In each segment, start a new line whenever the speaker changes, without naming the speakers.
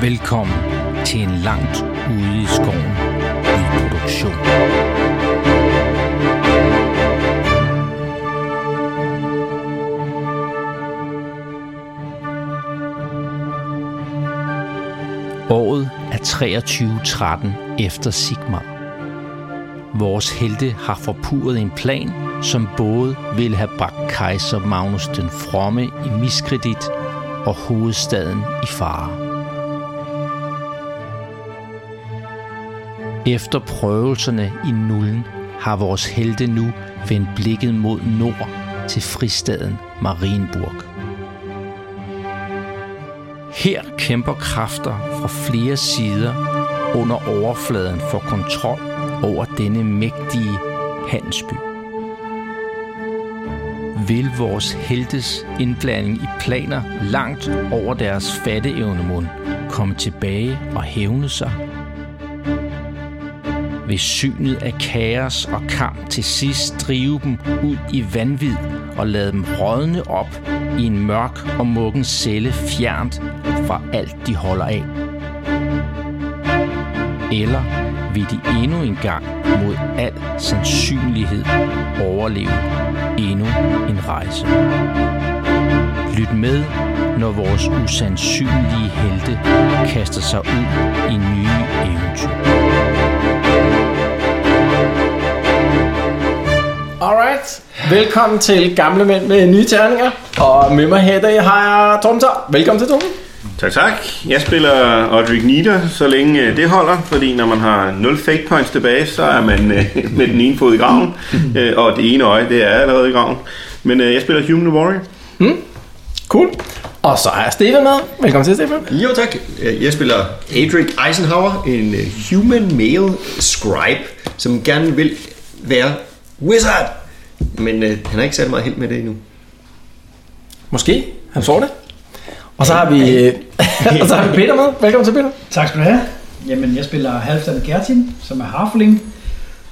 Velkommen til en langt ude i skoven produktion. Året er 2313 efter Sigmar. Vores helte har forpurret en plan, som både ville have bragt kejser Magnus den Fromme i miskredit og hovedstaden i fare. Efter prøvelserne i nullen har vores helte nu vendt blikket mod nord til fristaden Marienburg. Her kæmper kræfter fra flere sider under overfladen for kontrol over denne mægtige handelsby. Vil vores heltes indblanding i planer langt over deres fatteevnemund komme tilbage og hævne sig? vil synet af kaos og kamp til sidst drive dem ud i vanvid og lade dem rådne op i en mørk og mukken celle fjernt fra alt, de holder af. Eller vil de endnu en gang mod al sandsynlighed overleve endnu en rejse. Lyt med, når vores usandsynlige helte kaster sig ud i nye eventyr.
Alright, velkommen til Gamle Mænd med nye terninger. Og med mig her i dag har jeg Torben Tør. Velkommen til Torben.
Tak, tak. Jeg spiller Audrey Nieder, så længe øh, det holder, fordi når man har 0 fake points tilbage, så er man øh, med den ene fod i graven, øh, og det ene øje, det er allerede i graven. Men øh, jeg spiller Human Warrior.
Cool. Og så har jeg Stefan med. Velkommen til, Stefan.
Jo tak, jeg spiller Adric Eisenhower, en øh, human male scribe, som gerne vil være wizard. Men øh, han har ikke særlig meget held med det endnu.
Måske. Han så det. Og så har vi, øh, og så har vi Peter med. Velkommen til, Peter.
Tak skal du have. Jamen, jeg spiller Halfdan Gertin, som er harfling,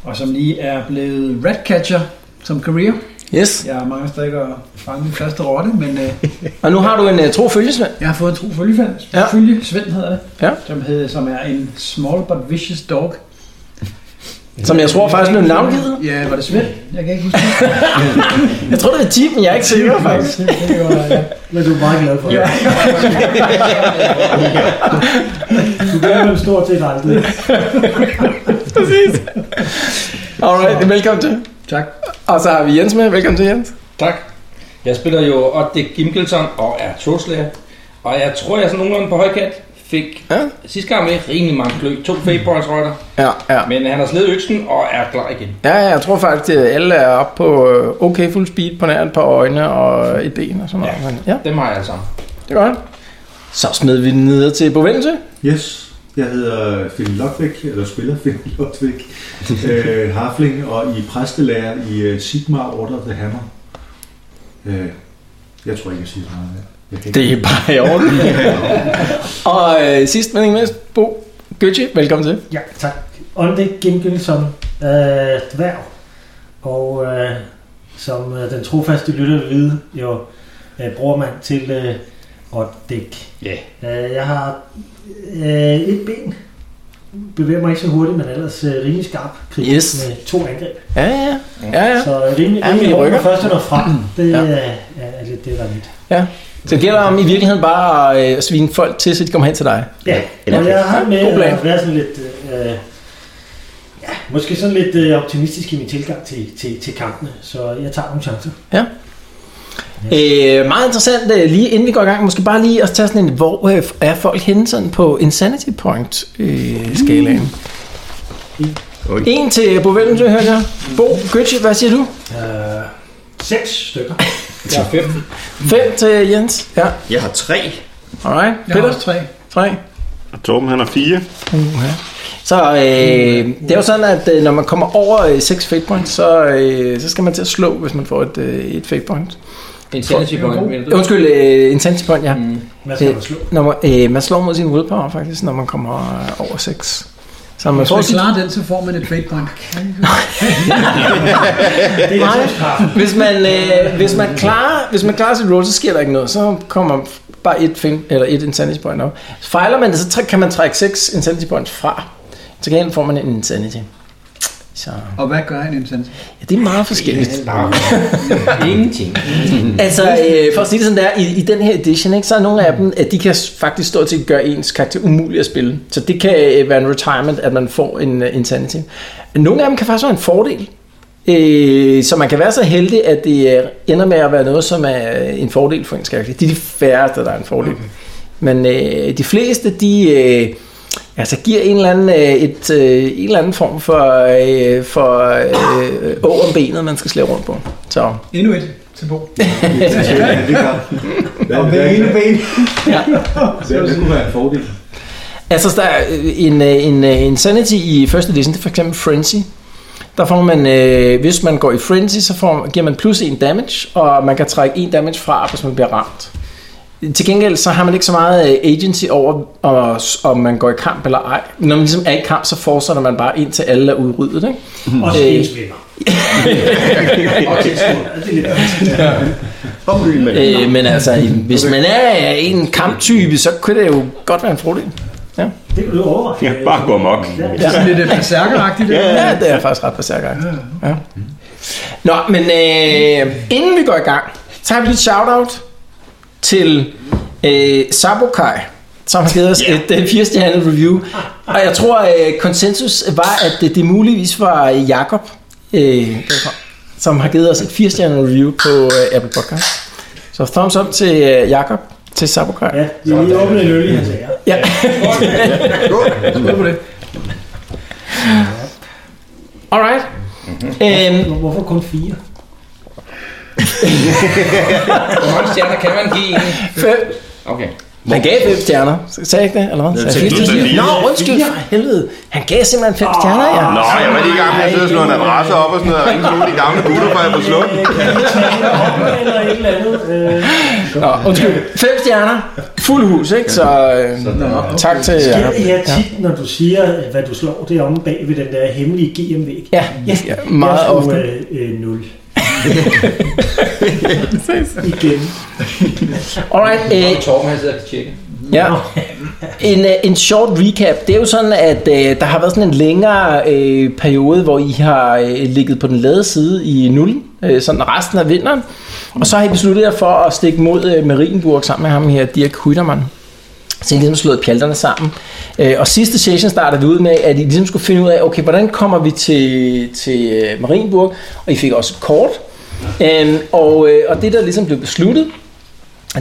og som lige er blevet ratcatcher som career.
Yes.
Jeg mangler stadig at fange min første rotte, men øh,
Og nu har du en øh, tro følgesvend.
jeg har fået en tro følgefald.
Ja.
Ja. Følge, Svend hedder det,
Ja.
som, hedder, som er en small but vicious dog.
Som jeg tror faktisk blev navngivet.
Ja, var det Svend? Jeg kan ikke huske det.
Jeg tror, det er Jeep, men jeg er ikke sikker faktisk.
Det var, ja. Men du er meget glad for. Ja. du gør vel stort set aldrig.
Præcis. Alright, velkommen til.
Tak.
Og så har vi Jens med. Velkommen til, Jens.
Tak. Jeg spiller jo Otte Gimkelson og er torslæger. Og jeg tror, jeg sådan nogenlunde på højkant fik
Ja.
ja. sidste gang med rimelig mange klø. To fake points røgter.
Ja, ja.
Men han har slet øksen og er klar igen.
Ja, ja, jeg tror faktisk, at alle er oppe på øh, okay fuld speed på nær et par øjne og et ben og sådan noget. Men, ja.
Dem har jeg alle sammen.
Det er godt. Så smed vi den ned til Bovendelse.
Yes, jeg hedder Finn Lotvæk, eller spiller Finn Lotvæk, øh, Harfling, og i præstelærer i øh, Sigmar Order of the Hammer. Øh, jeg tror ikke, jeg siger så meget. mere. Jeg kan
Det er bare i orden. og øh, sidst, men ikke mindst, Bo Gøtje, velkommen til.
Ja, tak. Olde Gengel som øh, dværg, og øh, som øh, den trofaste lytter vil vide, jo øh, bruger man til øh, Oddæk.
Ja.
Øh, jeg har øh, et ben, bevæger mig ikke så hurtigt, men ellers øh, rimelig skarp krig
Yes.
med to angreb.
Ja, ja, ja. ja.
Så øh, rimelig,
Ja, men I
rimelig ja,
rykker.
rykker først og frem. Det øh,
Ja.
ja. er, er lidt det, der er mit.
Så det gælder om i virkeligheden bare at øh, svine folk til, så de kommer hen til dig.
Ja,
Ja,
og jeg har
god
med
plan.
at være sådan lidt... Øh, ja, måske sådan lidt øh, optimistisk i min tilgang til, til, til kampene, så jeg tager nogle chancer.
Øh, meget interessant, øh, lige inden vi går i gang, måske bare lige at tage sådan en, hvor øh, er folk henne sådan på Insanity Point-skalaen?
Oj.
En til Bovendelse, hørte jeg. Bo Gøtje, hvad siger du?
Øh, seks stykker.
Jeg er fem.
Fem til Jens. Ja,
Jeg har tre.
alright. Peter,
også tre.
tre.
Og Torben, han har fire.
Så øh, det er jo sådan, at øh, når man kommer over øh, 6 fake points, så, øh, så skal man til at slå, hvis man får et, øh, et fake point.
Insanity point, mener du?
Undskyld, øh, intensity point, ja.
Mm.
Hvad skal man slå?
Når man, øh, man slår mod sin willpower faktisk, når man kommer øh, over 6. Så man
Hvis
får
man
sit...
klarer den, så får man et fate point.
Det er altså
Nej, hvis man, øh, hvis, man klarer, hvis man klarer sit roll, så sker der ikke noget. Så kommer bare et, fin, eller et insanity point op. Fejler man det, så træ- kan man trække 6 insanity points fra. Til gengæld får man en insanity. Så
Og hvad gør en indsats?
ja, det er meget forskelligt.
Ingenting.
Altså, øh, for at sige det sådan der, i, i den her edition, ikke, så er nogle af dem, at de kan s- faktisk stort set gøre ens karakter umulig at spille. Så det kan øh, være en retirement, at man får en uh, insanity. Nogle af dem kan faktisk være en fordel. Øh, så man kan være så heldig, at det øh, ender med at være noget, som er øh, en fordel for ens karakter. Det er de færreste, der er en fordel. Okay. Men øh, de fleste, de... Øh, Altså giver en eller anden, øh, et, øh, en eller anden form for, øh, for øh, å om benet, man skal slæve rundt på. Så
Endnu et til Bo.
Ja, det gør. Hvad,
Og med
hvad-
ene ben.
hvad, hvad kunne være en fordel?
Altså, der er øh, en, øh, en, øh, en sanity i første edition, det er for eksempel Frenzy. Der får man, øh, hvis man går i Frenzy, så får, giver man plus en damage, og man kan trække en damage fra, hvis man bliver ramt. Til gengæld så har man ikke så meget øh, agency over, og, om man går i kamp eller ej. Når man ligesom er i kamp, så fortsætter man bare ind til alle er udryddet. Ikke?
Og skilsvinder.
Omgylden med det.
Øh, men altså, hvis man er en kamptype, så kunne det jo godt være en fordel.
Det blev overrasket.
Ja, bare gå amok.
Det er sådan lidt øh, berserkeragtigt. det der.
Ja, det er faktisk ret besærkagtigt. Ja. Nå, men øh, inden vi går i gang, så har vi lige et shout-out til øh, Sabokai, som har givet os yeah. et øh, 4 review. Og jeg tror, øh, konsensus var, at det, det muligvis var Jakob, øh, som har givet os et 4 review på øh, Apple Podcast. Så thumbs up til øh, Jakob, til Sabokai.
Ja, vi har lige åbnet en øl i hans ære.
Ja.
Skål på det.
Alright. Øhm,
Hvorfor kun fire?
Hvor mange stjerner kan man give en?
fem,
Okay.
Han gav fem stjerner. Sagde jeg ikke det, eller hvad? Sagde jeg
til-
fire
til-
stjerner? Nå, undskyld for helvede. Han gav simpelthen fem stjerner, ja.
Nå, jeg var lige i gang med at sidde og slå en adresse op og sådan noget, og ringe til nogle af de gamle gutter, for jeg på slukken.
Øh, kan vi tale om det eller et eller andet? Øh,
Nå, undskyld. Fem stjerner. Fuld hus, ikke? Så øh, tak til
Sker
jer.
det her tit, når du siger, hvad du slår, det er omme bag ved den der hemmelige GM-væg?
Ja, ja, meget
jeg
ofte.
Øh, øh, 0. Igen.
Alright, øh,
Og Torben, han sidder og tjekker.
Ja. En, øh, en short recap. Det er jo sådan, at øh, der har været sådan en længere øh, periode, hvor I har øh, ligget på den lade side i nullen, øh, sådan resten af vinteren. Og så har I besluttet jer for at stikke mod øh, Marienburg sammen med ham her, Dirk Hyttermann. Så I ligesom slået pjalterne sammen. Øh, og sidste session startede vi ud med, at I ligesom skulle finde ud af, okay, hvordan kommer vi til, til øh, Marienburg? Og I fik også et kort. Øh, og, øh, og det, der ligesom blev besluttet,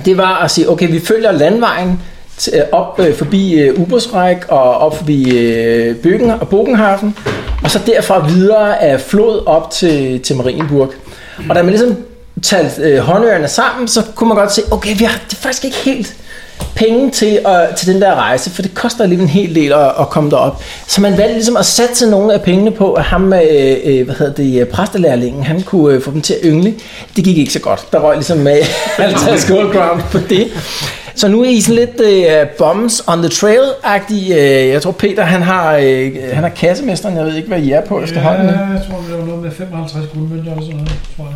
det var at sige, okay, vi følger landvejen t- øh, op øh, forbi øh, Ubersræk og op forbi øh, Bøgen og Bogenhafen, og så derfra videre af flod op til, til Marienburg. Og da man ligesom talte øh, håndørerne sammen, så kunne man godt se, okay, vi har det er faktisk ikke helt penge til, øh, til den der rejse, for det koster alligevel en hel del at, at komme derop. Så man valgte ligesom at satse nogle af pengene på, at ham, øh, øh, hvad hedder det, øh, præstelærlingen, han kunne øh, få dem til at yngle. Det gik ikke så godt. Der røg ligesom øh, 50 gold ground på det. Så nu er I sådan lidt øh, bombs on the trail-agtig. Øh, jeg tror Peter, han har, øh, han har kassemesteren. Jeg ved ikke, hvad I er på efterhånden. ikke?
jeg tror, det var noget med 55 guldmønter eller sådan noget, tror jeg.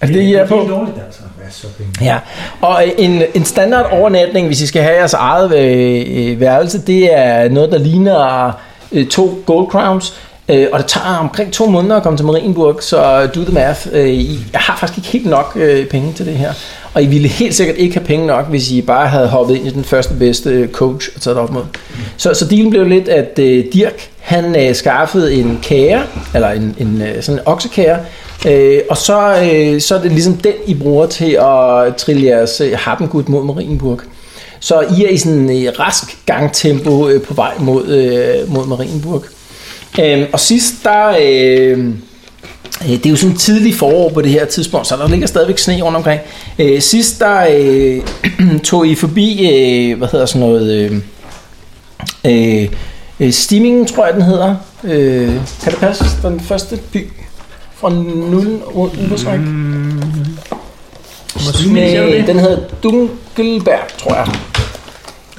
Er det det, I er
Det er
på?
dårligt, altså.
Ja, og øh, en, en standard overnatning, hvis I skal have jeres eget øh, øh, værelse, det er noget, der ligner øh, to gold crowns, øh, og det tager omkring to måneder at komme til Marienburg, så do the math. Øh, I har faktisk ikke helt nok øh, penge til det her, og I ville helt sikkert ikke have penge nok, hvis I bare havde hoppet ind i den første bedste øh, coach og taget op mod. Så, så dealen blev lidt, at øh, Dirk, han øh, skaffede en kære, eller en, en øh, sådan en oksekære, Øh, og så, øh, så er det ligesom den, I bruger til at trille jeres øh, Harpengud mod Marienburg. Så I er i sådan øh, rask gangtempo øh, på vej mod, øh, mod Marienburg. Øh, og sidst, der... Øh, Øh, Det er jo sådan tidlig forår på det her tidspunkt, så der ligger stadigvæk sne rundt omkring. Øh, sidst der øh, tog I forbi, øh, hvad hedder sådan noget, øh, øh, øh, Stimmingen tror jeg den hedder. Øh, kan det passe? Den første by fra nullen rundt Ubersræk. Mm.
siger du det?
Den hedder Dunkelberg, tror jeg.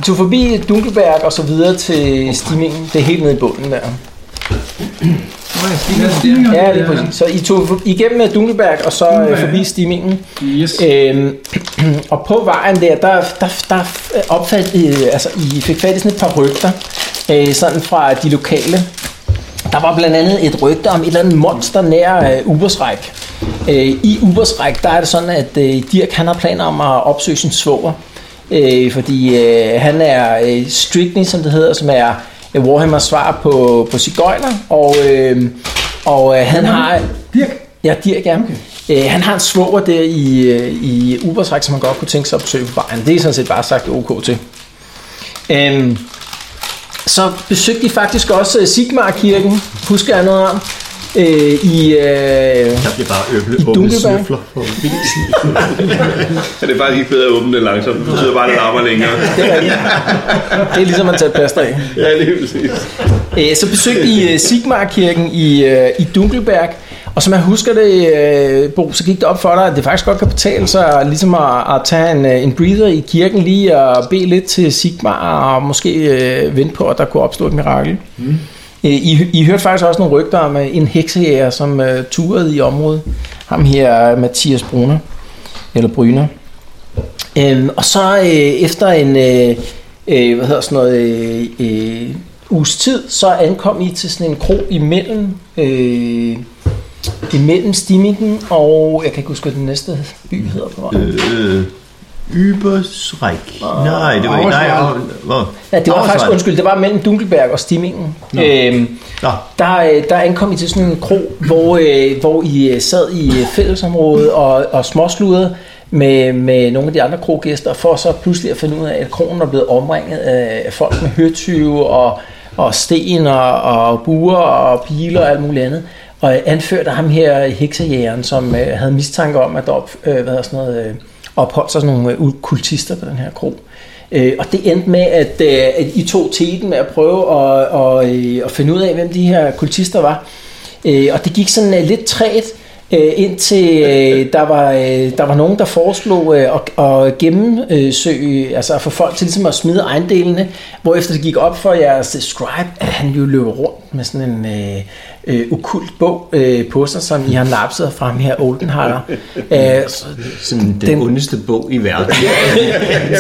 Du er forbi Dunkelberg og så videre til stigningen. Det er helt nede i bunden der. Ja, lige præcis. Så I tog for- igennem med Dunkelberg og så øh, forbi stigningen.
Yes.
Øhm, og på vejen der, der, der, der opfandt, øh, altså I fik fat i sådan et par rygter, øh, sådan fra de lokale. Der var blandt andet et rygte om et eller andet monster nær øh, Ubersræk. Øh, I Ubersræk, der er det sådan, at øh, Dirk han har planer om at opsøge sin svoger. Øh, fordi øh, han er øh, Strictly, som det hedder, som er øh, Warhammers svar på, på cigøjner. Og, øh, og øh, han har...
Dirk?
Ja, Dirk, ja. Okay. Øh, han har en svoger der i, øh, i Ubersræk, som han godt kunne tænke sig at besøge på vejen. Det er sådan set bare sagt ok til. Øhm, så besøgte de faktisk også øh, Sigmar-kirken, husker jeg noget om, øh, i, øh,
Der bliver bare øble
i Dunkelberg.
Ja, det er faktisk ikke bedre at åbne det langsomt. Det betyder bare, at det larmer længere.
Det er, rigtigt. det er ligesom at tage et plaster af.
Ja, lige præcis.
Øh, så besøgte I øh, Sigmar-kirken i, øh, i Dunkelberg, og som jeg husker det, øh, Bo, så gik det op for dig, at det faktisk godt kan betale sig ligesom at, at tage en, øh, en breather i kirken lige og bede lidt til Sigmar, og måske øh, vente på, at der kunne opstå et mirakel. Mm. I, I hørte faktisk også nogle rygter om øh, en heksejæger, som øh, turede i området. Ham her, øh, Mathias Brunner, eller Bryner. Øhm, og så øh, efter en øh, øh, hvad hedder sådan noget, øh, øh, uges tid, så ankom I til sådan en kro imellem, øh, imellem Stimmingen og jeg kan ikke huske, hvad den næste by hedder på vejen.
Øh, Ybersræk. Nej, det var ikke. Nej, hvor?
Ja, det var faktisk, undskyld, det var mellem Dunkelberg og Stimmingen. Øhm,
Nå.
der, øh, der ankom I til sådan en kro, hvor, øh, hvor I øh, sad i øh, fællesområdet og, og småsludede med, med nogle af de andre krogæster, for så pludselig at finde ud af, at kronen er blevet omringet af folk med høtyve og, og sten og, og buer og piler og alt muligt andet. Og øh, anført af ham her heksejægeren, som øh, havde mistanke om, at der op, øh, hvad hedder sådan noget, øh, opholdt sig sådan nogle øh, kultister på den her kro. Øh, og det endte med, at, øh, at I tog teten med at prøve at, og, øh, at finde ud af, hvem de her kultister var. Øh, og det gik sådan øh, lidt træt, øh, indtil øh, der, var, øh, der var nogen, der foreslog øh, at, at gennemsøge, altså at få folk til ligesom at smide ejendelene, hvorefter det gik op for jeres øh, scribe, at han jo løber rundt med sådan en øh, øh, okult bog øh, på sig, som I har napset fra ham her Oldenheimer. Øh, så
Sådan den, den
Den-
ondeste bog i verden.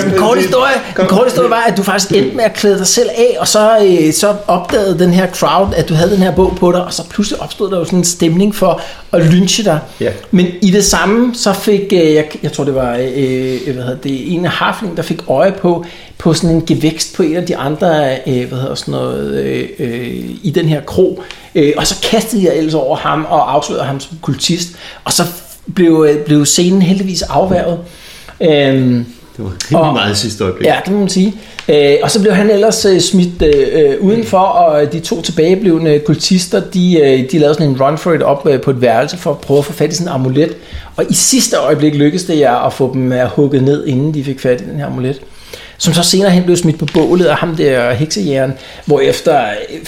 Den korte historie, den korte historie var, at du faktisk endte med at klæde dig selv af, og så, øh, så opdagede den her crowd, at du havde den her bog på dig, og så pludselig opstod der jo sådan en stemning for at lynche dig.
Ja.
Men i det samme, så fik, øh, jeg, jeg tror det var øh, hvad hedder det, en af Hafling, der fik øje på, på sådan en gevækst på en af de andre, øh, hvad hedder sådan noget, øh, øh, i den her krog. Øh, og så kastede jeg ellers over ham og afslørede ham som kultist, og så blev, øh, blev scenen heldigvis afværget. Øhm,
Det var rimelig
Og-
meget sidste øjeblik.
Ja, det må man sige. Øh, og så blev han ellers øh, smidt øh, øh, udenfor, og de to tilbageblevende kultister, de, øh, de lavede sådan en run for it op øh, på et værelse for at prøve at få fat i sådan en amulet. Og i sidste øjeblik lykkedes det jer at få dem øh, hugget ned, inden de fik fat i den her amulet. Som så senere hen blev smidt på bålet af ham der heksejægeren, hvor efter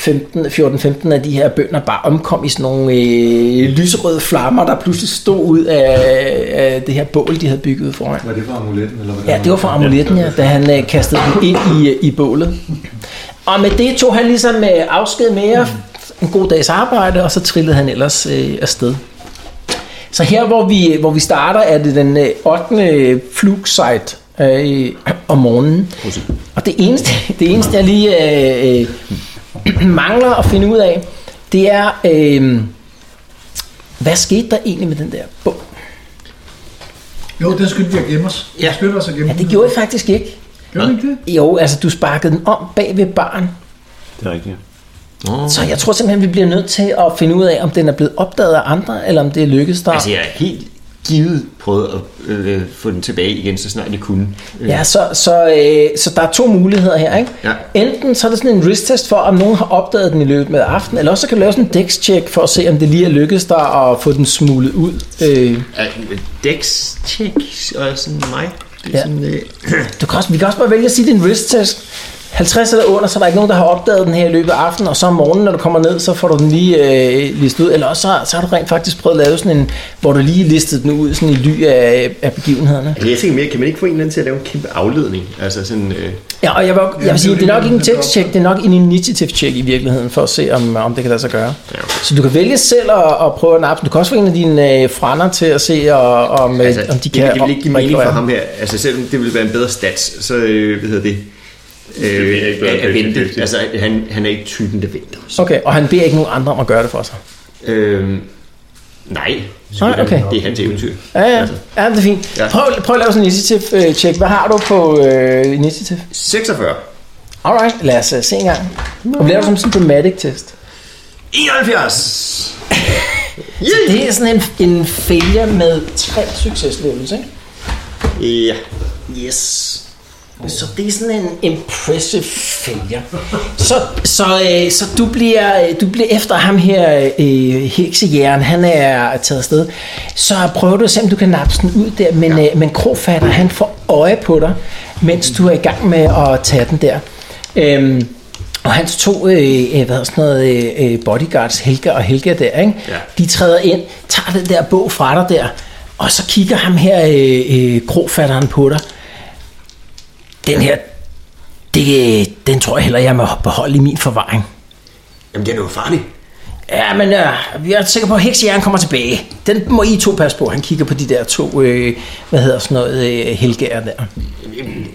øh, 14-15 af de her bønder bare omkom i sådan nogle øh, lyserøde flammer, der pludselig stod ud af, øh, af det her bål, de havde bygget foran.
Var det for amuletten, eller hvordan
Ja, det var fra amuletten, ja, da han øh, kastede den ind i, øh, i bålet. Og med det tog han ligesom øh, afsked med jer, en god dags arbejde, og så trillede han ellers øh, afsted. Så her, hvor vi, øh, hvor vi starter, er det den øh, 8. flugsite øh, om morgenen. Og det eneste, det eneste jeg lige øh, øh, mangler at finde ud af, det er, øh, hvad skete der egentlig med den der bog?
Jo, den skyldte vi at gemme os. Ja. Vi skyldte os at gemme
Ja, det gjorde jeg faktisk ikke.
Gjorde vi ikke det?
Jo, altså du sparkede den om bag ved barn.
Det er rigtigt.
Så jeg tror simpelthen, vi bliver nødt til at finde ud af, om den er blevet opdaget af andre, eller om det er lykkedes dig.
Altså, jeg er helt givet prøvet at øh, få den tilbage igen, så snart jeg kunne. Øh,
Ja, så, så, øh, så der er to muligheder her, ikke?
Ja.
Enten så er det sådan en risk test for, om nogen har opdaget den i løbet af aftenen, eller også så kan du lave sådan en dex check for at se, om det lige er lykkedes dig at få den smuglet ud. Øh,
øh, Dex check og sådan mig. Det
Ja.
er ja. sådan, øh,
du kan også, vi kan også bare vælge at sige, det er en risk test. 50 eller under, så er der ikke nogen, der har opdaget den her i løbet af aftenen, og så om morgenen, når du kommer ned, så får du den lige øh, listet ud. Eller også så, så har du rent faktisk prøvet at lave sådan en, hvor du lige listede den ud sådan i ly af, af begivenhederne.
jeg tænker mere, kan man ikke få en eller anden til at lave en kæmpe afledning? Altså sådan, øh,
Ja, og jeg vil, jeg vil sige, det er nok ikke en tekstcheck, det er nok en initiativ-check i virkeligheden, for at se, om, om det kan lade sig gøre. Så du kan vælge selv at, at prøve at nappe. Du kan også få en af dine øh, frænder til at se, og, om, øh, om de kan...
Altså, det, det vil ikke give mening for
rekvirere.
ham her. Altså, selvom det ville være en bedre stats, så øh, hvad hedder det?
bliver ikke bedre
at- at
end
vente.
50-50.
Altså, han, han er ikke typen, der venter.
Okay, og han beder ikke nogen andre om at gøre det for sig.
Øh, nej.
Nej, okay.
Det er hans eventyr. Altså,
Ja, ja, ja det er fint.
Ja.
Prøv, prøv at lave sådan en initiativ-check. Hvad har du på øh, initiativ?
46.
Alright, lad os uh, se en gang. Og vi laver som sådan en dramatic test.
71!
Så det er sådan en, en failure med tre succeslevels, ikke?
Ja.
Yes. Så det er sådan en impressive failure. Så, så, øh, så du, bliver, øh, du bliver efter ham her, øh, heksejæren, han er taget afsted. Så prøver du at se, om du kan nappe den ud der, men, ja. øh, men Krofatter, han får øje på dig, mens du er i gang med at tage den der. Øhm, og hans to øh, øh, hvad hedder sådan noget, øh, øh, bodyguards, Helga og Helga der, ikke?
Ja.
de træder ind, tager den der bog fra dig der, og så kigger ham her, øh, øh, krofatteren på dig, den her, det, den tror jeg heller, jeg må beholde i min forvaring.
Jamen, den er jo farlig.
Ja, men øh, jeg er sikker på, at heksejæren kommer tilbage. Den må I to passe på. Han kigger på de der to, øh, hvad hedder sådan noget, øh, helgærer der.
Jamen,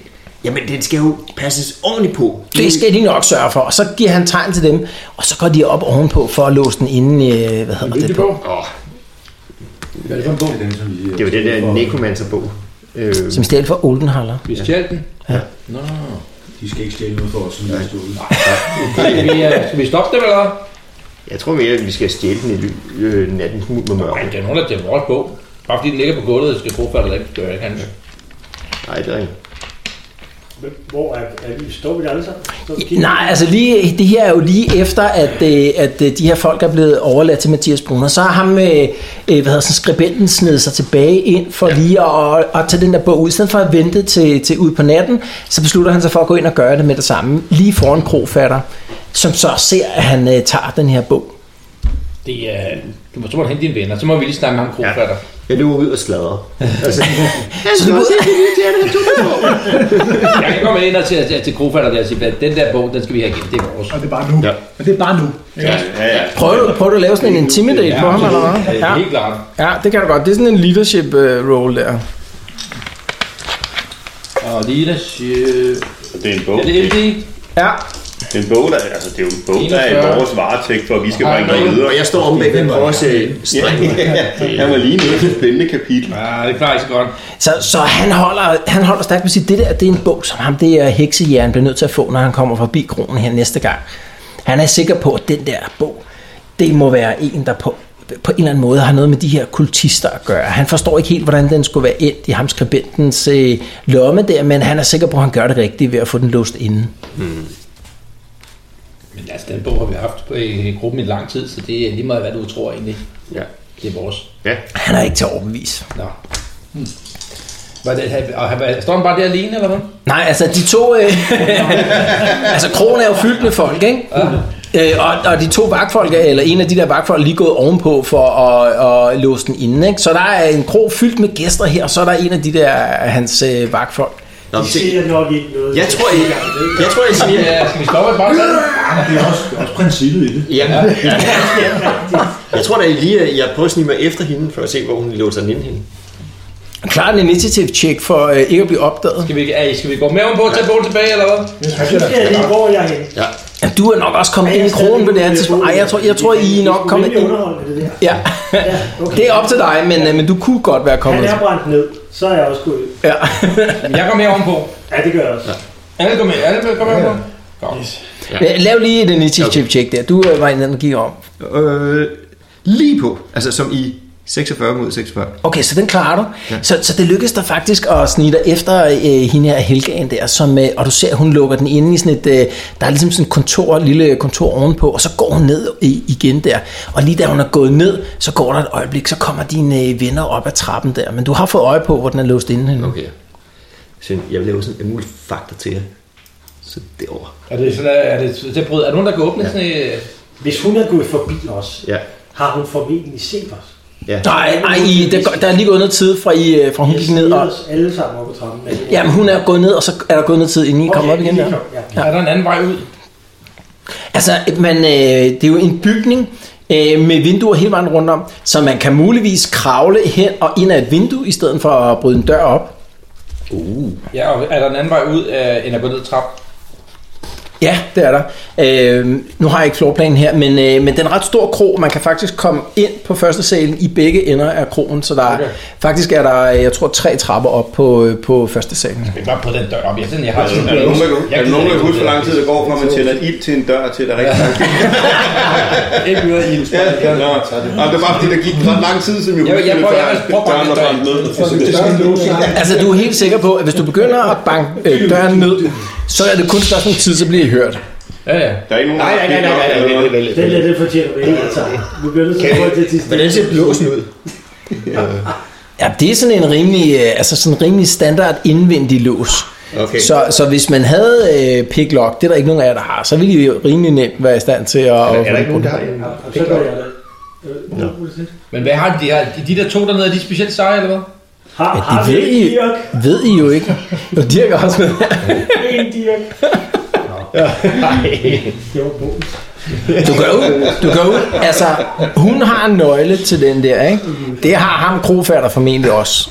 Jamen, den skal jo passes ordentligt på.
Det skal de nok sørge for. Og så giver han tegn til dem, og så går de op ovenpå for at låse den inden, øh, hvad hedder det?
Hvilken bog?
Åh,
Hvad er det for en bog? Det er den, som øh, vi...
det er jo den der necromancer-bog. Øh,
Som stjal for Oldenhaller.
Vi stjal den.
De skal ikke stjæle noget for os, som vi har stået.
Skal vi, øh, skal vi stoppe dem, eller?
jeg tror mere, at vi skal stjæle den i ly- øh, natten smut med
Nej,
mørke.
det er nogen, der det er vores bog. Bare fordi den ligger på gulvet, skal Krofatter da ikke gøre, ikke han?
Nej, det er rigtigt.
Hvor er, er vi? Står vi der alle sammen? Står vi kigger?
Nej, altså lige, det her er jo lige efter, at, øh, at øh, de her folk er blevet overladt til Mathias Brunner. Så har ham, øh, øh, hvad hedder sådan, skribenten snedet sig tilbage ind for ja. lige at, at, tage den der bog ud. I stedet for at vente til, til ud på natten, så beslutter han sig for at gå ind og gøre det med det samme. Lige foran krofatter, som så ser, at han øh, tager den her bog.
Det er... Du må, så må du hente dine venner, så må vi lige snakke med ham, Krofatter.
Jeg løber ud og sladrer. Altså,
Så du,
Jeg kan komme ind og til, til, til Krofatter der og sige, at den der bog, den skal vi have igen, det er vores.
Og det er bare nu.
Ja.
Og det er bare nu. Ja.
prøver, du, prøver du at lave sådan en intimidate på ham, eller hvad?
Det er helt klart.
Ja, det kan du godt. Det er sådan en leadership øh, role der.
Og leadership...
Det er en bog.
Er det MD?
Ja,
Det er en bog, der, altså, det er jo en bog, der er i
41.
vores varetægt, for vi skal bringe
nej,
noget
nej.
videre.
og jeg står om bag den også øh,
Ja,
streng.
han var lige nede til et spændende kapitel.
Ja, det klarer ikke så godt.
Så, så han, holder, han holder stærkt på at sige, det der det er en bog, som ham det er heksejern bliver nødt til at få, når han kommer forbi kronen her næste gang. Han er sikker på, at den der bog, det må være en, der på, på en eller anden måde har noget med de her kultister at gøre. Han forstår ikke helt, hvordan den skulle være endt i ham skribentens øh, lomme der, men han er sikker på, at han gør det rigtigt ved at få den låst inden.
Men altså, den bog har vi haft på, i i gruppen i lang tid, så det er lige meget, hvad du tror egentlig.
Ja.
Det er vores.
Ja.
Han er ikke til at overbevise.
Nå. Var det, ha- og ha- står han bare der alene, eller hvad?
Nej, altså de to... Øh, altså kronen er jo fyldt med folk, ikke? Øh, og, og de to vagtfolk, eller en af de der vagtfolk, er lige gået ovenpå for at, at låse den inden, ikke? Så der er en krog fyldt med gæster her, og så er der en af de der hans øh, vagtfolk.
Nå,
De
men se,
siger nok ikke noget.
jeg tror, jeg, jeg tror, jeg siger...
Ja, skal vi stoppe bare sådan?
Men det er også, også princippet i det.
Jamen, ja. jeg tror da lige, at jeg prøver at snige mig efter hende, for at se, hvor hun låser den ind henne.
Klar en initiative check for øh, ikke at blive opdaget.
Skal vi, er, skal vi gå med om på at tage bogen tilbage, eller hvad?
Så skal jeg lige, hvor jeg er henne.
Ja, du er nok også kommet ind i kronen på det her tidspunkt. Ej, jeg tror, jeg tror I er nok kommet
ind. Det er
ind.
underholdende, det der.
Ja, det er op til dig, men, øh, men du kunne godt være
Han
kommet.
er brændt ned, så er jeg også gået ud.
Ja.
Jeg går med ovenpå.
Ja, det gør jeg også.
Alle går med, alle går med ovenpå. Kom.
Lav lige et initiative check der. Du øh, var en, der gik om.
Øh, lige på. Altså som i 46 mod 46.
Okay, så den klarer du. Ja. Så, så det lykkedes dig faktisk at snige dig efter øh, hende her Helgaen der, som, øh, og du ser, at hun lukker den inde i sådan et, øh, der er ligesom sådan et kontor, et lille kontor ovenpå, og så går hun ned i, igen der. Og lige da hun er gået ned, så går der et øjeblik, så kommer dine øh, venner op ad trappen der. Men du har fået øje på, hvor den er låst inde henne.
Okay. Så jeg vil lave sådan en mulig faktor til jer. Så derovre.
Er det sådan, er det til at bryde? Er der nogen, der kan åbne sådan øh,
Hvis hun er gået forbi os,
Ja.
har hun formentlig set os.
Ja.
Nej, nej, I, der, går- der er lige gået noget tid fra, I, øh, fra hun
Jeg
gik ned.
smider
Og,
os alle sammen op ad trappen. men-
jamen, hun er gået ned, og så er der gået noget tid, inden I kommer
Okay,
op igen
lige
der.
kom, ja.
Er der en anden vej ud?
Altså, man, øh, det er jo en bygning øh, med vinduer hele vejen rundt om, så man kan muligvis kravle hen og ind ad et vindue, i stedet for at bryde en dør op.
Ja, og er der en anden vej ud, øh, end at gå ned trappen?
Ja, det er der. Øh, nu har jeg ikke floorplanen her, men, øh, men den er ret stor krog. Man kan faktisk komme ind på første salen i begge ender af krogen, så der okay. faktisk er der, øh, jeg tror, tre trapper op på, øh, på første salen.
Vi bare på den dør op. Jeg, sådan, jeg har sådan
Er der nogen, der kan,
Jeg
er der nogen, der kan
gider
huske, hvor
ikke
lang tid det går, fra man tænder ild til en dør til der rigtig
Ikke videre i ildsprøjt.
Ja, ja. Nå, Nå, det var fordi, der gik ret lang tid, siden vi
Jeg- jeg
det
prøver-
før,
jeg prøver bare
døren var
lidt
brændt ned.
Altså, du er helt sikker på, at hvis du begynder at banke øh, døren ned, så er det kun et spørgsmål om tid, så bliver I hørt.
Ja, ja.
Der er ikke nogen,
Nej, nej, nej, nej, nej, nej, nej, nej,
Den
nej,
der, den fortjener vi ikke, altså. Nu bliver det så
Kan-
prøve til at tisse.
Hvordan ser blåsen ud?
Ja, det er sådan en rimelig, øh, altså sådan en rimelig standard indvendig lås.
Okay.
Så, så hvis man havde øh, picklock, det er der ikke nogen af jer, der har, så ville I jo rimelig nemt være i stand til at...
Er der ikke nogen, der har en?
Ja, og så gør jeg det. Øh,
Men hvad har de der? De der to dernede, er de specielt seje, eller hvad?
Har,
Ja,
har
det
vi
ved
en
I,
dirk?
ved I jo ikke. Jo, Dirk er også med.
En dirk? Det var bogen.
Du går ud, du går ud. Altså, hun har en nøgle til den der, ikke? Det har ham krofærder formentlig også.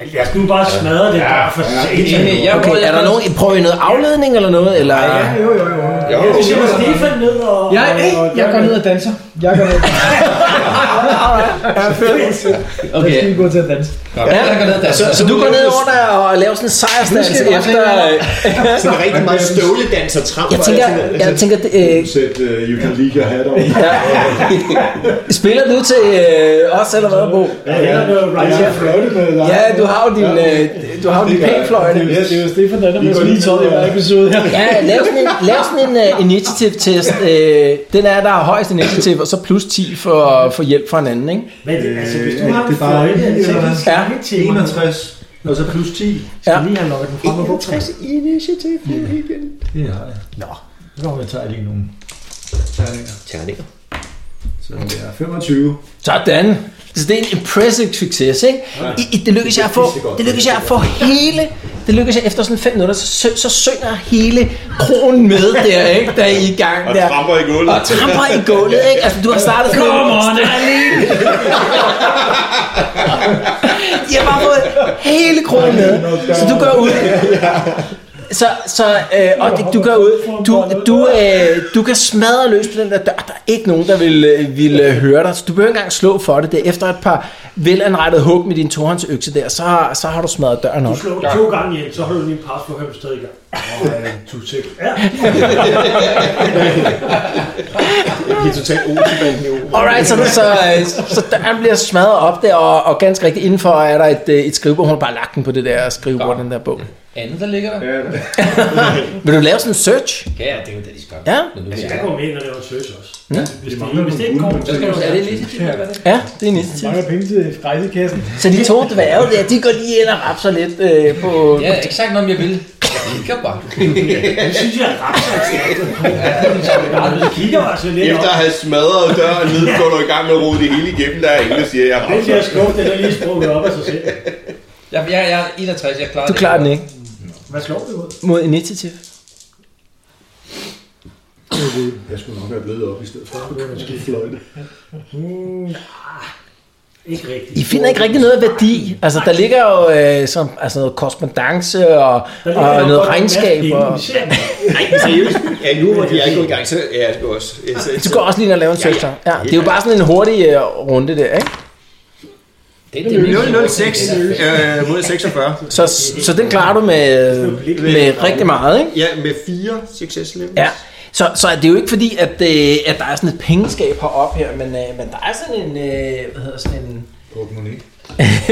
Lad os nu bare smadre det der for satan.
Enig, jeg
Okay,
prøvede-
er der nogen, Øh, prøver I noget afledning eller noget? Eller?
Jo, jo, jo.
Jo,
Vi sætter Stefan ned og...
Jeg,
og-
jeg går ned og danser. Jeg går ned. Okay.
Okay.
Jeg skal gå til at danse.
Ja, der går ned der.
Så, så du går ned over der og laver sådan en sejrsdans
skal jeg
efter...
sådan rigtig meget støvledans og tramp.
Jeg
og
tænker,
alt sådan noget.
jeg tænker det, øh,
Sæt, uh, you can leave your hat on.
spiller du til øh, os eller hvad, Bo?
Ja, ja.
Jeg er fløjte med dig.
Ja, du har jo din, øh, du har jo din pænfløjte.
Det er jo
Stefan, der er
Vi
med
går
sådan
lige
en tøj i
ned, ja.
hver episode her.
Ja, lav sådan en, lav sådan en uh, initiativ-test. Uh, den er, der har højst initiativ, og så plus 10 for, for hjælp fra en anden, ikke?
Men det, altså, hvis du
Øh,
har en
det er bare
fløjte,
en,
så
eller
kan
hvad?
vi snakke til mig.
61, og så plus 10.
Skal lige have lukket den frem og på.
61 initiativ i weekend.
Det har jeg. Nå, nu kommer jeg tager lige nogle terninger.
Terninger.
Så det er 25.
Sådan. Så det er en impressive succes, ikke? I, I, det lykkes jeg at få, det lykkes jeg at få hele, det lykkes jeg efter sådan 5 minutter, så, så, så synger hele kronen med der, ikke? Der er I i gang
Og
der.
tramper i gulvet.
Og tramper i gulvet, ikke? Altså, du har startet sådan Come on, Jeg har bare fået hele krogen med. Så du går ud. Så, så øh, og det- du går ud. Du, du, øh, du kan smadre løs på den der dør. Der er ikke nogen, der vil, øh, vil øh, høre dig. Så du behøver ikke engang slå for det. det er efter et par velanrettede hug med din tohåndsøkse der, så, har- så har du smadret døren op.
Slå to gange hjem, så har du din pas på fem stadig i gang.
Du tæt.
Ja,
Det er totalt otibanden i ordet.
Alright, så, så, øh, så døren bliver smadret op der, og, og ganske rigtigt indenfor er der et, øh, et skrivebord. Hun har bare lagt den på det der skrivebord, den der bog.
Andet, der ligger der?
Vil du lave sådan en search?
Ja, det er jo det, de skal.
Ja.
Men nu
altså,
er
jeg
jeg-
går med ind og laver en search også.
Ja.
Hvis det, hvis det ikke går, så skal du
Er det en lille ting, eller hvad er det?
Ja, det er en initiativ.
Mange penge til rejsekassen.
Så de to dværge der, de går lige ind og rapser lidt øh, på...
Ja, ikke sagt noget, om jeg vil. Jeg ligger bare.
Det synes jeg er ret så stærkt. Du kigger altså lidt
Efter
op.
at have smadret døren ned, går du i gang med at rode det hele igennem, der er ingen, der siger, jeg
Den
rammer.
der skuffe, den er lige sprunget op af sig selv.
Jeg, jeg, jeg er 61, jeg klarer
Du klarer den ikke.
Hvad slår du ud?
Mod initiativ.
Jeg skulle nok være blevet op i stedet for. Det var måske fløjte.
Ikke rigtigt.
I finder ikke rigtig noget værdi. Altså, der ligger jo øh, som, altså noget korrespondence og,
Der ligger
og
nok
noget
godt en masse
regnskab.
penge,
Og,
vi ser dem.
Seriøst? Ja, nu hvor de er gået i gang, så er det også. Ja, så-
du går også lige ind og laver en
Ja, ja.
søster. Ja, det er jo bare sådan en hurtig øh, runde der, ikke?
Det er det,
006 øh, mod 46.
Så, så den klarer du med, med rigtig meget, ikke?
Ja, med fire success levels.
Ja. Så, så er det jo ikke fordi, at, øh, at der er sådan et pengeskab heroppe her, men, øh, men der er sådan en, øh, hvad hedder sådan en,
Portemonnaie.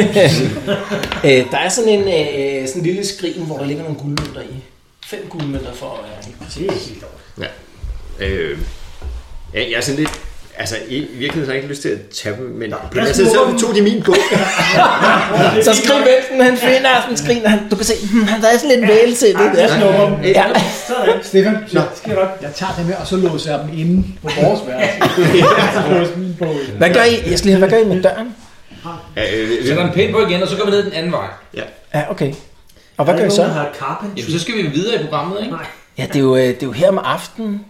Øh, der er sådan en øh, sådan en lille skrin, hvor der ligger nogle guldmønter i. Fem øh, guldmønter for at være helt præcis.
Øh, ja, jeg er sådan lidt... Altså, i, i virkeligheden har jeg ikke lyst til at tage dem, men på den anden side, så tog de min på.
Så skriv venten, han finder sådan skriner han. Du kan se, hmm, han er sådan lidt væl til det.
Jeg snupper dem.
Ja.
Sådan.
Stefan, så skal jeg nok. Jeg tager dem her, og så låser jeg dem inde på vores værelse. Så låser min på i.
Hvad gør I? Jeg skal lige have, hvad gør I med døren?
Ja, øh, øh,
Sætter en pæn på igen, og så går vi ned den anden vej.
Ja, okay. Og hvad gør I så?
Nogen, der har kappe?
Jamen, så skal vi videre i programmet, ikke?
Nej.
Ja, det er jo, øh, det er jo her om aftenen.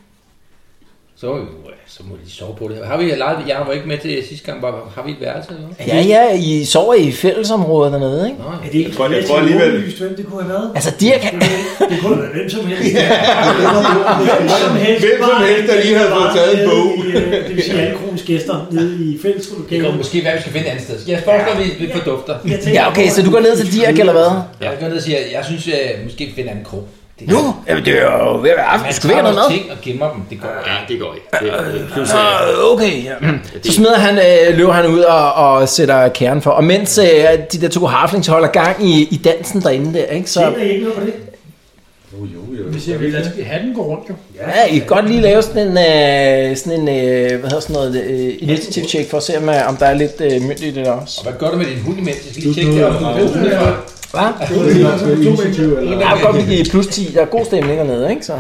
Så, er vi jo, øh, så må de sove på det. her. Har vi lejet, jeg var ikke med til sidste gang, var, har vi et værelse eller noget?
Ja, ja, I sover i fællesområder dernede, ikke?
Nå,
Er
ja.
det ikke
tror- jeg
lidt
tror alligevel-
åbenlyst, hvem det kunne have været?
Altså, Dirk, han-
Det kunne have været hvem som helst. Hvem som helst,
Hvem som
bare
helst, der lige havde fået
bare
taget en
nede
bog.
i, øh, Det vil sige alle krogens gæster nede i
Det kan
fælleslokalet.
måske være, vi skal finde et andet sted. Jeg foreslår, at vi, vi får dufter.
Jeg tænker,
ja, okay, så du går ned til Dirk, eller hvad?
Jeg går ned og siger, at jeg synes, at jeg måske finde en anden krog. Det
Nu? Jamen, det er jo ved at være aften.
man
Du skal vi have noget mad?
tager ting og gemmer dem. Det går
ja,
ikke.
det går ikke. Det, det,
Øh, okay, ja. Så smider han, øh, løber han ud og, og sætter kæren for. Og mens øh, de der to harflings holder gang i, i dansen derinde der, ikke,
Tjener
så
I ikke noget på det?
Jo, jo, jo.
Hvis jeg vil lade hatten gå rundt, jo.
ja, I kan godt lige lave sådan en, øh, sådan en øh, hvad hedder sådan noget, øh, initiative check for at se, om, øh, om der er lidt øh, myndt i det der også.
Og hvad gør du med din hund imens? Jeg skal lige
Du-
tjekke
du-
det, om du er
du-
hund eller
Hva?
Det er nok med initiativ, eller?
Jeg kan godt give plus 10. Der er god stemning dernede, ikke? Så.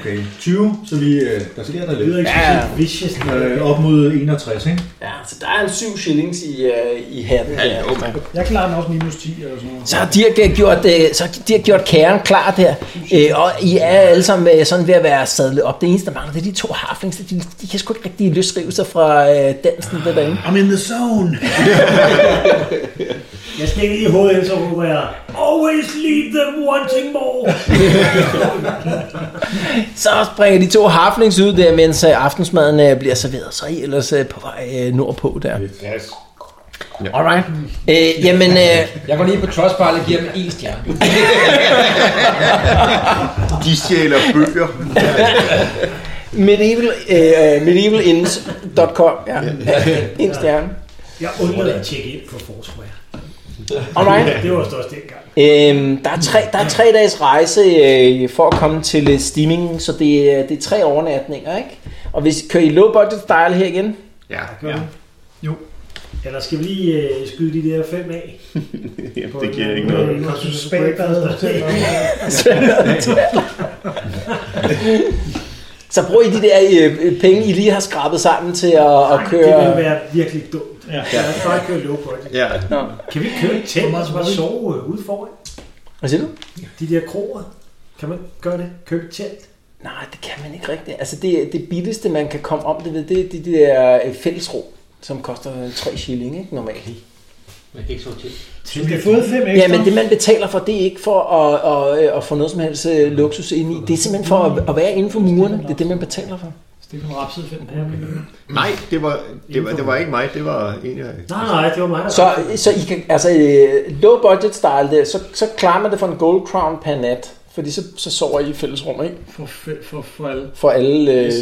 Okay, 20, så vi, øh, der sker der
Det lyder
lidt.
ikke
Ja.
så vicious.
Øh, op mod 61, ikke?
Ja, så der er en 7 shillings i, øh, i hatten. Ja,
Jeg klarer den også minus 10 eller sådan noget.
Så har Dirk der gjort, øh, så har Dirk gjort kæren klar der, øh, og I er alle sammen øh, sådan ved at være sadlet op. Det eneste, der mangler, det er de to harflings, de, de kan sgu ikke rigtig løsrive sig fra øh, dansen der derinde.
I'm in the zone!
Jeg skal ikke lige i hovedet, så råber jeg, Always leave them wanting more.
Så springer de to harflings ud der, mens øh, aftensmaden øh, bliver serveret, så er I ellers øh, på vej øh, nordpå der.
hvad? Yes.
Alright. Øh, jamen, øh,
Jeg går lige på Trustpilot og giver dem en stjerne.
De stjæler bøger.
medieval, øh, medievalins.com, ja. En stjerne.
Jeg undlader at tjekke ind på Foursquare.
Alright.
Det var også dengang.
Øhm, der, er tre, der er tre dages rejse øh, for at komme til øh, stimingen, så det, er- det er tre overnatninger, ikke? Og hvis kører I low budget style her igen?
ja,
Ja. Jo. Eller skal vi lige øh, skyde de der fem af? Øh,
Jamen, det giver ikke noget.
Jeg synes, spændbad.
Så bruger I de der øh, øh, penge, I lige har skrabet sammen til at, at
Det ville
køre...
være virkelig dumt. Ja. Lad os bare køre low budget.
ja.
Kan vi ikke køre et telt og så bare sove øh, ude foran?
Hvad siger du?
De der kroer. Kan man gøre det? Købe et telt?
Nej, det kan man ikke rigtigt. Altså det, det billigste, man kan komme om det ved, det er de der øh, fællesrum, som koster 3 shilling, ikke? Normalt.
Men ikke så til.
Så vi har fået fem
Ja,
ekstra.
men det man betaler for, det er ikke for at, at, at få noget som helst øh, luksus ind i. Det er simpelthen for at, at være inden for murene. Det er det, man betaler for.
Stefan rapsede fem på.
Nej, det var, det, var, det var ikke mig. Det var en af...
Nej, nej, det var mig, der
Så, så I kan, altså øh, low budget style der, så, så klarer man det for en gold crown per nat. Fordi så, så sover I i fællesrum, ikke?
For, fe- for, for alle.
For alle... Øh,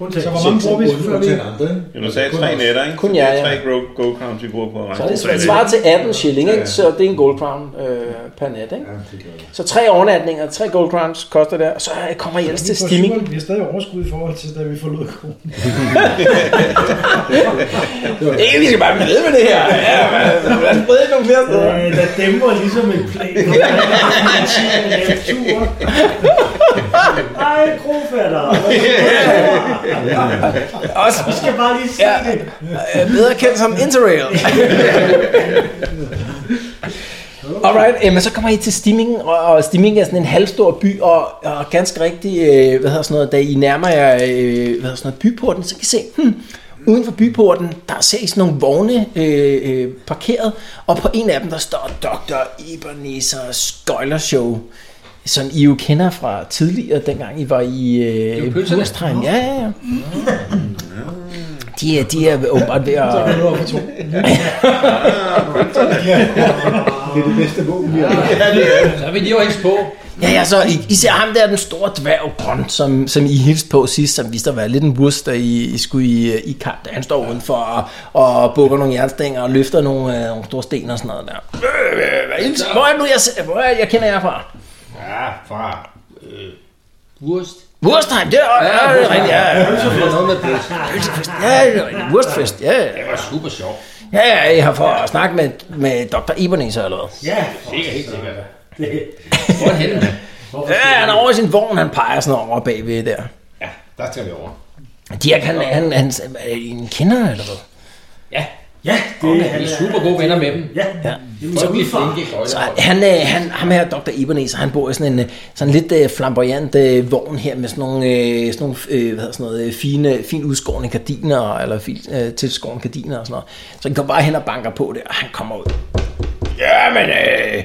Undtagen.
Så hvor mange bruger vi før vi?
Undtagen andre, ikke?
Ja, du sagde tre nætter, ikke?
Kun
Så det er
jer, ja.
Tre go- go-crowns, vi bruger på at
så
rejse.
det, det svarer til 18 shilling, ikke? Så det er en gold crown øh, per nat, ikke?
Ja, det gør jeg.
Så tre overnatninger, tre gold crowns koster det, og så øh, kommer I ellers til stimming.
Vi har stadig overskud i forhold til, da vi forlod kronen.
Ikke, vi skal bare blive ved med det her. Ja, men lad os brede nogle flere steder.
Øh, der dæmper ligesom en plan. Ej, krofatter.
Også
Vi skal bare lige se
Ja.
det.
øh, bedre kendt som Interrail. Alright, øh, men så kommer I til Stimmingen, og, og Stimmingen er sådan en halvstor by, og, og ganske rigtig, øh, hvad hedder sådan noget, da I nærmer jer øh, hvad hedder sådan noget, byporten, så kan I se, hmm, uden for byporten, der ser I sådan nogle vogne øh, øh, parkeret, og på en af dem, der står Dr. Ebenezer Skøjler Show, som I jo kender fra tidligere, dengang I var i
jo
øh,
pølserne. Mm.
Burstrøm. Ja, ja, ja. De er, de er åbenbart ved at...
Det er det bedste våben, vi har.
Så er vi lige over hils på.
Ja, ja, så I, I ser ham der, den store dværg Grønt, som, som I hilste på sidst, som viste at være lidt en wurst, da I, I skulle i, øh, i kamp. Da han står udenfor og, og bukker nogle jernstænger og løfter nogle, øh, nogle store sten og sådan noget der. Øh, øh, hvad hilser- Hvor er det nu, jeg, ser- hvor er, det, jeg kender jer fra?
Ja, far. Øh, Wurst.
Wurstheim, det er, ja, det er rigtigt. Ja, ja,
Det var noget med pølse.
Pølsefest, ja, det er rigtigt. Wurstfest, ja, ja.
Det var super sjovt.
Ja, ja, jeg har for at snakke med, med Dr. Ebenezer eller hvad.
Ja,
Sikkert, helt sikkert.
det,
Hvor er han henne, mand?
hvorfor
Ja, han er over i sin vogn, han peger sådan over bagved der.
Ja, der skal vi over.
Dirk, han, han, han, er I en kender eller hvad?
Ja,
Ja, det
vi
er han.
er super gode venner med dem.
Ja, ja.
Så vi er flinke
Så
gøjler.
han, øh, han, ham her, Dr. Ebenezer, han bor i sådan en øh, sådan lidt øh, flamboyant øh, vogn her med sådan nogle, øh, sådan nogle øh, hvad hedder sådan noget, øh, fine, fint udskårne gardiner, eller fint øh, tilskårne gardiner og sådan noget. Så han går bare hen og banker på det, og han kommer ud. Jamen, øh,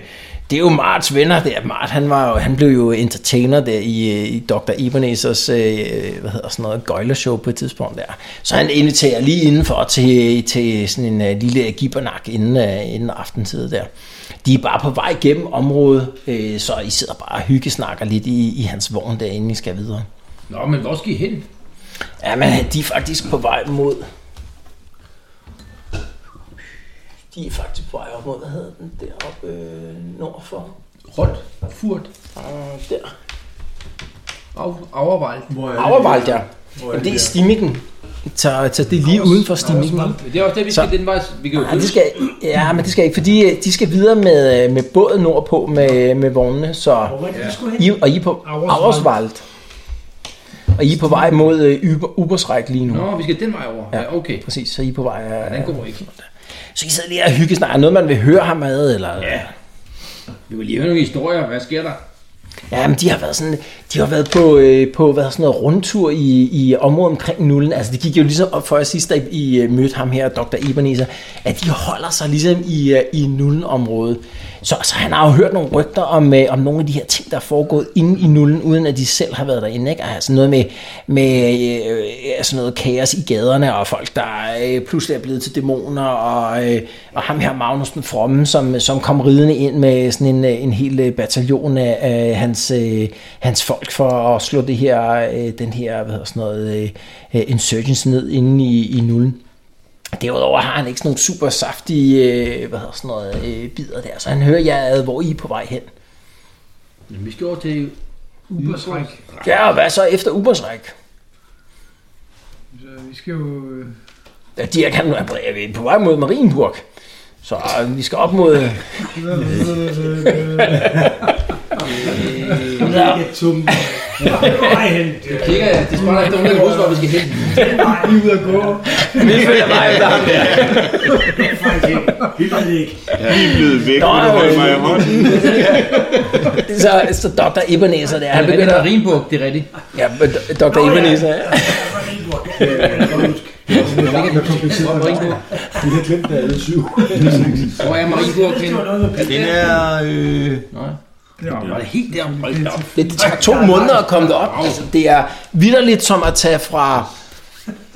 det er jo Marts venner der. Mart, han, var jo, han blev jo entertainer der i, øh, i Dr. Ebenezers, øh, hvad hedder sådan noget, gøjlershow på et tidspunkt der. Så han inviterer lige indenfor til, til sådan en øh, lille gibbernak inden, øh, inden aftentid der. De er bare på vej gennem området, øh, så I sidder bare og hyggesnakker lidt i, i hans vogn derinde, I skal videre.
Nå, men hvor skal I hen?
Ja, men de er faktisk på vej mod... De er faktisk på vej op mod, hvad hedder den, deroppe øh, nordfor.
Rundt, furt,
Øh, der.
af, overvejl.
Hvor er
Auerwald, ja.
Hvor
Men
er det,
det er
der?
Stimmikken. Så, så det er lige uden for Stimmikken.
Men det er også det, vi
Så-
skal den vej. Vi kan jo
Ja, det skal, ja, men det skal ikke, fordi øh, de skal videre med, øh, med båden nordpå med, med vognene, så
Hvor var det, vi skulle hen?
I, og I er på
Auerswald.
Auerswald. Og I er på vej mod øh, Uber, Ubersræk lige nu.
Nå, vi skal den vej over. Ja, okay.
Præcis, så I er på vej.
Den
Øh,
går ikke.
så I sidder lige og hyggesnakker. Noget, man vil høre ham ad, eller...
Ja. Vi vil lige høre nogle historier. Hvad sker der?
Ja, men de har været sådan, de har været på, øh, på hvad, sådan noget rundtur i, i området omkring nullen. Altså det gik jo ligesom op for jer sidst, da I- I øh, mødte ham her, Dr. Ebenezer, at de holder sig ligesom i, øh, i nullenområdet. Så, så han har jo hørt nogle rygter om, øh, om nogle af de her ting, der er foregået inde i nullen, uden at de selv har været derinde. Ikke? Altså noget med, med øh, altså noget kaos i gaderne, og folk, der øh, pludselig er blevet til dæmoner, og, øh, og ham her Magnus den Fromme, som, som kom ridende ind med sådan en, øh, en hel øh, bataljon af, af hans, øh, hans folk for at slå det her, øh, den her, hvad hedder sådan noget, øh, øh, insurgents ned inde i, i nullen. Derudover har han ikke sådan nogle super saftige, øh, hvad hedder sådan noget, øh, bider der, så han hører jer ad, hvor I er på vej hen.
Jamen, vi skal over til...
Ubersræk.
Ja, og hvad så efter Ubersræk?
Så vi skal jo... øh,
Ja, de er, kan, er vi på vej mod Marienburg. Så øh, vi skal op mod...
Det er ikke tum. Nej, hen.
Vi kigger, de spørger efter, hun kan huske, hvor vi skal hen.
Nej, vi er ude at gå.
Vi følger vej efter ham der.
Det er faktisk ikke. Vi ved det ikke.
Vi er blevet væk,
Nå,
når du holder
øh.
mig i hånden.
Så, så Dr. Ebenezer der,
Han
han
begynder
begynder...
at rime på, det er rigtigt.
Ja, men Dr. Ebenezer, ja.
Hvor kompliceret
Hvor er
er det?
Marienburg?
Vi har glemt, der er alle syv.
Hvor er Marienburg henne?
Den er... Øh,
Nå, ja. Det var helt der. Hold da op.
Det, det tager to måneder at komme derop. Altså, det er vidderligt som at tage fra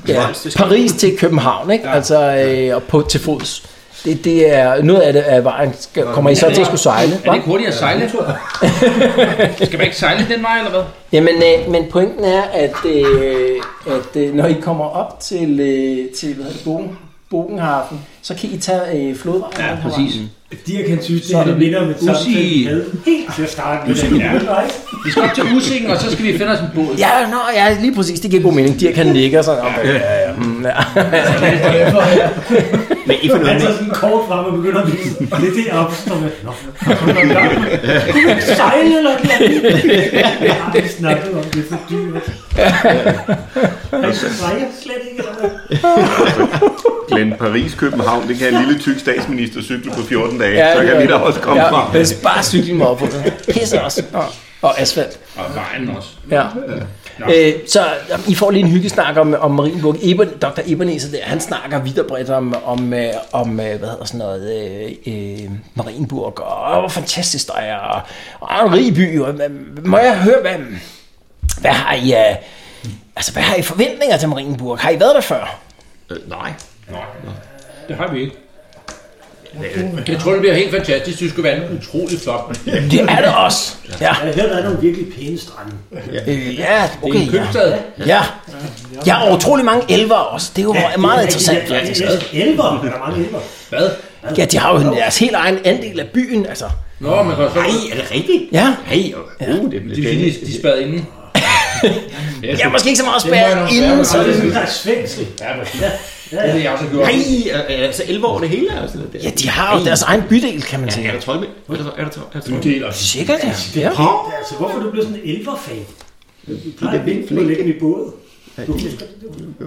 ja, Paris til København, ikke? Altså, øh, og på, til fods. Det, det er, noget af det er vejen, skal, kommer I så til at skulle sejle?
Er
hva'?
det ikke hurtigt at sejle? Skal man ikke sejle den vej, eller hvad?
Jamen, øh, men pointen er, at, øh, at øh, når I kommer op til, øh, til hvad hedder det, Bogen, Bogenhafen, så kan I tage øh, flodvejen.
Ja,
den her
præcis.
vej.
Dirk kan synes, det her minder om et
Usi.
samtale, vi havde helt til at starte med.
Ja. Vi skal op til Usingen, og så skal vi finde os en båd.
Ja, nå, ja, lige præcis. Det giver god mening. De kan ligge og sådan. Okay, ja, ja, mm, ja.
men ikke for noget.
Han tager Altså, sådan kort frem og begynder at vise lidt deroppe. Så står man, nå, kom nu i gang. Kunne du ikke sejle eller noget? Jeg har aldrig snakket om det er for dyrt. Han sejler slet ikke. eller hvad?
Glenn Paris, København, det kan en lille tyk statsminister cykle på 14 dage,
Ja,
så
det
kan
er
vi da
det.
også komme
ja,
frem.
men bare cykle mig op på det. Pisse også. Og, og asfalt.
Og vejen også.
Ja. Øh, så jamen, I får lige en hyggesnak om, om Marienburg. Eben, Dr. Ebenezer der, han snakker vidt og bredt om, om, øh, om øh, hvad hedder sådan noget, øh, øh, Marienburg, og åh, hvor fantastisk der er, og, og en rig by. Og, øh, må jeg høre, hvad, hvad har I af... Altså, hvad har I forventninger til Marienburg? Har I været der før?
Øh, nej.
Det har vi ikke. Jeg tror, det bliver helt fantastisk. Det skulle være en utrolig flot.
Det er det også. Ja,
Jeg har hørt, der er nogle virkelig pæne strande.
øh, ja
Det er
okay.
en
Ja.
købstad.
Ja. Jeg har utrolig mange elver også. Det er jo meget interessant.
Ja, det er elver. Er der mange elver?
Hvad?
Ja, de har jo deres helt egen andel af byen, altså.
Nå, man kan så...
Nej, er det rigtigt?
Ja.
Nej, og, uh, det
Det
bliver
vil sige, de- de spærrede inden.
Jeg er måske ikke så meget spærret inden, så...
Der er svensk.
Ja, præcis. Det er jeg også gjort.
Nej, er- er- altså 11 år det hele er sådan noget der.
Ja, de har jo deres egen bydel, kan man sige.
Er der troldmænd? Er der, er der, tro- er der
Du
troldmænd?
deler.
Sikkert, ja. ja.
Altså, hvorfor er du blevet sådan en elverfan? Du
Det
plejer
er
ikke at lægge dem i båd. Du husker det.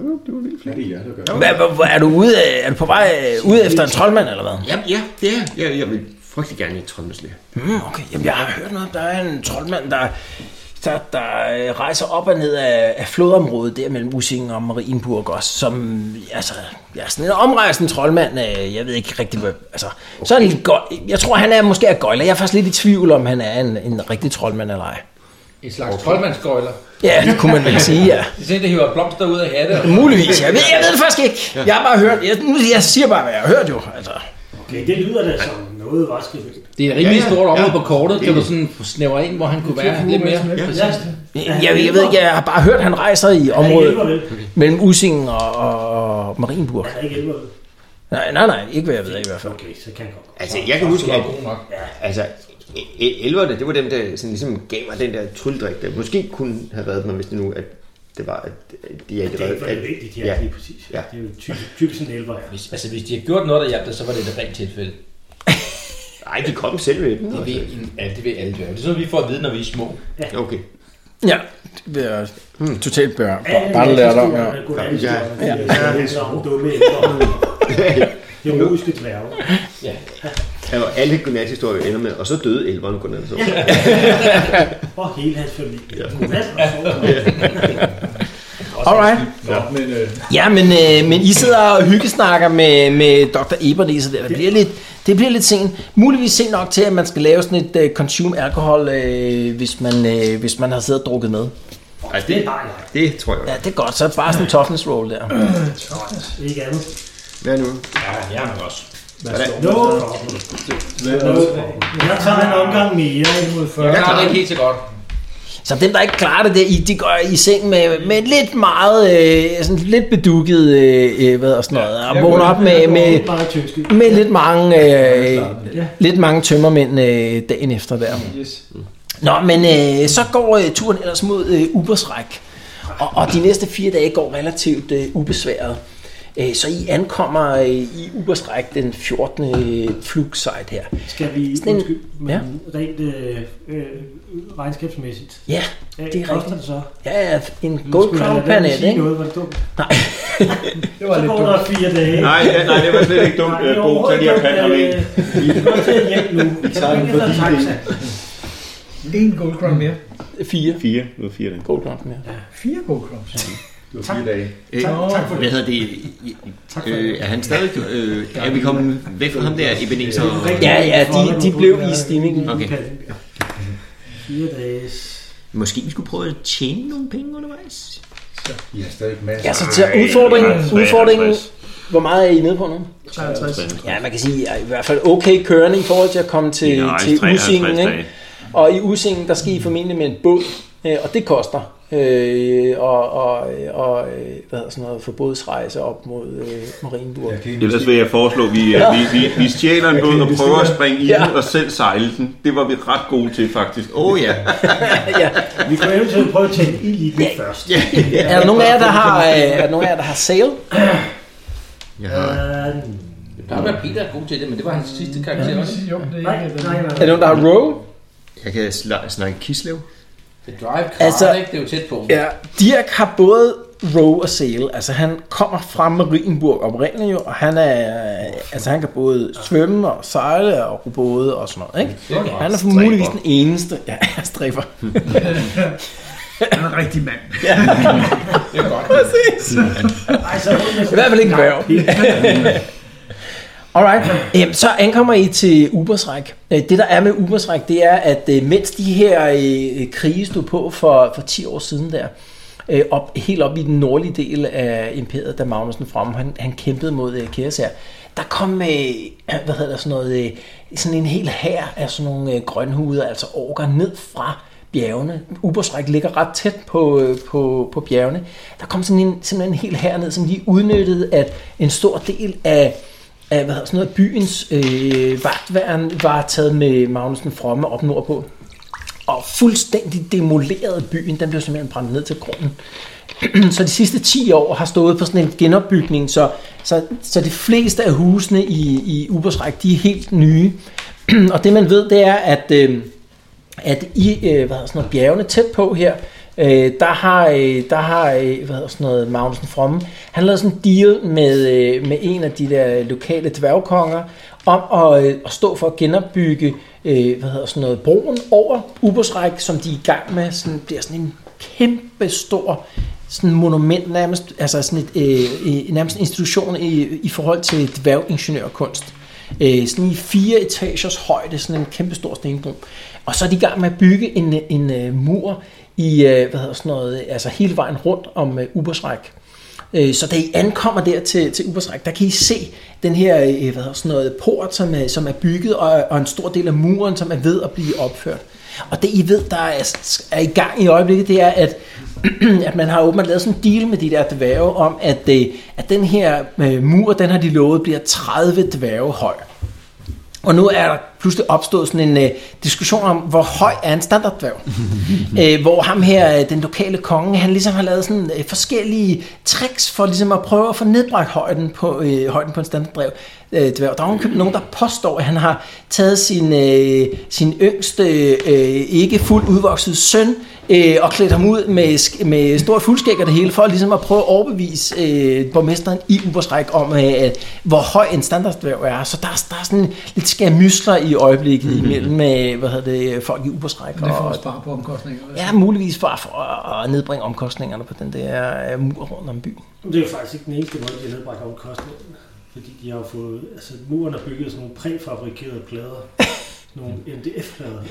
Ja, det er jer, der gør det.
Hvad- hvad- hvad- Er du, ude, er du på vej øh, ud efter en troldmand, eller hvad?
Ja, ja, det er jeg. Jeg, jeg vil frygtelig gerne i troldmændslæger.
Mm, okay, jamen jeg har hørt noget om, der er en troldmand, der, der, der øh, rejser op og ned af, af flodområdet der mellem Usingen og Marienburg også, som altså, jeg er sådan en omrejsende troldmand, øh, jeg ved ikke rigtig, hvad, altså, sådan en gøj, jeg tror, han er måske er gøjler, jeg er faktisk lidt i tvivl om, han er en, en rigtig troldmand eller ej.
En slags troldmandsgøjler.
Ja, det kunne man vel sige, ja.
De ser, det hiver blomster ud af hatte. og-
Muligvis, jeg ved, jeg ved det faktisk ikke. Jeg har bare hørt, jeg, nu- jeg siger bare, hvad jeg har hørt jo, altså.
Okay, det lyder da som noget vaskefyldt.
Det er et rimelig
Ja, ja,
stort område
ja.
på kortet. Det var sådan snævre ind, hvor han kunne være lidt mere.
Ja,
Jeg, jeg ved ikke, jeg har bare hørt, han rejser i
han er ikke
området
elver, vel?
mellem Usingen og, og Marienburg.
Han er ikke elver, vel?
Nej, nej, nej, ikke hvad jeg ved i hvert fald.
Okay, så kan jeg godt.
Altså, jeg kan huske, at
god nok.
altså, e- e- elverne, det var dem, der sådan, ligesom gav mig den der trylledrik, der måske kunne have reddet mig, hvis det nu at det var, at at de er
Det er ikke for det er vigtigt, ja,
ja.
lige præcis.
Ja.
Det er jo typisk, typisk en elver, ja.
Hvis, altså, hvis de har gjort noget, der hjalp dig, så var det et rent tilfælde.
Ej, de kom selv med den.
Det ved,
altså.
en- ja, det ved alle gøre. Det er sådan, vi får at vide, når vi er små.
Okay.
Ja, det vil jeg totalt bør.
Alle
Bare lære dig om,
historierne
ja.
er godnat,
Ja.
historierne, de er sådan lidt sådan dumme elver. Heroiske dværge.
Altså, alle godnathistorier ender med, og så døde elveren godnat. Så. Ja.
Og hele hans familie. Godnat og sove.
Alright.
Nå, men øh,
Ja, men, øh, men I sidder og hyggesnakker med, med Dr. Eberle, så det, det, bliver lidt, det bliver lidt sent. Muligvis sent nok til, at man skal lave sådan et øh, consume alkohol, øh, hvis, man, øh, hvis man har siddet og drukket med.
Altså, det, det tror jeg.
Ja, det er godt. Så er det bare sådan en toughness roll der.
Ikke andet.
Hvad nu?
No
hvad er det?
Jeg tager en omgang mere end mod 40.
Jeg klarer det ikke helt så godt.
Så dem, der ikke klarer det der, I, de går i seng med, med lidt meget, øh, sådan lidt bedukket, øh, øh, hvad og sådan noget. Og vågner op med, med,
Bare tyske.
med lidt mange, øh, lidt mange tømmermænd øh, dagen efter der.
Yes.
Nå, men øh, så går øh, turen ellers mod øh, Ubersræk, og, og de næste fire dage går relativt øh, ubesværet. Øh, så I ankommer øh, i Ubersræk den 14. flugsite her.
Skal vi,
Sådan en-
undskyld, men
ja.
ja. rent øh, øh, regnskabsmæssigt.
Ja,
Ja,
det er
koster det så?
ja, ja, en gold
Skulle
crown
han lade være med
planet,
at sige
ikke?
Noget, var det dumt?
Nej.
Det var
Så
lidt
går
dumt.
der fire dage.
Nej, ja, nej, det var slet ikke dumt,
Nej, det
øh,
er
Bo. Tag
overhovedet
de her pander med.
ikke, øh, Vi er nødt til at hjem nu. Vi
tager den fordi
taxa.
En gold crown mere.
Fire
Fire. Nu er fire den.
gold crowns mere.
Fire gold crowns.
Det var fire dage.
Øh,
tak for det.
Hvad hedder det?
Tak for
Øh, er han stadig... Øh, er vi kommet væk fra ham der, Ebenezer?
Ja, ja, de, de blev i stigningen.
Okay.
Fire dages.
Måske vi skulle prøve at tjene nogle penge undervejs?
I har stadig masser.
Ja, så til udfordringen, udfordringen, hvor meget er I nede på nu?
53.
Ja, man kan sige, at I er i hvert fald okay kørende i forhold til at komme til,
Nej,
til
53
Usingen. Ikke?
dage.
Og i Usingen, der skal I formentlig med en båd, øh, og det koster. Øh, og, og, og øh, hvad hedder sådan noget, forbodsrejse op mod øh, Marienburg.
Jeg kan ikke
Ellers vil jeg foreslå, at vi, øh, vi, vi, vi stjæler en
Jeg
båd
kan
og
investere.
prøver at springe i
Ja.
den og selv sejle den. Det var vi ret gode til, faktisk.
Åh oh, ja.
ja.
Vi kunne eventuelt prøve at tænde ild i den først. Ja.
Er der nogen af jer, der har, øh, er der, nogen af jer, der har sail?
Jeg har,
Der var Peter er god til det, men det var hans sidste karakter også.
Jo, det er
Nej,
ikke
nej,
det.
Er der
nej.
nogen, der har row?
jeg kan sla- snakke kislev.
Det drive kran,
Altså-
altså, ikke? Det er jo tæt på.
Ja, Dirk har både row og sail. Altså han kommer fra Marienburg oprindeligt jo, og han er, altså han kan både svømme og sejle og ro både og sådan noget, ikke?
Det er godt.
Han er for muligvis den eneste. Ja, jeg stræber.
Han er en rigtig mand.
Det er godt.
Præcis.
Ej, så
I hvert fald ikke en værv. Alright, Øhm, så ankommer I til Ubersræk. Øh, Det der er med Ubersræk, det er, at øh, mens de her øh, krige stod på for, for 10 år siden der, øh, op, helt op i den nordlige del af imperiet, da Magnussen frem, han, han kæmpede mod øh, Kæresær, der kom øh, hvad hedder der, sådan, noget, øh, sådan en hel hær af sådan nogle øh, grønhuder, altså orker, ned fra bjergene. Ubersræk ligger ret tæt på, øh, på, på bjergene. Der kom sådan en, simpelthen en hel hær ned, som lige udnyttede, at en stor del af af hvad hedder sådan noget, byens øh, vagtværn var taget med Magnussen Fromme op nordpå. og fuldstændig demolerede byen. Den blev simpelthen brændt ned til grunden. så de sidste 10 år har stået på sådan en genopbygning, så, så, så de fleste af husene i, i Ubersræk, de er helt nye. og det man ved, det er, at, øh, at i øh, hvad hedder sådan noget, bjergene tæt på her, Øh, der har, øh, der har øh, hvad hedder sådan noget, Magnussen Fromme, han lavede sådan en deal med, øh, med en af de der lokale dværgkonger, om at, øh, at stå for at genopbygge øh, hvad hedder sådan noget, broen over Ubersræk, som de er i gang med, sådan, bliver sådan en kæmpe stor sådan monument, nærmest, altså sådan et, øh, øh, nærmest en institution i, i forhold til dværgingeniørkunst. Øh, sådan i fire etagers højde, sådan en kæmpe stor stenbro. Og så er de i gang med at bygge en, en, en mur i, øh, hvad hedder sådan noget, altså hele vejen rundt om øh, Ubersræk. Øh, Så da I ankommer der til, til Ubersræk, der kan I se den her øh, hvad hedder sådan noget, port, som er, som er bygget, og, og en stor del af muren, som er ved at blive opført. Og det I ved, der er, er i gang i øjeblikket, det er, at, at man har åbenbart lavet sådan en deal med de der dværge om, at, øh, at den her øh, mur, den har de lovet, bliver 30 dværge høj. Og nu er der pludselig opstået sådan en øh, diskussion om, hvor høj er en standarddværg. øh, hvor ham her, øh, den lokale konge, han ligesom har lavet sådan øh, forskellige tricks for ligesom at prøve at få nedbragt højden på, øh, højden på en standarddværg. Øh, dværg. Der er ovenikøbet nogen, der påstår, at han har taget sin, øh, sin yngste, øh, ikke fuldt udvoksede søn, øh, og klædt ham ud med, sk- med stor fuldskæg og det hele, for ligesom at prøve at overbevise øh, borgmesteren i Ubersræk om, øh, at hvor høj en standarddværg er. Så der, er- der er sådan lidt skærmysler i øjeblikket mm-hmm. imellem øh, hvad hedder det, folk i Ubersræk.
Det er for
og,
at spare på omkostninger.
ja, muligvis bare for at, at nedbringe omkostningerne på den der øh, mur rundt om byen.
Det er jo faktisk ikke den eneste måde, de har nedbragt omkostningen. Fordi de har jo fået... Altså, muren har bygget sådan nogle præfabrikerede plader. nogle MDF-plader.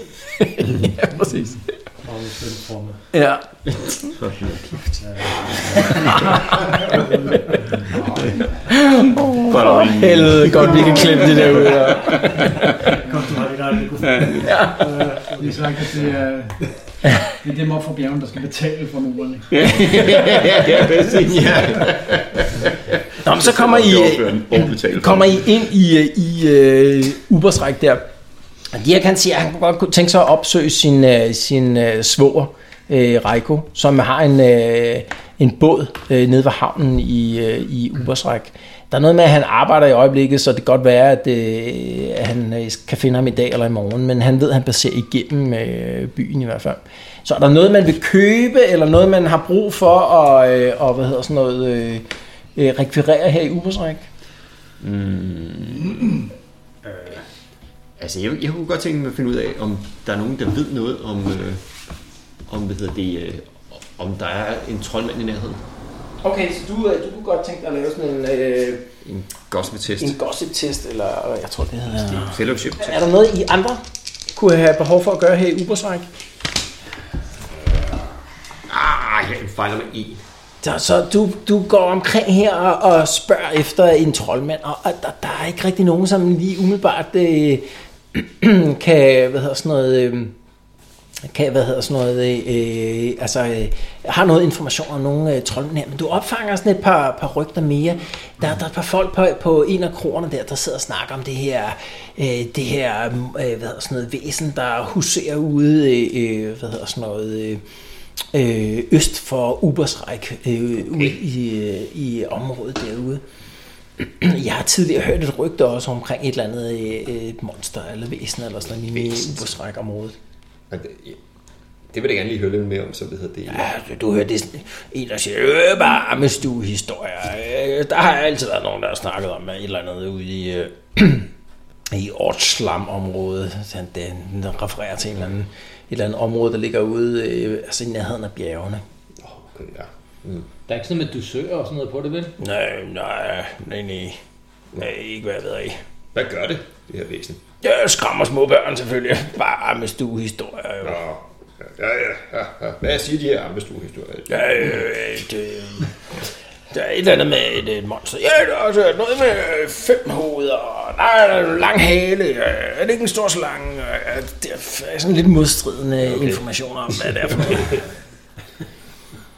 Ja, præcis.
Og en svømmeforme.
Ja.
Godt
For helvede, godt vi kan klemme det der ud. Ja.
Kom, du har dit eget mikrofon.
Det er sagt, at det er, det er dem op fra bjergen, der skal betale for muren. ikke?
ja, præcis.
Nå, men så kommer I, øh, kommer I ind i, øh, i øh, Ubersræk der. Og Dirk han siger, at han kunne godt kunne tænke sig at opsøge sin, øh, sin øh, svoger, øh, Reiko, som har en, øh, en båd øh, nede ved havnen i, øh, i Ubersræk. Der er noget med, at han arbejder i øjeblikket, så det kan godt være, at, øh, at han øh, kan finde ham i dag eller i morgen, men han ved, at han passerer igennem øh, byen i hvert fald. Så er der noget, man vil købe, eller noget, man har brug for, og, øh, og hvad hedder sådan noget, øh, øh, rekvirere her i Ubersræk?
Altså, jeg, jeg kunne godt tænke mig at finde ud af, om der er nogen, der ved noget om, øh, om hvad hedder det, øh, om der er en troldmand i nærheden.
Okay, så du, øh, du kunne godt tænke dig at lave sådan en, øh,
En gospel-test.
en gossip-test, eller øh, jeg tror, det hedder...
Fellowship.
Er der noget, I andre kunne have behov for at gøre her i Ubersræk?
Ah, jeg fejler med en.
Så, så du, du går omkring her og, og spørger efter en troldmand, og, og der, der er ikke rigtig nogen, som lige umiddelbart øh, kan, hvad hedder sådan noget... Øh, kan, hvad hedder sådan noget, øh, øh, altså øh, har noget information om nogle øh, troldmænd her, men du opfanger sådan et par, par rygter mere. Der, der er et par folk på, på en af kroerne der, der sidder og snakker om det her, øh, det her, øh, hvad hedder sådan noget, væsen, der huserer ude, øh, øh, hvad hedder sådan noget, øh, øh, øst for Ubersræk, øh, ude i, øh, i området derude. Jeg har tidligere hørt et rygte også omkring et eller andet øh, øh, monster eller væsen eller sådan noget i Ubersræk-området.
Det vil jeg gerne lige høre lidt mere om, så hvad hedder det.
Ja, du hører det er sådan, en, der siger, øh, bare armestuehistorier. Øh, Der har altid været nogen, der har snakket om øh, et eller andet ude i, øh, i Ortslam-området. Så Han den, den refererer til en eller anden, et eller andet område, der ligger ude øh, altså i nærheden af bjergene.
Okay, ja.
Der er ikke sådan noget med dusør og sådan noget på det, vel?
Nej, nej, nej, nej. Nej, ikke hvad jeg ved af.
Hvad gør det, det her væsen?
Jeg skræmmer små børn selvfølgelig. Bare med stuehistorier. jo.
Nå, ja, ja, ja, ja. Hvad siger de her ambestuehistorier? Ja.
Ja, øh, et, øh, der er et eller andet med et, et monster. Ja, der er også noget med øh, fem hoveder. og Nej, der er en lang hale. øh, Er det ikke en stor slange? Øh, ja, Det er sådan lidt modstridende okay. informationer om, hvad det er for noget.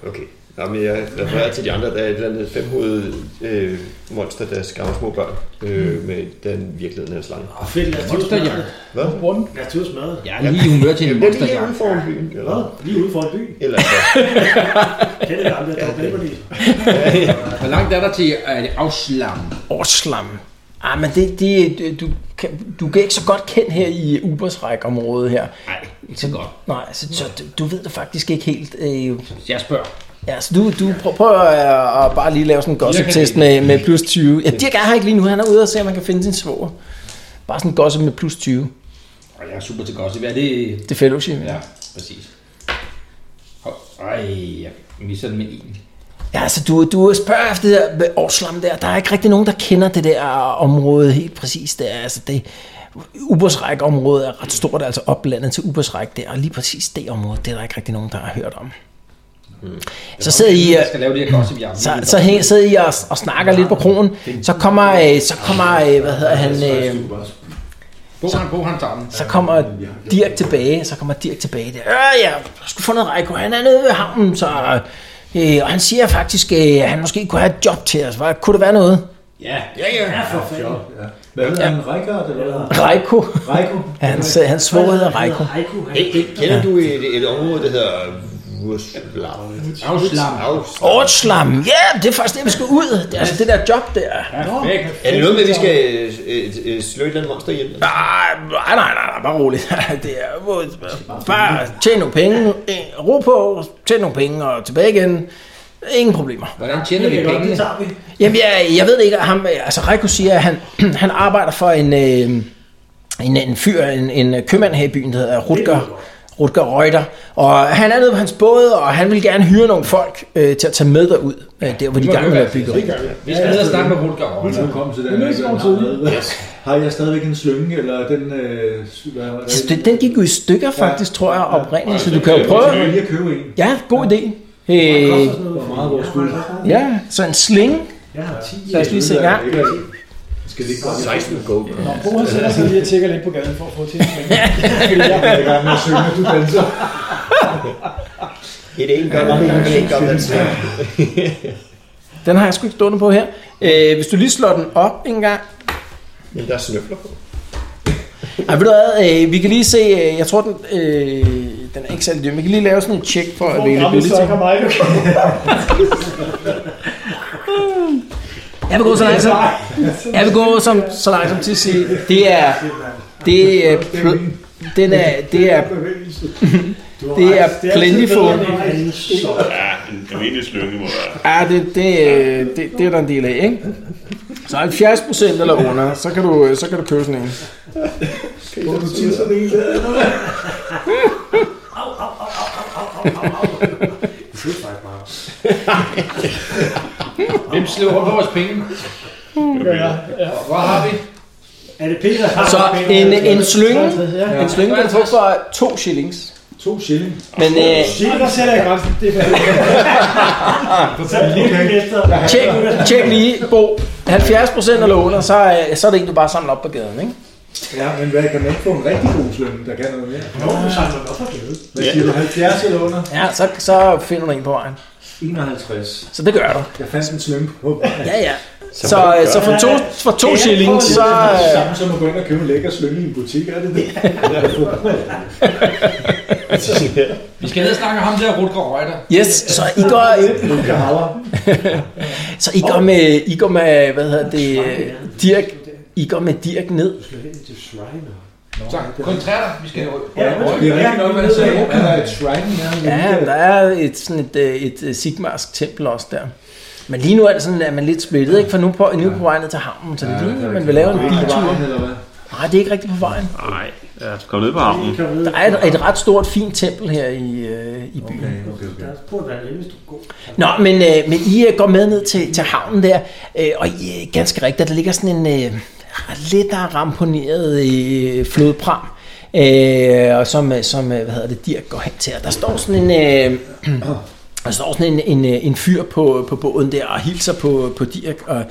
Okay, Nå, men jeg refererer til de andre, der er et eller andet femhovedet øh, monster, der skræmmer små børn øh, med den virkeligheden af slange.
Og Ah, fedt, lad os tage smadret.
Hvad?
Lad os tage smadret.
Jeg er lige i humør til en
Det er lige
monsterjagt.
uden for byen,
Hvad?
eller
Lige ude for en by.
eller så.
Kender vi aldrig, der er Beverly.
Hvor langt er der til at afslamme?
Årslam. Ah, men det, det, du, kan, du kan ikke så godt kende her i Ubersræk-området her.
Nej, ikke så godt.
Nej, altså, så, så du, du ved det faktisk ikke helt. Øh,
Jeg spørger.
ja, så du, du prøv, prøv at, øh, at bare lige lave sådan en gossip-test med, med plus 20. Ja, Dirk er her ikke lige nu. Han er ude og se, om han kan finde sin svoger. Bare sådan en gossip med plus 20.
Og jeg er super til gossip. Er det...
Det er fellowship. Ja.
Ja, præcis. Hov, Ej, jeg misser den med en.
ja, så du, du spørger efter det der med Årslam der. Der er ikke rigtig nogen, der kender det der område helt præcis. Det er, altså det, Ubersræk-området er ret stort, altså oplandet til Ubersræk der. Og lige præcis det område, det er der ikke rigtig nogen, der har hørt om. Så sidder I... øh,
Jeg skal lave det her gossip, jeg
Så, så hæng, sidder I og, og snakker lidt på kronen. Så kommer, øh, så kommer øh, hvad hedder han, øh,
Bo, han, Bo, han tager den.
så kommer Dirk tilbage, så kommer Dirk tilbage der. Øh, jeg skulle få noget Reiko, han er nede ved havnen, så... Øh, og han siger faktisk, øh, at han måske kunne have et job til os. Hvad, kunne det være noget?
Ja, ja, ja. Ja, for fanden.
Ja. Hvad hedder han? Reikard, eller hvad hedder han?
Reiko.
Reiko?
Han, s- han svor hedder Reiko.
Heiko, han
Hey, hey, kender du et, et område, der hedder Vurslam?
Afslam.
Vurslam.
Ortslam. Ja, yeah, det er faktisk det, vi skal ud. Det er altså det der job der.
Perfekt.
Er det noget med, at vi skal øh, øh, øh, slå et eller andet monster ihjel?
Nej, nej, nej, nej, bare roligt. Det er jo- bare tjene nogle penge, øh, ro på, tjene nogle penge og tilbage igen. Ingen problemer.
Hvordan tjener vi
Det er godt,
pengene?
det tager vi.
Jamen, jeg, jeg ved det ikke. Ham, altså, Reiko siger, at han, han arbejder for en, øh, en, en fyr, en, en købmand her i byen, der hedder Rutger, Rutger Reuter. Og han er nede på hans båd, og han vil gerne hyre nogle folk øh, til at tage med derud, øh, der hvor de
Det må
gerne
det
vil
være
have bygget.
Det gør jeg.
Vi skal ned og snakke med Rutger. Rønner.
Velkommen til den. her, som har med. Har jeg stadigvæk en slynge, eller den... Øh, s- hvad, hvad,
Så Altså, det- Den gik jo i stykker faktisk, tror jeg, oprindeligt, så du kan jo
Prøv
prøve.
lige at købe en.
Ja, god idé. Øh,
Hvor meget vores skyld.
ja, så en slinge.
Jeg har 10.
Lad os lige se. Ja.
Skal vi ikke bare
16 go.
Nå, Bo han sætter sig lige og tjekker lidt på gaden for at få til en penge.
Jeg er i gang med at synge, og du danser.
Et en gør det, et en gør det.
Den har jeg sgu ikke stående på her. Øh, hvis du lige slår den op en gang,
Men der er snøfler på.
Ej, ved du hvad, øh, vi kan lige se, øh, jeg tror, den, øh, den er ikke særlig dyr. Vi kan lige lave sådan en check for availability.
mig, du kan.
Jeg vil gå så langt som, jeg vil gå som, så langt som til at sige, det er, det er, pl- den er, det er, det er plentiful.
En almindelig slynge må være.
Ja, det, det, øh, det, det er der en del af, ikke? Så 70 procent eller under, så kan du, så kan du købe sådan en.
Hvem slår rundt vores penge? Hvor har vi?
Er det Peter? der har
Så
Peter?
en, en slynge,
Ja.
en slynge, den får for to shillings.
To shilling.
Men øh,
Shit, der sætter jeg grænsen. Det er fandme.
Så er det lige lidt efter.
Tjek, tjek lige, Bo. 70% af låner, så, er- så er det en, du bare samler op på gaden, ikke?
Ja, men hvad, kan man ikke få en rigtig god slynge, der kan noget mere?
Nå, du samler den op for glæde.
Hvad siger du, 70 eller under?
Ja, så, så finder du en på vejen.
51.
Så det gør du.
Jeg fandt en slynge på.
Ja, ja. Så, øh, så, så for to, for to shillings, så...
Det er det
øh,
samme som at gå ind og købe en lækker slynge i en butik, er det det?
Vi skal ned og snakke med ham der, Rutger Rønner.
Yes, så I går,
Luka Hauer.
så I går med, I går med, hvad hedder det, Øh, Dirk, I går med Dirk ned.
Så koncentrer dig. Vi skal rykke.
Ja,
Det er rigtig nok, hvad han sagde. Der er et shrine her.
Ja, der er et, sådan et, øh, et, øh, sigmarsk tempel også der. Men lige nu er det sådan, at man er lidt splittet, ikke? For nu på, nu er på vej ned til havnen, så det er lige, man vil lave en biltur.
Eller hvad?
Nej, det er ikke rigtigt på vejen.
Nej, lad os komme ned på havnen.
Der er et, et ret stort, fint tempel her i, øh, i byen. Okay.
Okay, okay.
Der burde være lidt, hvis du går.
Nå, men, øh, men I øh, går med ned til, til havnen der, øh, og I er ganske rigtigt, der ligger sådan en øh, lidt der er ramponeret øh, flodpram, øh, og som, øh, som øh, hvad hedder det, Dirk går hen til. Og der står sådan en... Øh, der står sådan en, en, øh, en fyr på, på båden der og hilser på, på Dirk, og,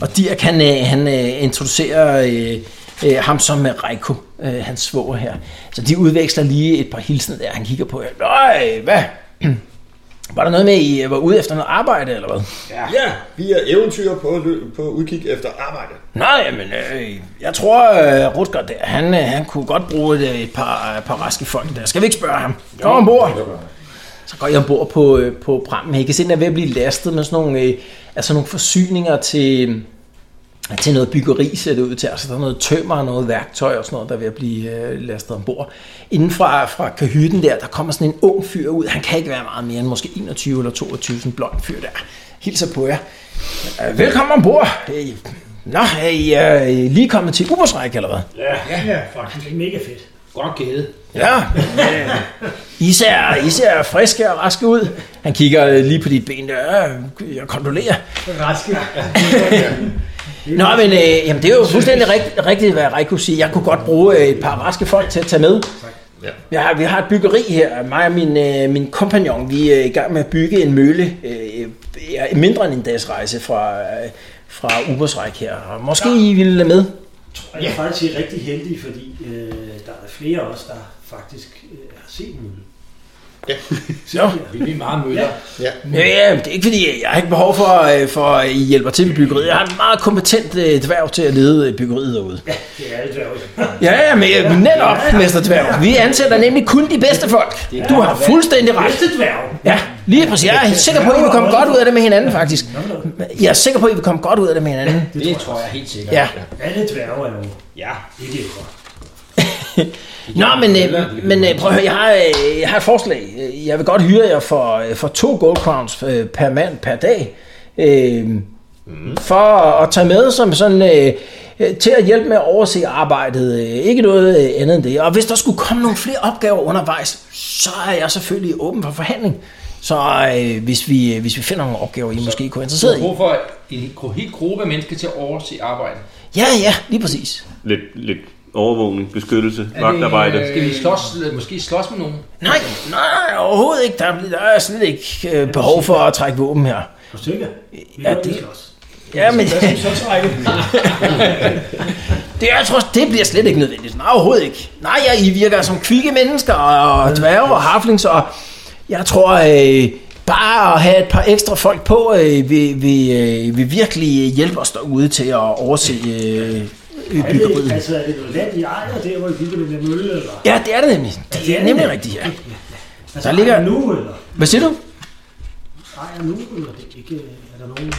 og Dirk han, øh, han øh, introducerer øh, øh, ham som øh, Reiko, øh, hans svoger her. Så de udveksler lige et par hilsner der, han kigger på, øh, nej, hvad? Var der noget med, I var ude efter noget arbejde, eller hvad?
Ja, vi er eventyr på, lø- på udkig efter arbejde.
Nej, men øh, jeg tror, øh, Rutger, der, han, øh, han kunne godt bruge et, et par, øh, et par raske folk der. Skal vi ikke spørge ham? Kom ombord. Så går jeg ombord på, øh, på prammen her. I kan se, den er ved at blive lastet med sådan nogle, øh, altså nogle forsyninger til, øh, til noget byggeri, ser det ud til. Altså der er noget tømmer og noget værktøj og sådan noget, der er ved at blive øh, lastet ombord. Inden fra, fra kahytten der, der kommer sådan en ung fyr ud. Han kan ikke være meget mere end måske 21 eller 22, sådan en blond fyr der. Hilser på jer. Øh, velkommen ombord. Øh, Nå, er I øh, lige kommet til Ubersræk, eller hvad?
Ja, faktisk. Det er mega fedt.
Godt givet.
Ja. I ser, I ser friske og raske ud. Han kigger øh, lige på dit ben der. Øh, Jeg kondolerer.
Raske.
Nå, men øh, jamen, det er jo fuldstændig rigt, rigtigt, hvad Reiko siger. Jeg kunne godt bruge øh, et par raske folk til at tage med.
Ja.
Jeg har, vi har et byggeri her. Mig og min, øh, min kompagnon, vi er i gang med at bygge en mølle. Øh, øh, mindre end en dags rejse fra, øh, fra Ubersræk her. Og måske I ville med.
Og jeg er faktisk I er rigtig heldig, fordi øh, der er flere af os, der faktisk øh, har set mølle.
Så.
Vi er meget møller.
Ja, det er ikke fordi, jeg har ikke behov for, øh, for at I hjælper til med byggeriet. Jeg har en meget kompetent øh, dværg til at lede øh, byggeriet derude.
Det er alt det også.
Ja, ja, men øh, netop, mester dværg. Vi ansætter nemlig kun de bedste folk. Du har fuldstændig ret.
Bedste dværg.
Ja, lige præcis. Jeg er sikker på, at I vil komme godt ud af det med hinanden, faktisk. Jeg er sikker på, at I vil komme godt ud af det med hinanden.
Det, det tror jeg helt sikkert.
Ja.
Alle dværge er jo
ja.
idioter.
Nå, men, øh, men øh, prøv at høre, jeg har, øh, jeg har et forslag. Øh, Jeg vil godt hyre jer for, øh, for to gold crowns øh, per mand per dag. Øh, for at tage med som sådan... Øh, øh, til at hjælpe med at overse arbejdet. Øh, Ikke noget øh, andet end det. Og hvis der skulle komme nogle flere opgaver undervejs, så er jeg selvfølgelig åben for forhandling. Så øh, hvis, vi, øh, hvis vi finder nogle opgaver, I måske kunne være
Du
interesseret
har
i.
brug for en gru- hel gruppe af mennesker til at overse arbejdet.
Ja, ja, lige præcis.
Lidt, lidt overvågning, beskyttelse,
Er det,
vagtarbejde.
øh, Skal vi slås, måske slås med nogen?
Nej, nej, overhovedet ikke. Der, er- der er slet ikke øh, behov for at trække våben her.
Og sikker. Vi
Ja,
ja,
det-
det også.
Ja, men...
Så trækker vi.
Det, jeg tror, det bliver slet ikke nødvendigt. Nej, overhovedet ikke. Nej, jeg, I virker som kvikke mennesker og dværge og harflings, og jeg tror, øh, bare at have et par ekstra folk på, øh, vil, vil, øh, vil virkelig hjælpe os derude til at overse øh, øh,
Er det,
byggeriet.
altså, er det noget land, I ejer der, hvor I bygger den der mølle, eller?
Ja, det er det nemlig. Det er nemlig rigtigt, ja.
Altså,
Der ligger-
ejer nu, eller?
Hvad siger du?
Ejer nu, eller det er ikke... Er der nogen...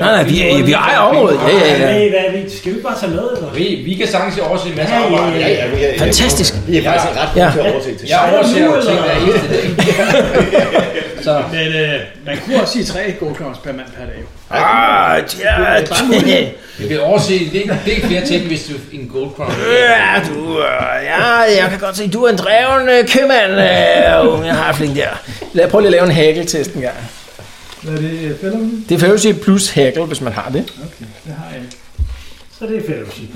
Nej, nej, vi, øh, vi ejer området. Ja, ja, ja.
Hvad, hvad, er vi? Skal vi bare tage med, eller?
Vi, vi kan sagtens overse en masse
Ja, ja,
arbejde.
ja.
ja, vi er,
Fantastisk.
Vi er faktisk ret
Ja.
gode til at overse til.
Jeg overser
nu,
jo
eller?
ting hver eneste dag. Så
Men øh, man kunne også sige tre gode crowns per mand per dag. jo.
Ah, ja, ja.
vi kan overse en del, del flere ting, hvis du en gold crown.
Ja, du, øh, ja, jeg kan godt se, du er en dreven øh, købmand, øh, unge harfling der. Lad, prøv lige at lave en hagel-test en gang.
Hvad er det, øh, fælder
Det er faktisk et plus hagel, hvis man har det.
Det har jeg ikke.
Så det er fedt, at sige.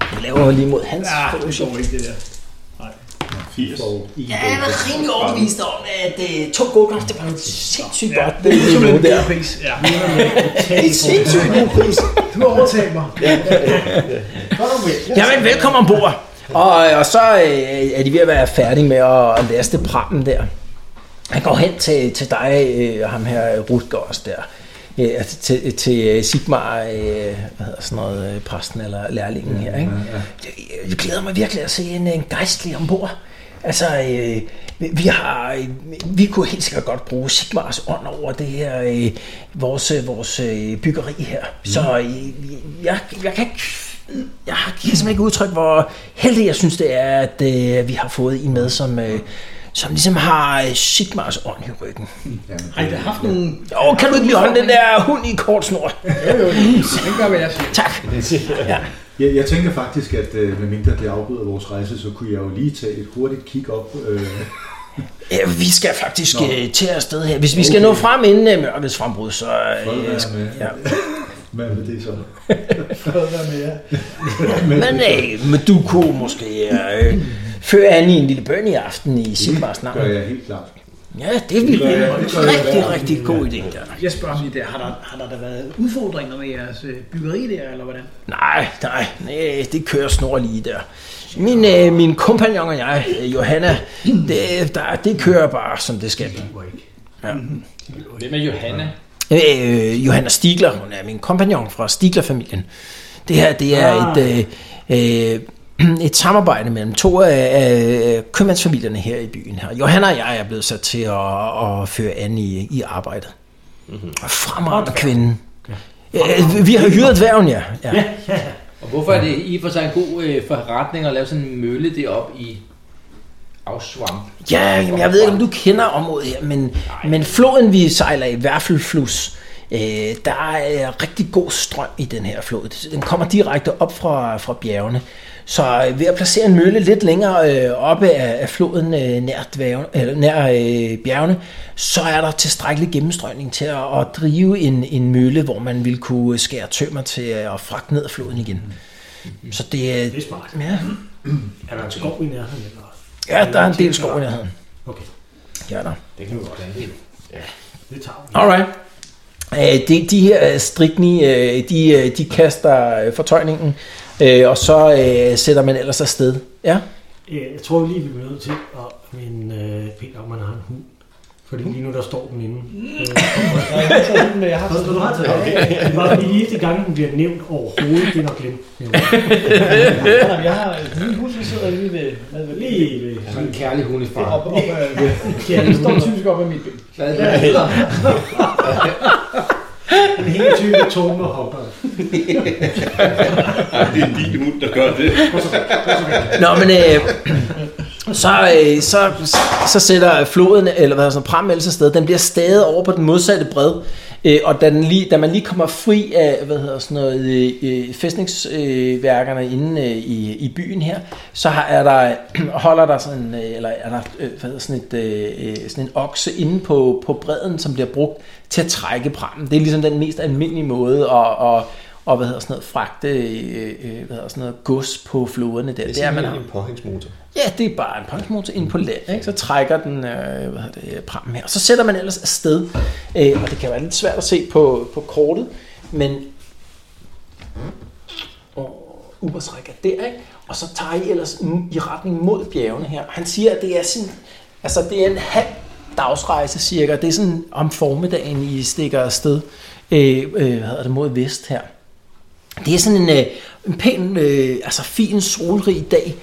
Jeg laver lige mod hans.
Ah, det går ikke, det der.
80.
Ja, jeg er rimelig overbevist om, at øh, to godkast, det var en sindssygt ja, godt. Det,
Det er
det,
simpelthen
det,
en
der.
god pris. Ja.
det er sindssygt god pris.
Du har overtaget mig.
Jamen, velkommen ombord. Og, og så øh, er de ved at være færdige med at, at laste prammen der. Han går hen til, til dig, øh, ham her øh, Rutger også der. Øh, altså til, til øh, Sigmar, øh, hvad hedder sådan noget, øh, præsten eller lærlingen her. Ikke? Jeg, jeg glæder mig virkelig at se en, en gejstlig ombord. Altså, øh, vi- vi, har, øh, vi kunne helt sikkert godt bruge Sigmars ånd over det her, øh, vores, øh, vores øh, byggeri her. Så øh, jeg, jeg kan ikke jeg kan simpelthen ikke udtrykke, hvor heldig jeg synes det er, at øh, vi har fået en med, som, øh, som ligesom har øh, Sigmars ånd i ryggen.
Ej, der har haft nogle...
Åh, oh, kan du ikke lige holde den der hund i kort snor?
Jo, jo, den gør, hvad jeg siger.
Tak.
Jeg, jeg tænker faktisk, at øh, medmindre det afbryder vores rejse, så kunne jeg jo lige tage et hurtigt kig op. Øh,
Øh, vi skal faktisk øh, til afsted her. Hvis vi skal nå frem inden øh, mørkets frembrud, så...
Fred
Øh,
være
skal-
med.
ja.
hvad er det så?
Fred være med jer.
men, øh, men du kunne måske øh, føre an i en lille bøn i aften i Sigmars navn.
Gør Mm. jeg helt klart.
Ja, det ville være en rigtig, rigtig god idé. Der.
Jeg spørger mig, der, har, der, har der da været udfordringer med jeres øh, byggeri der, eller hvordan?
Nej, nej, nej, det kører snor lige der. Min, øh, min kompagnon og jeg, øh, Johanna,
Mm.
det, der, det kører bare, som det skal. Ja.
Hvem er Johanna?
Øh, Johanna Stigler, hun er min kompagnon fra Stigler-familien. Det her, det er
Ah.
et, øh, øh, et samarbejde mellem to af, af købmandsfamilierne her i byen. her. Johanna og jeg er blevet sat til at, at føre an i, i arbejdet. Mm-hmm. Fremragende kvinde. Øh, vi har hyret dværgen, ja. ja.
Og hvorfor er det i og for sig en god øh, forretning at lave sådan en mølle deroppe i afsvamp?
Ja, jamen, jeg ved ikke, om du kender området her, men, men floden, vi sejler i, Værfelflus, øh, der er rigtig god strøm i den her flod. Den kommer direkte op fra, fra bjergene. Så øh, ved at placere en mølle lidt længere øh, oppe af, af floden øh, nær, dværgen, eller nær øh, bjergene, så er der tilstrækkelig gennemstrømning til at, at drive en, en mølle, hvor man vil kunne skære tømmer til at fragte ned af floden igen. Så det, er-
Det er smart.
Ja.
Er der en skov i nærheden? Eller?
ja, der er en del skov i nærheden.
Okay.
Ja, der.
Det kan vi godt anvende. Ja. Det tager vi.
Alright. Øh, de, de her øh, strikni, øh, de, øh, de kaster øh, fortøjningen, øh, og så øh, sætter man ellers afsted. Ja.
Øh, Jeg tror lige, vi bliver nødt til at minde øh, Peter, om man har en hund. Fordi lige nu, der står den inde. Øh,
jeg har taget den med, jeg har
Nå,
taget den.
du har taget den.
Okay.
Det er bare fordi de eneste gang, den bliver nævnt overhovedet, det er nok Glenn.
Jeg har en lille hund, der sidder lige ved... Hvad, ved-
Lige ved-
Altså
Sådan
en kærlig hundefar.
Op, op, øh,
Ja.
ja, den står typisk op af mit ben.
Hvad er
det, hedder? Den hele type tårn og hopper.
Ej, det er din hund, der gør det.
Nå, men øh, så, øh, så, så sætter floden, eller hvad hedder sådan, pram ellers afsted, den bliver stadig over på den modsatte bred, øh, og da, den lige, da man lige kommer fri af, hvad hedder sådan noget, øh, øh, fæstningsværkerne øh, værkerne inde øh, i, i byen her, så har, er der, holder der sådan, øh, eller er der øh, hvad hedder sådan, et, øh, øh, sådan en okse inde på, på bredden, som bliver brugt til at trække prammen. Det er ligesom den mest almindelige måde at, at og hvad hedder sådan noget, fragte øh, øh, hvad hedder sådan noget, gods på floderne der.
Det
Det er, man har
simpelthen en påhængsmotor.
Ja, det er bare en punchmotor ind på land, ikke? så trækker den øh, hvad hedder det, pram her, og så sætter man ellers afsted, øh, og det kan være lidt svært at se på, på kortet, men og Ubersræk er der, ikke? og så tager I ellers mm, i retning mod bjergene her. Han siger, at det er sådan, altså det er en halv dagsrejse cirka, det er sådan om formiddagen, I stikker afsted, øh, øh, hvad hedder det, mod vest her. Det er sådan en, øh, en pæn, øh, altså fin, solrig dag,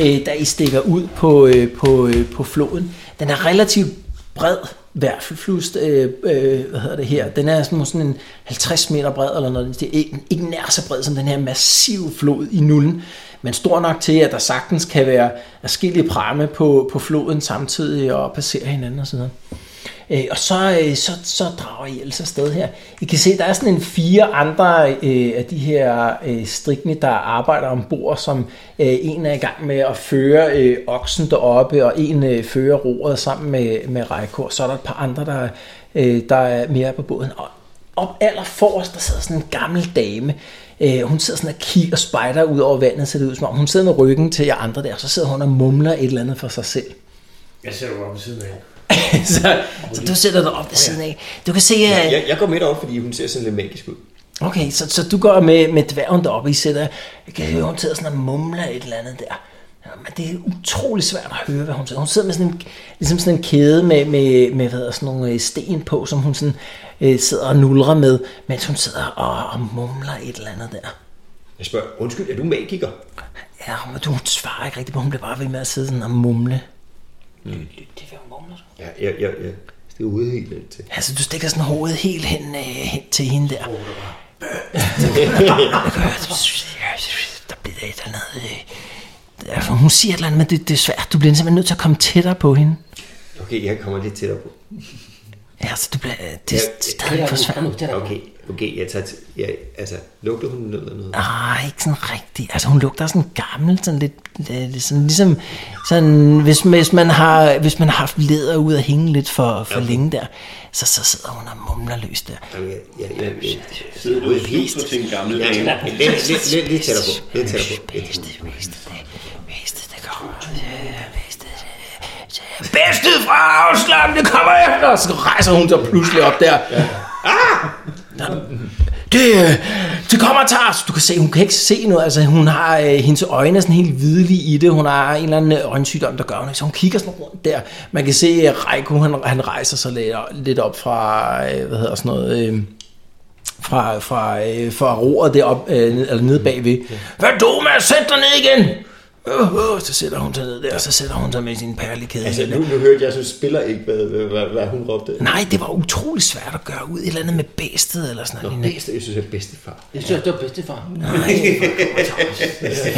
øh, da I stikker ud på, øh, på, øh, på floden. Den er relativt bred, værfelflust, øh, øh, hvad hedder det her. Den er sådan, sådan en 50 meter bred, eller noget. Det er ikke, ikke nær så bred som den her massive flod i nullen, men stor nok til, at der sagtens kan være forskellige pramme på, på floden samtidig og passere hinanden og sådan noget. Øh, og så, øh, så, så drager I ellers afsted her. I kan se, der er sådan en fire andre øh, af de her øh, strikne, der arbejder ombord, som øh, en er i gang med at føre øh, oksen deroppe, og en øh, fører roret sammen med, med Reiko, og så er der et par andre, der, øh, der er mere på båden. Og op aller forrest, der sidder sådan en gammel dame. Øh, hun sidder sådan og kigger og spejder ud over vandet, ser det ud som om. Hun sidder med ryggen til jer andre der, og så sidder hun og mumler et eller andet for sig selv.
Jeg ser jo op ved siden af.
så, så du sætter dig op ved siden af. Du kan se,
Ja,
at...
jeg, jeg går midt op, fordi hun ser sådan lidt magisk ud.
Okay, så, så du går med, med dværgen deroppe, I sætter... Jeg kan høre, hun sidder sådan og mumler et eller andet der. Ja, men det er utrolig svært at høre, hvad hun siger. Hun sidder med sådan en, ligesom sådan en kæde med, med, med hvad hedder, sådan nogle øh, sten på, som hun sådan, øh, sidder og nulrer med, mens hun sidder og, og mumler et eller andet der.
Jeg spørger, undskyld, er du magiker?
Ja, men du, hun svarer ikke rigtigt på, hun bliver bare ved med at sidde sådan og mumle. Det er mumler.
Ja, jeg, jeg, jeg det er ude helt lidt til.
Altså, du stikker sådan hovedet helt hen, øh, hen til hende der. der bliver et eller andet... øh, Altså, hun siger et eller andet, men det, det er svært. Du bliver simpelthen nødt til at komme tættere på hende.
Okay, jeg kommer lidt tættere på.
Ja, altså, du bliver... øh, Det er
Jeg-
stadig for svært.
Okay, okay, jeg tager... T- jeg, altså, lugter hun noget eller noget?
Ah, ikke sådan rigtigt. Altså, hun lugter sådan gammel, sådan lidt, øh, lidt sådan, ligesom, sådan, hvis, hvis, man har, hvis man har haft læder ud at hænge lidt for, for længe der, så, så sidder hun og mumler løs der.
Jamen, jeg, jeg, jeg, jeg,
Sidder du og suser til en gammel
jeg,
dame?
jeg, lidt, lidt, lidt, lidt tættere på. Lidt tættere på.
Bedste, bedste, bedste, det kommer. øh, Bedste, øh, Stiftet fra Auschland, det kommer efter! Og så rejser hun sig pludselig op der. Ja. Ah! Det, øh, det kommer og tager os. Du kan se, hun kan ikke se noget. Altså, hun har, øh, hendes øjne er sådan helt hvidlige i det. Hun har en eller anden øh, øjensygdom, der gør hun ikke. Så hun kigger sådan rundt der. Man kan se, at Reiko, han, han rejser sig lidt, lidt op fra, øh, hvad hedder sådan noget... Øh, fra, fra, øh, fra roret deroppe, øh, eller nede bagved. Hvad du med? Sæt dig ned igen! Øh, øh, så sætter hun sig ned der, og så sætter hun sig med sin perlekæde.
Altså, nu, nu hørte jeg, så spiller ikke, hvad, hvad, hvad hun råbte.
Nej, det var utrolig svært at gøre ud. Et eller andet med bæstet eller sådan noget. lignende.
Bedste, jeg synes, jeg er bedstefar.
Jeg synes, det var bedstefar.
Ja,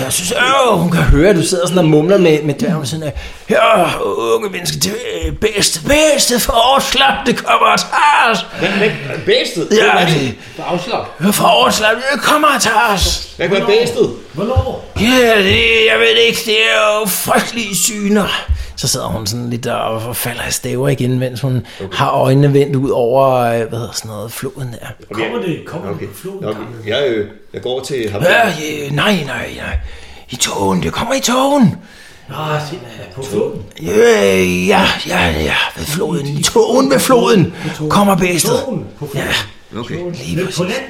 Jeg synes, øh, hun kan høre, at du sidder sådan og mumler med, med dværgen sådan her. Her, unge mennesker, det øh, bedste, bedste for Oslo, det kommer og tager os.
Bæstet?
Ja, det
For afslag.
er for Oslo, det kommer og tager os.
Hvad var bæstet?
Ja, det, jeg ved det ikke, det er jo frygtelige syner. Så sidder hun sådan lidt og falder i staver igen, mens hun okay. har øjnene vendt ud over, øh, hvad hedder sådan noget, floden der.
Kommer det, kommer okay. det på floden?
Nå, jeg, øh, jeg går til ham.
Ja, ja, nej, nej, nej. I togen, det kommer i togen.
Ah, se, på floden.
Øh, ja, ja, ja, ved floden. I togen ved floden kommer bæstet.
Togen på floden.
Ja,
Okay.
lige
Men på
præcis.
land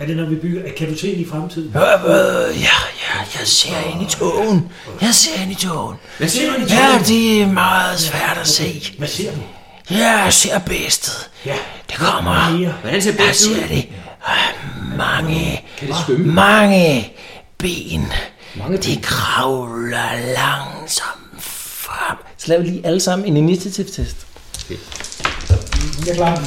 er det, når vi bygger, kan du se ind i fremtiden?
Øh, øh, ja, ja, jeg ser ind i togen. Jeg ser ind i togen.
Hvad siger du?
Ja, det er meget svært at se.
Hvad ser du?
Ja, jeg ser bæstet.
Ja,
Det kommer.
mere.
Hvordan ser
Jeg
bedst ud?
ser det. Øh, Mange, mange ben. De kravler langsomt frem. Så laver vi lige alle sammen en initiativ-test.
Jeg klarer den.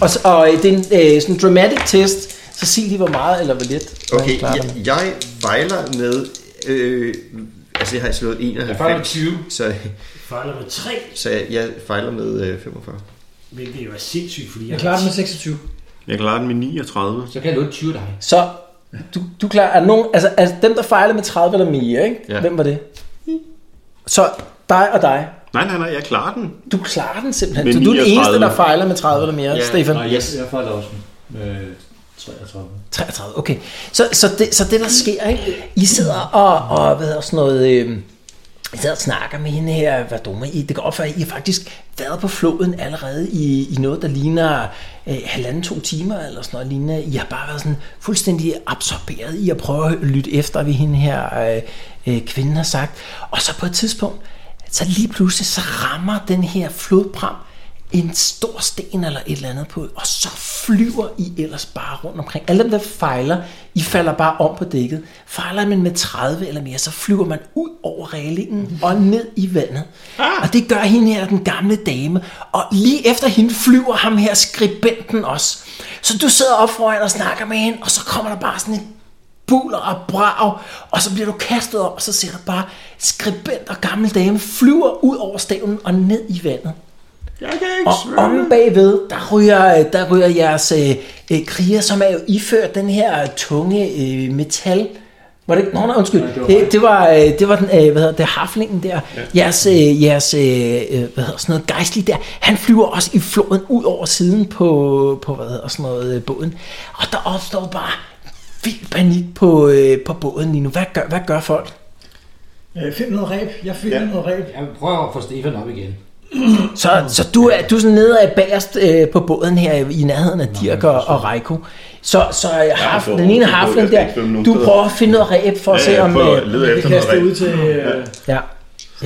Og, så, og øh, det er en øh, sådan dramatic test, så sig lige, hvor meget eller hvor lidt. man
Okay,
klarer
jeg,
den.
jeg fejler med... Øh, altså, jeg har slået 91.
fejler med 20.
Så,
Fejler med tre,
så jeg, jeg fejler med øh, 45.
hvilket jo er sindssygt, fordi jeg,
Jeg klarer den med 26.
Jeg klarer den med 39.
Så kan du ikke 20 dig.
Så du, du klarer, er der nogen, altså, altså dem, der fejlede med 30 eller mere, ikke?
Ja.
hvem var det? Så dig og dig,
Nej, nej, nej, jeg klarer den.
du klarer den simpelthen.
Med
så du er den
39.
eneste, der fejler med 30 eller mere,
Ja,
ja, Stefan.
Nej, jeg, jeg fejler også med 33.
33, okay. Så, så, det, så det, der sker, ikke? I sidder og, og hvad hedder sådan noget... Øh, I sidder og snakker med hende her, hvad dumme I. Det går op for, at I har faktisk været på floden allerede i, i noget, der ligner øh, halvanden, to timer eller sådan noget lignende. I har bare været sådan fuldstændig absorberet i at prøve at lytte efter, hvad hende her øh, øh, kvinde har sagt. Og så på et tidspunkt, så lige pludselig, så rammer den her flodpram en stor sten eller et eller andet på, og så flyver I ellers bare rundt omkring. Alle dem, der fejler, I falder bare om på dækket. Fejler man med 30 eller mere, så flyver man ud over reglingen og ned i vandet. Og det gør hende her, den gamle dame. Og lige efter hende flyver ham her skribenten også. Så du sidder op foran og snakker med hende, og så kommer der bare sådan en buler og brav, og så bliver du kastet op, og så ser du bare skribent og gammel dame flyver ud over stavnen og ned i vandet.
Jeg kan ikke
Og om bagved, der ryger, der ryger jeres øh, øh, kriger, som er jo iført den her tunge øh, metal. Var det, ikke- nå, nej, undskyld.
Nej, det var
det, det, var, øh, det var den, øh, hvad hedder det, harflingen der. Ja. Jeres, øh, jeres øh, øh, hvad hedder sådan noget, gejstlig der. Han flyver også i floden ud over siden på, på hvad hedder sådan noget, øh, båden. Og der opstår bare vild panik på, øh, på båden lige nu. Hvad gør, hvad gør folk?
Øh, Find noget ræb. Jeg finder
Ja.
noget ræb.
Jeg prøver at få Stefan op igen.
Så, så du, er, du er sådan nede af bagerst øh, på båden her i nærheden af Dirk og, og Reiko. Så, så harf,
for-
den ene
for- jeg
harfling
skal
der,
ikke svømme nogen
du
steder.
prøver at finde noget ræb for at se
Ja,
om...
jeg prøver at
Øh,
lede
Det
efter
kan
noget
kaste ud
rigtigt.
til øh,
ja,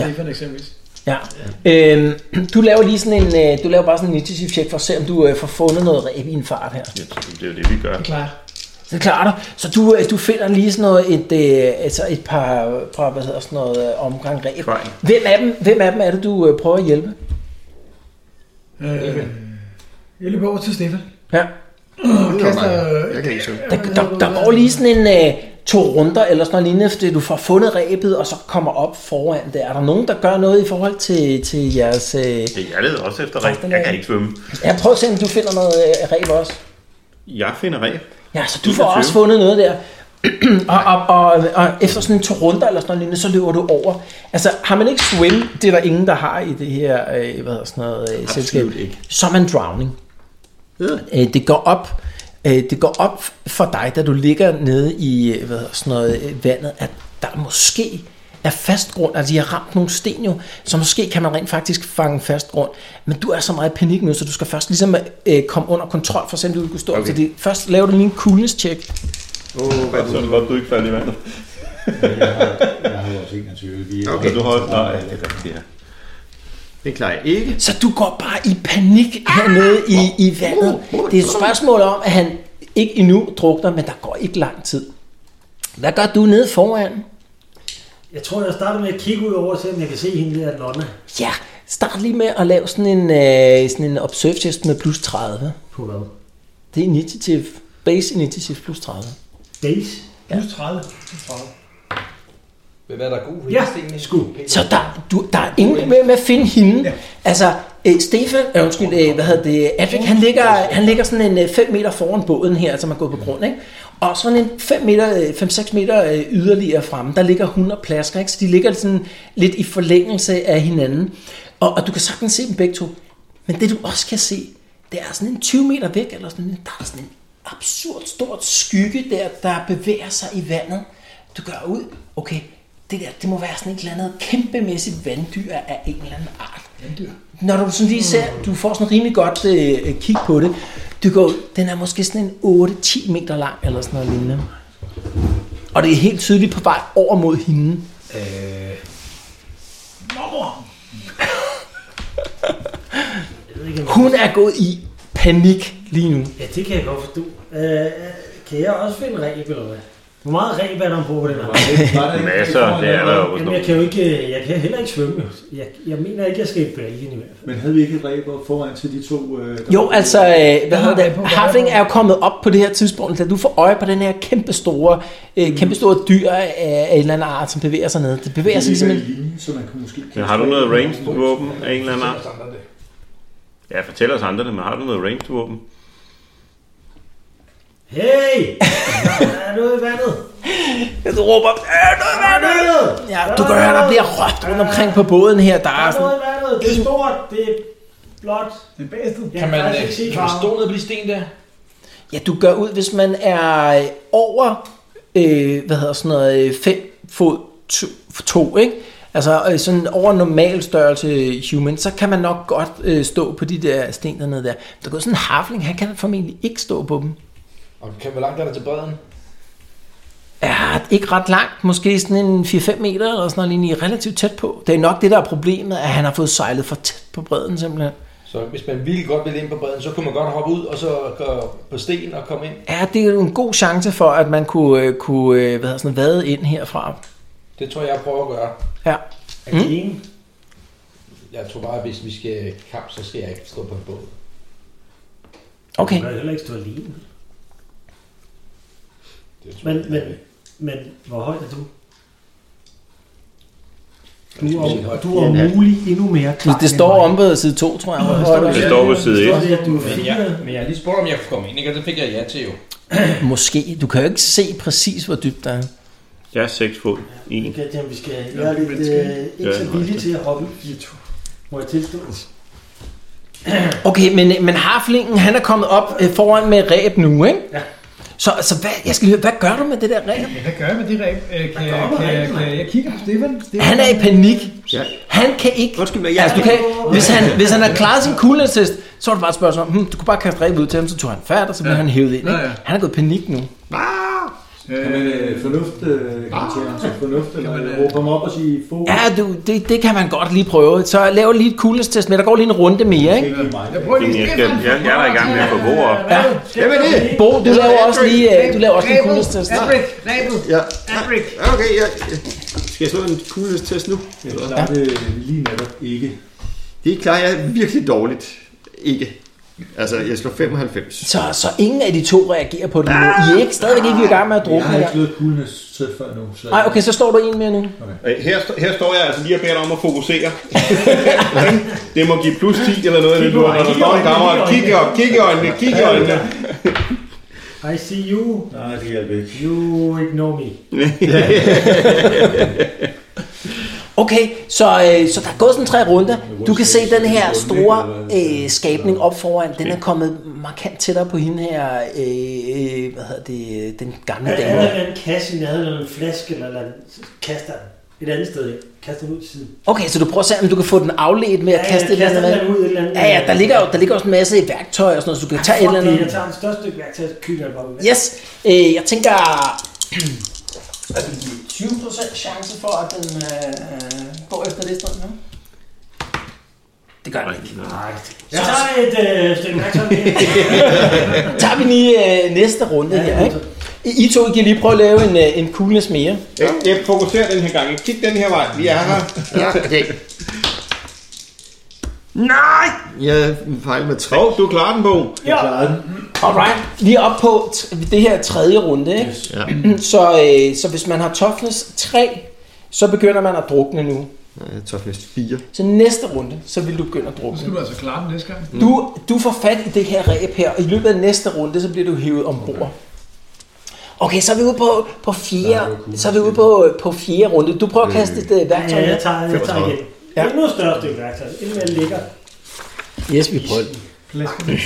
Stefan eksempelvis.
ja. Øhm, du laver lige sådan en, øh, du laver bare sådan en initiativ check for at se om du øh, får fundet noget ræb i en fart her.
Ja, Det er jo det, vi gør.
Det klarer jeg.
Det klarer du. Så du, øh, du finder lige sådan noget, et, øh, altså et par, par, hvad hedder sådan noget, øh, omgang ræb.
Kvejl.
Hvem af, dem, hvem af dem er det, du øh, prøver at hjælpe?
Øh, jeg løber over til Stefan.
Ja.
Og kaster...
Jeg kan ikke se.
Der, der, der går lige sådan en øh, to runder eller sådan noget lignende, fordi du får fundet ræbet, og så kommer op foran der. Er der nogen, der gør noget i forhold til, til jeres... Øh...
Det- Jeg leder også efter ræb. Jeg kan ikke svømme.
Ja, prøv at se, om du finder noget øh, ræb også.
Jeg finder ræb.
Ja, så du
21.
får også fundet noget der. og, og, og, og, efter sådan en to runder eller sådan noget lignende, så løber du over. Altså, har man ikke swim, det er der ingen, der har i det her øh, hvad hedder sådan noget, øh, selskab,
ikke.
så er man drowning. Øh, det går op øh, det går op for dig, da du ligger nede i øh, hvad hedder sådan noget, øh, vandet, at der måske
er fast grund. Altså, de har ramt nogle sten jo, så måske kan man rent faktisk fange fast grund. Men du er så meget i panik nu, så du skal først ligesom øh, komme under kontrol, for eksempel du kan stå. Okay. Så det, først laver du lige en coolness check.
Åh, hvad så er det godt, Altså, du ikke faldt i vandet.
Jeg har jo også en af tvivl.
Okay. Du holdt, nej, det er rigtigt, ja.
Det klarer jeg ikke.
Så du går bare i panik hernede i, i vandet. Det er et spørgsmål om, at han ikke endnu drukner, men der går ikke lang tid. Hvad gør du nede foran?
Jeg tror, jeg starter med at kigge ud over, så jeg kan se hende der nonne.
Ja, start lige med at lave sådan en, øh, sådan en observe test med plus 30.
På hvad?
Det er initiativ. Base initiativ plus 30.
Days?
Plus 30. Plus 30.
Hvad er der god
Ja,
sku.
Så der, du, der er ingen med, med at finde hende. Altså, øh, Stefan, øh, undskyld, øh, hvad hedder det, Adric, han ligger, han ligger sådan en 5 meter foran båden her, som er gået på grund, ikke? Og sådan en 5 meter, 5-6 meter øh, yderligere fremme, der ligger hun og plasker, ikke? Så de ligger sådan lidt i forlængelse af hinanden. Og, og du kan sagtens se dem begge to. Men det du også kan se, det er sådan en 20 meter væk, eller sådan, en- der er sådan en absurd stort skygge der, der bevæger sig i vandet. Du gør ud, okay, det der, det må være sådan et eller andet kæmpemæssigt vanddyr af en eller anden art. Vanddyr? Mm. Når du sådan lige ser, du får sådan rimelig godt øh, kig på det, du går, ud, den er måske sådan en 8-10 meter lang, eller sådan noget lignende. Og det er helt tydeligt på vej over mod hende.
Øh... Nå! Jeg ved ikke, om-
Hun er gået i panik lige nu.
Ja, det kan jeg godt forstå. Øh, kan jeg også finde ræb, eller hvad? Hvor meget ræb er der ombord på den her?
Masser, det er der jo.
Jamen, jeg kan jo ikke, øh, jeg kan heller ikke svømme. jo. Jeg, jeg mener ikke, jeg skal i bælgen i hvert fald.
Men havde vi ikke et ræber foran til de to? Øh, der
Jo,
var-
altså, øh, hvad hedder det? Havling er jo kommet op på det her tidspunkt, da du får øje på den her kæmpestore, øh, kæmpestore dyr af en eller anden art, som bevæger sig ned. Det bevæger
Det
sig
ligger
ligesom
i
en...
linje, så man kunne måske...
Men har du noget ranged våben af en eller anden art? Ja, fortæl os andre det, men har du noget ranged våben?
Hey! Der er noget i vandet!
Du råber, "Øh, noget i vandet! Ja, du kan høre, der bliver råbt rundt omkring på båden her. Der
Der
er
er
sådan...
noget i vandet! Det er stort! Det er blåt!
Det er bastet.
Jeg
Kan man,
faktisk
øh,
ikke se
kan man
farven.
stå ned på de sten der?
Ja, du gør ud, hvis man er øh, over, øh, hvad hedder sådan noget, 5 fod 2, ikke? Altså øh, sådan over normal størrelse øh, human, så kan man nok godt øh, stå på de der sten dernede der. Der går sådan en harfling, han kan formentlig ikke stå på dem.
Og kan, hvor langt er der til bredden?
Ja, ikke ret langt, måske sådan en 4-5 meter eller sådan noget lignende, relativt tæt på. Det er nok det, der er problemet, at han har fået sejlet for tæt på bredden simpelthen.
Så hvis man virkelig godt ville ind på bredden, så kunne man godt hoppe ud og så gå på sten og komme ind.
Ja, det er jo en god chance for, at man kunne, øh, kunne øh, hvad hedder sådan, noget, vade ind herfra.
Det tror jeg, jeg prøver at gøre.
Ja.
Mm.
Jeg tror bare, at hvis vi skal i kamp, så skal jeg ikke stå på en båd.
Okay.
Man kan heller ikke stå alene.
Det tror
Men,
jeg,
men,
jeg vil.
men hvor høj er du?
Jeg
Du er,
skal
om-
sige,
du er om muligt endnu mere klar.
Det står om på side 2, tror jeg. Hvor er det?
Det står på side 1.
Det, at du
Men
er fire.
jeg, men jeg har lige spurgt, om jeg kunne komme ind, ikke? og det fik jeg ja til jo.
Måske. Du kan jo ikke se præcis, hvor dybt der er.
Jeg er 6 fod. 1.
Okay, jamen, vi skal, jeg er lidt, øh, ikke så
Ja,
villig til at hoppe. Må jeg tilstå?
Okay, men, men harflingen, han er kommet op øh, foran med ræb nu, ikke?
Ja.
Så, så hvad, jeg skal lige høre, hvad gør du med det der ræb?
Ja, hvad gør jeg med det ræb? Øh, Kan, jeg,
Hvad gør
kan,
man
jeg,
med
kan, jeg, jeg kigger på Stefan. Stefan.
Han er i panik.
Ja.
Han kan ikke...
Undskyld mig, jeg
Altså, du kan, hvis, han, hvis han har klaret sin coolness test, så var det bare et spørgsmål om, hm, du kunne bare kaste ræb ud til ham, så tog han færd, og så blev ja. han hævet ind. Ikke?
Ja, ja.
Han er gået i panik nu.
Kan man øh, fornuft, øh, kan man tjene ham til fornuft, eller råbe ham op og sige få?
Ja, du, det, det kan man godt lige prøve. Så lav lige et coolness test, men der går lige en runde mere, ikke?
Ikke lige mig.
Jeg prøver lige
Jeg, skal,
Stefan.
jeg, jeg er da i gang med at få bordet op.
Ja.
Hvem er det?
Bo, du laver også lige, øh, du laver også lige en coolness test.
Adric, ræbet.
Ja.
Adric.
Okay, jeg... Skal jeg slå en coolness-test nu?
Jeg klarer det lige netop ikke.
Det klarer jeg virkelig dårligt. Ikke. Altså, jeg slår 95.
Så, så ingen af de to reagerer på det nu. I er ikke, stadigvæk ikke i gang med at
Jeg
drukne
har
her.
ikke slået coolness tæt før nu. Så
Nej, okay, så står du en mere nu.
Øh, Her, st- her står jeg altså lige og beder dig om at fokusere. det må give plus 10 eller noget af det, du har. Når der står en kammerat, kig i øjnene, kig i øjnene, kig i øjnene.
I see you.
Nej, det hjælper ikke.
You ignore me.
Okay, så, øh, så der er gået sådan tre runder. Du kan se den her store øh, skabning op foran. Den er kommet markant tættere på hende her, øh, øh, hvad hedder det, øh, den gamle
Er
dame.
der en kasse i nærheden, eller en flaske, eller en kaster? den? Et andet sted. Kaster den ud til siden.
Okay, så du prøver at se, om du kan få den afledt med at
Ja, ja,
kaste et eller
kaster
andet Ah,
den ud et eller andet.
Ja, ja, der ligger, jo, der ligger også en masse værktøj og sådan noget, så du kan tage et eller andet.
Fuck det, Jeg tager en største stykke værktøj, så kylder jeg bare ud.
Yes, øh, jeg tænker... Hvad vil det give? 20% chance for, at den øh, går efter det stund, ja? Det gør den ikke.
Nej. Jeg tager et øh, stykke værktøj.
Tager vi lige øh, næste runde her, ikke? I I to I kan lige prøve at lave en, øh, en coolness mere.
Jeg, jeg fokuserer den her gang. Kig den her vej. Vi er her.
Ja, okay.
Nej!
Jeg fejler med tre.
Hov, du klarer den, Bo.
Ja.
Alright, vi er oppe på t- det her tredje runde, ikke? Yes.
Ja.
Så, øh, så hvis man har toughness 3, så begynder man at drukne nu.
Nej, jeg tager næste Øh, fire.
Så næste runde, så vil du begynde at drukne.
Så skal du altså klare den næste gang.
Du, du får fat i det her ræb her, og i løbet af næste runde, så bliver du hævet ombord. Okay, så er vi ude på, på fjerde, så er vi ude på, på fjerde runde. Du prøver at kaste et øh, værktøj.
Ja,
med.
jeg tager, jeg tager igen. Ja. Endnu et større stykke værktøj. Endnu mere lækker.
Yes, vi prøver det.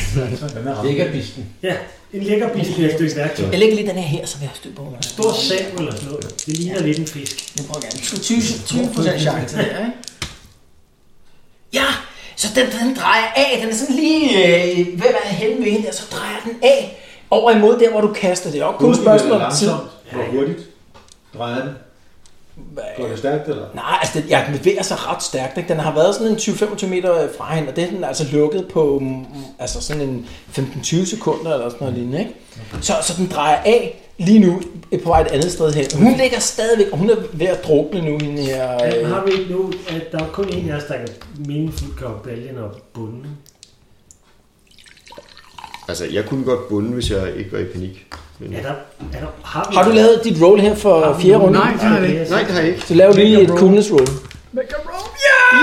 Lækker bisken.
Ja, en lækker bil bliver et stykke værktøj.
Jeg lægger lige den her her, så vi har styr på. hvad der er.
Stor sand eller sådan noget. Det ligner lidt en fisk.
Nu prøver jeg gerne. 20, 20 procent chance der, ikke? Ja, så den, den drejer af. Den er sådan lige øh, ved at være henne ved hende, og så drejer den af over imod der, hvor du kaster det. Og kun
Hurtigt
spørgsmål
eller
om tid.
langsomt? Hvor hurtigt drejer den? Går det stærkt, eller?
Nej, altså den, ja, den bevæger sig ret stærkt. Ikke? Den har været sådan en 20-25 meter øh, fra hende, og det er den altså lukket på mm, altså sådan en 15-20 sekunder eller sådan noget lignende. Ikke? Så, så den drejer af lige nu øh, på vej et andet sted hen. Hun ligger stadigvæk, og hun er ved at drukne nu, hende her.
Ja, men
Øh.
har vi ikke nu, at der er kun en af os, der kan meningsfuldt gøre baljen og bunden?
Altså, jeg kunne godt bunde, hvis jeg ikke var i panik. Men...
Er der, er der, har, vi
Har du lavet dit roll her for fjerde runde?
Nej, det har jeg ikke.
Nej, det har jeg ikke.
Så lav lige et
roll.
coolness roll.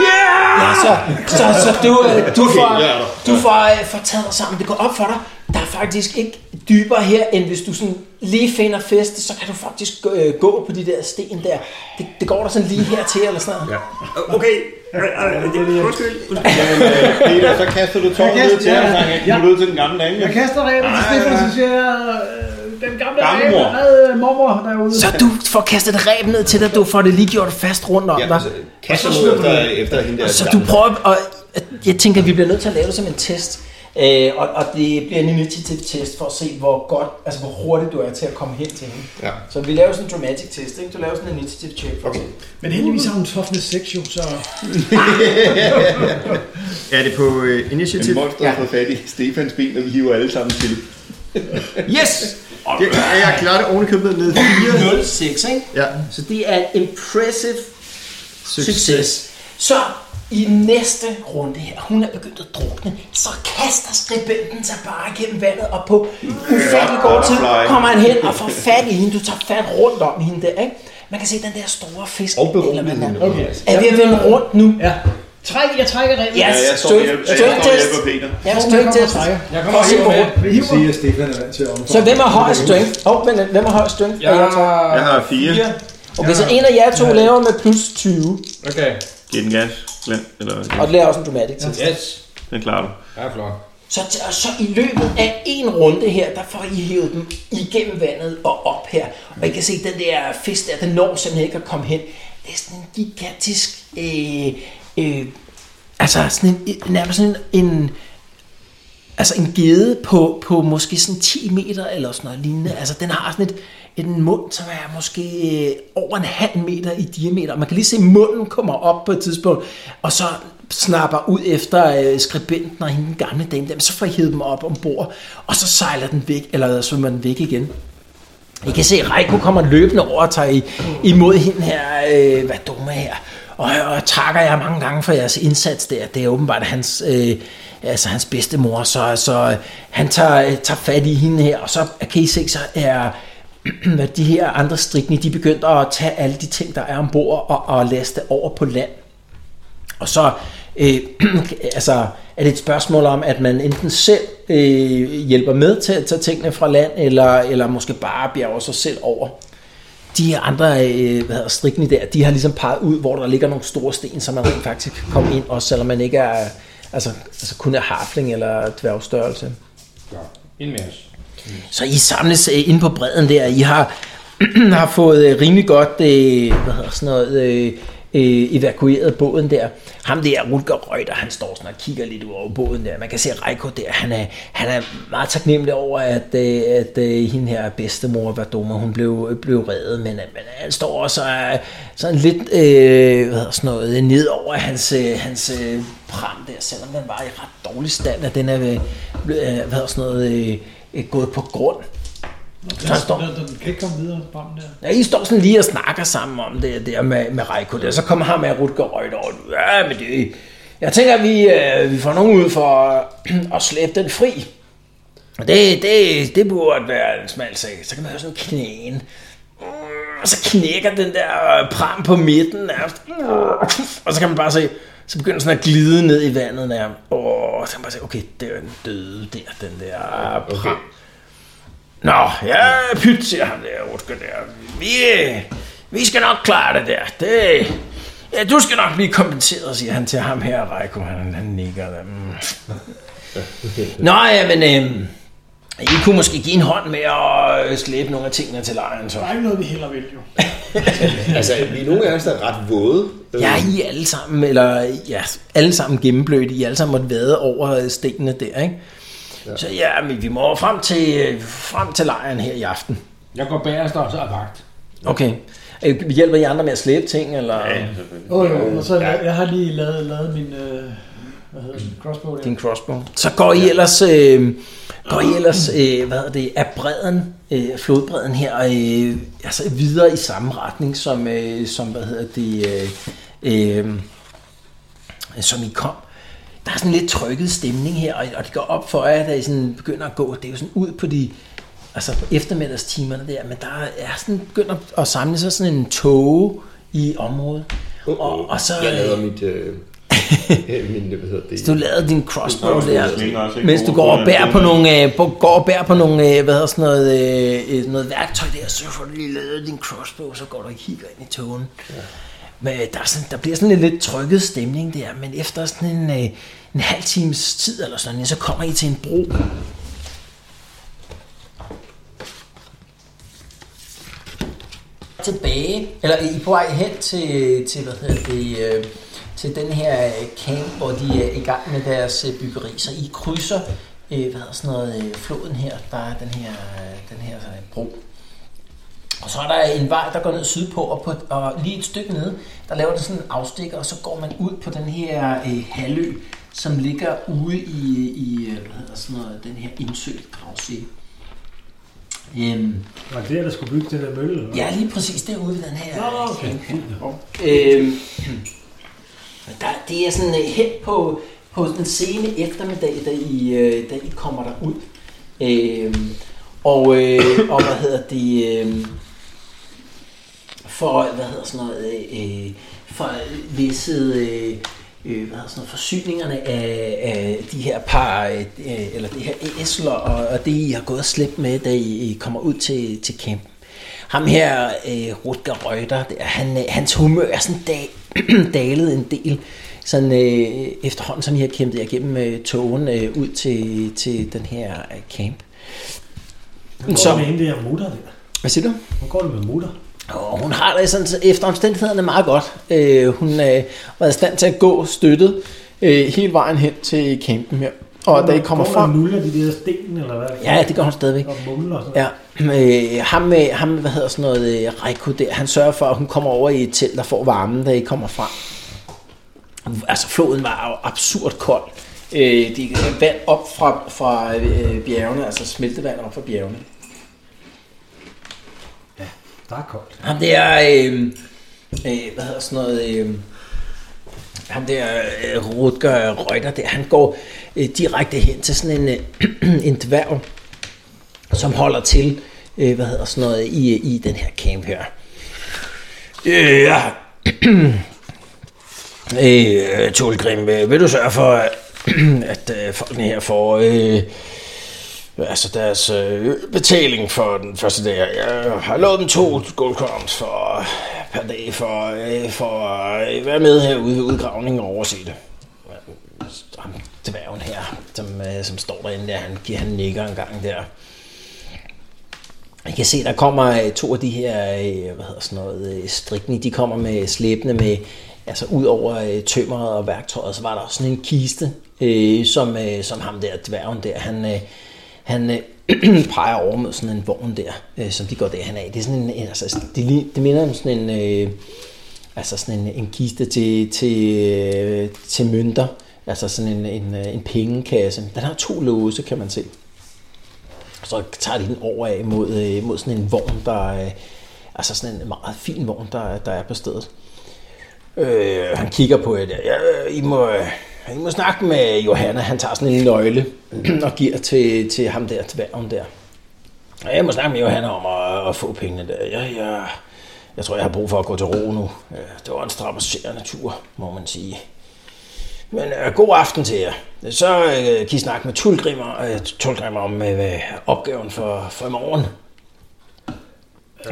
Ja, så, så, så du, øh, du, okay, får,
jeg er der.
du får, øh, får taget dig sammen. Det går op for dig. Der er faktisk ikke dybere her, end hvis du sådan lige finder fest, så kan du faktisk øh, gå på de der sten der. Det, det går der sådan lige hertil eller sådan noget.
Okay. Undskyld.
øh, Peter, så kaster du tårnet ned til ham, så han kan ud til den gamle dame.
Jeg kaster ræven til Stefan, så siger jeg, øh, den gamle ræve
Gammelmor.
red mormor derude.
Så du får kastet et ræb ned til dig, du får det lige gjort fast rundt om
Ja,
dig.
altså, kaster noget efter, efter hende der.
Så Altså, du prøver, og jeg tænker, at vi bliver nødt til at lave det som en test. Øh, og, og det bliver en initiativ test for at se, hvor godt, altså hvor hurtigt du er til at komme hen til hende.
Ja.
Så vi laver sådan en dramatic test, ikke? Du laver sådan en initiative check for okay.
Men heldigvis har hun toughness 6 jo, så...
Er det på uh,
Men
initiativ?
monster har fået fat i Stefans ben, og vi hiver alle sammen til.
Yes! Det, ja, jeg klarer det ovenikøbet ned 4.
06, ikke?
Ja.
Så det er en impressive succes. succes. Så i næste runde her, hun er begyndt at drukne, så kaster skribenten sig bare gennem vandet, og på ufattelig kort tid
butterfly.
kommer han hen og får fat i hende. Du tager fat rundt om hende der, ikke? Man kan se den der store fisk.
Og beroliget
eller hvad den er.
hende.
Okay.
Er vi at vende rundt nu?
Ja. Træk, jeg trækker ræven.
Ja,
Ja, jeg står og
støt,
hjælper, jeg står
støt
og
test.
hjælper Peter.
Ja, støt
kommer og
test.
trækker.
Jeg kommer
Prøv at se
helt
på
med.
Jeg kan sige, at Stefan er vant til at omfavne.
Så hvem har højst strength? Oh, men hvem har højst strength?
Jeg
Ja.
Jeg
har...
har fire.
Okay, så en af jer to laver med plus 20,
Okay.
Giv den gas. Glem, eller,
og det laver også en dramatic test.
Yes.
den klarer du.
Jeg er flot.
Så, og så i løbet af en runde her, der får I hævet dem igennem vandet og op her. Og I kan se, den der fisk der, den når simpelthen ikke at komme hen. Det er sådan en gigantisk... Øh, øh, altså sådan en, nærmest sådan en, en altså en gede på, på måske sådan 10 meter eller sådan noget lignende. Altså den har sådan et, en mund, som er måske øh, over en halv meter i diameter. Man kan lige se, at munden kommer op på et tidspunkt, og så snapper ud efter øh, skribenten og hende den gamle dame. Dem, så får I hævet dem op ombord, og så sejler den væk, eller svømmer den væk igen. I kan se, at Reiko kommer løbende over og tager i, imod hende her, øh, hvad dumme her. Og, og takker jer mange gange for jeres indsats der. Det er åbenbart hans, øh, altså hans bedstemor, så, så øh, han tager, øh, tager fat i hende her. Og så kan I se, så er hvad de her andre strikne, de begyndte at tage alle de ting, der er ombord, og, og laste over på land. Og så øh, altså, er det et spørgsmål om, at man enten selv øh, hjælper med til at tage tingene fra land, eller, eller måske bare bjerger sig selv over. De her andre øh, hvad hedder, strikne der, de har ligesom peget ud, hvor der ligger nogle store sten, så man rent faktisk kan komme ind, også selvom man ikke er, altså, altså kun er harfling eller dværgstørrelse.
Ind med os.
Så I samles øh, inde på bredden der. I har har fået øh, rimelig godt øh, hvad hedder sådan noget, øh, øh, evakueret båden der. Ham der, Rutger Røgter, han står sådan og kigger lidt ud over båden der. Man kan se Reiko der, han er, han er meget taknemmelig over, at, øh, at øh, hende her bedstemor var dumme, hun blev, blev reddet, men, øh, men han står også og er sådan lidt øh, hvad hedder sådan noget, ned over hans, øh, hans øh, pram der, selvom den var i ret dårlig stand, at den er øh, blevet, øh, hvad hedder sådan noget, øh, øh, gået på grund.
Den, den, den kan ikke komme videre frem der.
Ja, I står sådan lige og snakker sammen om det der med, med Reiko der. Så kommer ham med Rutger Røgter og ja, men det, jeg tænker, at vi, øh, vi får nogen ud for at- at slæbe den fri. Og det, det, det burde være en smal sag. Så kan man høre sådan knæen. Og så knækker den der øh, pram på midten nærmest. Mm, Og så kan man bare se, så begynder den sådan at glide ned i vandet nærmest. Og så kan man bare se, okay, det er den døde der, den der øh, pram. Okay. Nå, ja, pyt, siger ham der, Rutger der. Vi, øh, vi skal nok klare det der. Det, ja, du skal nok blive kompenseret, siger han til ham her, Reiko. Han, han nikker der. Mm. Nå, ja, men øh, I kunne måske give en hånd med at øh, slæbe nogle af tingene til lejren, så.
Der er ikke noget, vi heller vil jo.
altså, vi er nogle af os, der er ret våde. Øh,
Ja, I er alle sammen, eller ja, alle sammen gennemblødt. I er alle sammen måtte vade over øh, stenene der, ikke? Ja. Så ja, men vi må frem til, øh, frem til lejren her i aften.
Jeg går bagerst og så er vagt.
Okay. Øh, Hjælper I andre med at slæbe ting, eller? Ja,
Åh oh, jo, og så jeg, jeg har lige lavet, lavet min, øh, hvad hedder den, crossbow der.
Din crossbow. Så går I ellers, øh, går I ellers øh, hvad hedder det, af bredden, øh, flodbredden her, øh, altså videre i samme retning, som, øh, som hvad hedder det, øh, øh, som I kom. Der er sådan lidt trykket stemning her, og, og det går op for jer, da I sådan begynder at gå. Det er jo sådan ud på de altså på eftermiddagstimerne der, men der er sådan begynder at samle sig sådan en tåge i området. Og, og så,
Jeg lader mit... Øh, min, hvad hedder det?
så du lavede din crossbow
Det er
der,
også lidt også, ikke?
mens du
Gode
går og
grunde,
bærer
det
på
er
nogle, øh, på, går og bærer på nogle øh, hvad hedder sådan noget, øh, øh, noget værktøj der, så får du lige lavet din crossbow, så går du og kigger ind i togen. Ja. Men øh, der, er sådan, der bliver sådan en lidt trykket stemning der, men efter sådan en, øh, en halv times tid eller sådan, så kommer I til en bro. Tilbage, eller I er på vej hen til, til hvad hedder det, øh, til den her øh, camp, hvor de er i gang med deres øh, byggeri. Så I krydser øh, hvad hedder sådan noget, øh, floden her, der er den her, øh, den her øh, bro. Og så er der en vej, der går ned sydpå, og, på, og lige et stykke nede, der laver det sådan en afstikker, og så går man ud på den her øh, halvø, som ligger ude i, i øh, hvad hedder sådan noget, den her indsø, Gravsee. Øhm,
Var det der, der skulle bygge den der mølle? Eller? hvad?
Ja, lige præcis derude ved den her.
Nå, okay.
Øhm, der, det er sådan øh, hen på, på den sene eftermiddag, da I, øh, da I kommer derud. Øhm, og, øh, og hvad hedder det... Øh, for, hvad hedder sådan noget, øh, øh, for visse, øh, øh, hvad hedder sådan noget, forsyningerne af, af de her par, øh, øh, eller det her æsler, og, og det I har gået og slæbt med, da I, I kommer ud til, til campen. Ham her, øh, Rutger Røgter, det er, han, øh, hans humør er sådan dag, dalet en del, sådan øh, efterhånden, som I har kæmpet jer igennem øh, togen øh, ud til, til den her øh, camp.
Hvordan går
Så-
det med hende der mutter der?
Hvad siger du?
Hvordan går det med mutter?
Og hun har det sådan, så efter omstændighederne meget godt. Øh, hun øh, var i stand til at gå støttet øh, hele vejen hen til campen her. Og da I kommer
Går hun og
frem...
nuller de der sten, eller hvad?
Ja, det gør hun stadigvæk.
Og mumler og sådan
Ja, øh, ham, med, ham, hvad hedder sådan noget, øh, Reiko der, han sørger for, at hun kommer over i et telt og får varmen, da I kommer frem. Altså, floden var jo absurd kold. Øh, det er vand op fra, fra øh, bjergene, altså smeltevand op fra bjergene.
Der er koldt.
Ham der, øh, øh, hvad hedder sådan noget, øh, ham der øh, Rutger Reuter der, han går øh, direkte hen til sådan en, øh, en dværg, som holder til, øh, hvad hedder sådan noget, i, i den her camp her. Øh, ja. øh, Tulgrim, øh, vil du sørge for, at, at øh, folkene her får... Øh, Altså deres øh, betaling for den første dag. Jeg har lovet dem to guldkorns for, per dag for, øh, for at øh, være med herude ved udgravningen og overse det. Ham dværgen her, som, øh, som står derinde der, han, han nikker en gang der. I kan se, der kommer øh, to af de her, øh, hvad hedder sådan noget, øh, strikni, de kommer med slæbende med, altså ud over øh, tømmeret og værktøjet, så var der også sådan en kiste, øh, som, øh, som ham der, dværgen der, han, øh, han øh, peger over mod sådan en vogn der, øh, som de går derhen af. Det, er sådan en, en- altså, det, li- det minder om sådan en, øh, altså sådan en, en kiste til, til, øh, til mønter, altså sådan en, en, øh, en pengekasse. Den har to låse, kan man se. Så tager de den over af mod, øh, mod sådan en vogn, der øh, altså sådan en meget fin vogn, der, der er på stedet. Øh, han kigger på et, ja, øh, I, må, øh, I må snakke med Johanna, han tager sådan en nøgle og giver til, til ham der, dværgen der. Ja, jeg må snakke med Johanna om at, at få pengene der. Ja, ja. Jeg tror, jeg har brug for at gå til ro nu. Øh, Det var en strapasserende tur, må man sige. Men øh, god aften til jer. Så øh, kan I snakke med Tulgrimmer, øh, Tulgrimmer om øh, hvad opgaven for, for i morgen.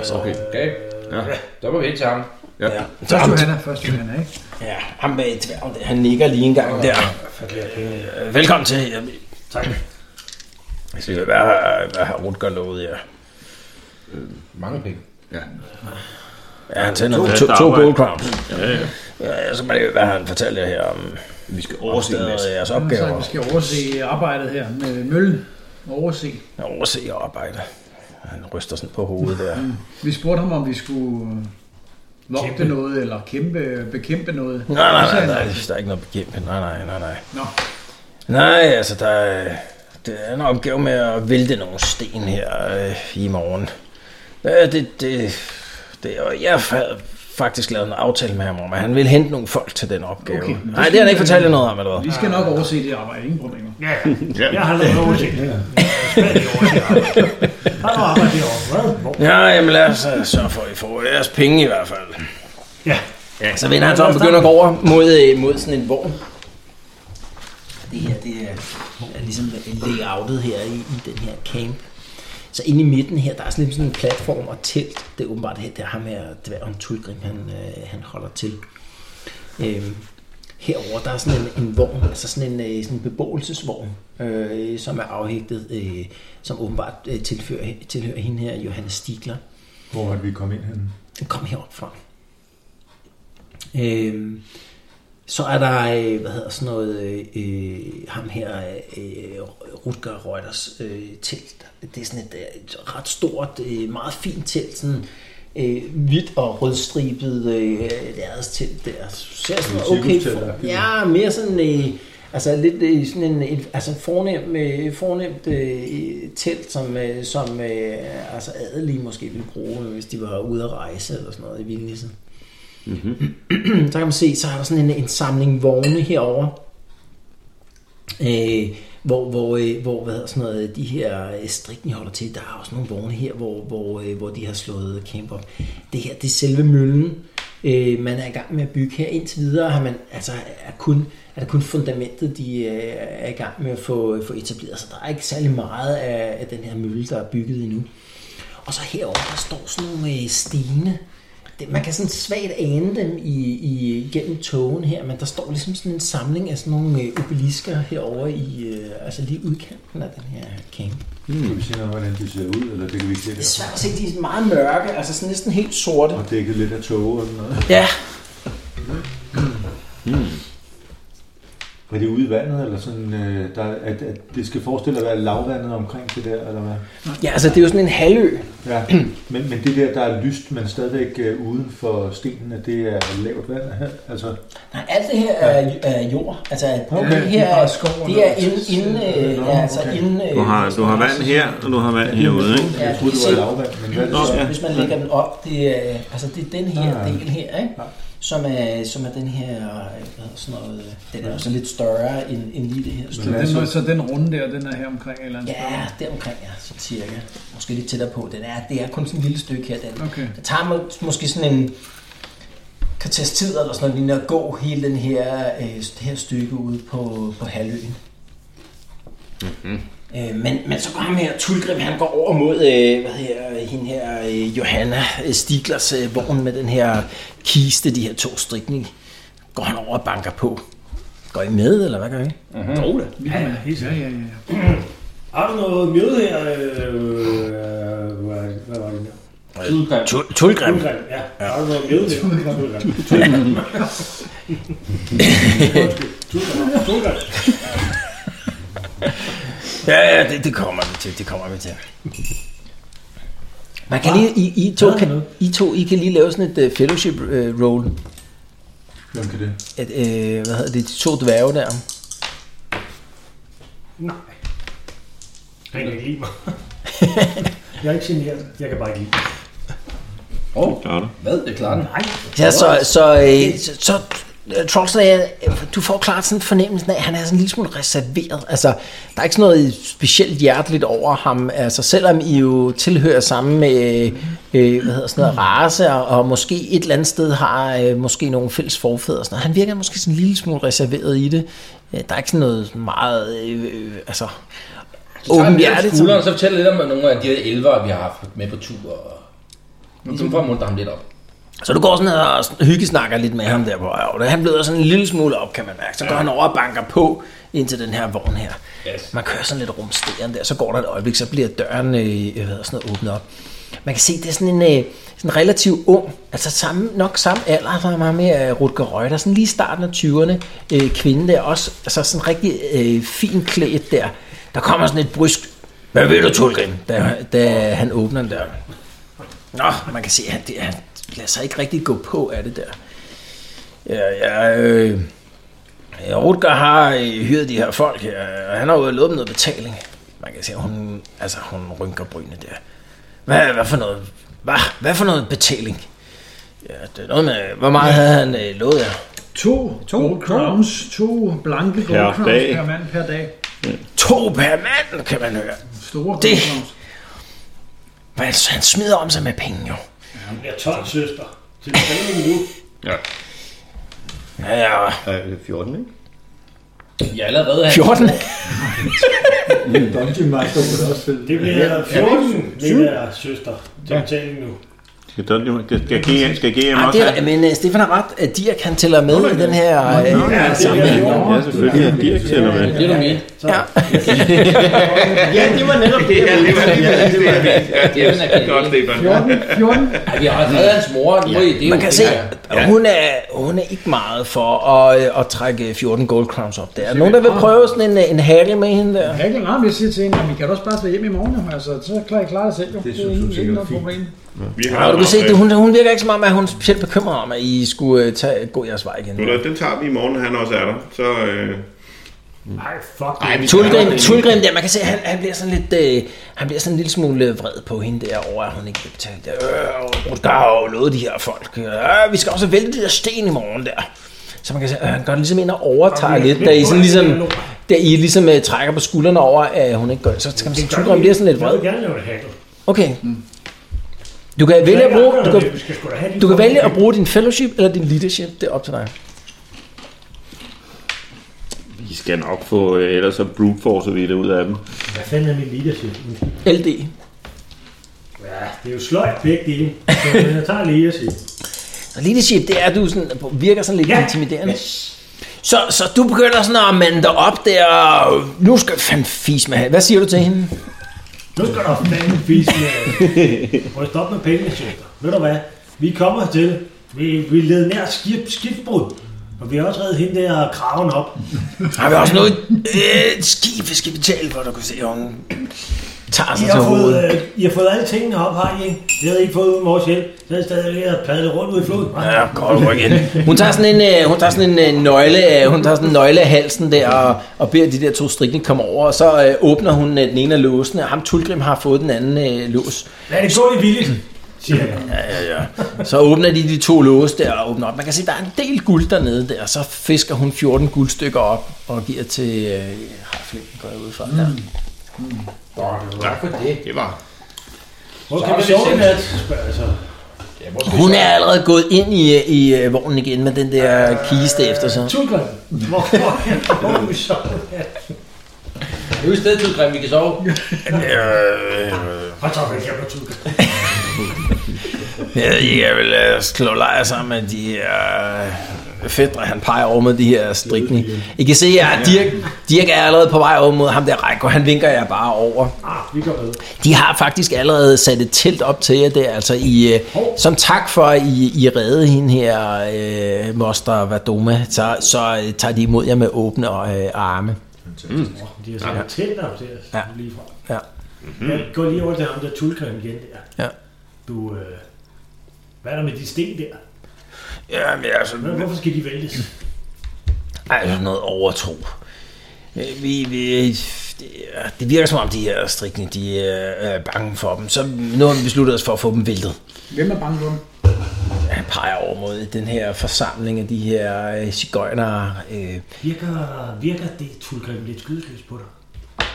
Så okay. okay. Ja. Der var vi ikke til ham.
Ja. Først Johanna, først Johanna, ikke?
Ja, ham med dværgen, der, han nikker lige en gang der. Øh, Velkommen til. Jeg-
Tak.
Jeg siger, hvad har, hvad har Rutger lovet jer?
Øh,
Mange penge.
Ja.
Ja, han tænder
To-
to, to,
to
to gold crown.
Ja, ja.
ja. Jeg skal bare lige, hvad han fortalte jer her om.
Vi skal
overse en masse. jeres opgaver.
Så vi skal overse arbejdet her med møllen. Overse.
Overse og arbejde. Han ryster sådan på hovedet der.
Mm. Vi spurgte ham, om vi skulle øh, vogte noget, eller kæmpe, bekæmpe noget.
Nej, nej,
Så sagde
nej,
han,
nej, der er ikke noget bekendt. Nej, nej, nej, nej.
Nå.
Nej, altså, der er, det er en opgave med at vælte nogle sten her øh, i morgen. Ja, det, det, det, og jeg har faktisk lavet en aftale med ham om, at han vil hente nogle folk til den opgave. Okay,
men
nej, det
skal
har han ikke
vi-
fortalt jer noget om, eller hvad?
Vi skal nok overse det arbejde, ingen problemer.
Ja, Jeg har lavet noget til. Har du arbejdet herovre? Hvad?
Ja, jamen lad os øh, sørge for, at I får jeres penge i hvert fald.
Ja.
ja så vender han så og begynder at gå over mod, øh, mod sådan en vogn. Det her, det er, er ligesom layoutet her i, i den her camp. Så inde i midten her, der er sådan, lidt sådan en platform og telt. Det er åbenbart her, det er ham her, dværgen Tulgrim, han, øh, han holder til. Øhm, herover der er sådan en, en vogn, altså sådan en, øh, sådan en beboelsesvogn, øh, som er afhægtet, øh, som åbenbart øh, tilfører, tilhører hende her, Johannes Stigler.
Hvor var det, vi kom ind henne?
Den kom herop fra. Øhm, så er der, øh, hvad hedder sådan noget, øh, øh, ham her, øh, Rutger Reuters øh, telt. Det er sådan et, øh, et ret stort, øh, meget fint telt, sådan øh, hvidt og rødstribet øh, deres telt der. Ser sådan
Et
okay
cirkustelt,
for,
ja.
Ja, mere sådan, øh, altså lidt øh, sådan en, en altså fornem, øh, fornemt øh, telt, som, øh, som øh, altså adelige måske ville bruge, hvis de var ude at rejse eller sådan noget i vildnissen.
Mm-hmm.
så kan man se, så er der sådan en, en samling vogne herover, øh, hvor, hvor, øh, hvor hvad hedder sådan noget, de her øh, strikni holder til. Der er også nogle vogne her, hvor, hvor, øh, hvor de har slået camp op. Det her, det er selve møllen, øh, man er i gang med at bygge her. Indtil videre har man, altså, er, kun, er der kun fundamentet, de øh, er i gang med at få, få etableret. Så der er ikke særlig meget af, af den her mølle, der er bygget endnu. Og så herover der står sådan nogle øh, stene. Det, man kan sådan svagt ane dem i, i, gennem togen her, men der står ligesom sådan en samling af sådan nogle øh, obelisker herovre i, øh, altså lige udkanten af den her camp.
Hmm. Kan vi se noget, hvordan de ser ud, eller det kan vi ikke se
Det er svært at se, de er meget mørke, altså sådan næsten helt sorte.
Og dækket lidt af tåge eller noget.
Ja.
Hmm. Er det ude i vandet, eller sådan, øh, der, at, at, det skal forestille at være lavvandet omkring det der, eller hvad?
Ja, altså det er jo sådan en halvø.
Ja, men, men det der, der er lyst, men stadigvæk øh, uden for stenene, det er lavt vand, altså...
Nej, alt det her er, er jord. Altså
Okay,
det
det
her
er bare
er,
skov og
det er
noget.
inde, inde, øh,
Nå,
altså
okay.
inde, øh,
Du har, du har vand her, og du har vand herude, ikke?
Ja, du kan se,
Nå,
hvis,
ja.
hvis man lægger den op, det er, altså det er den her del her, ikke? Som er, som er den her, øh, hvad hedder sådan noget, øh, den er også lidt større end, end lige det her
Så den, så den runde der, den er her omkring et eller andet
Ja, der omkring, ja, sådan cirka. Måske lidt tættere på. Den er, det er kun sådan et lille stykke her. Den.
Okay.
Det tager må, måske sådan en kvarters tid eller sådan noget, lignende at gå hele den her, øh, det her stykke ude på, på halvøen.
Mm-hmm.
Øh, men, men så går ham her, Tulgrim, han går over mod, øh, hvad her, hende her, øh, Johanna øh, Stiglers øh, vogn med den her kiste, de her to strikning. Går han over og banker på. Går I med, eller hvad gør I?
Mhm.
Jo da.
Vi kommer
Ja, ja, ja.
Har du noget møde her? Øh, øh, hvad- hvad- Hvad var det der?
Tudgrim.
Tu- Tulgrim.
Tulgrim, ja. Der var noget med det. Tulgrim.
Tulgrim.
Tulgrim. Tulgrim.
Ja, ja, det, det kommer vi til, det kommer vi til. Man kan lige, I, I, to, kan, I to, I kan lige lave sådan et uh, fellowship uh, roll.
Hvem kan det?
At, uh, hvad hedder det, de to dværge der.
Nej. Han kan ikke lide mig. jeg er ikke generet. Jeg kan bare ikke lide mig.
Åh, oh, hvad? Jeg klarer den. Nej.
Ja, så, så, øh, så, så øh, Trollslager, øh, du får klart sådan fornemmelsen af, at han er sådan en lille smule reserveret. Altså, der er ikke sådan noget specielt hjerteligt over ham. Altså, selvom I jo tilhører samme øh, øh, hvad hedder sådan noget, race, og, og, måske et eller andet sted har øh, måske nogle fælles forfædre. og Sådan noget. Han virker måske sådan en lille smule reserveret i det. Øh, Der er ikke sådan noget meget... Øh, øh, altså, åben hjertet.
Skulderen, så fortæl lidt om nogle af de her elver, vi har haft med på tur. Og... Mm. Så får jeg muntre ham lidt op.
Så du går sådan her og hyggesnakker lidt med ham der på øjet. Han bløder sådan en lille smule op, kan man mærke. Så går han over og banker på ind til den her vogn her. Yes. Man kører sådan lidt rumsteren der, så går der et øjeblik, så bliver døren øh, hvad hedder sådan noget, åbnet op. Man kan se, det er sådan en, øh, sådan relativt ung, altså samme, nok samme alder, som ham med øh, Rutger Røgter, sådan lige i starten af 20'erne, øh, kvinde der også, altså sådan rigtig øh, fin klædt der. Der kommer sådan et brysk, hvad vil du, Tulgrim, da, da han åbner den der. Nå, man kan se, at det, han lader sig ikke rigtig gå på af det der. Ja, ja, øh, ja, Rutger har øh, hyret de her folk her, og han har jo lovet dem noget betaling. Man kan se, at hun, altså, hun rynker brynene der. Hvad, hvad for noget? Hvad, hvad for noget betaling? Ja, det er noget med, hvor meget havde han øh, lovet jer?
To, to gold crowns, to blanke gold
Per
crowns
dag.
per mand per dag.
To per mand, kan man høre.
Store
Det,
gold crowns.
hvad, så han smider om sig med penge jo.
Han bliver 12 søster. Til fanden nu.
Ja.
Ja,
ja. 14, ikke?
Jeg er allerede...
14?
Dungeon Master kunne også finde.
Det bliver 14, det er søster. Til betaling nu.
Skal, Dungeon- skal, skal, GM, skal GM
Ej,
også
det er,
have?
men uh, Stefan har ret, at Dirk han tæller med i den her øh,
Nå, ja, det er
sammenhæng.
jo- ja, selvfølgelig. Ja, Dirk tæller med.
Det er du med.
Ja.
Ja, det var netop det, jeg lavede. Ja, det var det. Ja, det
er sådan, godt,
Stefan.
14.
Ej, vi har reddet hans mor. Nu er I- det
Man
er jo-
kan
det
se,
er-
at hun er, hun er ikke meget for at, øh, at trække 14 gold crowns op. Der er nogen, der vil prøve sådan en, øh, en hackle med hende der.
Jeg kan ikke larme, jeg siger til hende, at vi kan da også bare tage hjem i morgen, jo. altså, så klarer jeg klarer det selv, jo. Det,
synes
er
hun
ikke
sikkert
noget
er fint.
problem.
Vi
Ja, og du kan se, det, hun, hun virker ikke som om, at hun er specielt bekymret om, at I skulle øh, tage, gå jeres vej igen.
Ved du hvad, Den tager vi i morgen, når han også er der. Så, øh,
Nej, fuck.
Tulgrim, Tulgrim der, man kan se, at han, han bliver sådan lidt, øh, han bliver sådan en lille smule øh, vred på hende der over, at hun ikke vil betale det. Øh, der er jo noget af de her folk. Øh, vi skal også vælte de der sten i morgen der. Så man kan se, at han går ligesom ind og overtager lidt, da I sådan ligesom, da I ligesom øh, trækker på skuldrene over, at hun ikke gør det. Mm. Så kan man se, at Tulgrim bliver sådan lidt vred.
Jeg vil gerne lave et hackle.
Okay. Du kan vælge at bruge, du kan,
Vi skal sgu da have de
du kan
folk.
vælge at bruge din fellowship eller din leadership, det er op til dig.
vi skal nok få, øh, ellers så brute force vi det ud af dem.
Hvad fanden er min leadership?
LD.
Ja, det er jo sløjt begge dele. Så jeg tager leadership.
Så leadership, det er, at du sådan, virker sådan lidt ja.
Ja.
intimiderende. Så, så du begynder sådan at mande dig op der, og nu skal jeg fandme fis med hende. Hvad siger du til hende?
Nu skal du fanden vise med. Må jeg stoppe med pengene, søster? Ved du hvad? Vi kommer til. Vi, vi led nær skib, skibbrud. Og vi har også reddet hende der kraven op.
Har vi også noget øh, et skib, vi skal betale for, du kan se, og hun tager
I
sig til
har, fået,
hovedet.
øh, I har fået alle tingene op, har I ikke? Det havde I ikke fået uden vores hjælp. Så havde I stadig ved at padle rundt ud i floden. hva'?
Ja, godt ryk ind. Hun tager sådan en, øh, hun tager sådan en øh, nøgle, øh, hun tager sådan en nøgle af halsen der, og, og beder de der to strikkende komme over, og så øh, åbner hun øh, den ene af låsene, og ham Tulgrim har fået den anden øh, lås.
Lad det gå i vildt, siger jeg.
Ja, ja, ja. Så åbner de de to låse der og åbner op. Man kan se, der er en del guld dernede der. Så fisker hun 14 guldstykker op og giver til øh, Harflin, går jeg ud fra. Der.
Tak for det.
Det var...
Hvor
Så
kan
har
vi
vi
sove i
sendt-
nat? spørger jeg så.
Ja, hvor skal vi
Hun
så-
er allerede gået ind i, øh, i øh, vognen igen med den der kiste efter sig.
Tulgrim, hvor hvor kan vi sove i nat?
Det er jo et sted, Tulgrim, vi kan sove.
Hold så, hvad jeg på Tulgrim.
Jeg, jeg vil øh, slå lejr sammen med de her øh, Fedt, at han peger over mod de her strikning. I kan se, at Dirk, Dirk er allerede på vej over mod ham der række, og han vinker jer bare over.
Ah, Vi går med.
De har faktisk allerede sat et telt op til jer der, altså i, øh, som tak for, at I, I redde hende her, øh, Moster Vadoma, så, så øh, tager de imod jer med åbne øh, arme.
Mm. De har sådan ja. tændt op til os ja. lige fra.
Ja.
Mm-hmm. Jeg går lige over til ham, der tulker igen der.
Ja.
Du, øh, hvad er der med de sten der?
Ja, men altså...
Hvorfor skal de væltes?
Ej, det er sådan noget overtro. Øh, Vi, vi, det, er- det virker som om, de her strikne, de øh, er, er bange for dem. Så nu har vi besluttet os for at få dem væltet.
Hvem er bange for dem?
Han peger over mod den her forsamling af de her øh, cigøjnere. Øh,
Virker, virker det tulkrim lidt skydesløst på dig?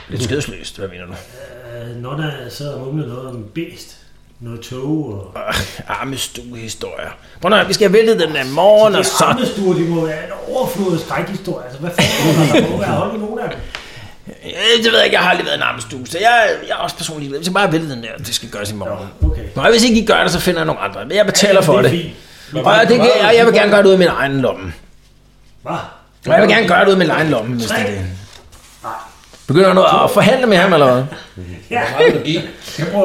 lidt skødsløst, hvad mener du?
Øh, når der sad og mumlede noget om bæst, noget tog og...
Armestue-historier. Øh, Prøv nu, at høre, vi skal have væltet dem der i morgen, og så...
Armestuer, de må være en overflod af skrækhistorie. Altså, hvad fanden er der? Hvor er holdt i nogen af dem?
Øh, det ved jeg ikke, jeg har aldrig været en armestue, så jeg, jeg er også personligt... Vi skal bare vælte den der, det skal gøres i morgen.
Okay.
Nå, hvis ikke I gør det, så finder jeg nogle andre. Men jeg betaler for
Ja,
det.
det er fint.
Og det kan, jeg, jeg vil gerne gøre det ud af min egen lomme.
Hvad?
Og jeg vil gerne gøre det ud af min egen lomme, hvis det er det. Begynder du at forhandle med ham, eller hvad?
Ja.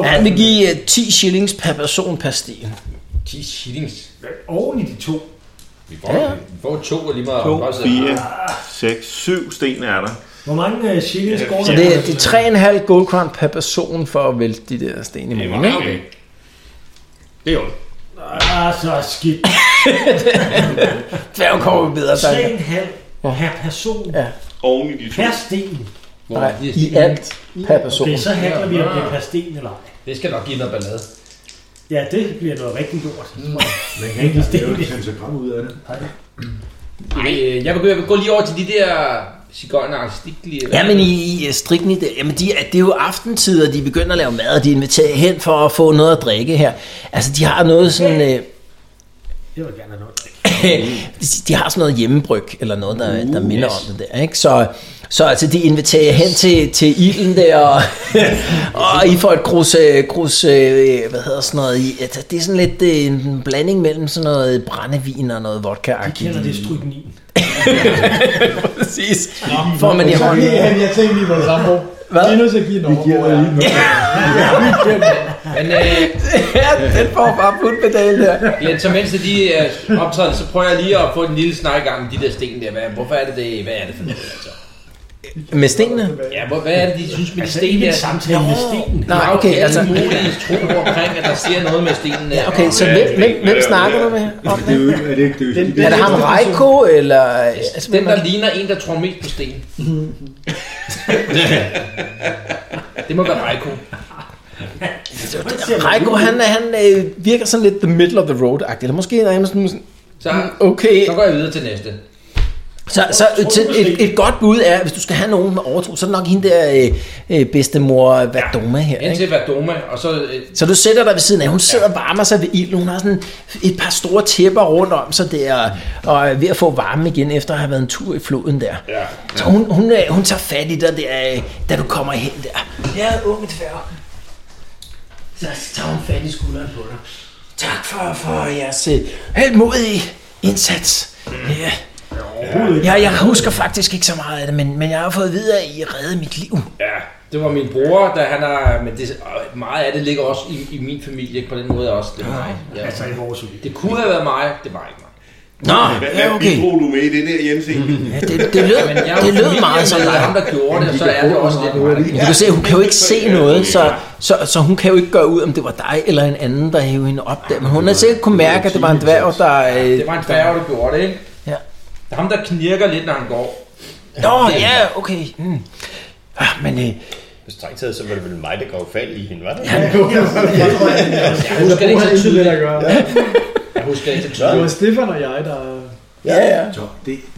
Han vil give øh, 10 shillings per person per sten.
10 shillings.
Oven i de to.
Vi får, ja. vi får to og lige meget.
To,
Bare sidde-
fire, seks, syv sten er der.
Hvor mange uh, shillings går der?
Så det, er- det er 3,5 gold crown per person for at vælte de der sten i morgen, ikke?
Okay. Det er jo
Ah, så skidt.
Dværgen kommer med bedre tanker.
3,5 per person.
Ja.
Oven i de
Per sten.
Nej, i alt per person.
Okay, så handler vi om det er per sten eller ej.
Det skal nok give noget ballade.
Ja, det bliver noget rigtig lort.
Mm.
Man kan
Rigtig
ikke lave
sten.
et pentagram ud af det.
Øh, jeg vil, gå- jeg vil gå lige over til de der cigøjner artistiklige.
Ja, men i, i strikni, der, jamen de, er- det er jo aftentider, de begynder at lave mad, og de er inviteret hen for at få noget at drikke her. Altså, de har noget sådan... Øh,
Jeg vil gerne have noget.
de, de har sådan noget hjemmebryg, eller noget, der, der minder Uh, yes. om det der, ikke? Så, så altså, de inviterer jer hen til, til ilden der, og, og I får et grus, øh, grus øh, hvad hedder sådan noget, i, altså, det er sådan lidt øh, en blanding mellem sådan noget brændevin og noget vodka
Jeg kender det stryknin.
Præcis. Får man i
Så
hånden.
lige- Jeg tænkte lige på det samme
Hvad?
Vi er nødt til at give en overbrug. Ja.
Men øh,
Ja, den får bare putpedal der.
Glenn, så mens de er optaget, så prøver jeg lige at få en lille snak i gang med de der sten der. Hvad, hvorfor er det det? Hvad er det for noget? Altså?
Med stenene?
Ja, hvor, hvad er det, de synes med altså, de
I
sten
vil
der?
samtale med stenen.
Nej, okay, altså...
Alle mulige tro omkring, at der sker noget med stenen der.
Ja, okay, så hvem, hvem, hvem snakker du med? Om
Det er
det?
jo ikke, er det ikke, det er jo ikke,
Er det ham Reiko, eller... Altså,
Den, der ligner en, der tror mest på sten.
Mhm.
det må være Reiko.
Reiko, han, er- han øh, virker sådan lidt the middle of the road-agtig, eller måske er han sådan, sådan,
Så,
okay.
så går jeg videre til næste.
Så, så et, et, et godt bud er, hvis du skal have nogen med overtro, så er det nok hende der øh, øh, bedstemor Vadoma her,
Ind
ikke?
til Verdoma, og så... øh,
Så du sætter dig ved siden af, hun sidder og varmer sig ved ilden, hun har sådan et par store tæpper rundt om sig der, og er ved at få varme igen efter at have været en tur i floden der.
Ja.
Så hun, hun, øh, hun tager fat i dig, der, øh, da du kommer hen der. Ja, unge dværg. Så tager hun fat i skulderen på dig. Tak for, for jeres øh, helt modige indsats. Ja. Ja, jeg husker faktisk ikke så meget af det, men, men jeg har fået videre, at I reddede mit liv.
Ja, det var min bror, da han har... Men det, og meget af det ligger også i, i min familie, ikke på den måde også. Det var mig. Ja.
Altså i vores uge.
Det kunne have været mig, det var ikke mig.
Nå,
Hvad,
ja,
hvad
okay.
bidrog du med i det der, Jens? egentlig?
Ja, det, det lød,
Men jeg er jo
det lød meget som
familiemedlem,
dig.
ham, der gjorde det, og så er det også lidt mig. der-
Men du kan se, hun kan jo ikke se noget, så, så, så hun kan jo ikke gøre ud, om det var dig eller en anden, der hævde hende op der. Men hun har sikkert kunne mærke, at det var en dværg, der... Øh...
Det var en færge, der gjorde det, ikke?
Ja.
Det er ham, der knirker lidt, når han går.
Nå, ja, okay. Mm. Ah, men øh,
Hvis strengt taget, så var det vel mig, der gav fald i hende, var det?
Jeg husker det ikke så tydeligt.
at gøre.
Jeg husker det ikke så
Det var
tydeligt.
Stefan og jeg, der...
ja, ja.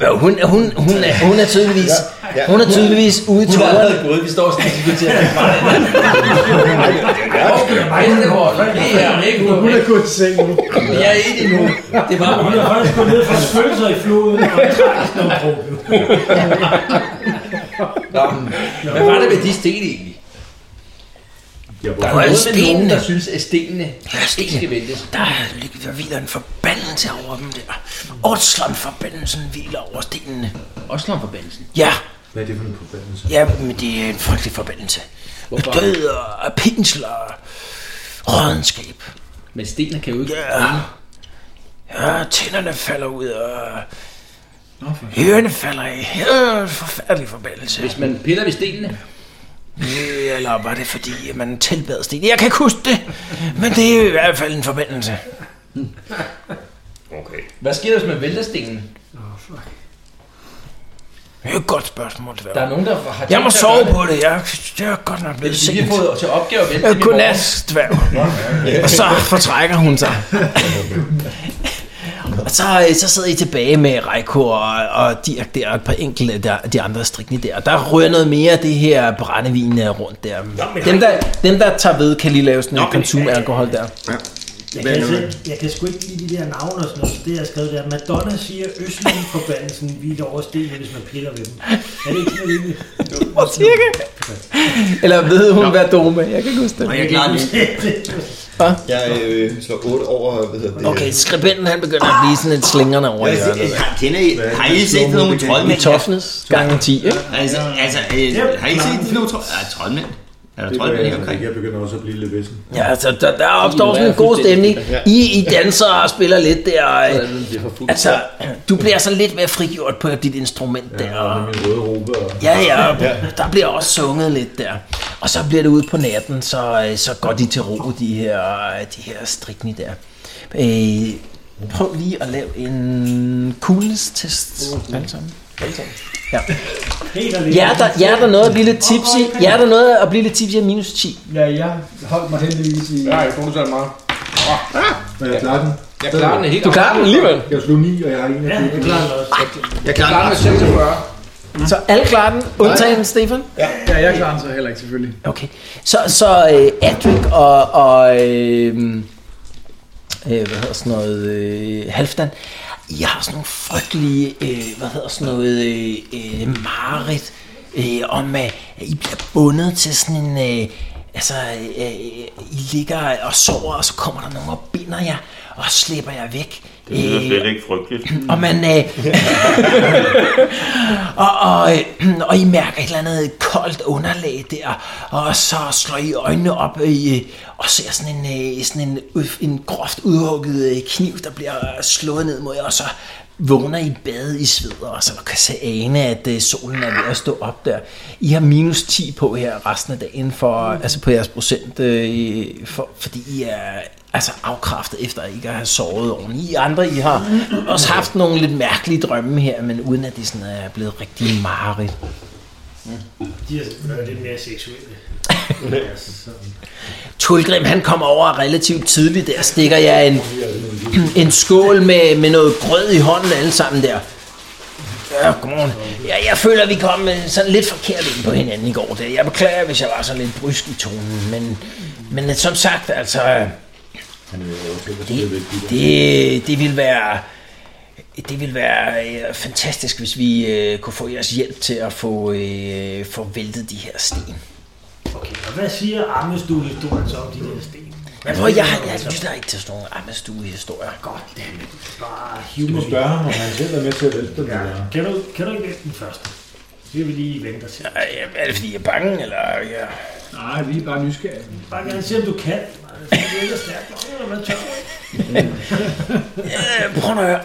Hun, hun, hun, hun, er, hun er tydeligvis, hun er tydeligvis ude i
Hun har
tårerne.
allerede gået, vi står og diskuterer. Hvor skal der rejse det over? Det er jeg ikke nu.
Hun er gået i seng nu.
Jeg er ikke nu. Det var
Hun har faktisk gået ned for at svømme sig i floden og trække sådan noget brug.
Nå, Hvad var det med de sten egentlig?
Der er noget med nogen, der synes, at stenene ikke skal væltes.
Der ligger hviler en forbandelse over dem der. Årslund-forbandelsen hviler over stenene.
Årslund-forbandelsen?
Ja.
Hvad er det for en forbandelse?
Ja, men det er en frygtelig forbandelse.
Hvorfor?
Hvorfor? Død og pinsel og rådenskab.
Men stenene kan jo ikke...
Ja. Ja, tænderne falder ud, og hørene falder af. Ja, forfærdelig forbandelse.
Hvis man piller ved stenene.
Øh, Eller var det fordi, at man tilbad sten? Jeg kan ikke huske det, men det er i hvert fald en forbindelse.
Okay. Hvad sker der, hvis man vælter stenen?
Det er et godt spørgsmål. Det
Der er nogen, der har
Jeg må
tænkt sig at
sove
gøre
på det. Jeg, jeg er godt nok blevet
Det er fordi,
sent.
vi har fået til opgave at vente
Øh,
dem i
Godnat, dværg. Og så fortrækker hun sig. Og så, øh, så sidder I tilbage med Reiko og, og Dirk der, og et par enkelte der, de andre strikne der. Og der rører noget mere af det her brændevin øh, rundt der. Dem der, dem, der tager ved, kan lige lave sådan en konsum-alkohol der.
Jeg kan, altså, jeg kan sgu ikke lide de der navne og sådan noget, så det jeg har skrevet der. Madonna siger, Østland forbandelsen hviler over stenene, hvis man piller ved dem. Er det ikke sådan rimeligt?
Hvor cirka? Eller ved hun, hvad dome er? Jeg kan ikke huske det.
Nej, jeg klarer det
Hvad?
Jeg øh, slår 8 over, hvad hedder det?
Okay, skribenten han begynder at blive sådan lidt slingrende over i hjørnet.
Kender I, har I set sådan nogle troldmænd?
Toughness gange 10, ikke?
Altså, altså øh, har I set sådan nogle troldmænd? Ja, troldmænd. Er der
Det gør
troldmænd
jeg,
her omkring?
Øh, jeg begynder også at blive lidt vissen.
Ja, altså, der, der opstår sådan en god stemning. I, I danser og spiller lidt der. og, Altså, du bliver så lidt mere frigjort på dit instrument der. og-
Røde robe og...
Ja, ja, der bliver også sunget lidt der. Og så bliver det ude på natten, så, øh, så går de til ro, de her, øh, de her strikni der. Øh, prøv lige at lave en coolness-test. Alle sammen. Alle sammen. Ja. Ja, der, ja, der noget at blive lidt tipsy. Ja, der noget at blive lidt tipsy af minus 10.
Ja, jeg holdt mig heldigvis i... Ja, jeg kunne så meget.
Men jeg klarer den.
Jeg klarer den helt
Du klarer den alligevel.
Jeg slog 9, og jeg har 21.
jeg klarer den også.
Jeg klarer den med
46.
Så alle klarer den, undtagen Stefan?
Ja, ja jeg klarer den så heller ikke, selvfølgelig.
Okay. Så, så øh, Adric og, og øh, øh, hvad hedder sådan noget, øh, Halfdan, I har sådan nogle frygtelige, øh, hvad hedder sådan noget, øh, øh, mareridt, øh, om at I bliver bundet til sådan en, øh, altså, øh, øh, I ligger og sover, og så kommer der nogen og binder jer, og slipper jer væk.
Det lyder
Øh,
slet ikke frygteligt.
og man... Øh, og, og, øh, og I mærker et eller andet koldt underlag der, og så slår I øjnene op i, øh, og ser sådan en, øh, sådan en, ud- en groft udhugget øh, kniv, der bliver slået ned mod jer, og så vågner I badet i sved, og så kan se ane, at øh, solen er ved at stå op der. I har minus 10 på her resten af dagen, for, altså på jeres procent, øh, for, fordi I er altså afkræftet efter ikke at have sovet ordentligt. I andre, I har også haft nogle lidt mærkelige drømme her, men uden at det sådan er blevet rigtig mareridt.
De er selvfølgelig lidt mere seksuelle.
Tulgrim, han kommer over relativt tidligt der, stikker jeg en, en skål med, med noget grød i hånden alle sammen der. Ja, godmorgen. Ja, jeg føler, at vi kom øh, sådan lidt forkert ind på hinanden i går. Der. Jeg beklager, hvis jeg var sådan lidt brysk i tonen, men, men som sagt, altså... øh, Det, det, det ville være... Det ville være øh, fantastisk, hvis vi øh, kunne få jeres hjælp til at få, øh, få væltet de her sten.
Okay, og hvad siger armestolhistorien så om de der sten?
Ja, prøv, jeg, jeg, jeg lytter ikke til sådan nogle ammestue-historier.
Godt, dammit. Bare
Du må
humor.
spørge ham, om han selv er med til at vælte dem. Ja.
Kan du, kan du ikke vælge den første? Det vil vi lige vente og se.
Ja, er det fordi, jeg er bange, eller? Ja.
Nej, vi er bare nysgerrige.
Bare gerne se, om du kan. Nej, det er ikke stærkt nok, eller hvad tør
Øh, prøv nu at høre.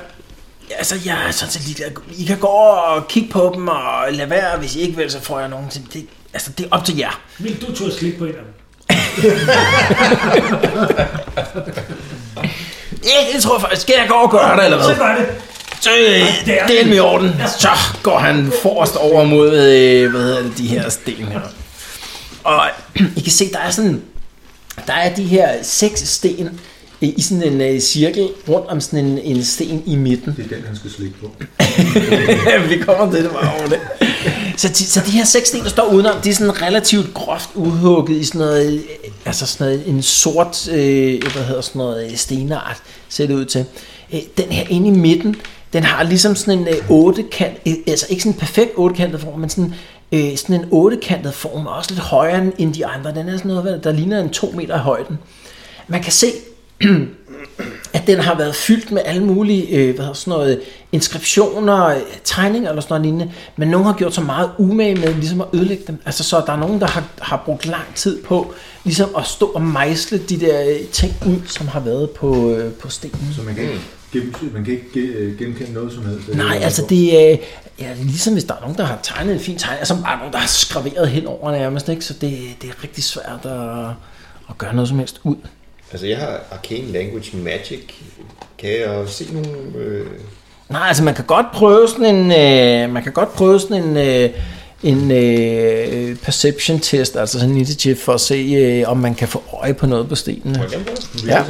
Altså, jeg er sådan set ligeglad. I kan gå over og kigge på dem, og lade være, hvis I ikke vil, så får jeg nogen til. Det, altså, det er op til jer.
Vil du turde slikke på en af dem?
Ja, det tror jeg faktisk. Skal jeg gå og gøre det, eller hvad?
Så gør det.
Så øh, det er med i orden. Så går han forrest over mod, øh, hvad hedder det, de her sten her. Og I kan se, der er sådan, der er de her seks sten øh, i sådan en øh, cirkel rundt om sådan en, en sten i midten.
Det er den, han skal slikke på.
Vi kommer til det bare over det. Så de, så de her seks sten, der står udenom, de er sådan relativt groft udhugget i sådan noget, øh, altså sådan noget, en sort, øh, hvad hedder sådan noget, øh, stenart, ser det ud til. Øh, den her inde i midten, den har ligesom sådan en øh, ottekant, øh, altså ikke sådan en perfekt ottekantet form, men sådan øh, sådan en ottekantet form, og også lidt højere end de andre. Den er sådan noget, hvad- der ligner en to meter i højden. Man kan se, at den har været fyldt med alle mulige øh, hvad hedder sådan noget, inskriptioner, øh, tegninger eller sådan noget lignende, men nogen har gjort så meget umage med ligesom at ødelægge dem. Altså så der er nogen, der har, har brugt lang tid på ligesom at stå og mejsle de der øh, ting ud, som har været på, øh, på stenen.
Så man kan ikke, gennem- man kan ikke ge- genkende noget som helst.
Mm. Nej,
Øh,
altså det er ja, det er ligesom hvis der er nogen, der har tegnet en fin tegning, altså bare nogen, der har skraveret hen over nærmest, ikke? så det, det er rigtig svært at, at gøre noget som helst ud.
Altså, jeg har Arcane Language Magic. Kan jeg se nogle... Øh...
Nej, altså man kan godt prøve sådan en, øh, man kan godt prøve sådan en, øh, en øh, perception test, altså sådan en initiativ for at se, øh, om man kan få øje på noget på stenene. Ja.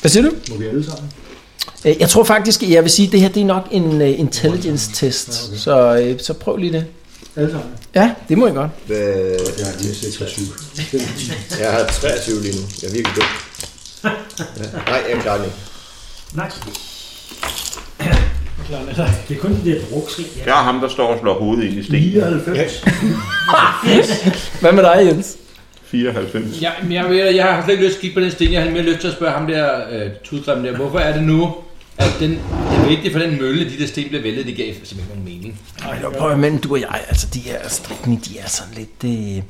Hvad siger du?
Må vi alle sammen?
Øh, Jeg tror faktisk, jeg vil sige, at det her det er nok en uh, intelligence test, så, øh, så prøv lige det.
Alle sammen.
Ja, det må jeg godt.
Hvad...
Jeg har lige set 23.
Jeg har 23 lige nu. Jeg er virkelig dum. Ja. Nej, jeg klarer det ikke.
Nej. Klar, altså, Det er kun det der brugskrig.
Jeg er ham, der står og slår hovedet ind i stenen.
99.
Hvad med dig, Jens?
94.
Jeg, men jeg, ved, jeg har slet ikke lyst til at kigge på den sten. Jeg har mere lyst til at spørge ham der, øh, tudgrimmen der, hvorfor er det nu, at den, det er vigtigt for den mølle, de der sten blev væltet, det gav simpelthen ikke nogen mening.
Ej, nu prøv at men du og jeg, altså de her strikning, de er sådan lidt... Øh...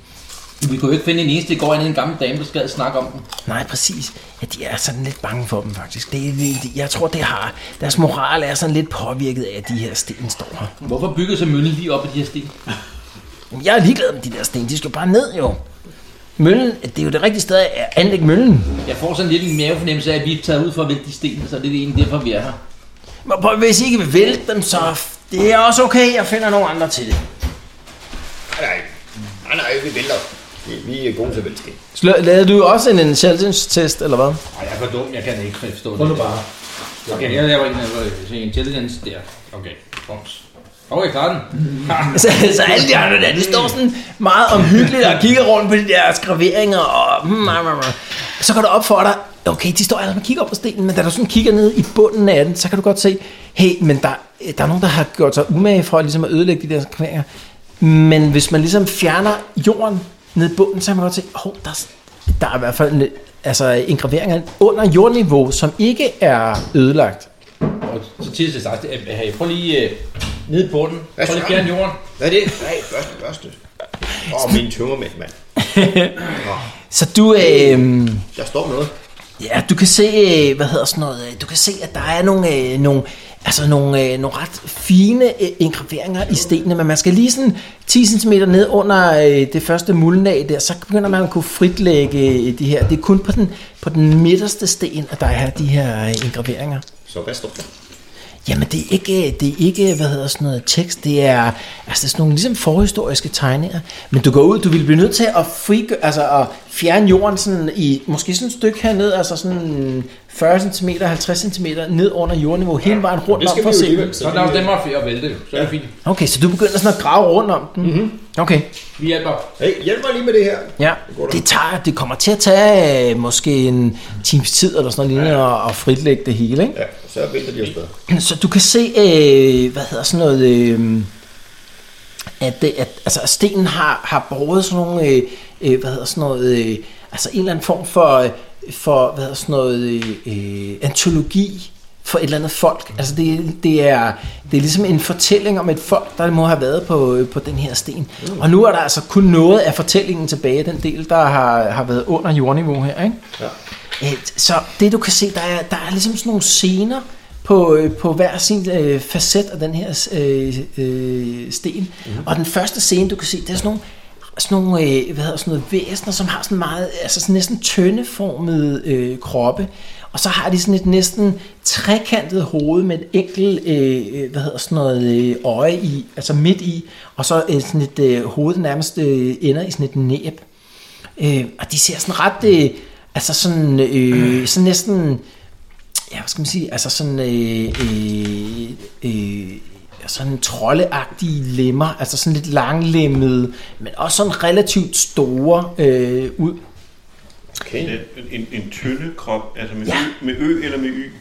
Vi kunne jo ikke finde en eneste i går, andet en gammel dame, der skal snakke om den.
Nej, præcis. Ja, de er sådan lidt bange for dem faktisk. Det, det, det- jeg tror, det har... Deres moral er sådan lidt påvirket af, at de her sten står her.
Hvorfor bygger så møllen lige op af de her sten?
Jamen, Jeg er ligeglad med de der sten. De skal bare ned, jo. Møllen, det er jo det rigtige sted at anlægge møllen.
Jeg får sådan lidt en mavefornemmelse af, at vi er taget ud for at vælte de sten, så det er det egentlig derfor, vi er her.
Men prøv, hvis I ikke vil vælte dem, så f- det er også okay. Jeg finder nogle andre til det.
Nej, nej, nej, vi vælter. Vi, vi er gode til venskab.
Slå, lavede du også en intelligence-test, eller hvad?
Ej, jeg er for dum, jeg kan ikke forstå det.
Prøv nu bare.
Okay, jeg laver en, jeg laver en intelligence der. Okay, bums. Okay, klar den.
så, så alle de andre der, de står sådan meget omhyggeligt og kigger rundt på de der skraveringer og... Mm, mm, mm. Så går det op for dig, okay, de står alle og kigger op på stenen, men da du sådan kigger ned i bunden af den, så kan du godt se, hey, men der, der er nogen, der har gjort sig umage for ligesom at ødelægge de der skraveringer. Men hvis man ligesom fjerner jorden ned i bunden, så kan man godt se, hov, der, er- der er i hvert fald en, altså, en gravering under jordniveau, som ikke er ødelagt.
Og så tirsdag til sagt, øh, hey, prøv lige øh, ned i bunden. Prøv lige at fjerne jorden.
Hvad er det? Nej, børste, børste. Åh, oh, min tømmermænd, mand.
Så du... Øh,
Jeg står med noget.
Ja, du kan se, øh, hvad hedder sådan noget, øh, du kan se, at der er nogle, øh, nogle, altså nogle, øh, nogle ret fine øh, engraveringer i stenene, men man skal lige sådan 10 cm ned under øh, det første muldnag der, så begynder man at kunne fritlægge øh, de her. Det er kun på den, på den midterste sten, at der er de her øh, engraveringer.
Så hvad står der?
Jamen det er ikke, det er ikke hvad hedder sådan noget tekst, det er, altså det er sådan nogle ligesom forhistoriske tegninger. Men du går ud, du vil blive nødt til at, frigø- altså, at fjerne jorden sådan i, måske sådan et stykke herned, altså sådan 40 cm, 50 cm ned under jordniveau, hele vejen rundt om for at se den.
Så er der jo dem at at vælte, jo. så er det fint.
Okay, så du begynder sådan at grave rundt om den. Mm-hmm. Okay.
Vi hjælper.
Hey, hjælp mig lige med det her.
Ja, det, tager, det kommer til at tage øh, måske en times tid eller sådan noget lignende ja. at, at fritlægge det hele, ikke?
Ja, så vælter de os bedre.
Så du kan se, øh, hvad hedder sådan noget, øh, at, det, at altså, at stenen har, har båret sådan nogle, øh, øh, hvad hedder sådan noget, øh, altså en eller anden form for, øh, for hvad hedder sådan noget, øh, øh, antologi for et eller andet folk. Altså det, det, er, det er ligesom en fortælling om et folk, der må have været på, øh, på den her sten.
Mm.
Og nu er der altså kun noget af fortællingen tilbage, den del, der har, har været under jordniveau her, ikke?
Ja.
Øh, Så det du kan se, der er, der er ligesom sådan nogle scener på, øh, på hver sin øh, facet af den her øh, øh, sten. Mm. Og den første scene, du kan se, det er sådan nogle, sådan nogle øh, hvad hedder, sådan noget væsener, som har sådan meget, altså sådan næsten tøndeformede øh, kroppe. Og så har de sådan et næsten trekantet hoved med et enkelt øh, øh, hvad hedder, sådan noget, øh, øje i, altså midt i. Og så øh, sådan et øh, hoved, der nærmest øh, ender i sådan et næb. Øh, og de ser sådan ret, øh, altså sådan, øh, sådan næsten, ja, hvad skal man sige, altså sådan, øh, øh, øh, sådan troldeagtige lemmer, altså sådan lidt langlemmede, men også sådan relativt store øh, ud.
Okay. En, en, en tynde krop, altså med, ja. ø, med ø eller med y.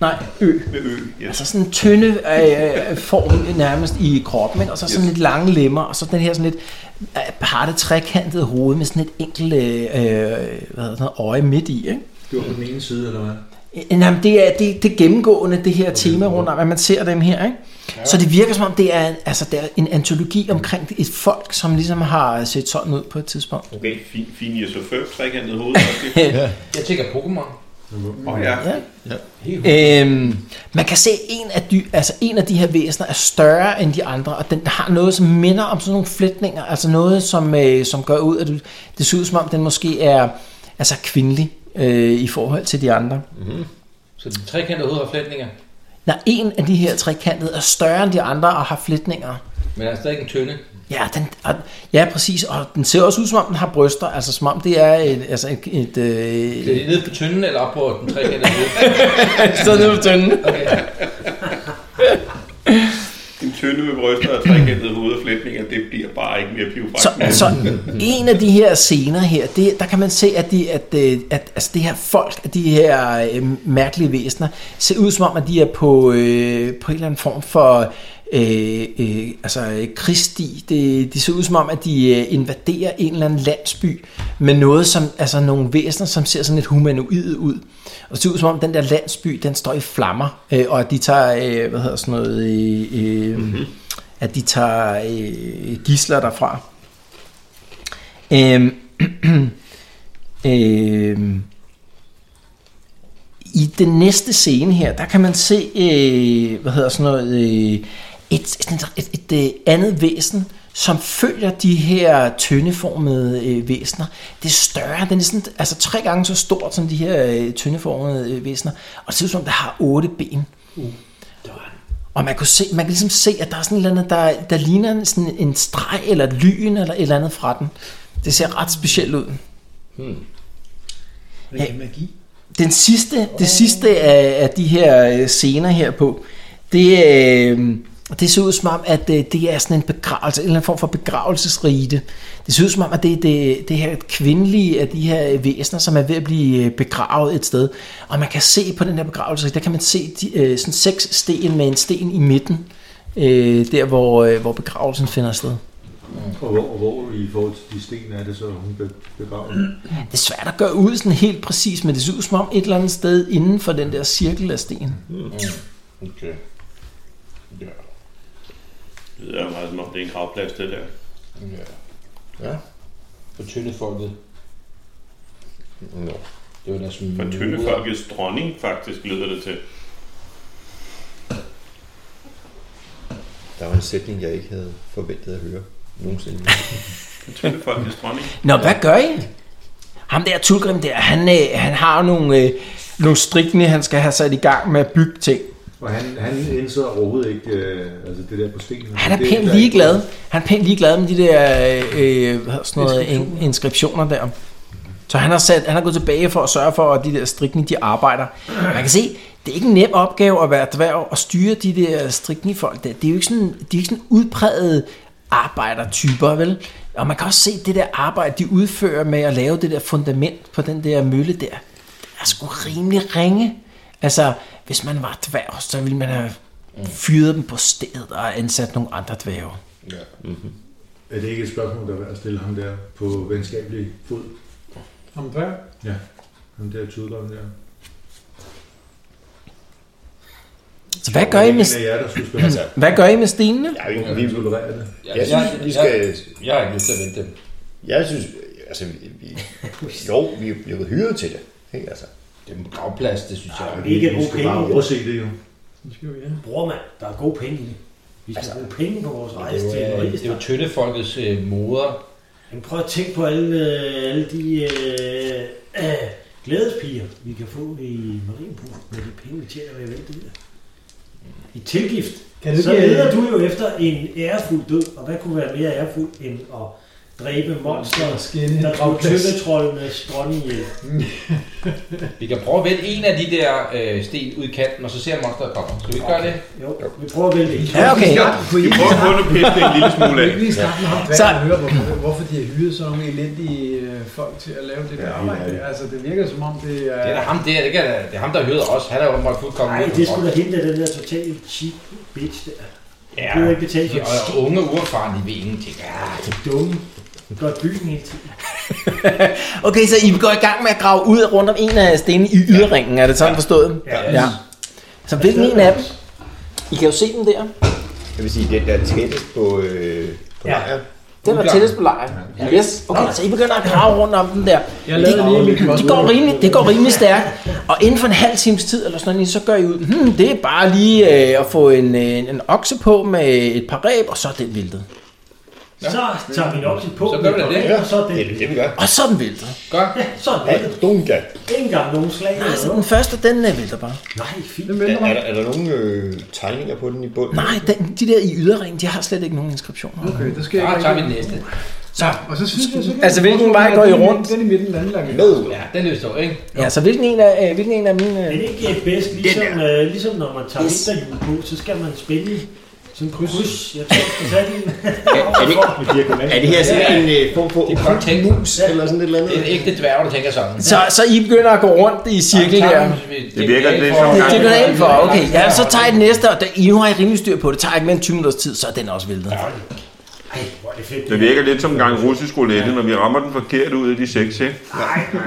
Nej, ø. ø yes. Altså sådan en tynde øh, øh, form nærmest i kroppen, ikke? og så sådan yes. lidt lange lemmer, og så den her sådan lidt øh, partet trekantede hoved med sådan et enkelt øh, øh, hvad hedder sådan noget, øje midt i. Ikke?
Det var på den ene side, eller hvad?
Øh, Nej, men det er det, det er gennemgående, det her okay. tema rundt om, at man ser dem her. Ikke? Ja. Så det virker som om, det er, altså, det er en antologi omkring et folk, som ligesom har set sådan ud på et tidspunkt.
Okay, fin, fin i så før, trekantet hoved. Okay.
ja. Jeg tænker Pokémon.
Oh, ja.
ja. ja. Øhm, man kan se, at en af, de, altså en af de her væsener er større end de andre, og den har noget, som minder om sådan nogle flætninger, altså noget, som, øh, som gør ud, at det, det ser ud som om, den måske er altså kvindelig øh, i forhold til de andre. Mm-hmm.
Så de trekantede hoved har flætninger?
Nej, en af de her trekantede er større end de andre og har flætninger.
Men er stadig en tynde?
Ja, den, og, ja, præcis. Og den ser også ud, som om den har bryster. Altså, som om det er et... Altså et, et, øh,
et det er det nede på tynden, eller op på den trekantede
hoved? Stod nede på tynden. Okay.
en tynde med bryster og trekantede hoved og flætninger, det bliver bare ikke mere pivfragt.
Så, så en af de her scener her, det, der kan man se, at, de, at, at, at altså det her folk, at de her øh, mærkelige væsener, ser ud som om, at de er på, øh, på en eller anden form for øh, øh, altså krigssti. Det, det ser ud som om, at de øh, invaderer en eller anden landsby med noget som, altså nogle væsener, som ser sådan lidt humanoid ud. Og det ser ud som om, den der landsby, den står i flammer, øh, og at de tager, øh, hvad hedder sådan noget, øh, øh, mm-hmm. at de tager øh, gisler derfra. Øh, øh, i den næste scene her, der kan man se, øh, hvad hedder sådan noget, øh, et, et, et, et andet væsen, som følger de her tyndeformede øh, væsener. Det er større, den er sådan, altså tre gange så stort som de her øh, tyndeformede øh, væsener, og det ser ud som, der har otte ben. Uh. Og man kan, se, man kan ligesom se, at der er sådan et eller andet, der, der ligner sådan en streg, eller et lyn, eller et eller andet fra den. Det ser ret specielt ud. Hmm.
Hvad er magi?
Den sidste, oh. det sidste af, af de her øh, scener her på, det er... Øh, og det ser ud som om, at øh, det er sådan en begravelse, en eller anden form for begravelsesrite. Det ser ud som om, at det er det, det her kvindelige af de her væsener, som er ved at blive øh, begravet et sted. Og man kan se på den her begravelse, der kan man se de, øh, sådan seks sten med en sten i midten, øh, der hvor, hvor begravelsen finder sted.
Og hvor, og hvor i forhold til de sten er det så, hun blev begravet?
Det er svært at gøre ud sådan helt præcis, men det ser ud som om et eller andet sted inden for den der cirkel af sten.
Okay. Ja. Det lyder meget som om, det er en gravplads, det der.
Ja. Ja. For tyndefolket. Nå. Det var der som...
For tyndefolkets dronning, faktisk, lyder det til.
Der var en sætning, jeg ikke havde forventet at høre nogensinde.
For tyndefolkets dronning.
Nå, hvad gør I? Ham der Tulgrim der, han, øh, han har nogle, øh, nogle strikne, han skal have sat i gang med at bygge ting.
Og han, han indså overhovedet ikke øh, altså det der på stenen.
Han er det, pænt ligeglad. Han er pænt ligeglad med de der øh, hvad sådan noget, inskriptioner. inskriptioner der. Så han har, sat, han har gået tilbage for at sørge for, at de der strikning, de arbejder. Man kan se, det er ikke en nem opgave at være dværg og styre de der strikning folk der. Det er jo ikke sådan, de er jo ikke sådan udpræget arbejdertyper, vel? Og man kan også se det der arbejde, de udfører med at lave det der fundament på den der mølle der. Det er sgu rimelig ringe. Altså, hvis man var dværg, så ville man have fyret dem på stedet og ansat nogle andre dværge. Ja.
Mm-hmm. Er det ikke et spørgsmål, der er værd at stille ham der på venskabelig fod?
Ham dværg?
Ja, ham der tydeligere der.
Så hvad gør, I Altså, med, hvad gør I med stenene?
Jeg vil ikke tolerere det.
Jeg, synes, vi skal... Jeg, har ikke lyst til at vente dem.
Jeg synes, altså, vi, jo, vi er blevet hyret til det. Ikke? Altså,
det er en gravplads, det synes ja, jeg.
Ikke er gode penge.
Bare overse det jo.
Bror mand, der er gode penge i det. Vi skal altså, bruge penge på vores rejse
det er, til Det er jo tyndefolkets øh, moder.
Men prøv at tænke på alle, øh, alle de øh, øh, glædespiger, vi kan få i Marienburg med de penge, vi tjener ved at vente der. I tilgift. Kan du så leder du jo efter en ærefuld død, og hvad kunne være mere ærefuldt end at dræbe monster, der drog tyndetrollenes dronning ihjel.
Vi kan prøve at vende en af de der øh, sten ud i kanten, og så ser monsteret kommer. Skal vi ikke gøre det?
Jo, vi prøver at vælge en.
Ja, okay.
Vi prøver at underpille det en lille smule
Vi kan lige
af.
snakke med ham,
Så-
så... og høre, hvorfor, hvorfor de har hyret sådan nogle elendige øh, folk til at lave det der arbejde. Altså, det virker som om, det er...
Det er da ham der, det, kan, da- det er ham, der hører os. Han er jo åbenbart fuldkommen
Nej,
ude af
det
kontrol.
skulle da hende der, den der totale cheap bitch der.
Ja,
Ja. Du har ikke betalt for
de-
en
og-
stor
og unge uerfarne, de ved ingenting. Ja,
dumme. Gør byen hele tiden.
Okay, så I går i gang med at grave ud rundt om en af stenene i yderringen, er det sådan forstået?
Ja.
Så hvilken en af dem? I kan jo se den der.
Jeg vil sige, den der er tættest på, øh, på
Ja.
lejren.
Den var tættest på lejren. Yes. Okay, så I begynder at grave rundt om den der.
Jeg lavede lige mit
De går rimelig, det går rimelig stærkt. Og inden for en halv times tid, eller sådan noget, så gør I ud, hmm, det er bare lige øh, at få en, øh, en okse på med et par ræb, og så er den væltet.
Så tager vi en okse på.
Så gør vi da det.
Og så er den
Det er det, vi gør.
Og så er den væltet.
Gør.
Så er den
Dunga.
ikke engang nogen slag eller
Altså, den
noget.
første, den øh, vælter bare.
Nej, fint.
Er, er, der, er der nogen øh, tegninger på den i bunden?
Nej, den, de der i yderringen, de har slet ikke nogen inskriptioner.
Okay, der skal jeg
Ah,
Så
ikke
tager vi
rigtig-
den næste.
Og så synes jeg, så kan
Altså,
jeg-
hvilken vej går I rundt?
Den i midten landlagt.
Med.
Ja, den er jo stor, ikke?
Ja, så hvilken en af, øh, hvilken en af mine...
Er
Øh,
det ikke øh, bedst, ligesom, øh, ligesom når man tager vinterhjul på, så skal man spille i sådan en kryds. Jeg tror, det er en.
Er, er, det, er det her sådan en øh, form for
Det er godt tænkt.
mus eller sådan et eller
Det er en
Øh,
andet?
ægte dværg, der tænker sådan.
så, så I begynder at gå rundt i cirkel
Tager
her.
den, hvis vi-
Det virker lidt som
Det,
gang.
det går jeg ind for, okay. Ja, så tager jeg den næste, og der, I nu har I rimelig styr på det. Det tager ikke mere end 20 minutters tid, så er den også væltet.
Ej, hvor er det fedt.
Det virker lidt som en gang russisk roulette, når vi rammer den forkert ud af de seks, ikke?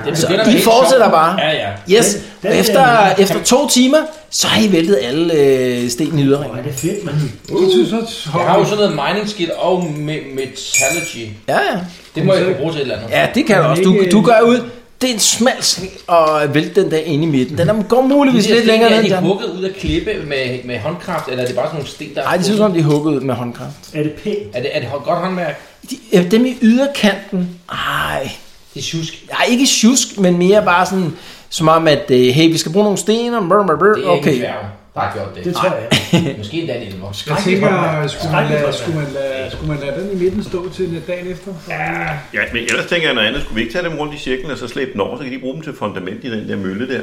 Det
Så
begynder
I
helt
fortsætter
sjovt.
bare.
Ja, ja.
Yes, og efter, efter to timer, så har I væltet alle øh, sten i
Hvor er
yderringen.
det fedt, mand.
Jeg synes, så
Jeg har jo sådan noget mining skill og me- metallurgy.
Ja, ja.
Det må jeg kunne bruge til et eller andet.
Ja, det kan du også. Du, du gør ud. Det er en smal sne og vælte den der ind i midten. Den er, går muligvis lidt længere ned.
Er de
end den.
hugget ud af klippe med, med håndkraft, eller er det bare sådan nogle sten, der er
Nej, det ser ud
hugget?
som, om de er hugget ud med håndkraft.
Er det pænt?
Er det, er det godt håndværk?
De, øh, dem i yderkanten, ej,
Det er tjusk.
Ja, ikke sjusk, men mere bare sådan, som om at, øh, hey, vi skal bruge nogle sten, og brr, brr, brr.
Det er okay.
okay.
ikke en dværg, der har gjort det.
Det tror jeg.
Måske endda en elver.
Jeg tænker, skulle man,
Skrækkeligt
lade,
håndværk.
skulle, man lade, skulle man lade den i midten stå til øh, dagen efter? Ja.
Ja, men ellers tænker jeg noget andet. Skulle vi ikke tage dem rundt i cirklen og så slæbe den over, så kan de bruge dem til fundament i den der mølle der?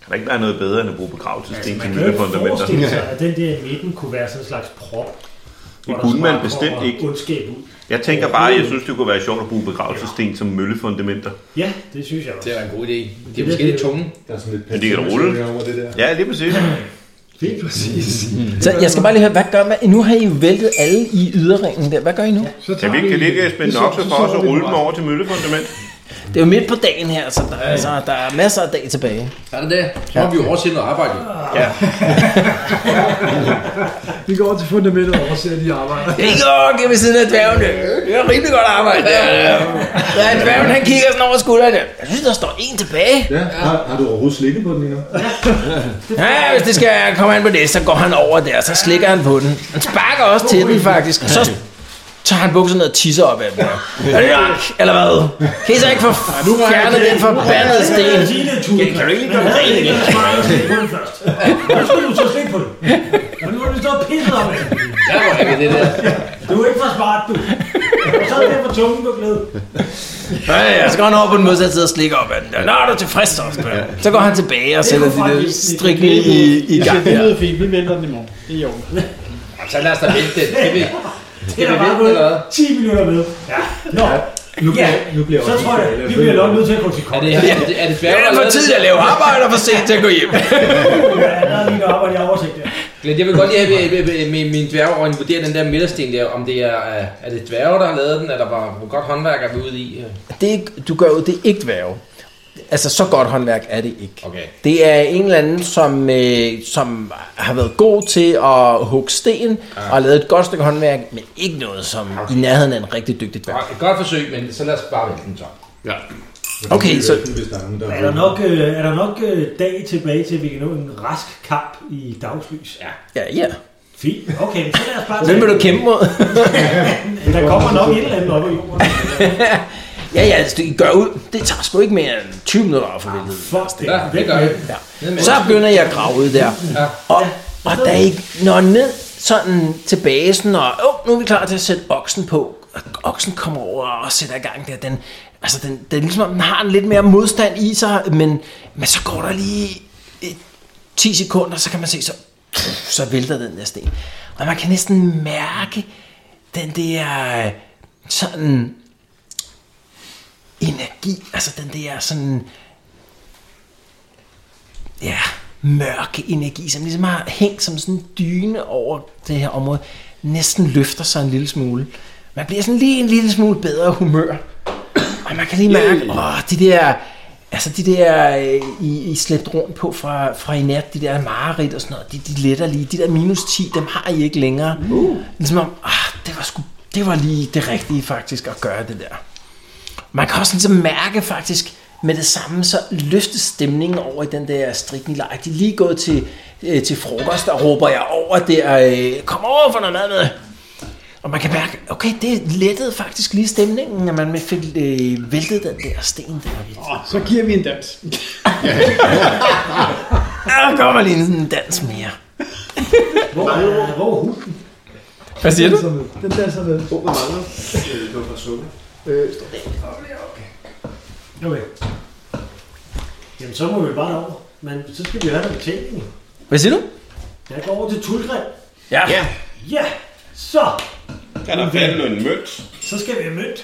Kan der ikke være noget bedre end at bruge begravelsesten til
Man kan jo ikke
møllefundamenter?
forestille sig, at den der i midten kunne være sådan en slags prop. hvor der
kunne
bare
man bestemt
kommer
ikke.
Ondskab ud.
Jeg tænker bare, at jeg synes, det kunne være sjovt at bruge begravelsesten som møllefundamenter.
Ja, det synes jeg også.
Det er en god idé. Det er måske lidt tunge.
Der er sådan lidt
Men det kan da rulle.
pensionsøger over det der.
Ja, lige præcis.
Lige præcis.
Så jeg skal bare lige høre, hvad gør man? Nu har I jo væltet alle i yderringen der. Hvad gør I nu?
Så
Kan
tager
vi ikke, kan vi ikke spænde nok så for os at rulle dem over til møllefundament?
Det er jo midt på dagen her, så der, altså, der er masser af dag tilbage.
Er det det? Så må vi jo oversætte noget arbejde. jo.
Vi går over til fundamentet og overser de arbejder.
Det går det ved siden af dværgene. Det er rimelig godt arbejde. Der, der er dværgen, han kigger sådan over skuldrene. Jeg synes, der står en tilbage.
Ja, har, har du overhovedet slikket på den endnu?
Ja, hvis det skal komme an på det, så går han over der, så slikker han på den. Han sparker også til den faktisk, og så tager han bukserne og tisser op af den. Er det nok, eller hvad? Kan I så ikke få fjernet den forbandede
Jeg
sten?
sige det, Tulle. Kan du ikke lige gøre det? Jeg kan ikke slik på den først. Nu skal du så slik på den. Men nu er du så pisset om det.
Der var ikke det der.
Du er ikke for smart, du. Og så er det på tungen, du glæder.
Ja, ja, så går han over på den modsatte side og slikker op af den. Nå, er du tilfreds så? spørger han. Så går han tilbage og sætter de der strikkene i, i gang.
Det
Ja.
lyder fint, vi venter den i morgen. Det er jo.
Jamen, så lad os da vente den. Skal vi,
Det
skal vi
er bare
vente
gået
eller hvad?
10 minutter med. Ja. Nå,
Nu
ja.
bliver, nu bliver
Så
også
tror
Michael-
jeg, vi bliver nok nødt til at gå til
Er
kong.
det,
Ja,
er det, er det
Det
dværge,
er
der
for tid til at lave arbejde og for sent til at gå hjem.
der er lige noget arbejde, jeg har oversigt der.
Glenn, jeg vil godt lige have at- at- at- at min, min dværgeøjne vurdere den der midtersten der, om det er, øh, er det dværge, der har lavet den, eller var, hvor godt håndværk er vi ude i. øh?
Det, er ikke- du gør jo, det er ikke dværge. Altså, så godt håndværk er det ikke.
Okay.
Det er en eller anden, som, øh, som har været god til at hugge sten ja. og har lavet et godt stykke håndværk, men ikke noget, som okay. i nærheden er en rigtig dygtig dværg.
Et godt forsøg, men så lad os bare vente den så.
Okay, så
Hvis der er nogen, der
Er der nok, øh, er der nok øh, dag tilbage til, at vi kan nå en rask kamp i dagslys? Ja.
ja, ja.
Fint. Okay, så lad os bare
Hvem vil
tage-
du kæmpe mod?
Der kommer nok et eller andet op i jorden.
ja, ja, altså, det gør ud. Det tager sgu ikke mere end 20 minutter at få væltet.
Fuck det.
Ja, det gør jeg.
Ja. Så begynder jeg at grave ud der.
Ja.
Og, og da I når ned sådan tilbage, sådan, og oh, nu er vi klar til at sætte oksen på, oksen kommer over og sætter i gang der, den, altså den, den, ligesom, om den har en lidt mere modstand i sig, men, men så går der lige et, 10 sekunder, så kan man se, så, så vælter den der sten. Og man kan næsten mærke den der sådan energi, altså den der sådan ja, mørke energi, som ligesom har hængt som sådan en dyne over det her område, næsten løfter sig en lille smule. Man bliver sådan lige en lille smule bedre humør. Og man kan lige mærke, åh, de der, altså de der, øh, I, I slæbt rundt på fra, fra i nat, de der mareridt og sådan noget, de, de letter lige. De der minus 10, dem har I ikke længere. Uh. Ligesom om, ah, det var sgu, det var lige det rigtige faktisk at gøre det der. Man kan også ligesom mærke faktisk, med det samme, så løftes stemningen over i den der strikkenlejr. De er lige gået til, øh, til frokost, og råber jeg over der, øh, kom over for noget mad med. Og man kan mærke, okay, det lettede faktisk lige stemningen, at man fik øh, væltet den der sten der.
Oh, så giver vi en dans.
Der kommer lige sådan en dans mere.
Hvor er hvor er hunden?
Hvad siger du?
Den der så med.
Hvor mangler øh, du fra suppe? Øh, står
Okay. Jamen, så må vi bare over. Men så skal vi have noget betænkning.
Hvad siger du?
Jeg går over til Tulgrim.
Ja.
Ja.
Ja, så.
Kan der fandme noget mønt?
Så skal vi have mødt.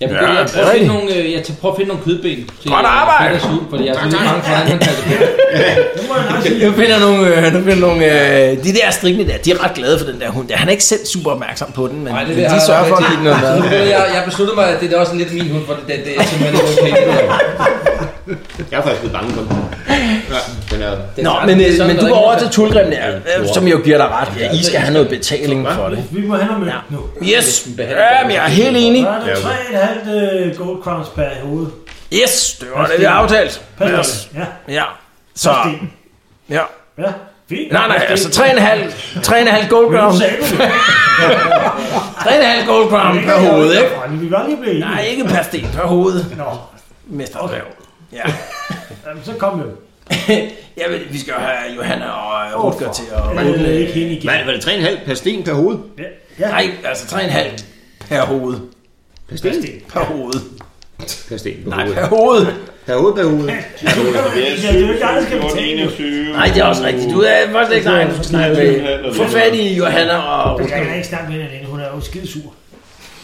Jeg
Ja,
begynder ja, at
det
prøve
er
at finde
rigtigt.
nogle, øh, jeg tager, prøver at finde nogle kødben. Til,
Godt arbejde!
øh, Peters hund, Fordi jeg er
Tak,
sådan lidt
tak.
bange for, at han kan tage kød.
Nu finder nogle, øh, nu finder nogle øh, de der strikne der, de er ret glade for den der hund der. Han er ikke selv super opmærksom på den, men
Nej,
Ej,
det
det
vil
de
jeg
sørger for at
rigtig-
give den noget
Så nu
mad.
blev jeg, jeg besluttede mig, at det er også lidt min hund, for det, det, det er simpelthen ikke okay. det der.
Jeg er faktisk blevet bange for den. Ja, den er...
Det er
Nå,
ret-
men,
det er
øh,
sådan,
men du
der
går
ikke
over
er-
til Tulgrim der, øh, som jo giver dig ret. Ja, I skal have noget betaling for det.
Vi må have noget mødt nu.
Yes, ja, men jeg er helt enig.
Der er det 3,5 gold crowns per hoved.
Yes, det var det, vi har aftalt.
Per sten.
Yes.
Ja,
Ja, så... Ja.
ja. Fint.
Nej, nej,
Per
altså
sten.
3,5 3,5 gold
Men nu
crown.
sagde du det.
3,5 gold crown per hoved, ikke?
Vi kan godt lige blive enige.
Nej, ikke per sten, per hoved.
Nå,
Mester Dværg. Ja.
jamen, så kom jo.
Jeg ved, vi skal jo have Johanna og øh,
Åh,
Rutger
for
til at
helvede,
åbne.
ikke hende igen.
Hvad var det 3,5 per sten per hoved?
Øh, Ja, ja.
Nej, altså 3,5 per hoved.
Per sten?
Per hoved.
Per sten per
Nej,
hoved.
per hoved.
Per hoved per hoved.
Ja, det er jo ikke dig, der skal betale.
Nej, det er også rigtigt. Du er faktisk ikke nej, du skal snakke med. Få fat i Johanna og
Jeg
Rutger.
kan ikke snakke med hende alene, hun er jo skidesur.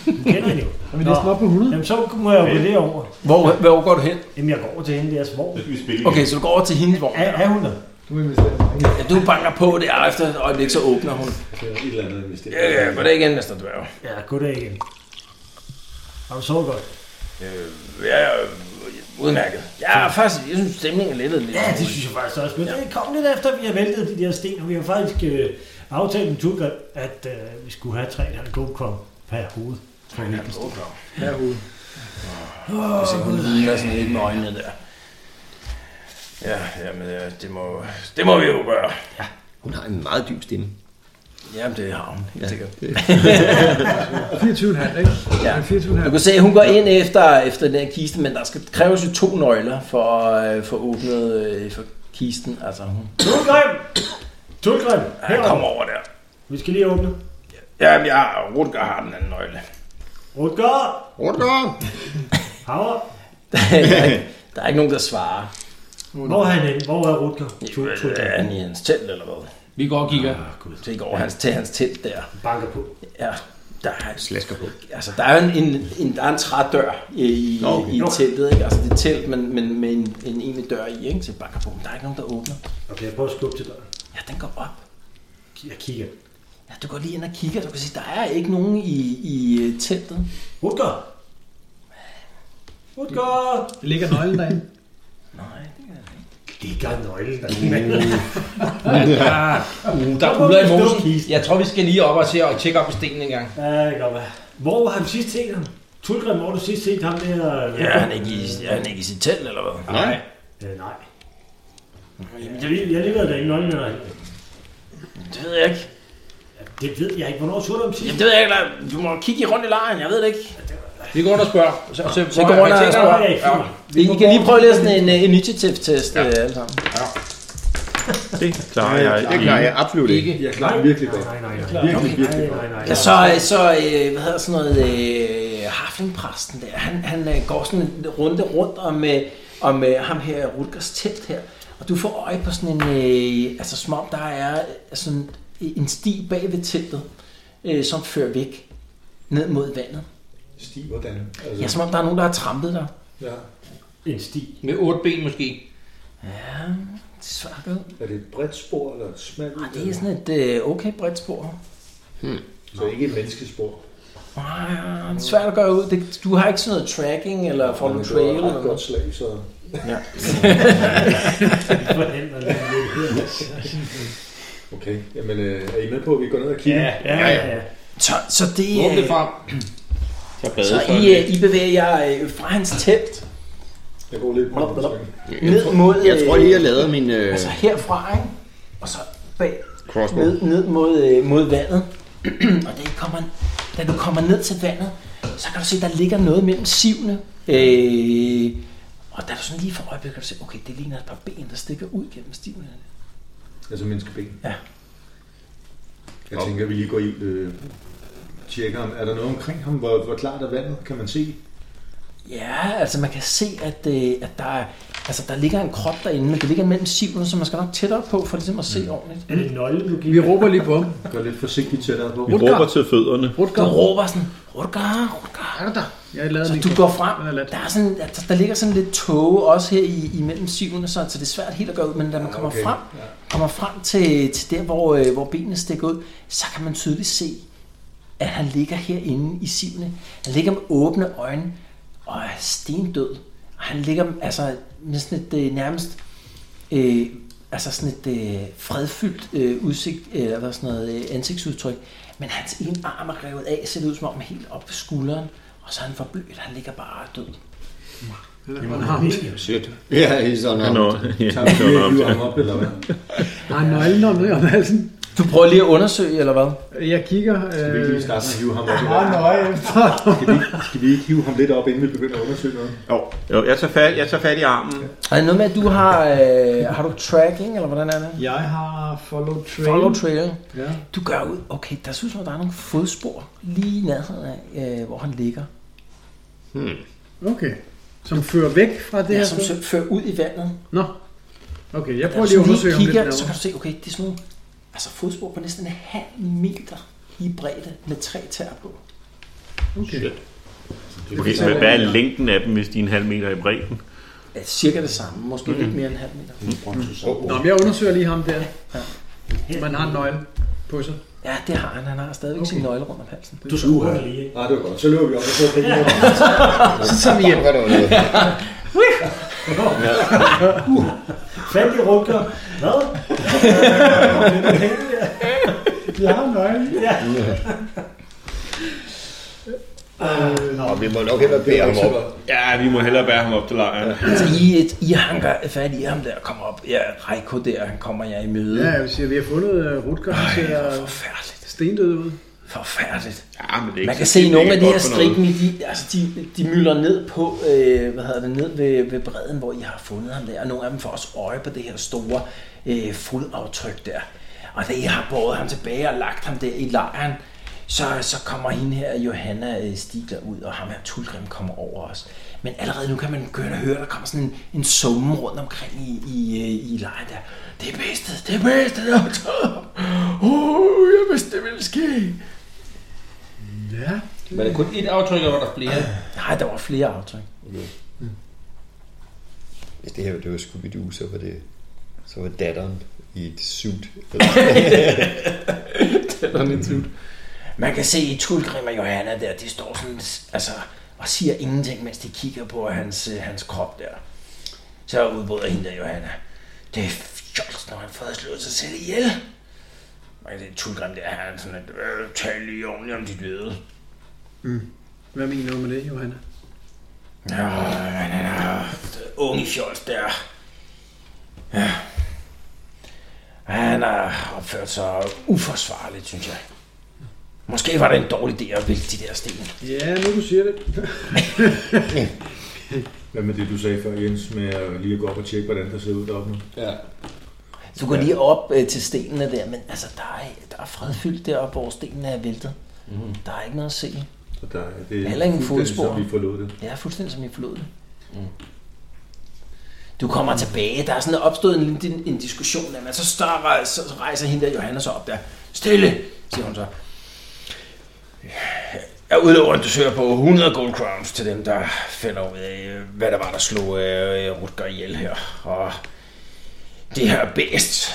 Hun kender hende jo.
Er vi næsten oppe på 100?
Jamen, så må jeg jo gå derover.
Hvor, hvor går du hen?
Jamen, jeg går over til hende, det er svår.
Okay, så du går over til hendes vogn.
Er, er hun der?
Du investerer mange.
Ja, du banker på der, og efter et øjeblik, så åbner hun.
Et eller andet investering.
Ja, ja, goddag igen, Mester Dværg.
Ja, goddag igen. Har du sovet godt?
Ja, ja, udmærket. Ja, faktisk, jeg synes, stemningen er lettet lidt.
Ja, det synes jeg faktisk også. Men det kom lidt efter, vi har væltet de der sten, og vi har faktisk øh, aftalt en tur, at øh, vi skulle have 3,5 gold crown per hoved.
Hvis ikke hun ligner sådan lidt med øjnene der. Ja, jamen, ja, det må, det må vi jo gøre.
Hun har en meget dyb stemme.
Jamen, det har hun, helt sikkert.
24,5, ikke?
Ja.
Ja, 24,5.
Du kan se, at hun går ind efter, efter den her kiste, men der skal kræves jo to nøgler for at øh, få åbnet øh, for kisten. Altså, hun
Tulgrim! Tulgrim,
ja,
herover.
kom over der.
Vi skal lige åbne.
Jamen, jeg har, Rutger har den anden nøgle.
Rutger!
Rutger!
Havre!
der, er ikke, der er ikke nogen, der svarer.
Hvor er han henne? Hvor er Rutger? Tul-
Er
Tulgrim
han i hans telt eller hvad?
Vi går og kigger.
Så I går hans, til hans telt der.
banker på.
Ja, der er
Slasker på.
Altså, der er jo en, en, en, der er en trædør i,
Nå, okay.
i teltet, ikke? Altså, det er et telt, men, men med en, en egentlig dør i, ikke? Til banker på. Men der er ikke nogen, der åbner.
Okay, jeg prøver at skubbe til døren.
Ja, den går op.
Jeg kigger.
Ja, du går lige ind og kigger. Du kan se, der er ikke nogen i, i øh, teltet.
Rutger! Rutger!
Det ligger nøglen derinde.
Nej, det er der ikke.
Ligger nøglen derinde.
Uh, der ruller i mosen. Jeg tror, vi skal lige op og se og tjekke op på stenen en gang.
Ja, det kan godt være. Hvor har du sidst set ham? Tulgrim, hvor har du sidst set ham der?
Ja, han er ikke i, ja, han er ikke i sit telt, eller hvad?
Nej.
Øh, nej. Jamen, jeg, jeg lever da ikke nøglen derinde.
Det ved jeg ikke.
Det ved jeg ikke. Hvornår så du ham sidst?
Jamen, det ved jeg ikke. eller- Du må kigge rundt i lejren, jeg ved det ikke.
Vi går rundt og spørger. Så, så, så,
går rundt og spørger.
Ja,
Ja.
fint.
øh, I kan lige prøve at læse en, en initiativ-test ja. alle sammen.
Det klarer jeg
Det klarer jeg absolut ikke.
Jeg klarer det virkelig godt.
Nej, nej,
Jeg klarer det
nej.
Virkelig, virkelig
Nej, nej,
godt.
Ja, så, så øh, hvad hedder sådan noget, øh, Haflingpræsten der, han, han øh, går sådan en runde rundt om, øh, om øh, ham her, Rutgers telt her, og du får øje på sådan en, øh, altså som om der er øh, sådan en sti bag ved teltet, øh, som fører væk ned mod vandet.
Sti, hvordan?
Ja, som om der er nogen, der har trampet dig.
Altså, Ja.
En sti.
Med otte ben måske.
Ja, det er svært ud.
Er det et bredt spor eller et smalt?
Nej, det er sådan et øh, okay bredt spor.
Så ikke et menneskespor.
Ah, det er svært at gøre ud. Det, du har ikke sådan noget tracking eller follow
Men
trail
Det var et
eller
ret
noget.
godt slag, så...
Ja.
okay, jamen øh, er I med på, at vi går ned og kigger?
Ja, ja, ja. ja.
Så, så det...
Åbne
øh,
frem.
Så I, øh, I bevæger jer øh, fra hans telt
Jeg går lidt på
Blop, blop.
Jeg
ned
tror-
mod...
jeg tror lige, jeg
lader
lavede min, øh,
Altså herfra, ikke? Og så bag...
Crossbow.
Ned, ned mod, øh, mod vandet. og da, I kommer, da du kommer ned til vandet, så kan du se, der ligger noget mellem sivene. Øh, og da du sådan lige får øje, på, kan du se, okay, det ligner et par ben, der stikker ud gennem stivene.
Altså menneskeben.
Ja.
Jeg tænker, at vi lige går i øh, tjekker ham. Er der noget omkring ham? Hvor, hvor klart er vandet? Kan man se?
Ja, altså man kan se, at, øh, at der, er- altså, der ligger en krop derinde, men det ligger mellem sivene, så man skal nok tættere på, for ligesom at se mm. ordentligt.
Er det nøgle, du giver?
Vi råber lige på ham.
Gør lidt forsigtigt tættere på.
Vi Rutger. råber
til fødderne.
Du råber sådan, Rutger, Rutger, er du der? Jeg lavede så du går frem, der, er sådan, altså, der ligger sådan lidt tåge også her i, imellem syvende, så, så det er svært helt at gå ud, men da man kommer
okay.
Ah, okay. frem, kommer frem til, til der, hvor, øh, hvor benene stikker ud, så kan man tydeligt se, at han ligger herinde i sivene. Han ligger med åbne øjne og er stendød. Og han ligger altså, med sådan et øh, nærmest øh, altså sådan et øh, fredfyldt øh, udsigt, øh, eller hvad sådan noget øh, ansigtsudtryk. Men hans ene arm er revet af, ser det ud som om helt op på skulderen, og så er han forblødt, han ligger bare død.
Shit. Ja, he's on
Hiver ham op, eller hvad?
Har han nøglen om ned om halsen?
Du prøver lige at undersøge, eller hvad?
Jeg kigger.
Skal vi ikke lige
Øh,
starte med at hive ham op? i
meget
vandet?
nøje efter.
Skal vi, skal vi ikke hive ham lidt op, inden vi begynder at undersøge noget?
Jo, jo jeg, tager fat, jeg tager fat i armen.
Er det noget med, at du har, øh, har du tracking, eller hvordan er det?
Jeg har follow trail.
Follow trail.
Ja.
Du gør ud, okay, der synes man, der er nogle fodspor lige i nærheden af, øh, hvor han ligger.
Okay. Som fører væk fra det
Det
her
er som
sted?
sø- fører ud i vandet.
Nå. Okay, jeg
Da
prøver lige
du
at
sådan
undersøge ham lidt
kigger, så
nærmere.
kan du se, okay, det er sådan nogle altså fodspor på næsten en halv meter i bredde med tre tæer på.
Okay.
Okay, hvad hvad er længden af dem, hvis de er en halv meter i bredden?
Ja, cirka det samme, måske
Mhm.
mm. lidt mere end en halv meter.
Nå, men jeg undersøger lige ham der. Man har en nøgle på sig.
Ja, det har han. Han har stadigvæk okay. sin nøgle rundt om halsen.
Du skal
Uha.
lige, ikke?
Nej, det var godt. Så løber vi op, og så ringer vi ham.
Så tager vi hjem.
Fandt i rukker. Hvad? Vi har nøglen. Ja. Øh, nå.
Og vi må nok hellere bære ham op.
Ja, vi må hellere bære ham op til lejren.
Så I, et, I hanker fat i ham der og kommer op. Ja, Reiko der, han kommer jeg i møde.
Ja,
Ja.
jeg vil sige, at vi har fundet øh, Rutger, han ser
Forfærdeligt.
stendød ud.
Forfærdeligt.
Ja, men det er ikke
Man kan
så
se
skidt,
nogle
det
af
er
de her
godt for noget.
strikken, de, altså de, de mylder ned på, øh, hvad hedder det, ned ved, ved bredden, hvor I har fundet ham der. Og nogle af dem får også øje på det her store øh, fodaftryk der. Og da I har båret ham tilbage og lagt ham der i lejren, så, så kommer hende her, Johanna øh, Stigler ud, og ham her Tulgrim kommer over os. Men allerede nu kan man begynde at høre, der kommer sådan en, en summen rundt omkring i, i, øh, i lejren der. Det er bedstet, det er bedstet, der er død. Åh, jeg vidste, det ville ske.
Men det er kun et aftryk, hvor der er flere.
Nej, der var flere aftryk.
Hvis det her det var Scooby-Doo, så var det så var datteren i et suit.
Man kan se Tulgrim og Johanna der, de står sådan, altså, og siger ingenting, mens de kigger på hans, øh, hans krop der. Så udbryder hende der, Johanna. Det er fjols, når han får slået sig selv ihjel. Man kan se Tulgrim der, han er sådan lidt, øh, tal lige ordentligt om de døde.
Mm. Hvad mener du med det, Johanna?
Nå, han er unge fjols der. Ja. Han har opført sig uforsvarligt, synes jeg. Måske var det en dårlig idé at vælte de der sten.
Ja, nu du siger det.
Hvad med det, du sagde før, Jens, med at lige at gå op og tjekke, hvordan der ser ud deroppe nu?
Ja.
Du går lige op øh, til stenene der, men altså, der er, der er fredfyldt deroppe, hvor stenene er væltet. Mm. Der er ikke noget at se.
Og der, er- det er
Heller ingen
fuldstændig,
fodspor.
Som vi forlod det.
Ja, fuldstændig som I forlod det. Mm. Du kommer tilbage. Der er sådan opstået en, en, en diskussion, at man så, større, så så rejser hende der Johanna så op der. Stille, siger hun så. Jeg udlover, at du søger på 100 gold crowns til dem, der finder ud af, øh, hvad der var, der slog øh, Rutger ihjel her. Og det her bæst.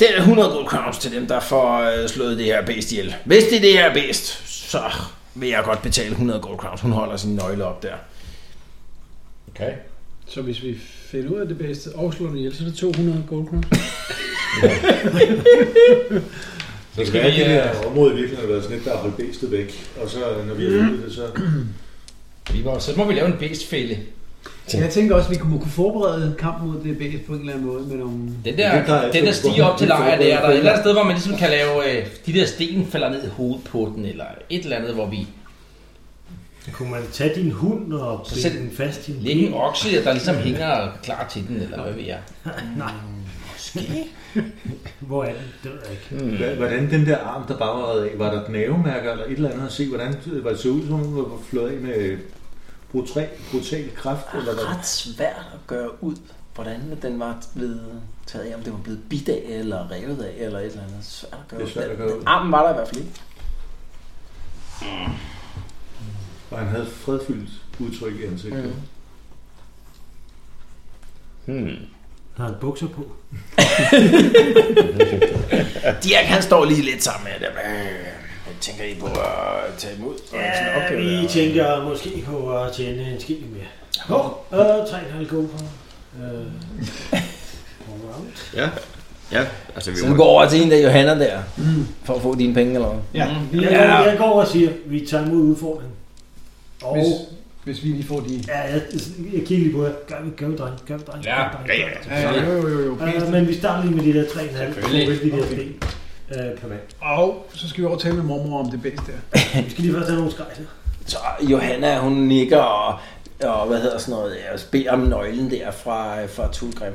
Det er 100 gold crowns til dem, der får øh, slået det her bæst ihjel. Hvis det er det her bæst, så vil jeg godt betale 100 gold crowns. Hun holder sin nøgle op der.
Okay. Så hvis vi finder ud af det bedste og slår den ihjel, så er det 200 gold crowns.
Så skal
skal
være, at
vi,
det
øh,
her område virkelig har været sådan lidt, der har holdt bæstet væk. Og så, når vi har løbet det, så...
Ivar, så må vi lave en bæstfælde.
Så jeg tænker også, at vi kunne kunne forberede kampen mod DB på en eller anden måde med nogle...
Den der, den der stiger op til lejr, det er der et eller andet sted, hvor man ligesom kan lave, øh, de der sten falder ned i hovedet på den, eller et eller andet, hvor vi
Kunne man tage din hund og
Så
binde
sæt-
den fast i en
lægger en okse, der ligesom
Mm.
hænger klar til den, eller hvad ved jeg.
Nej. Måske. Hvor er den? Det ved jeg ikke.
Hva- Hvordan den der arm, der bare var reddet af, var der gnavemærker eller et eller andet at se? Hvordan var det så ud, som om den var flået af med brutal, brutal kraft? Eller
Det er
hvad?
ret svært at gøre ud, hvordan den var blevet taget af, om det var blevet bidt af, eller revet af, eller et eller andet. Svært at gøre
Det er svært
ud.
at gøre ud.
Armen var der i hvert fald ikke.
Og han havde et fredfyldt udtryk i ansigtet.
Mm.
Hmm.
Har han bukser på?
Dirk, han står lige lidt sammen med dem. Jeg tænker I på at tage imod? og sådan en
Ja,
opgave
vi
der?
tænker måske på at tjene en skilling mere. Hov, og 3,5 gode for. Øh,
Ja. Ja, altså vi
Så du går over til hende der Johanna der, for at få dine penge, eller hvad?
Mm.
jeg, går, jeg går og siger, at vi tager imod udfordringen. Og
Hvis,
hvis,
hvis vi lige får de...
ja, jeg, jeg kigger lige på jer. Gør vi, gør vi, dreng? Gør vi, dreng?
Ja,
gør vi,
ja,
dreng,
ja.
gør vi, dreng?
Ja, ja, jo, jo, jo,
Øh,
bedst.
men vi starter lige med de der 3,5.
Selvfølgelig.
Selvfølgelig. De der
Okay.
sten. Øh, per mand.
Og så skal vi over og tale med mormor om det bedste der.
Vi skal lige først have nogle skrejser.
Så Johanna, hun nikker og, og hvad hedder sådan noget, jeg beder om nøglen der fra, fra Tulgrim.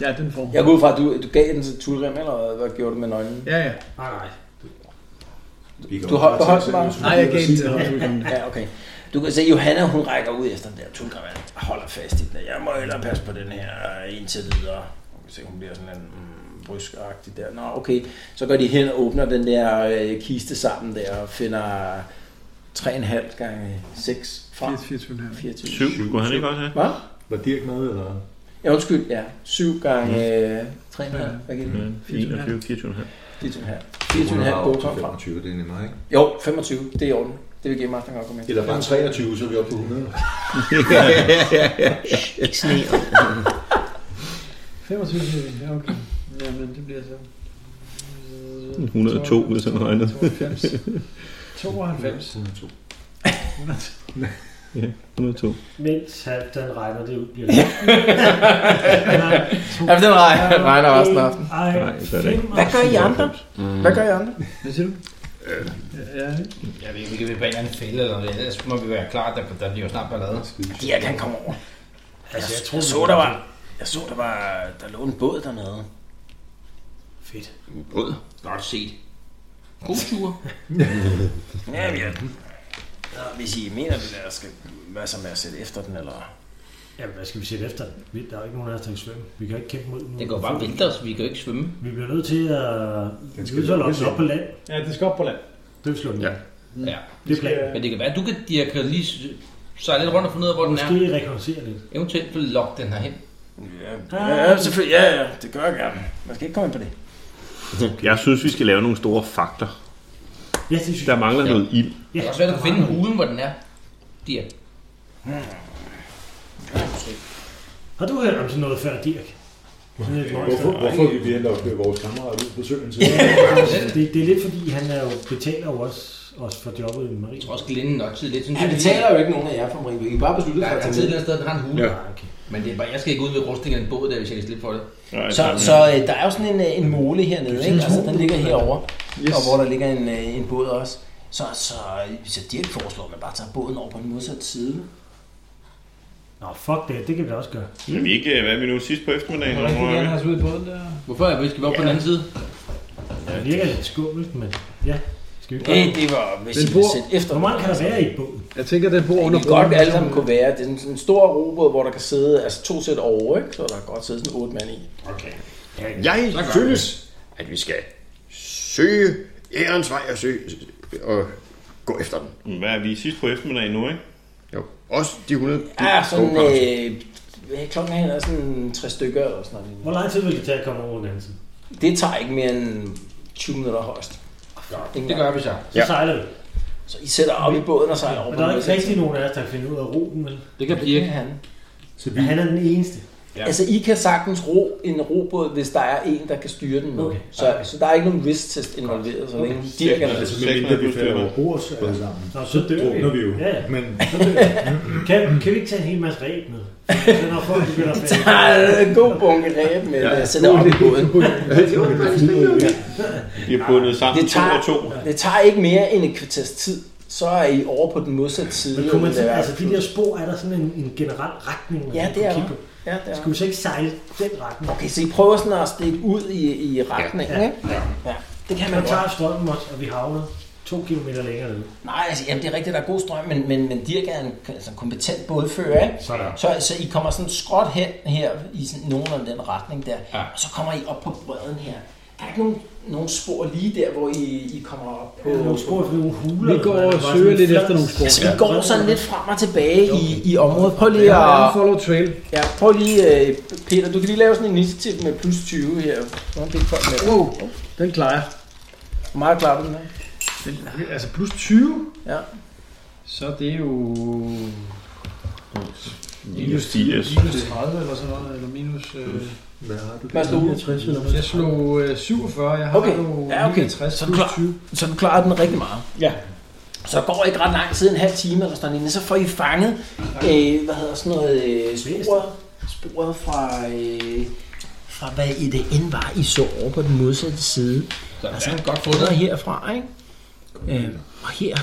Ja, den får hun.
Jeg går ud fra, at du, du gav den til Tulgrim, eller hvad gjorde du med nøglen?
Ja, ja.
Nej, nej.
Du holdt beholdt den bare?
Nej, jeg gav den til ham.
Ja, okay. Du kan se, Johanna, hun rækker ud efter den der Tulgrim, han holder fast i den der. Jeg må hellere passe på den her øh, indtil videre. Du kan se, hun bliver sådan en mm, bryskagtig der. Nå, okay. Så går de hen og åbner den der øh, kiste sammen der og finder 3,5 gange 6 fra. 24,5.
Syv, kunne han ikke også have?
Hvad?
Var Dirk med, eller?
Ja, undskyld, ja. 7 gange øh, 3,5. Hvad giver det?
Mm. 21, 24,5.
24,5. 24,5
Wow,
bogtom fra.
25, det er nemmere, ikke?
Jo, 25. Det er i orden. Det vil give mig, at godt komme ind.
Eller bare 23, så er vi oppe på 100.
Ikke sne.
25 siger vi. Ja, okay. Jamen, det bliver så...
102, hvis han regner.
92.
102.
Mens han, den regner det ud, bliver det.
Ja, for den regner, regner resten af aftenen.
Ej,
Nej, det gør det ikke.
Hvad gør I andre?
Mm.
Hvad gør I andre?
Hvad siger du?
Øh.
Ja,
Jeg ved ikke, vi kan være en eller anden fælde, eller noget. ellers må vi være klar, der, der bliver jo snart ballade.
Dirk, han kommer over.
Altså, jeg
Jeg,
tror,
jeg, så, der var, jeg så, der var der lå en båd dernede.
Fedt.
Rød.
Godt set. God tur.
Ja, ja. Nå, hvis I mener, at der skal være så med at sætte efter den, eller...
Jamen, hvad skal vi sætte efter? Vi- Der er jo ikke nogen af os, der kan svømme. Vi kan jo ikke kæmpe mod den.
Det går bare vælte os, vi kan jo ikke svømme.
Vi bliver nødt til at... Vi
skal
skal til at lokke
lukkes
den op
ind.
på land.
Ja, det skal op på land.
Det vil slå den.
Ja.
ihjel.
Ja.
Det er planen.
Men det kan være, at du kan, de kan lige s- sejle lidt rundt og finde ud af, hvor den er.
Måske rekognosere lidt.
Eventuelt vil lokke den her hen.
Ja, ja, selvfølgelig. Ja, ja, det gør jeg gerne. Man skal ikke komme ind på det.
Jeg synes, vi skal lave nogle store fakter.
Ja, det synes
Der mangler noget ild.
Det kan også være, at du kan finde hulen, hvor den er. Dirk.
Har du hørt om sådan noget før, Dirk? Sådan et monster.
Hvorfor, hvorfor vil vi hellere opkøre vores kammerater ud på søen til?
Det, det er lidt fordi, han er jo, betaler jo også, også for jobbet i Marie.
Jeg tror også, Glenn nok tid lidt. Sådan,
Han betaler jo ikke nogen af jer for mig. I kan bare beslutte
Der
jer for
er
at
altså-
tid et
tage
eller
med.
andet sted, den har en hule.
Ja.
okay.
Men det er bare, jeg skal ikke ud ved rustningen af en båd, der, hvis jeg kan slippe for det.
Så, så øh, der er jo sådan en, øh, en mole hernede, ikke? Altså, den ligger herovre,
Yes.
yes. og hvor der ligger en, øh, en båd også. Så, så, så Dirk foreslår, at man bare tager båden over på den modsatte side.
Nå, fuck det, det kan vi da også gøre.
Men vi ikke, hvad er vi nu sidst på eftermiddagen?
Hvordan
Hvornår
kan vi
er vi?
gerne have os ud i båden der?
Hvorfor er vi? Skal vi op på den anden side?
Det virker lidt skummelt, men ja. Skal vi
Det, det var, hvis I vil sætte efter.
Hvor mange kan der være i et båd?
Jeg tænker, den bor under Det kan godt alle sammen kunne være. Det er sådan en stor robåd, hvor der kan sidde altså to sæt over, ikke? så der kan godt sidde sådan otte mand i.
Okay. Jeg synes, at vi skal søge ærens vej og søge og gå efter den.
Hvad er vi sidst på eftermiddagen nu, ikke?
Jo, også de 100.
Ja, Ah,
oh,
sådan, øh, hvad er klokken er der sådan tre stykker eller sådan noget.
Hvor lang tid vil det tage at komme over den anden side?
Det tager ikke mere end 20 minutter højst.
det gør vi
så.
Så sejler vi.
Så I sætter op i båden og sejler over.
Men
på
der er
den
ikke
måde.
rigtig nogen af os, der kan finde ud af ruten, vel?
Det kan Birk.
han.
Så vi... Han er den eneste.
Ja. Altså, I kan sagtens ro en robåd, hvis der er en, der kan styre den. Okay. Så, så der er ikke nogen risk test involveret, så længe okay. de kan
Altså, med mindre vi falder over bordet alle sammen,
Nå,
så
så dør vi.
drukner vi jo.
Ja, ja.
Men
Kan, kan vi ikke tage en hel masse ræb med? Så når folk begynder at falde.
tager en god bunke ræb med ja. sætter op i båden.
Vi er bundet sammen
Det
to
tager,
og to.
det tager ikke mere end et kvarters tid. Så er I over på den modsatte side.
Men kunne man
end det
sige,
er.
altså de der spor, er der sådan en, en generel retning, man
Ja,
kan
det er
kigge
der.
på?
Ja, det er
Skulle vi så ikke sejle den retning?
Okay, så I prøver sådan at stikke ud i, i retningen,
Ja.
ikke? Ja. Det kan man
Så tager
godt.
strømmen os, og vi havner to kilometer længere nede.
Nej, altså, jamen, det er rigtigt, der er god strøm, men, men, men Dirk er en altså, en kompetent bådfører, ikke?
Sådan.
Så, så I kommer sådan skråt hen her, i sådan nogenlunde den retning der, ja. og så kommer I op på bredden her. Der er ikke nogen, nogen spor lige der, hvor I, I kommer op på...
Ja, nogle spor efter nogle huler.
Vi går og søger lidt efter nogle spor.
Altså, vi går sådan lidt frem og tilbage i, i området. Prøv lige
Ja, der er
at...
en follow trail.
Ja, prøv lige, øh, Peter, du kan lige lave sådan en initiativ med plus 20 her. Hvordan fik folk med?
Uh.
Wow, den klarer jeg. Hvor meget klarer du den her?
Altså plus 20.
Ja.
Så det er jo...
Minus 10, yes.
Minus 30 eller sådan noget, eller minus... Øh...
Hvad har du?
Hvad slog du?
69 eller hvad?
Jeg slog øh, 47, jeg har
Okay.
jo
Ja, okay.
69
Så du
plus
klarer-
20.
Så du klarer den rigtig meget.
Ja.
Så går ikke ret lang tid, en halv time eller sådan noget, så får I fanget, øh, hvad hedder sådan noget, øh, sporet, sporet fra, øh, fra hvad i det end var, I så over på den modsatte side. Så, altså sådan godt fundet herfra, ikke? Øh, og her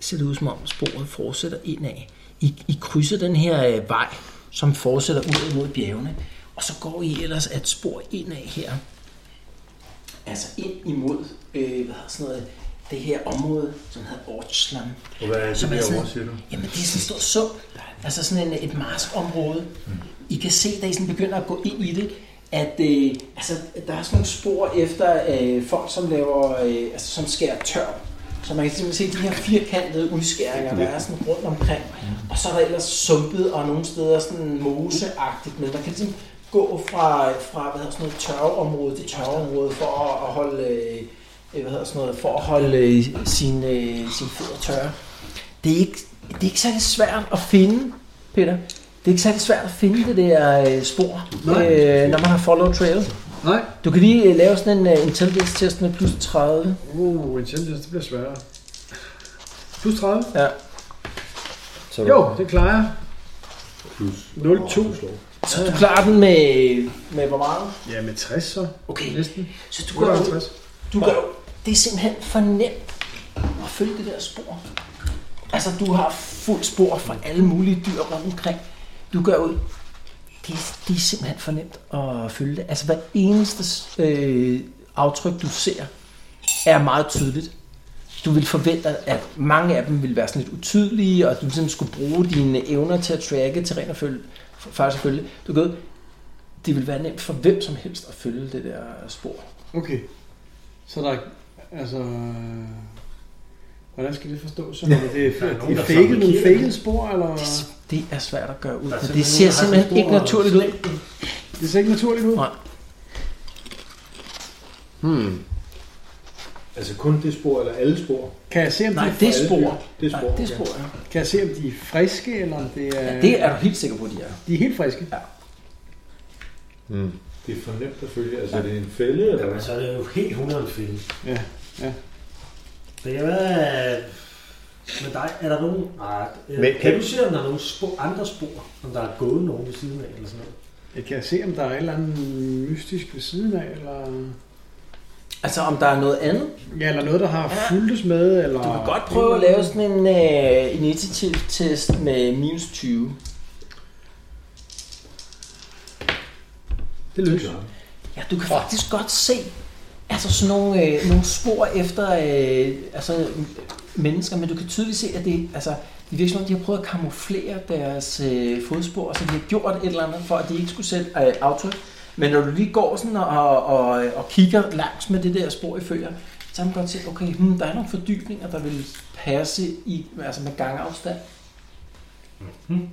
ser det ud som om sporet fortsætter indad. I, I krydser den her øh, vej, som fortsætter ud mod bjergene, og så går I ellers et spor indad her. Altså ind imod, øh, hvad hedder sådan noget, det her område, som hedder Orchland.
Og hvad er det
Som
der
sådan-
over, siger du?
Jamen, det er sådan en stor sum. Altså sådan en, et marskområde.
Mm.
I kan se, da I sådan begynder at gå ind i det, at øh, altså, at der er sådan nogle spor efter øh, folk, som laver, øh, altså, som skærer tør. Så man kan simpelthen se de her firkantede udskæringer, der er sådan rundt omkring. Og så er der ellers sumpet og nogle steder sådan moseagtigt med. Man kan ligesom gå fra, fra hvad hedder sådan noget, tørveområde til tørveområde for at, at holde, øh, øh, hvad hedder sådan noget, for at holde øh, sine øh, sin fødder tørre. Det er, ikke, det er ikke særlig svært at finde, Peter. Det er ikke særlig svært at finde det der øh, spor,
Nej.
øh, når man har follow trail.
Nej.
Du kan lige øh, lave sådan en uh, intelligence test med plus 30.
Uh, intelligence, det bliver sværere. Plus 30?
Ja.
Så jo, det klarer jeg.
Plus
0, 2.
Så du klarer den med, med hvor meget?
Ja, med 60 så.
Okay.
Næsten.
Så du går,
58.
du går, det er simpelthen for nemt at følge det der spor. Altså, du har fuld spor fra alle mulige dyr rundt omkring. Du går ud. Det, er- det er simpelthen for nemt at følge det. Altså, hver eneste øh, aftryk, du ser, er meget tydeligt. Du vil forvente, at mange af dem vil være sådan lidt utydelige, og at du ligesom skulle bruge dine evner til at tracke terræn og følge, f- faktisk at følge. det. Du kan ud. det vil være nemt for hvem som helst at følge det der spor.
Okay. Så der er, altså... øh, Hvordan skal det forstås? Så det, det
Der er
er,
nogen,
de
der
faked, nogle
fabrikerer det.
fakede spor, eller?
Det er svært at gøre ud,
Der er
for det
simpelthen
ser
nogen, der har
simpelthen
sådan
ikke
store-
naturligt ud.
Det ser ikke naturligt ud.
Nej.
Hmm. Altså kun det spor, eller alle spor?
Kan jeg se, om
Nej,
de er
det er
friske?
spor.
Det spor,
Nej, det
ja.
spor, ja.
Kan jeg se, om de er friske, eller om det er...
ja. Det er du helt sikker på, de er.
De er helt friske?
Ja.
Hmm. Det er for nemt at følge. Altså, er det en fælde, eller hvad?
Så er det jo helt 100 en film.
Ja, ja.
Det kan være... øh, Men der, er der nogen... Nej, øh,
Men-
kan du se, om der er nogle spor, andre spor? Om der er gået nogen ved siden af, eller sådan noget?
Jeg kan se, om der er et eller andet mystisk ved siden af, eller...
Altså, om der er noget andet?
Ja, eller noget, der har fuldtes med, eller...
øh, Du kan godt prøve at lave sådan en uh, initiativ-test med minus 20.
Det lykkes.
Ja, du kan faktisk godt se altså sådan nogle, øh, nogle spor efter øh, altså, mennesker, men du kan tydeligt se, at det, altså, det virker som om, de har prøvet at kamuflere deres øh, fodspor, så de har gjort et eller andet, for at de ikke skulle sætte øh, aftryk. Men når du lige går sådan og, og, og kigger langs med det der spor i følger, så har man godt set, okay, hmm, der er nogle fordybninger, der vil passe i, altså med gangafstand.
Hmm.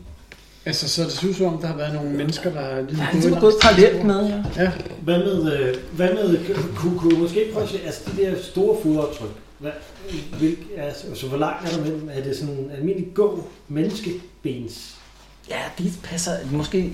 Altså, så det synes som om, der har været nogle mennesker, der har ligesom
Ja, ligesom gået parallelt med, ja.
Ja.
Hvad med, øh, hvad med kunne, kunne du måske prøve at se, altså de der store fodaftryk, hvad, hvil, altså, altså, hvor langt er der mellem? Er det sådan en almindelig gå menneskebens?
Ja, det passer måske...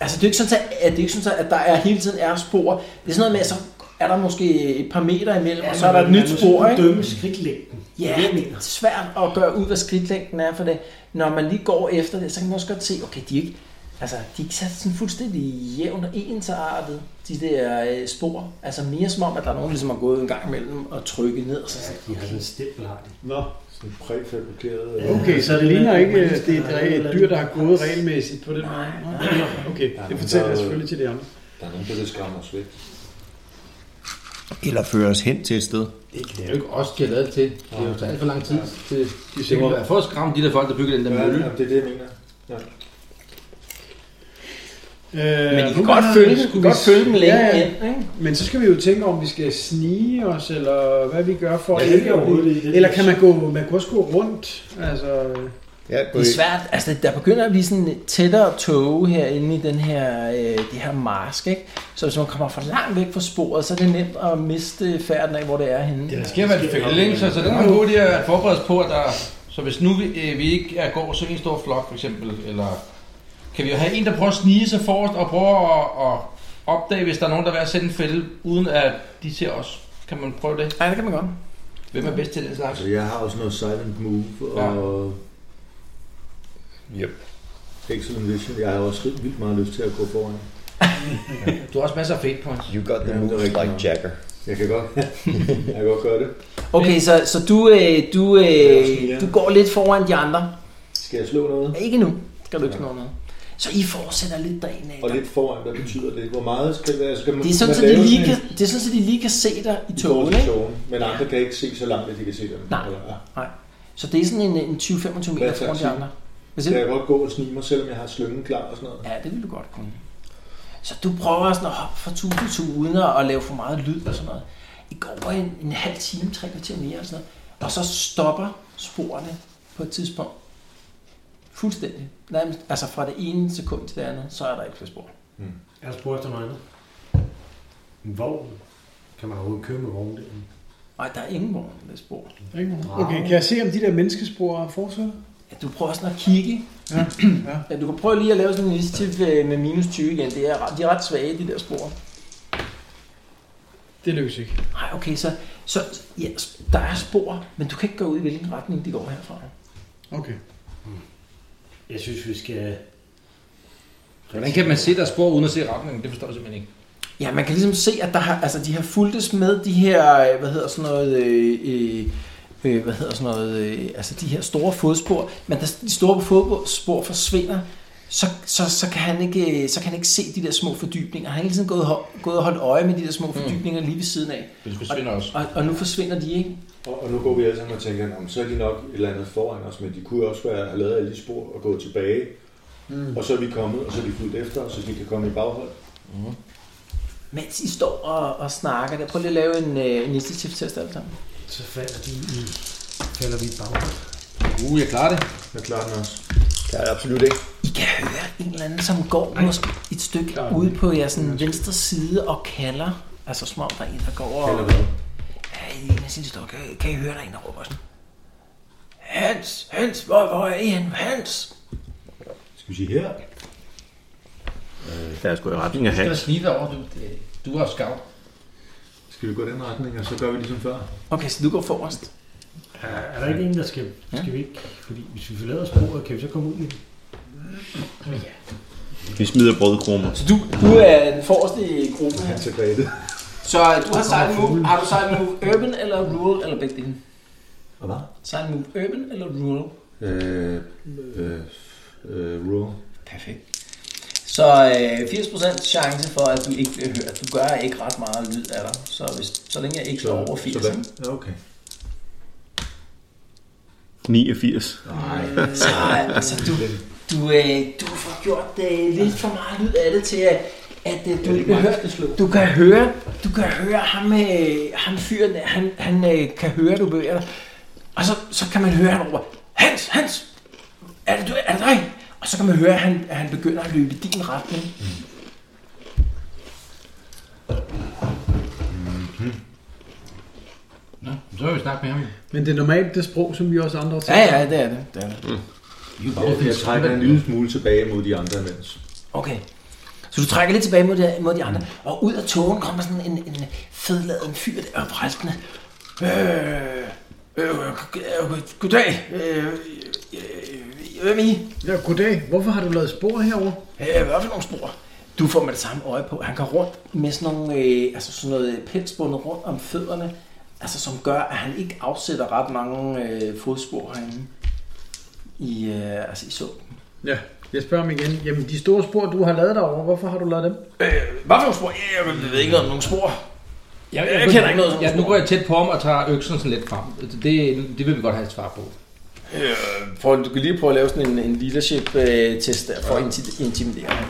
Altså, det er ikke sådan, at, at, det er ikke sådan, at der er, hele tiden er spor. Det er sådan noget med, at så er der måske et par meter imellem, ja, og så er der et nyt spor, ikke?
Altså, Dømme skridtlængden.
Ja, det er svært at gøre ud, hvad skridtlængden er for det. Når man lige går efter det, så kan man også godt se, okay, de er ikke, altså, de er ikke sat sådan fuldstændig jævn og ensartet, de der øh, spor. Altså mere som om, at der er nogen, ligesom har gået en gang imellem og trykket ned. Og så, ja,
de har sådan en stempel, har de.
Nå, sådan præfabrikeret.
Okay, så det ligner ikke, at det er et dyr, der har gået regelmæssigt på den måde. Okay, det fortæller jeg selvfølgelig til de andre.
Der er nogen, der vil skræmme os væk.
Eller føre os hen til et sted.
Det er jo ikke os, de har lavet det til. Det har jo taget alt for lang tid. Til, det må være for at skræmme de der folk, der bygger den der
Ja,
mølle.
jamen, det er det, jeg mener. Ja.
Øh,
Men I kan
nu
godt
har-
følge-
skulle
godt
vi-
følge dem længe
ja, ja.
ind, ikke?
Men så skal vi jo tænke om, vi skal snige os, eller hvad vi gør for
Ja,
at
det er
ikke
overhovedet
overhovedet.
ikke det.
Eller kan man gå, man kan også gå rundt. Altså,
Ja,
Det er svært. Altså, der begynder at blive sådan et tættere tåge herinde i den her, øh, det her marsk, ikke? Så hvis man kommer for langt væk fra sporet, så er det nemt at miste færden af, hvor det er henne.
Det skal være en fælde, ikke? Så, så den er god, de at forberede os på, at der... Så hvis nu vi, øh, vi ikke er går så en stor flok, for eksempel, eller... Kan vi jo have en, der prøver at snige sig forrest og prøver at, at opdage, hvis der er nogen, der er ved at sende en fælde, uden at de ser os. Kan man prøve det?
Nej, det kan man godt.
Hvem er bedst til den slags?
Altså, jeg har også noget silent move og... Yep.
Excellent vision. Jeg har også vildt meget lyst til at gå foran.
Du har også masser af fate points.
You got the
Jamen, det er
moves
rigtigt
like
nok.
Jagger.
Jeg kan godt, jeg kan godt gøre det.
Okay, så, så du, øh, du, øh, du går lidt foran de andre.
Skal jeg slå noget?
Ikke nu. Skal du ikke slå noget? Så I fortsætter lidt derinde af.
Og lidt foran, hvad betyder det? Hvor meget skal det? Altså, Skal man,
Det er sådan,
man
så de
lave
lige
sådan
kan, det er sådan, så de lige kan se dig i
i forhold
togen,
til
ikke?
togen, men andre kan ikke se så langt, at de kan se dem.
Nej.
Eller, ja.
Nej. Så det er sådan en, en 20-25 meter
Hvad tager
foran de
tiden?
andre. Hvad
Kan
siger
jeg
du?
godt gå og snige mig, selvom jeg har slyngen klar og sådan noget?
Ja, det vil du godt kunne. Så du prøver sådan at hoppe fra tue til tue, uden at, at lave for meget lyd og sådan noget. I går over en, en halv time, tre kvarter mere og sådan noget. Og så stopper sporene på et tidspunkt. Fuldstændig. Nærmest, altså fra det ene sekund til det andet, så er der ikke flere spor.
Jeg har spurgt efter noget andet. En vogn. Kan man overhovedet køre med vogn der?
Nej, der er ingen vogn med spor.
okay, kan jeg se, om de der menneskespor fortsætter?
Ja, du prøver sådan at kigge.
Ja.
Ja, du kan prøve lige at lave sådan en initiativ øh, med minus 20 igen. Det er, ret- de er ret svage, de der spor.
Det lykkes ikke.
Nej, okay, så, så ja, der er spor, men du kan ikke gå ud i hvilken retning de går herfra.
Okay.
Jeg synes, vi skal...
Hvordan kan man se der er spor uden at se retningen? Det forstår jeg simpelthen ikke.
Ja, man kan ligesom se, at der har, altså, de har fuldtes med de her, øh, hvad hedder sådan noget, øh, øh, øh, hvad hedder sådan noget, øh, altså de her store fodspor, men da de store fodspor forsvinder, så, så, så, kan han ikke, øh, så kan han ikke se de der små fordybninger. Han har hele tiden gået, ho- gået og holdt øje med de der små fordybninger lige ved siden af.
Men de forsvinder
og,
også.
Og, og, nu forsvinder de ikke.
Og, og nu går vi alle sammen og tænker, om så er de nok et eller andet foran os, men de kunne også være, have lavet alle de spor og gået tilbage.
Mm.
Mm. Og så er vi kommet, og så er de fuldt efter os, så de kan komme i baghold. Mm.
Mens I står og, og snakker der, prøv lige at lave en, øh, en initiativtest alle sammen.
Så falder de i... Falder vi i bag.
Uh, jeg klarer det.
Jeg klarer den også.
Klarer det absolut ikke.
I kan høre en eller anden, som går måske et stykke ude på jeres sådan, venstre side og kalder. Altså som om der er en, der går over...
Kalder hvad?
Ja, i en af sine store. Kan, kan I høre, der er en, der råber sådan? Hans! Hans! Hvor, hvor er I henne? Hans!
Skal vi sige her?
Øh, der er sgu i retning af
Du skal da
Hans.
snige dig over, du, det- du er skav.
Skal vi gå den retning, og så gør vi ligesom før?
Okay, så du går forrest.
Er, er der ikke en, der skal... Skal vi ikke... Fordi hvis vi forlader sporet, kan vi så komme ud i...
Vi smider brødkrummer.
Så du, du er den forreste i gruppen her.
Så gør I det.
Så øh, du har side move. Har du side move urban eller rural eller begge dele?
Og hvad?
Side move urban eller rural?
Øh, øh, øh, rule.
Perfekt. Så øh, 80% chance for, at du ikke bliver hørt. Du gør ikke ret meget lyd af dig, så, hvis, så længe jeg ikke slår over 80.
Sådan.
ikke?
Ja, okay.
89.
Nej. Så, altså, du, du, øh, du får gjort øh, lidt for meget lyd af det til, at, at øh, du, kan høre, du kan høre, du kan høre ham, øh, ham fyren, der, han, han øh, kan høre, du bevæger dig. Og så, så kan man høre, han råber, Hans, Hans, er det, du, er det dig? Og så kan man høre, at han, at han begynder at løbe i din retning.
Nå, så vil vi snakke med ham.
Men det er normalt det sprog, som vi også andre
Ja, ja, det er det. det, er det.
Jeg, jeg trækker en lille smule tilbage mod de andre imens.
Okay. Så du trækker lidt tilbage mod de, mod de andre. Og ud af togen kommer sådan en, en fedladen fyr der og vræskende. Øh, øh, øh, øh, goddag. Øh, øh, øh, hvem er I?
Ja, goddag. Hvorfor har du lavet spor herover?
Ja, hvad for nogle spor? Du får med det samme øje på. Han går rundt med sådan, nogle, øh, altså sådan noget pels bundet rundt om fødderne. Altså som gør, at han ikke afsætter ret mange øh, fodspor herinde. I, øh, altså i sumpen.
Ja, jeg spørger ham igen. Jamen, de store spor, du har lavet derovre, hvorfor har du lavet dem?
Øh, hvad for nogle spor? Ja, Jeg ved ikke noget om nogle spor. Jeg, jeg, jeg kender ikke noget om
Ja,
nogle
nu
spor.
går jeg tæt på ham og tager øksen sådan lidt frem. Det, det vil vi godt have et svar på.
Øh, prøv, du kan lige prøve at lave sådan en, en
øh,
leadership-test der, for at inti- intimidere ham.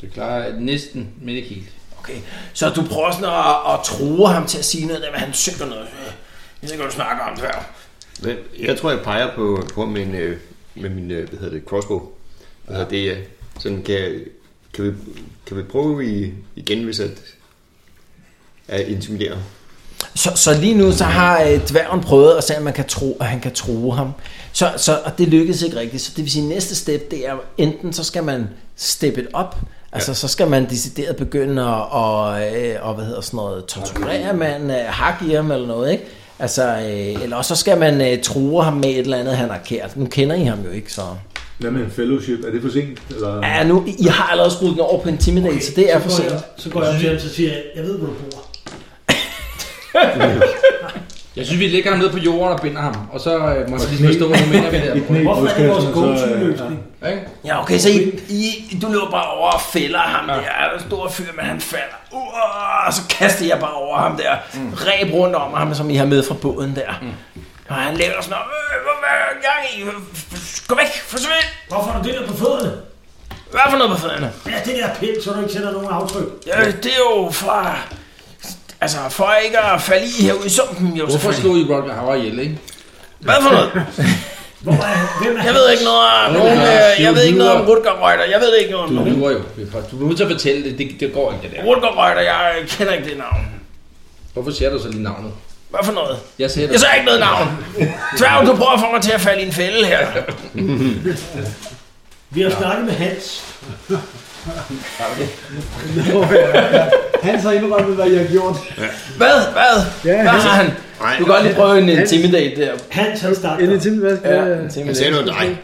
Det klarer næsten, men ikke helt.
Okay, så du prøver sådan at, at true ham til at sige noget, men han synger noget. Øh, Jeg ved ikke, hvad du snakker om før.
Men jeg tror, jeg peger på, på min, øh, med min øh, hvad hedder det, crossbow. Hvad hedder det, øh, sådan kan, kan, vi, kan vi prøve i, igen, hvis at, at intimidere.
Så, så lige nu så har øh, dværgen prøvet at se, om man kan tro, at han kan tro ham.
Så, så, og det lykkedes ikke rigtigt. Så det vil sige, at næste step, det er enten så skal man steppe det op, altså så skal man decideret begynde at, og, øh, og hvad hedder sådan noget, torturere manden, øh, hakke i ham eller noget, ikke? Altså, øh, eller også så skal man øh, true ham med et eller andet, han har kært. Nu kender I ham jo ikke, så...
Hvad med en fellowship? Er det for sent? Eller?
Ja, nu, I har allerede skruet den over på Intimidate, okay, så det er for
så går
sent.
jeg, så går jeg op til ham, så siger jeg, jeg ved, hvor du bor.
Jeg synes, vi lægger ham ned på jorden og binder ham, og så øh, må han lige forstå, hvad du mener med det
I knæ
her.
i Hvorfor er det vores brystkassen, go-to så, øh, løsning?
Ja, okay, så I, I, du løber bare over og fælder ham ja. der. Der er en stor fyr, men han falder. Uh, og så kaster jeg bare over ham der. Mm. Ræb rundt om ham, som I har med fra båden der. Mm. Og han laver sådan noget. Øh, hvor er gang i? Gå væk, forsvind!
Hvorfor har du det der på fødderne?
Hvad for noget på fødderne?
Ja, det der pind, så du ikke sætter nogen aftryk.
Ja, det er jo fra... Altså, for ikke at falde i herude i sumpen, jo
Hvorfor
selvfølgelig.
slog I Roger Howard ihjel, ikke?
Hvad for noget? Jeg ved ikke noget om,
Roger,
nogen,
det er
øh, jeg
jo
ved ikke noget om
videre.
Rutger Reuter. Jeg ved ikke noget om
Du
nogen.
lurer jo. Du er nødt til at fortælle det. det. Det går ikke, det der.
Rutger Reuter, jeg kender ikke det navn.
Hvorfor siger du så lige navnet?
Hvad for noget?
Jeg siger det.
Jeg sagde ikke noget navn. Tværv, du prøver at få mig til at falde i en fælde her.
Vi har snakket med Hans.
Han så indrømmet, hvad jeg har gjort.
Hvad? Hvad?
Ja,
Hvad har han? Du kan godt lige prøve en
Han-
intimidate der.
Hans, han starter.
En intimidate, hvad
Ja,
skal Altså,
intimidate.
jeg...
Han sagde noget dig.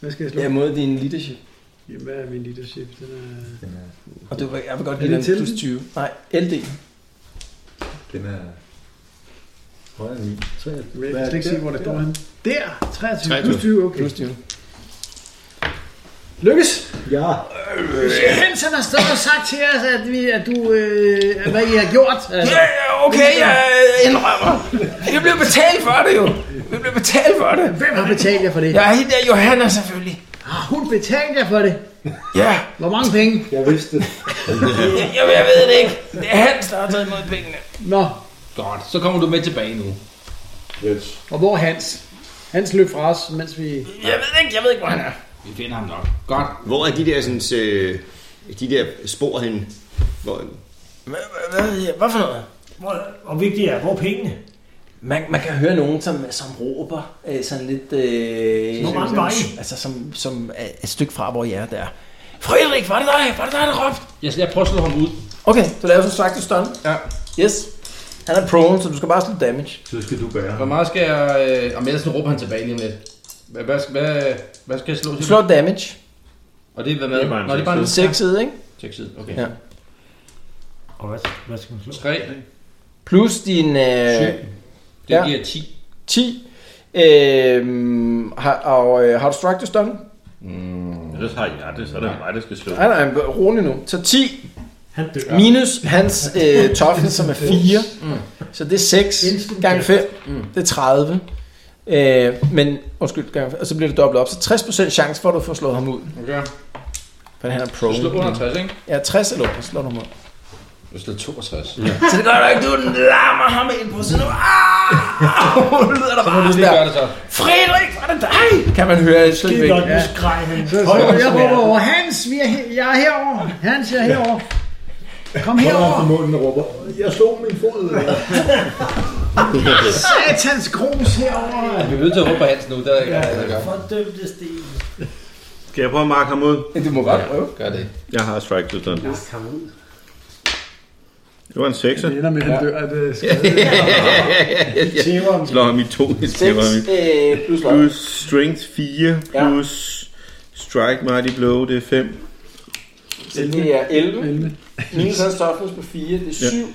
Hvad skal jeg slå?
Ja, mod din leadership.
Jamen, hvad er min leadership? Den er...
Og du, jeg vil godt
Er
give
det
dig
til
en plus
den?
20. Nej, LD.
Den er højere end min. Så er
Men Jeg kan slet ikke se, hvor det står henne. Der! 23.
23.
Plus 20, okay.
Plus 20.
Lykkes!
Ja.
Hans han har stået og sagt til os, at, vi, at du, øh, hvad I har gjort. Altså.
Ja, okay, jeg indrømmer. Jeg bliver betalt for det jo. Jeg bliver betalt for det.
Hvem har betalt jer for det?
Jeg er helt der Johanna selvfølgelig.
Har hun betalt jer for det?
Ja.
Hvor mange penge?
Jeg vidste det.
Jeg, jeg, jeg ved det ikke. Det er Hans, der har taget imod pengene.
Nå,
Godt, så kommer du med tilbage nu.
Yes.
og hvor er Hans? Hans løb fra os, mens vi...
Jeg ved ikke, jeg ved ikke, hvor han er.
Vi finder ham nok. Godt.
Hvor er de der, sådan, øh, de der spor henne? Hvor,
Hvad, hvad, hvad, hvad for noget?
Hvor, og vigtigt er, hvor er pengene?
Man, man kan høre nogen, som, som råber øh, sådan lidt... Øh,
Hvor mange veje?
altså, som, som er et stykke fra, hvor jeg er der.
Frederik, var det dig? Var det dig, der råbte?
Altså, Jeg, jeg prøver at slå ham ud.
Okay, du laver som sagt et stun.
Ja.
Yes. Han er prone, så du skal bare slå damage.
Så skal du bære
Hvor
ham.
meget skal jeg... Øh, om ellers nu råber han tilbage lige om lidt. Hvad, hvad, skal- hvad, hvad skal jeg slå til?
Slå damage.
Og det er hvad med?
Det er bare en
Nå, det er bare en
Seks side, ikke?
Seks side, okay.
Ja.
Og hvad, hvad skal man slå?
3.
Plus din... Øh,
Det
Ja.
giver 10.
10. Øhm, har, og øh, har du strike to stun?
Mm,
ellers har I det, så er det mig, der skal slå.
Nej, nej, rolig nu. Så 10
Han dør.
minus hans øh, toffel, som er 4.
Mm.
Så det er 6 gange 5. Det er 30. Øh, men, undskyld, gange, og så bliver det dobbelt op. Så 60% chance for, at du får slået ham ud.
Okay.
For han er pro.
Du slår under 60, ikke?
Ja, 60 eller under slår du ham ud.
Du slår 62.
Så det gør du ikke, du lammer ham ind på Ah, sin Au, lyder der bare
lige
sådan
gøre
der.
Ah, det så.
Frederik, var det dig? Kan man høre et
Skide godt, nu skreg han.
Hold
jeg
nu
råber
svært.
over, Hans, vi er he- jeg er herovre. Hans, jeg er herovre. Kom
Holder
herover.
ham for munden og råber, jeg slog min fod.
Satans grus herovre.
Vi er nødt til at råbe på Hans nu, der er ikke andet, der gør.
Fordømte sten.
Skal jeg prøve at marke ham ud?
Du må godt prøve.
Gør det.
Jeg har strike til sådan.
Kom ud.
Det var en 6.
Det ender med, at han dør af det
skade. Slår ham i to. i tæver.
øh, plus hvad?
Plus strength 4, plus strike mighty blow, det er 5.
Det er 11. Minus hans toughness på 4, det er
Ja.
7.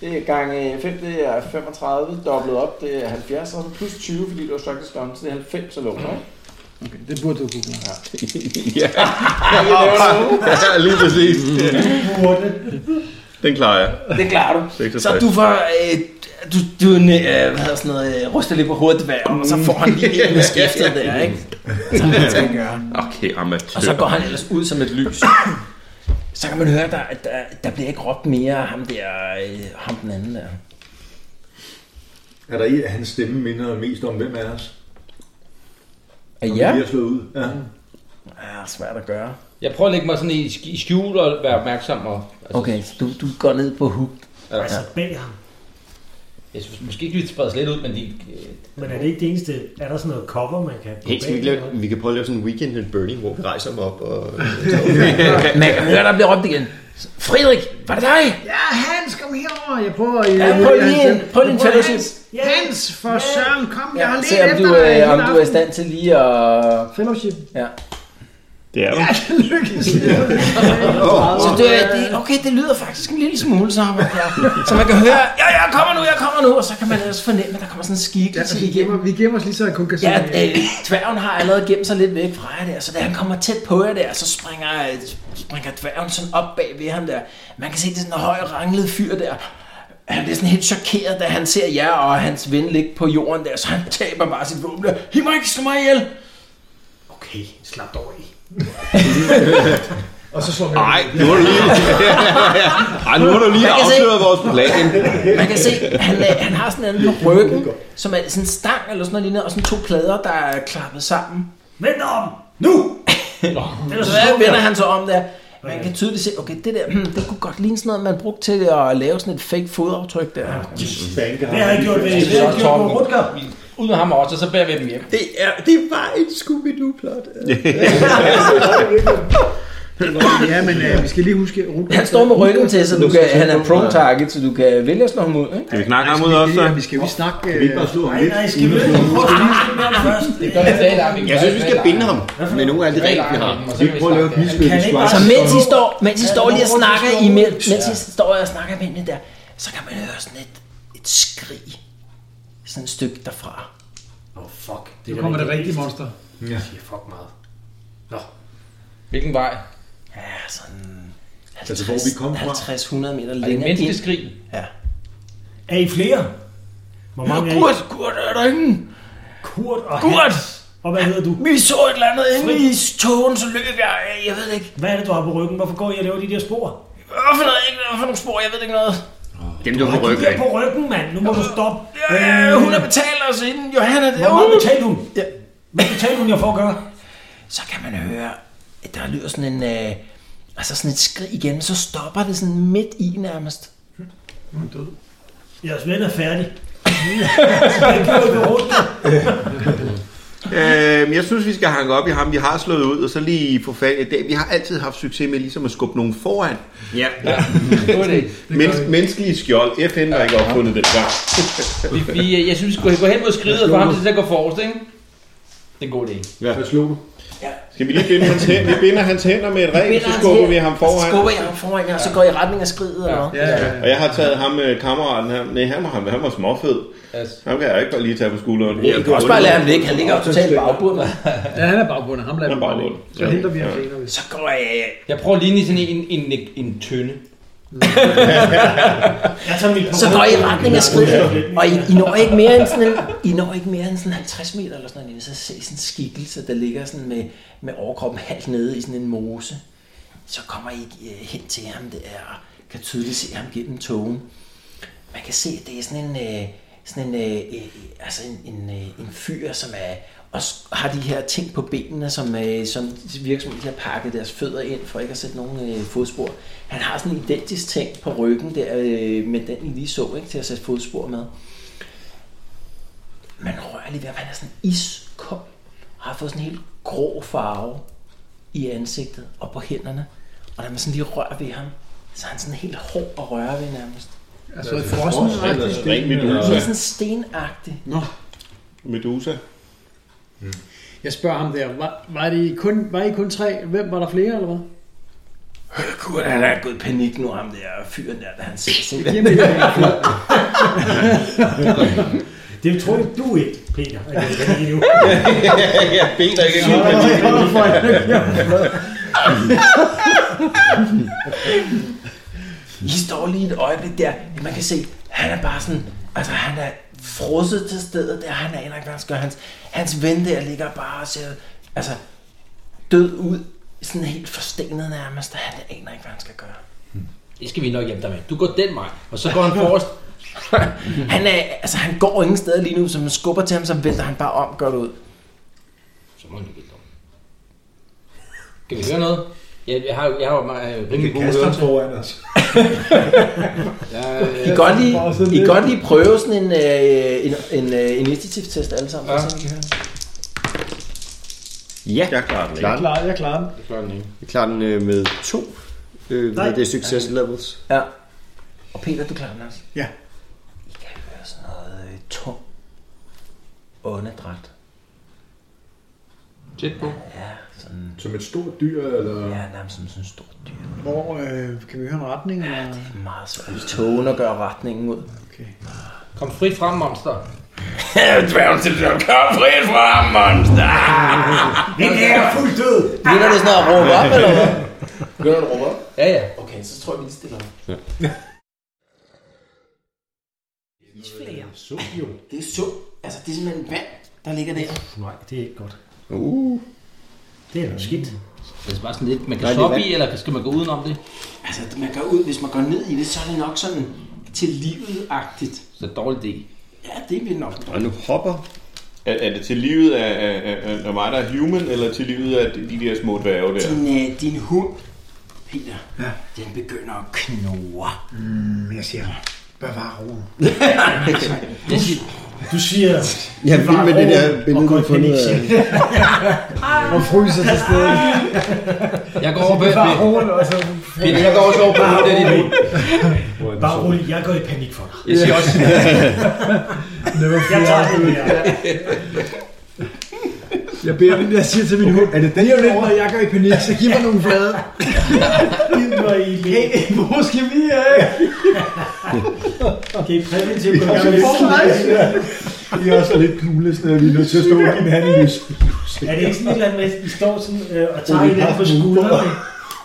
Det er gange 5, det er 35. Dobblet op, det er 70. Og så plus 20, fordi du har strike stone, så det er 90 så låner, ikke?
Okay, det burde du kunne gøre.
ja.
det laver du.
ja, lige præcis. Den klarer jeg.
Det klarer du.
66.
Så du får... Øh, du, du øh, hvad hedder sådan noget, øh, ryster lidt på hovedet hver, og så får han lige en med skiftet der, ikke? Som han skal gøre.
Okay, amatør.
Og så går han ellers ud som et lys. Så kan man høre, der, der, der bliver ikke råbt mere af ham der, øh, ham den anden der.
Er der i, at hans stemme minder mest om hvem af os?
Af
Om
jer?
vi er slået ud. Ja.
Ja, svært at gøre.
Jeg prøver at lægge mig sådan i, sk- i skjul og være opmærksom. Og, altså,
Okay, så du, du går ned på hook.
Ja.
Altså bag ham.
Jeg synes måske ikke, vi spredes lidt ud, men de... øh,
Men er det ikke det eneste? Er der sådan noget cover, man kan
Hey, skal vi, ikke lave, vi kan prøve at lave sådan en weekend at Burning, hvor vi rejser dem op og...
Man kan høre, der bliver råbt igen. Frederik, var det dig?
Ja, Hans, kom herover. Jeg prøver...
Ja,
jeg-
prøv
jeg-
lige en-
jeg-
prøv lige en
jeg prøver
fellowship.
Hans. Hans, for søren, kom. Jeg har
Se
let
om
efter
du,
dig.
øh,
hele
om du er i
aften.
stand til lige at...
Fellowship?
Ja.
Det er
Ja, det lykkedes.
Så det, det, øh, okay, det lyder faktisk en lille smule som om, at jeg- Så man kan høre, ja, jeg kommer nu, jeg kommer nu, og så kan man ellers fornemme, at der kommer sådan en skikkelse
Altså, Vi
igennem.
gemmer, vi gemmer os lige så, jeg kun kan se.
Ja, øh, dværgen har allerede gemt sig lidt væk fra jer der, så da han kommer tæt på jer der, så springer, øh, springer dværgen sådan op bag ved ham der. Man kan se, det er sådan en høj ranglet fyr der. Han bliver sådan helt chokeret, da han ser jer og hans ven ligge på jorden der, så han taber bare sit våben der. Hiv mig ikke, slå mig ihjel!
Okay, slap dog af.
Og så slår vi
Nej, nu har du lige, Ej, nu har du lige
Man kan se-
afsløret vores plan.
Man kan se, han, er- han har sådan en anden på ryggen, som er sådan en stang eller sådan noget lignende, og sådan to plader, der er klappet sammen.
Vend om! Nu!
Så hvad vender han så om der? Man kan tydeligt se, okay, det der, hmm, det kunne godt ligne sådan noget, man brugte til at lave sådan et fake fodaftryk der.
banker
Det har jeg gjort ved, det har jeg gjort ved Rutger.
Ud med ham også, og så bærer vi dem hjem.
Det, er, det var en Scooby-Doo-plot.
Ja, men øh, vi skal lige huske, Rutger...
Han står med ryggen til, så du kan, han er prone target, så du kan vælge at slå ham ud, ikke?
Skal vi knakke ham ud også?
Ja,
så?
vi skal jo lige snakke...
Kan vi ikke bare slå ham
Nej,
lidt?
nej, skal vi ikke først?
Det gør vi fredag aften.
Jeg synes, vi skal binde ham med nogle af de regler, vi har.
Og så
Vi
kan vi
prøver at lave et
snakke.
mislykkes
ikke
strike.
bare-
Så mens I står, mens I
Ja,
står lige og
hvor er det,
snakker
vi
i
slår
mel- mens I står og snakker i mændene der, så kan man høre sådan et, et skrig. Sådan et stykke derfra.
Åh, fuck.
Nu kommer det rigtige
monster.
monster.
Ja.
Det er fuck meget.
Hvilken vej?
Ja, sådan
Altså, hvor vi kom fra.
50-100 meter
Er det
længere ind.
menneskeskrig?
Ja.
Er I flere? Hvor mange er I?
Kurt, Kurt, er der ingen?
Kurt og
Kurt!
Hans. Og hvad hedder du?
Vi så et eller andet inde i togen, så løb jeg. Jeg ved det ikke.
Hvad er det, du har på ryggen? Hvorfor går I og laver de der spor?
Hvad for noget, ikke? Hvad for nogle spor? Jeg ved det ikke noget.
Dem, der
Ej,
får
de
ryggen
der
af.
på ryggen, mand. Nu må du stoppe. Øh,
Ja, hun har betalt os inden. Johanna, det
Hvor meget
er
betalte hun?
Ja.
Hvad betalte hun jer for at gøre?
Så kan man høre, at der lyder sådan en... Øh, altså sådan et skrig igen, men så stopper det sådan midt i nærmest.
Jeres ven er færdig. Jeg kører ved rundt.
Øhm, jeg synes, vi skal hanke op i ham, vi har slået ud, og så lige få fat i det. Vi har altid haft succes med ligesom at skubbe nogen foran.
Ja.
God idé.
Mens, menneskelige skjold. FN har ikke opfundet den gang.
Vi, vi, jeg synes, vi skal gå hen mod skridet og få ham til at gå forrest, ikke? Det er en god idé.
Hvad slog du?
Ja,
Skal vi lige binde hans hænder? Vi binder hans hænder med et reb, så skubber vi ham foran.
Så skubber jeg ham foran, og så går jeg i retning af skridet. Ja.
Ja, ja, ja. Og jeg har taget ham, øh, kammeraten her. Nej, han var, han, han var småfed.
Yes.
Ham kan jeg ikke bare lige tage på skulderen.
Jeg kan også bare lade ham ligge. Han ligger jo totalt bagbundet.
Ja, han er bagbundet. Ham lader
Han
vi
er
bare
bagbundet.
ligge. Så henter vi ham
Ja.
senere. hvis-
Så går jeg...
Jeg prøver lige sådan en, en, en, en tønde.
Jeg tager mit
Så går I i retning af skridet, og I, I, når ikke mere end sådan en, I når ikke mere end sådan 50 meter eller sådan noget, så ser I sådan en skikkelse, der ligger sådan med, med overkroppen halvt nede i sådan en mose. Så kommer I øh, hen til ham der, og kan tydeligt se ham gennem togen. Man kan se, at det er sådan en, øh, sådan en, øh, øh, altså en, en, øh, en fyr, som er, også har de her ting på benene, som, øh, som virksomheden har pakket deres fødder ind, for ikke at sætte nogen øh, fodspor. Han har sådan en identisk ting på ryggen der, øh, med den I lige så, ikke, til at sætte fodspor med. Man rører lige ved, at han er sådan iskold, og har fået sådan en helt grå farve i ansigtet og på hænderne. Og når man sådan lige rører ved ham, så er han sådan helt hård at røre ved nærmest.
Altså, frossen
Eller
rigtig
sådan ren
sten, eller-
Han er
medusa.
sådan stenagtig.
Nå,
Medusa.
jeg spørger ham der, var, var, det kun, var I kun tre? Hvem var der flere, eller hvad?
Gud, han er gået i panik nu, ham der fyren der, da han ser
Det giver
simpelthen.
mening.
Det tror jeg, du ikke, Peter. at jeg kan lide nu.
jeg beder ikke at komme med
I står lige et øjeblik der, at man kan se, han er bare sådan, altså han er frosset til stedet der, han er ikke engang skør. Hans, hans ven der ligger bare og ser, altså død ud, sådan helt forstenet nærmest, og han aner ikke, hvad han skal gøre.
Det skal vi nok hjælpe dig med. Du går den vej, og så går han forrest.
Han, er, altså, han går ingen steder lige nu, så man skubber til ham, så vælter han bare om, gør det ud.
Så må han jo vælge om. Kan vi høre noget? Jeg, jeg har, jeg har jo øh, rimelig
Vi
god
kaster ham
hørelse.
foran os.
Jeg, øh,
I kan godt lige, I kan godt lige prøve sådan en, øh, en, en, øh, initiativtest alle sammen, ja. så vi kan høre.
Ja, jeg klarer den. Klar den.
Klar, jeg klarer den.
jeg klarer den ikke.
Jeg klarer den øh, med to. Øh,
Nej.
hvad det er success levels.
Ja. Og Peter, du klarer den også?
Ja.
I kan høre sådan noget øh, tung åndedræt.
Tæt på.
Ja, sådan,
Som et stort dyr, eller...
ja, nærmest som sådan en stor dyr.
Hvor øh, kan vi høre en retning? Eller?
Det er meget svært. Tågen at gøre retningen ud.
Kom frit frem, monster.
Dværgen til dværgen, kom frit frem, monster!
Den er fuldt død.
Begynder du sådan at råbe op, eller hvad? Begynder du at råbe op?
Ja, ja.
Okay, så tror jeg, vi lige stiller op. Isflager.
Sum jo.
Det er sum. Altså, det er simpelthen vand, der ligger der.
Nej, det er ikke godt.
Uh.
Det er noget skidt.
Det er bare sådan lidt, man
Der er
kan
lidt
shoppe
vand.
i, eller skal man gå udenom det?
Altså, man går ud, hvis man går ned i det, så er det nok sådan til livet-agtigt.
Så dårlig idé.
Ja, det vil nok.
Og nu hopper.
Er, er det til livet af, af, af, af mig, der er human, eller til livet af de, de der små dværge der?
Din, øh, din hund, Peter, ja. den begynder at knurre.
Men jeg siger, bevar roen.
Det siger,
Du siger...
Jeg er vild med det der billede, du har fundet af.
Og fryser til stedet.
jeg går over bag
Bare rolig, og
altså.
så...
Peter, jeg går også over på hovedet af din hund.
Bare rolig, jeg går i panik for dig.
Jeg siger også,
Jeg tager det her.
Jeg, beder, jeg siger til min hund, er det den, jeg lidt, når jeg går i panik, så giv mig nogle flade.
Gid mig i læ-
Hvor skal vi af?
Det er præventivt. gå i gang med
Vi er også lidt knulesne, og vi er nødt til at stå i en handløs.
det. Er det ikke sådan et eller andet med, at I står sådan øh, og tager hinanden på skuldrene?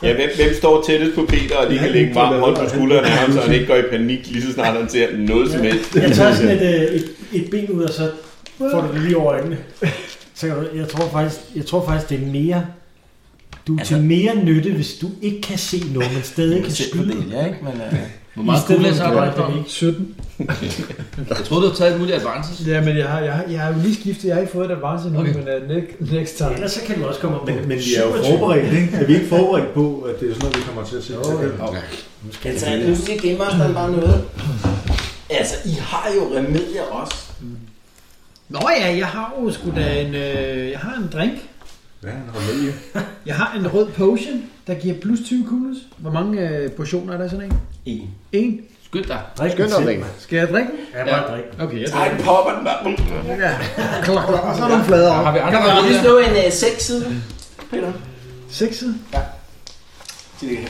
Ja, hvem, hvem står tættest på Peter, og de kan lægge varm hånd på skulderen af ham, så han ikke går i panik, lige så snart han ser noget som helst.
Jeg tager sådan et, øh, et, et ben ud, og så får du det lige over øjnene. Så kan du, jeg, tror faktisk, jeg tror faktisk, det er mere... Du er altså, til mere nytte, hvis du ikke kan se noget, men stadig kan skyde.
Ja, ikke? Men, øh...
hvor meget
I stedet
cool er så
for, at
arbejde
du
for?
gør det ikke.
17.
Jeg troede, du havde taget et muligt advances.
Ja, men jeg har, jeg, har, jeg har jo lige skiftet. Jeg har ikke fået et advance endnu,
Okay.
okay. men uh, next, next time.
Ellers så kan du også komme op
Men,
med
men vi er jo
27.
forberedt, ikke? Er vi ikke forberedt på, at det er sådan noget, vi kommer til at se? Jo,
Altså, nu siger Gamemasteren bare noget. Altså, I har jo remedier også.
Nå ja, jeg har jo sgu da en, øh, jeg har en drink.
Hvad er han har med i?
Jeg har en rød potion, der giver plus 20 kugles. Hvor mange øh, portioner er der sådan en?
En.
En.
Skynd dig.
Drik
Skynd dig, Mikkel.
Skal jeg drikke den?
Ja, bare drik.
Okay, jeg
Ej, popper den bare.
drikker. Ja. Klar, klar. Og så er der nogle flader
Har
op.
vi andre
Kan man lige
remedier?
slå en øh, seks side?
Peter.
Sekset?
Ja.
De ligger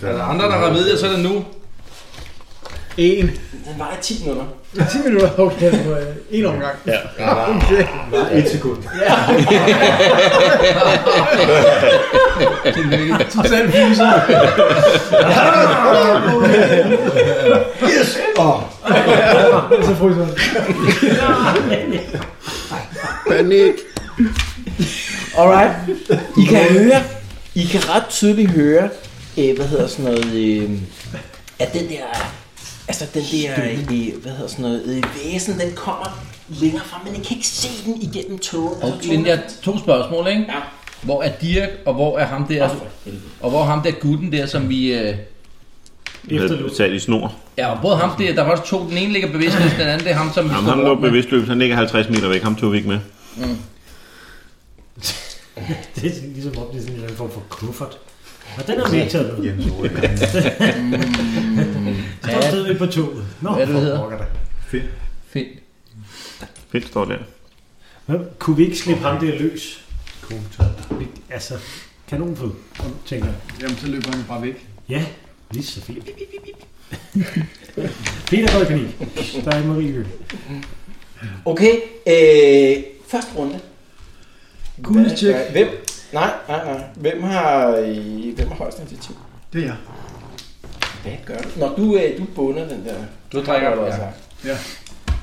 her.
Er der andre, der har med jer, så er det nu.
En.
Den vejer 10 minutter.
10 minutter, okay. det var, øh, En omgang.
Ja.
Okay.
Ja. Et sekund.
Ja. Total fyser. Yes! Åh. Så fryser han.
Panik.
Alright. I kan høre, I kan ret tydeligt høre, øh, hvad hedder sådan noget, øh,
at den der, altså den der, øh, hvad hedder sådan noget, øh, væsen, den kommer længere frem, men I kan ikke se den igennem toget.
Og Glenn, jeg har to spørgsmål, ikke? Ja. Hvor er Dirk, og hvor er ham der, og hvor er ham der gutten der, som vi... Øh...
Med sat i snor.
Ja, og både ham der, der var også to, den ene ligger bevidstløs, den anden det er ham, som vi
Jamen, ham lå bevidstløs, han ligger 50 meter væk, ham tog vi ikke med.
Mm.
Det er sådan, ligesom om, det er sådan en eller anden form for kuffert. Og den har vi ikke taget med.
Jens Ole.
Mm. Står stadigvæk på toget. Nå,
Hvad er det, du
for
hedder?
pokker da.
Finn.
Finn.
Fint står der.
Hvad, kunne vi ikke slippe ham der løs? Vi- Altså, kanonfød, tænker jeg.
Jamen, så løber han bare væk.
Ja, lige så fint. Peter går i panik. Der er ikke Marie.
Okay, øh, første runde.
Coolness
Hvad-
check.
hvad- Hvem? Nej, nej, nej. Hvem har, øh, hvem har højst initiativ?
Det er jeg.
Hvad gør du? Når du, øh, du bunder den der...
Du drikker
Har du
op,
også
ja.
sagt.
Ja.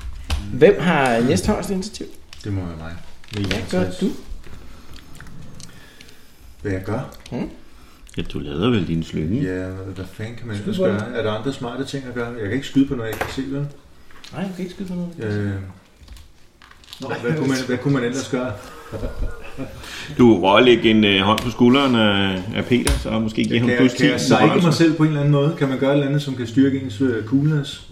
Hvem har næst højst initiativ?
Det må være mig. Med
Hvad
51.
gør du?
Hvad jeg gør?
Hmm?
Ja, du lader vel din slynge.
Ja, hvad fanden kan man ellers
på den.
gøre? Er der andre smarte ting at gøre? Jeg kan ikke skyde på noget, jeg kan se, vel?
Nej, du kan ikke skyde på noget.
Øh,
Nå,
hvad, kunne man, hvad kunne man ellers gøre?
Du røg lægge en øh, hånd på skulderen af, af Peter, så måske give ham
kan,
plus
jeg,
10.
kan jeg sejke mig selv på en eller anden måde? Kan man gøre et eller andet, som kan styrke ens øh, coolness?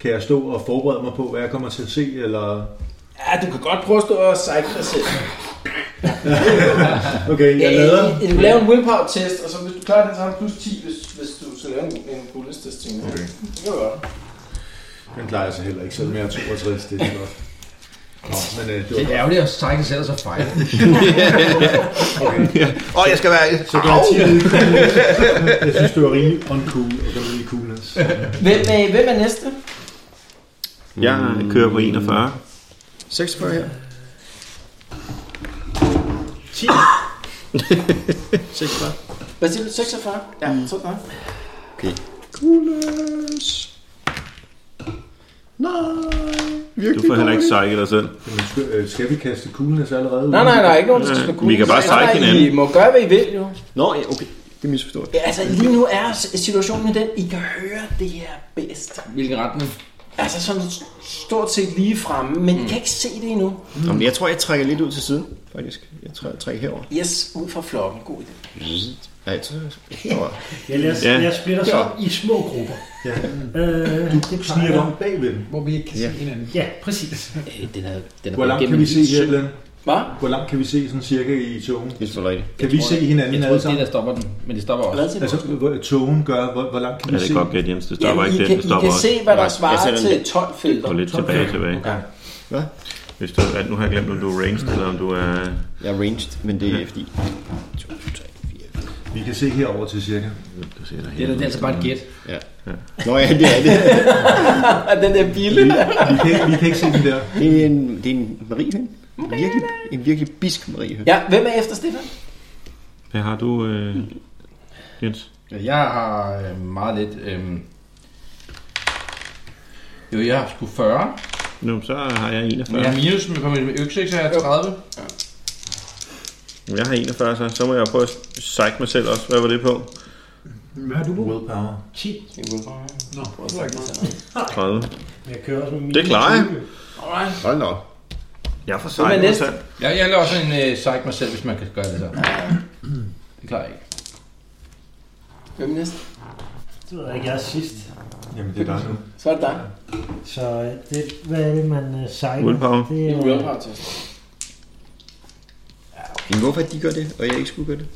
Kan jeg stå og forberede mig på, hvad jeg kommer til at se? Eller...
Ja, du kan godt prøve at stå og sejle dig selv.
Okay, jeg
Øh,
lader.
øh, Du laver en willpower test, og så hvis du klarer den, så har du plus 10, hvis, hvis du skal lave en, en coolness test. tænker jeg.
Okay.
Det kan du godt.
Den klarer jeg så heller ikke, selvom jeg er 62. Det er godt. Nå, men, øh, det, var
Det er ærgerligt at strække selv og så fejle.
Okay.
Åh, jeg skal være...
Så du har 10 i coolness. Jeg synes, du er rimelig uncool og gå ned i coolness.
Hvem, øh, hvem er næste?
Jeg kører på 41.
46 her.
10.
46.
Hvad siger du? 46? Ja, så er det dig.
Okay.
Coolness.
Nej,
Du får heller ikke sejke dig selv.
Jamen, skal, øh, skal vi kaste coolness allerede?
Nej, nej, der er ikke nogen, der skal slå
Vi kan bare sejke
I
hinanden.
må gøre, hvad I vil, jo.
Nå, ja, okay. Det misforstår jeg.
Ja, altså, lige nu er s- situationen den, I kan høre det her bedst.
Hvilken retning?
Altså, sådan stort set lige fremme, men mm. I kan ikke se det endnu.
Nå, men jeg tror, jeg trækker lidt ud til siden, faktisk. Jeg tror, jeg trækker herover.
Yes, ud fra flokken. God idé.
Nej, jeg tror, jeg herover.
Jeg, lader,
Ja.
ja. jeg splitter så op i små grupper.
Ja.
Øh,
Du
det
sniger dig
plejer-
om bagved den.
Hvor vi ikke kan
Ja.
se hinanden.
Ja, præcis.
Den er, den
Hvor langt kan vi se her, Glenn?
Hvad?
Hvor langt kan vi se sådan cirka i togen?
Det er så rigtigt.
Kan vi se hinanden
alle
alle
sammen?
sammen?
Jeg tror, det er det, der stopper den, men det stopper også.
Hvad siger du?
Altså, hvor togen gør, hvor, hvor langt kan
Ja,
vi
det
se?
er godt gæt, Jens. Det stopper
Jamen,
ikke
I
den.
kan,
Det
I
stopper
kan
også.
se, hvad der
Nej, jeg
svarer
sætter den
til
der.
12
Gå
felter.
lidt tilbage, tilbage.
Okay.
Hvad?
Hvis du, at nu har jeg glemt, om du er ranged, eller om du er...
Jeg er ranged, men det er fordi... 2, 3, 4,
Vi kan se herover til cirka.
Det er, det er altså bare et gæt.
Ja. Nå ja, det er det.
den der bille.
Vi kan, vi kan ikke se den der.
Det er en, det er en mariehøn. En virkelig, en virkelig bisk mariehøn.
Ja, hvem er efter Stefan?
Hvad har du, øh, Jens?
Jeg har øh, meget lidt... Øh... Jo, jeg har sgu 40.
Nu, så har jeg 41.
Men jeg har minus, men jeg kommer med økse, ikke? så jeg har 30.
Jeg har 41, så, så må jeg prøve at sejke mig selv også. Hvad var det på?
Hvad har du på?
Willpower.
10.
Nå, det var ikke meget.
30.
Jeg kører også med min
Det klarer jeg.
type.
Alright.
Hold da op.
Jeg får
Hvem er
sejket mig
næste?
selv.
Jeg, jeg laver også en øh, psych mig selv, hvis man kan gøre det så. Det klarer jeg ikke.
Hvem er næste?
Det ved jeg ikke, jeg er sidst.
Jamen, det er dig nu.
Så er det dig.
Så øh, det, hvad er det, man øh, sejler?
Willpower.
Det
Det
er
er willpower test.
Men hvorfor de gør det, og jeg ikke skulle gøre det?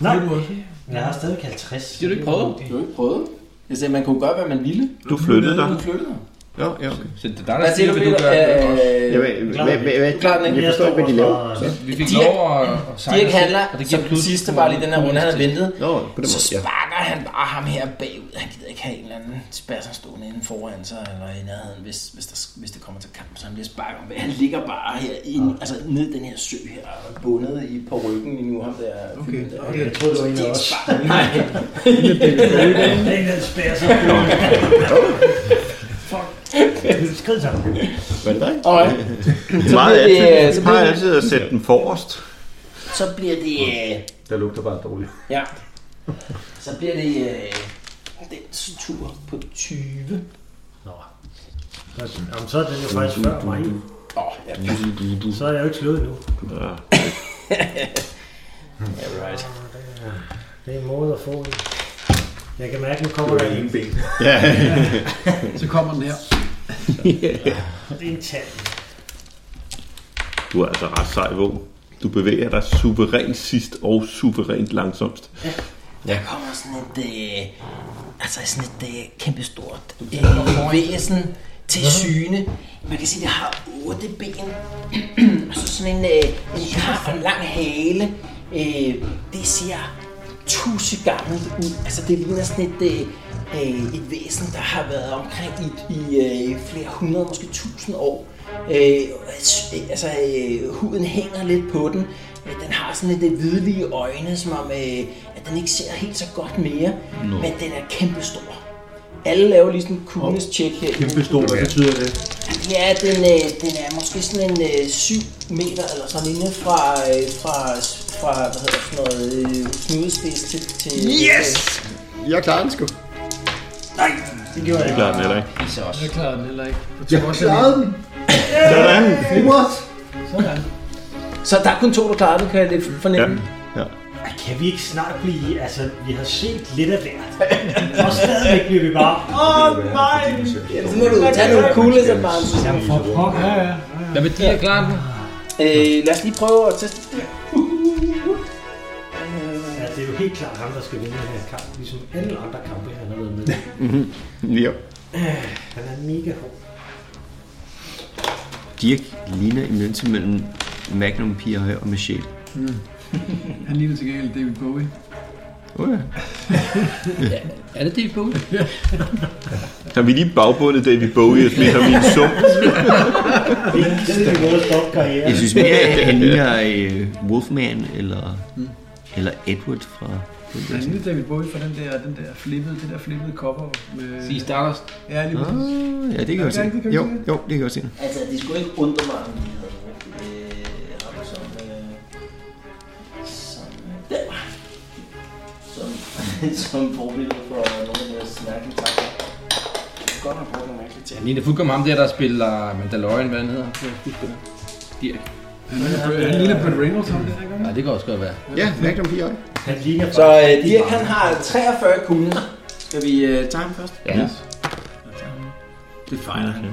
Nej, men jeg har stadig 50.
Det har du ikke prøvet.
Du har ikke prøvet. Jeg sagde, man kunne gøre, hvad man ville.
Du flyttede dig.
Du flyttede dig.
Jo, jo.
Så det er der,
Hvad
der
siger
siger,
du,
hvad du
Peter?
gør.
Øh,
Klar, men
jeg forstår, hvad de laver.
Så Vi fik
Dirk,
lov at at sejle
Dirk
selv,
handler,
og det
som
giver
den
plus-
sidste var lige den her runde, han havde ventet.
Nå, på den
Så
måde, ja.
sparker han bare ham her bagud. Han gider ikke have en eller anden spasser stående inden foran sig, eller i nærheden, hvis, hvis, der, hvis det kommer til kamp. Så han bliver sparket om. Han ligger bare her, inde, altså ned i den her sø her, og bundet i, på ryggen lige nu. Ham der, okay, der.
okay, jeg troede, det var en af
Dirk
os.
sparker- Nej.
Det er en af spærser. Fuck. Skrid sammen.
Var det dig?
Og,
Det er meget
Så bliver det-
altid,
så
det plejer
bliver det-
altid at sætte den forrest.
Så bliver det... øh,
Der lugter bare dårligt.
Ja. Så bliver det øh, dens tur på 20.
Nå. Så- Jamen, så er den jo faktisk før mig.
Åh,
ja. Så er jeg jo ikke slået endnu.
Yeah, right.
Det er en måde at få det. Jeg kan mærke, at nu kommer der en.
ben.
Så kommer den her.
Det er en tand.
Du er altså ret sej, Våg. Du bevæger dig suverænt sidst og suverænt langsomst.
Der kommer sådan et, øh, altså sådan et øh, kæmpe stort øh, væsen til syne. Man kan sige, at det har otte ben, og så sådan en, øh, en kar og en lang hale. Øh, det ser tusind gammelt ud. Altså det ligner sådan et, øh, øh, et væsen, der har været omkring i, i øh, flere hundrede, måske tusind år. Øh, s- øh, altså øh, huden hænger lidt på den. Øh, den har sådan lidt øh, hvidlige øjne, som om øh, at den ikke ser helt så godt mere.
Nå.
Men den er kæmpestor. Alle laver lige sådan en coolness check her.
Kæmpe stor, hvad betyder det?
Ja, den, øh, den er måske sådan en øh, 7 meter eller sådan inde fra, øh, fra, fra hvad hedder sådan noget, øh, snudespids til, til...
Yes! Jeg klarer den sgu.
Nej, det gjorde
Det klarer den heller ikke.
Pisse også.
Jeg klarer den heller ikke. På
Jeg
trods af
klarede
min-
den.
Sådan.
What?
Sådan.
Så der er kun to, der klarer det, kan jeg lidt fornemme.
Ja.
Ej, Kan vi ikke snart blive... Altså, vi har set lidt af hvert. Og stadigvæk bliver vi bare... Åh, oh, nej!
Så må du tage nogle coole, så bare...
Jamen, for pokker. Ja, ja.
Hvad med de her klarer den? Øh, lad os lige prøve at teste.
Ja, det er jo helt klart ham, der skal vinde den her kamp. Ligesom alle andre kampe, han har været med. i.
Mhm. Ja.
Øh, Han er mega hård.
Dirk ligner en mønse mellem Magnum Piger og Michelle.
Mm. Han ligner til gengæld David Bowie.
Oh, ja.
ja, er det David Bowie?
Har vi lige bagbundet David Bowie og smidt ham i en sump?
Det er vores topkarriere.
Jeg synes mere, at han ligner øh, Wolfman eller, eller Edward fra...
Han ligner David Bowie for den der, den der flippede, det der flippede cover med...
Sig
Stardust. Ja, lige præcis.
Ah, ja, det kan jeg godt se.
ikke det, kan vi
Jo,
se?
jo, det kan jeg godt se.
Altså, det skulle ikke undre mig, om de havde brugt øh, ham som... Øh, som... Øh, der. Som, som forbillede for nogle af deres mærkelige tanker. Jeg kunne godt have brugt nogle mærkelige ting.
Han ligner fuldkommen ham der, der spiller Mandalorian, hvad han hedder. Kan jeg huske det? Dirk.
Han ligner- han ligner Burt Reynolds, ham der, ikke?
Nej, det kan også godt være.
Ja, Magnum P.I.
Han ligner
Så øh, Dirk, han har 43 kugler. Skal vi øh, tage ham først?
Ja.
Det fejler han.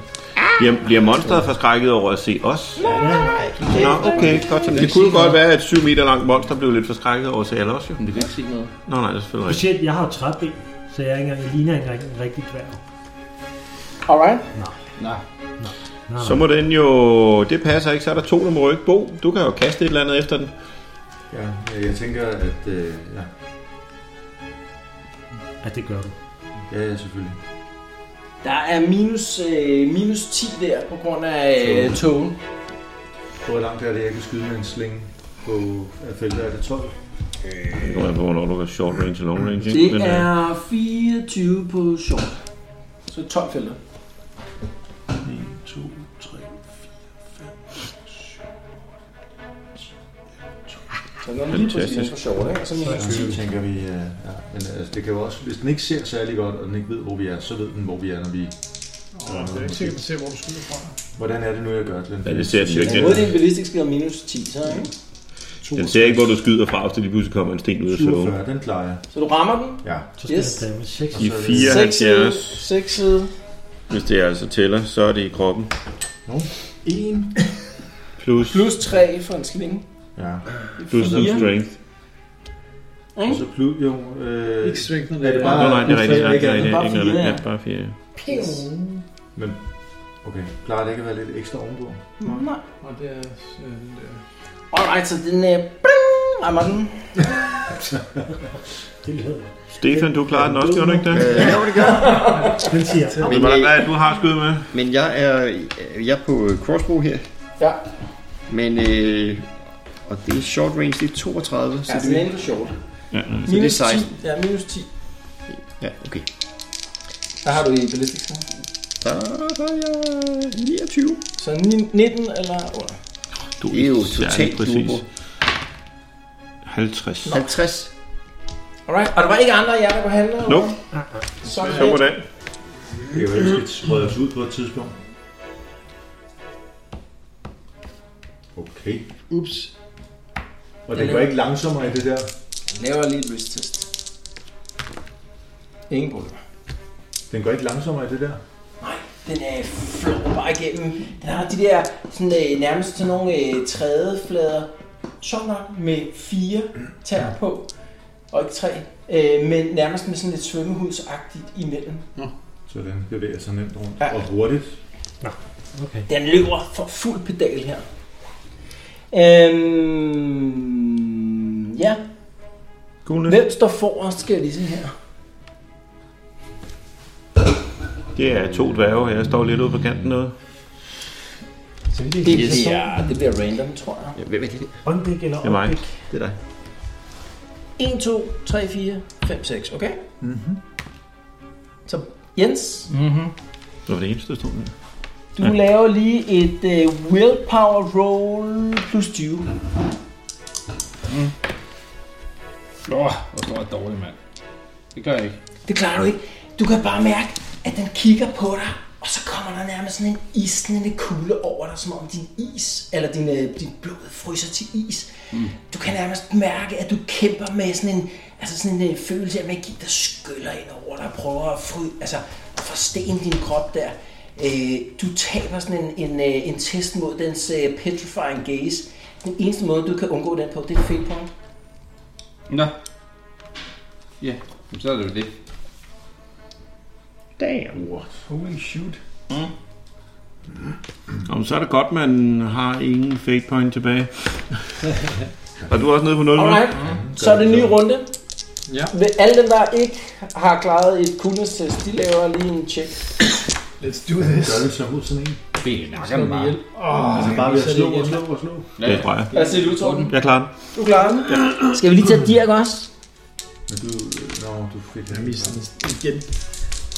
Bliver, bliver monsteret forskrækket over at se os?
Nej,
Nå, okay, godt. så Det kunne godt være, at et 7 meter langt monster blev lidt forskrækket over at se alle os, jo. Men det kan ikke se noget. Nå, nej, det er selvfølgelig rigtigt.
Specielt, jeg har jo træben, så jeg, er ikke engang, jeg ligner ikke engang en rigtig dværg.
Alright.
Nej.
Så må den jo... Det passer ikke, så er der to, der må rykke. Bo, du kan jo kaste et eller andet efter den.
Ja, øh, jeg tænker, at... Øh, ja.
Ja, det gør du.
Ja, ja, selvfølgelig.
Der er minus, øh, minus 10 der på grund af øh, togen.
Hvor langt er det, jeg kan skyde med en slinge på af feltet? Er det 12?
Det kommer an på, hvornår du er short range og long range, ikke?
Det
øh,
er 24 på short. Så 12 felter.
1, 2, 3,
Så går man lige præcis på short, ikke? Og så minus
20,
10.
tænker vi. øh, Ja. Men altså, det kan jo også, hvis den ikke ser særlig godt, og den ikke ved, hvor vi er, så ved den, hvor vi er, når vi...
Åh, det er ikke sikkert, at se, hvor du skyder fra.
Hvordan er det nu, jeg gør det?
Ja, det ser den jo ikke.
Mod din ballistik skal have minus 10, så, ikke?
Den ser ikke, hvor du skyder fra, hvis der lige pludselig kommer en sten ud af slåen.
47, den klarer jeg.
Så du rammer den?
Ja.
Så skal jeg tage med 6.
I
6
74,
6 side.
hvis det altså tæller, så er det i kroppen.
1.
Plus,
Plus 3 for en sling.
Ja.
plus din strength.
Ikke?
Så plus, jo... Øh,
Ikke strength, når
er det
det
bare...
Nå, nej, det er rigtigt. Nej,
plus tre,
det er rigtigt.
ikke
Ikke
andet?
noget, ja, bare fire.
Men
Okay, plejer det ikke at være lidt ekstra ovenpå?
Nej. Og det er... Øh, det er-
Alright, så den er... Bling! Rammer den.
Stefan, du klarer den også, gør du ikke det?
Øh, jo, det gør jeg.
Den siger
Men,
Men hvordan
øh,
er det, du har skud med?
Men jeg er, jeg er på øh, crossbow her.
Ja.
Men, øh, og det er short range, det er 32.
Ja, så
det
den er short.
Ja, mm. så det er
Minus 10.
16.
Ja, minus 10.
Ja, okay.
Der har du i ballistik.
Der har jeg 29.
Så ni- 19 eller under.
Du
det er jo
særlig
totalt
præcis.
turbo.
50.
50.
Alright, og der var ikke andre af jer, der kunne handle? eller
Nope.
hvad? Sådan
Så
lidt.
hvordan?
Det er jo ikke skal sprede os ud på et tidspunkt. Okay. Ups. Og det går ikke langsommere i det der.
Jeg laver lige et wrist test. Ingen problem.
Den går ikke langsommere i det der.
Den er flår bare igennem. Den har de der sådan, øh, nærmest sådan nogle øh, trædeflader. Sjovt nok med fire tæer på. Og ikke tre. Øh, men nærmest med sådan lidt svømmehudsagtigt imellem.
Så den bevæger sig nemt rundt. Ja. Og hurtigt. Nå, okay.
Den løber for fuld pedal her. Øhm, ja.
Cool.
Hvem står forrest, skal jeg lige se her.
Det er to dværge, jeg står lidt ude på kanten noget.
Det, bliver, det bliver random, tror jeg.
Ja, hvem er det? der?
Håndbæk eller
Det er mig.
Det er dig.
1, 2, 3, 4, 5, 6, okay? Mm-hmm. Så Jens,
Mhm. Det var det eneste, der stod med.
du ja. laver lige et uh, willpower roll plus 20.
Mm. Åh, hvor står jeg dårlig, mand. Det gør jeg ikke.
Det klarer du ikke. Du kan bare mærke, at den kigger på dig, og så kommer der nærmest sådan en isnende kugle over dig, som om din is, eller din, øh, din blod fryser til is. Mm. Du kan nærmest mærke, at du kæmper med sådan en, altså sådan en øh, følelse af magi, der skyller ind over dig og prøver at fry, altså, at forstene din krop der. Øh, du taber sådan en, en, øh, en test mod dens øh, petrifying gaze. Den eneste måde, du kan undgå den på, det er et fail point.
Nå. Ja, men så er det jo det.
Damn.
Holy shoot. Mm.
Om så er det godt, man har ingen fake point tilbage. Og du er også nede på 0 nu?
Alright, så er det en ny runde.
Ja.
Ved alle dem, der ikke har klaret et coolness test, de laver lige en check.
Let's
do this. Gør det så ud sådan en.
Det
Slå
nakker
den
den bare.
ihjel. Åh, Altså bare ved at slå og slå og slå.
Ja, det tror jeg.
Hvad siger du, Torben?
Jeg klarer den.
Du klarer den. Ja. Skal vi lige tage Dirk også?
Men du, nå, du fik den. Jeg mistede
Igen.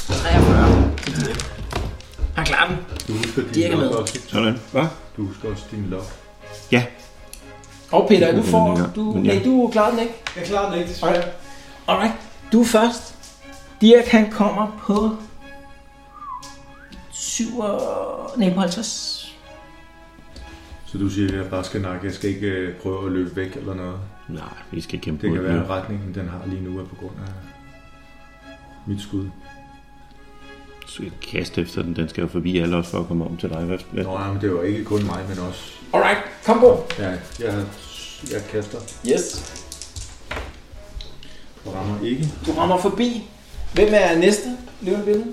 43. til Dirk. Han klarer den.
Du husker din
Dirk er med.
lok også.
Sådan. Hvad?
Du husker også din lok.
Ja.
Og Peter, du
Det
får...
kunne den
Du,
ikke, men ja.
nej, du klarer den ikke.
Jeg klarer den ikke, desværre.
Alright, du er først. Dirk, han kommer på... 7 og... Nej, på 50.
Så du siger, at jeg bare skal nakke. Jeg skal ikke øh, prøve at løbe væk eller noget.
Nej, vi skal kæmpe
Det
mod
kan
den
være,
nu.
at retningen den har lige nu er på grund af mit skud.
Så skal jeg kaste efter den. Den skal jo forbi alle os for at komme om til dig. Hvad, hvad?
Nå, ja, men det var ikke kun mig, men også...
Alright, kom på.
Ja, jeg, jeg kaster.
Yes.
Og rammer ikke.
Du rammer forbi. Hvem er næste levende billede?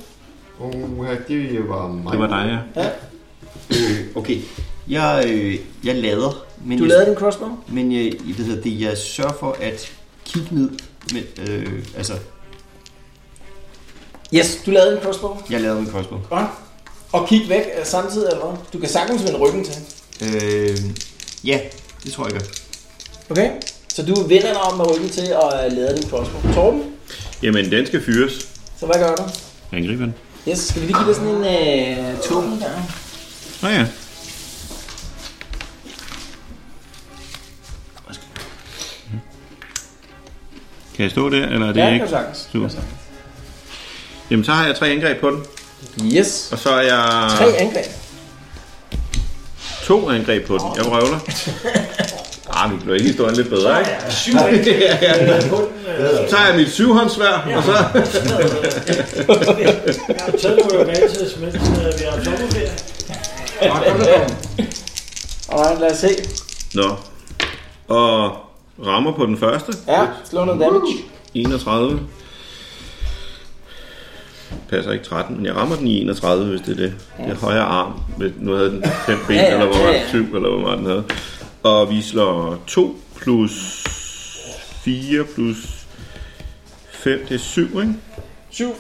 Uha, det var mig.
Det var dig,
ja. Ja.
Øh, okay. Jeg, øh, jeg lader. Men
Du
jeg,
lader din crossbow?
Men jeg, hvad hedder det, jeg sørger for at kigge ned. Men, øh, altså,
Yes, du lavede en crossbow.
jeg lader min crossbow.
Godt. Og kig væk øh, samtidig, eller hvad? Du kan sagtens vende ryggen til.
Øh, ja, det tror jeg godt.
Okay? Så du vender dig om med ryggen til og øh, lader din crossbow. Torben,
Jamen, den skal fyres.
så hvad gør du?
Angriber den.
Yes, skal vi lige give det sådan en øh, tung der?
Nå ja. Kan jeg stå der, eller er det
Ja, det
ikke?
kan du sagtens.
Super. Jamen, så har jeg tre angreb på den.
Yes.
Og så er jeg...
Tre angreb.
To angreb på den. Jeg røvler. Ah, nu blev ikke historien lidt bedre, ikke?
Syv
Ja, ja. Så er jeg mit syvhåndsvær, og så...
Så er du jo vant til at smelte, når øh, vi har sommerferie.
Alright, lad os se.
Nå. Og rammer på Uh. den første.
Ja, slå noget damage.
31. passer ikke 13, men jeg rammer den i 31, hvis det er det. Det er højre arm. Med, nu havde den 5 ben, ja, eller hvor meget, 7, eller hvor meget den havde. Og vi slår 2 plus 4 plus 5, det er 7, ikke?
7.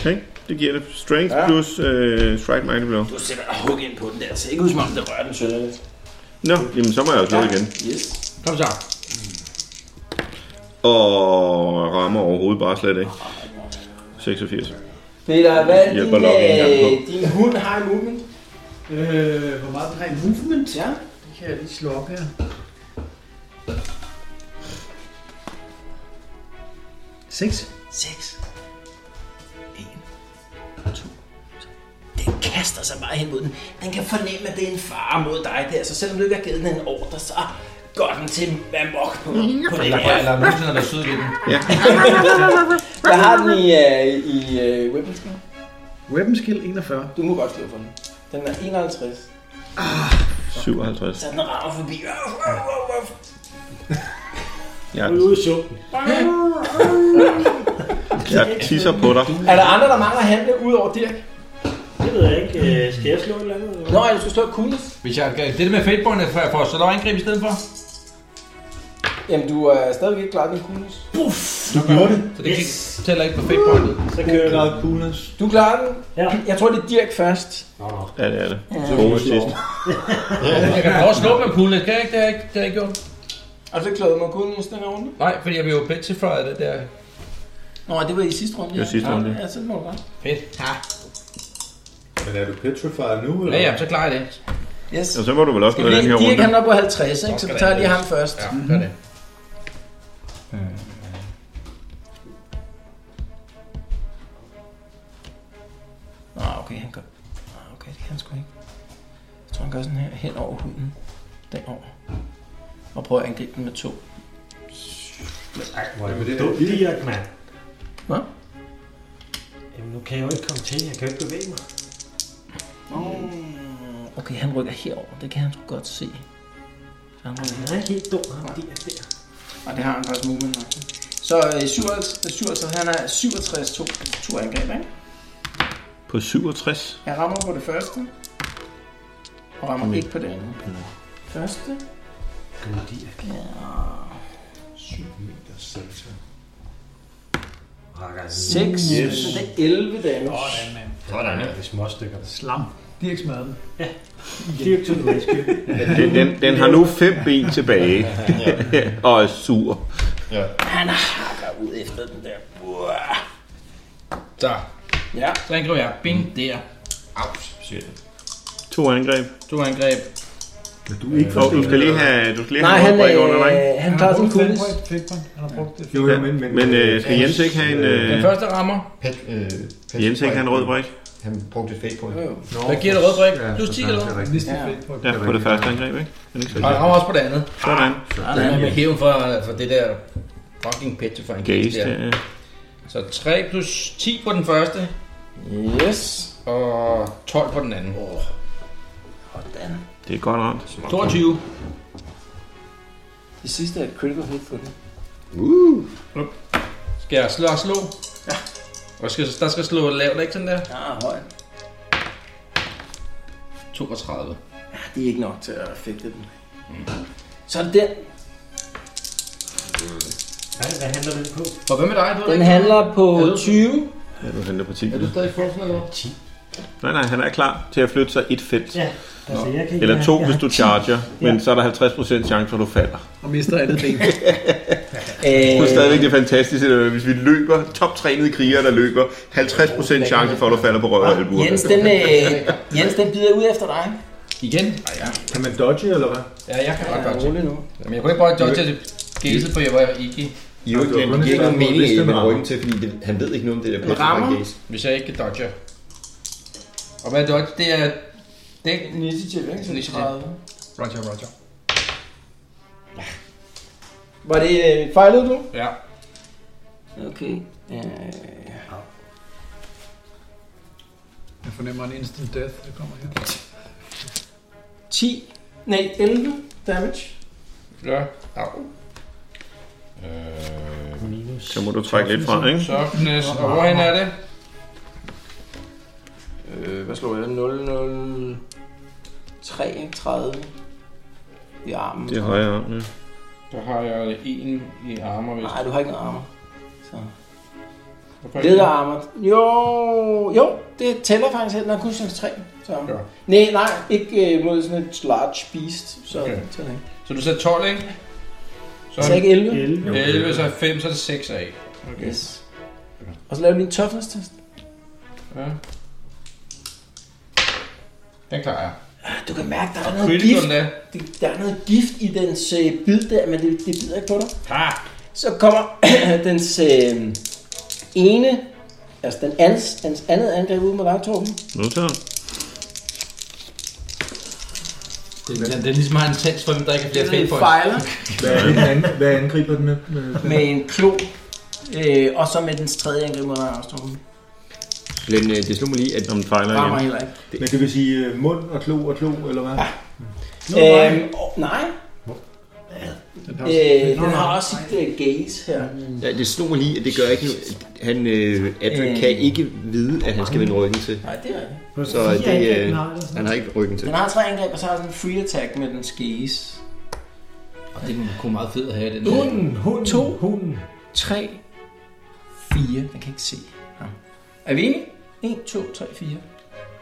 Okay, det giver det strength ja. plus øh, strike mighty blow.
Du sætter dig hug ind på den der. Det ser ikke ud som om, det rører den sønderligt.
Nå, jamen så må jeg jo slå
Ja.
igen.
Yes.
Kom så.
Og rammer overhovedet bare slet ikke. 86.
Peter, hvad er
Hjælper nok en gang
din,
på.
øh, din hund har i movement?
Øh, hvor meget den har i movement?
Ja.
Det kan jeg lige slå op her. 6.
6. 1. 2. Den kaster sig bare hen mod den. Den kan fornemme, at det er en fare mod dig der. Så selvom du ikke har givet den en ordre, så går den til amok på, på det
Eller, eller
der.
nogensinde har været sød ved den.
Hvad har den i, øh, i øh, weapon skill?
Weapon skill 41.
Du må godt slå for den. Den er 51.
57.
Så den rammer forbi. Uff, uff, uff, uff.
Jeg,
Ude i sumpen.
jeg tisser på dig.
Er der andre, der mangler handle ud over Dirk?
Det ved jeg ikke. Øh, Skal jeg slå et eller andet?
Nå, ja, du skal slå coolness.
Hvis jeg kan... Det der med fateboyne for jeg får så der angreb i stedet for.
Jamen, du er stadigvæk ikke klaret din coolness.
Du gjorde det. Så det yes. kan, tæller ikke på fateboynet.
Så kører jeg coolness.
Du klarer den.
Ja.
Jeg tror, det er Dirk først.
Ja, det er det.
Ja.
Bonus sidst.
Jeg kan også slå med poolen, kan jeg ikke? Det har jeg ikke, det har jeg ikke gjort.
Og så klarede man coolness den her runde.
Nej, fordi jeg blev jo petrified af det der.
Nå, det var i sidste runde.
Det var sidste runde.
Ja, så må du godt.
Fedt.
Ja.
Men er du petrified nu? Eller?
Ja, ja, så klarer jeg det.
Yes.
Og så må du vel også
Skal
gå
vi
den her
lige, Dirk
runde.
han er på 50, ikke?
Så
Så
skal
vi
der
tager lige
ikke
ham først. Øh.
Ja, gør det.
Nå, okay, han gør... Nå, okay, det kan han sgu ikke. Jeg tror, han gør sådan her hen over huden. Derover. Og prøver at angribe den med to.
Hvor er det,
Du er Dirk, mand.
Hvad?
Jamen, nu kan jeg jo ikke komme til. Jeg kan jo ikke bevæge mig.
Okay, han rykker herover. Det kan han sgu godt se. Så han rykker
Han er helt dum, ham Dirk der.
Og det har han faktisk movement nok. til. Så øh, 57, 57, han er 67, to, to angreb, ikke?
På 67.
Jeg rammer på det første. Og rammer ikke på det andet. Første.
God Dirk.
Ja.
7 meter satan.
Rakker.
6. Yes. Så det er 11 damage.
Sådan, mand.
Sådan, ja.
Det er små stykker.
Slam. Dirk smadrer den.
Dirk to the rescue.
Den, den, den har nu fem ben tilbage. og er sur.
Han hakker ud efter den der. Uah.
Så,
Ja.
så angriber jeg. Bing, der. Aus, siger det.
To angreb.
To angreb.
Men du er ikke
Og du skal lige have, du skal lige
Nej,
have
han,
hovedbræk under dig.
øh, han klarer sin
Fem
kulis.
point, fem point. Han har brugt det.
Jo, jo, men...
ikke? Men øh, skal Jens ikke have en...
Den
Øh,
første rammer.
Pat, øh, Pat
Jens ikke have en rød brik?
Han brugte et fake point.
Hvad giver det rød brik? Plus 10 eller hvad?
Næste fem point.
Ja, på det første angreb, ikke? Er det ikke
Og
sådan?
jeg rammer også på det andet.
Sådan.
Der er med hæven for, for det der fucking petrifying
Gaze,
der.
der.
Så 3 plus 10 på den første,
Yes.
og 12 på den anden.
Hvordan?
Det er godt ramt.
22.
Det sidste er et critical hit for den.
Skal jeg slå og slå? Ja. Og skal, der skal slå lavt, ikke sådan der?
Ja, høj.
32.
Ja, det er ikke nok til at fægte den. Så er det den.
Hvad, hvad handler den på?
Og hvad med dig? Du er
Den
ikke-
handler på
Er du-
20.
Ja, du henter
Er du
partiklen.
stadig frozen eller hvad?
Nej, nej, han er klar til at flytte sig et felt.
Ja, altså, jeg kan ikke-
Eller to,
jeg-
hvis du
jeg-
charger. Men
Ja.
så er der 50% chance for, at du falder.
Og mister andet ben.
Det er
Øh,
stadigvæk det fantastiske, øh, hvis vi løber, toptrænede krigere, der løber, 50% chance for, at du falder på røv og albuer.
Jens, den, øh, Jens, den bider ud efter dig.
Igen? Ej, ja.
Kan man dodge, eller hvad?
ja, jeg kan godt
Ja,
dodge.
rolig nu.
Men jeg kunne ikke bare dodge, at det gæsede på, jeg var ikke.
I øvrigt,
det var
det giver ikke
kun
nogen
en
mening i
liste,
at man
man har.
ryggen til, fordi det, han ved ikke noget om det der
rammer.
Petrify Gaze.
Hvis jeg ikke dodger. Og hvad er dodge? Det er... Det er
Initiativ, ikke? Så
Initiativ.
30.
Roger, roger.
Var det øh, fejlede du?
Ja.
Okay. Øh,
Jeg fornemmer en instant death, der kommer her.
10. Nej, 11 damage.
Ja. Au.
Så må du trække lidt fra, ikke?
Softness. Og hvorhen er det? Øh, hvad slår jeg? 00...
33 i armen.
Det er højre arm, ja.
Der har jeg en i armer. Hvis
Nej, du har ikke nogen armer. Så.
Hvorfor ikke?
Lederarmer. Jo, jo, det tæller faktisk helt, når kun slags 3. Så. Ja. Nej, nej, ikke øh, mod sådan et large beast. Så okay. tæller ikke.
Så du sagde 12, ikke?
Så ikke 11?
11. 11, så er 5, så er det 6 af. Okay.
Yes. Og så laver vi en toughness test.
Ja. Den klarer jeg.
Ah, Du kan mærke, der er
Og
noget
critical
gift.
endda.
Det, der er noget gift i dens øh, bid der, men det, det bider ikke på dig.
Ha!
Så kommer dens øh, ene, altså den ans, dens andet angreb ud mod dig, Torben.
Nu så.
Det, det, det er ligesom, at han tænds for, hvem der ikke har flere
Det er
fake points.
fejler.
Hvad, er den anden, hvad angriber den med? med,
Med en klo. Øh, og så med dens tredje angreb mod dig, også, Torben.
Men øh, det slog mig lige, at...
Om den fejler
Rammer
igen.
heller ikke.
Men det vil sige øh, mund og klo og klo, eller hvad?
Øhm, og- nej. Øh, den har også sit øh, gaze her.
Ja, det slog mig lige, at det gør ikke noget. Han, øh, Adrian kan ikke vide, at han skal vende ryggen til.
Nej, det er det.
Så det, øh, han har ikke ryggen til.
Den har tre angreb, og så har den en free attack med den gaze.
Og det kunne- kunne meget fedt at have den der.
Hunden, hunden, to, hunden. Tre, fire. Den kan ikke se ham. Er vi enige? 1, 2, 3, 4.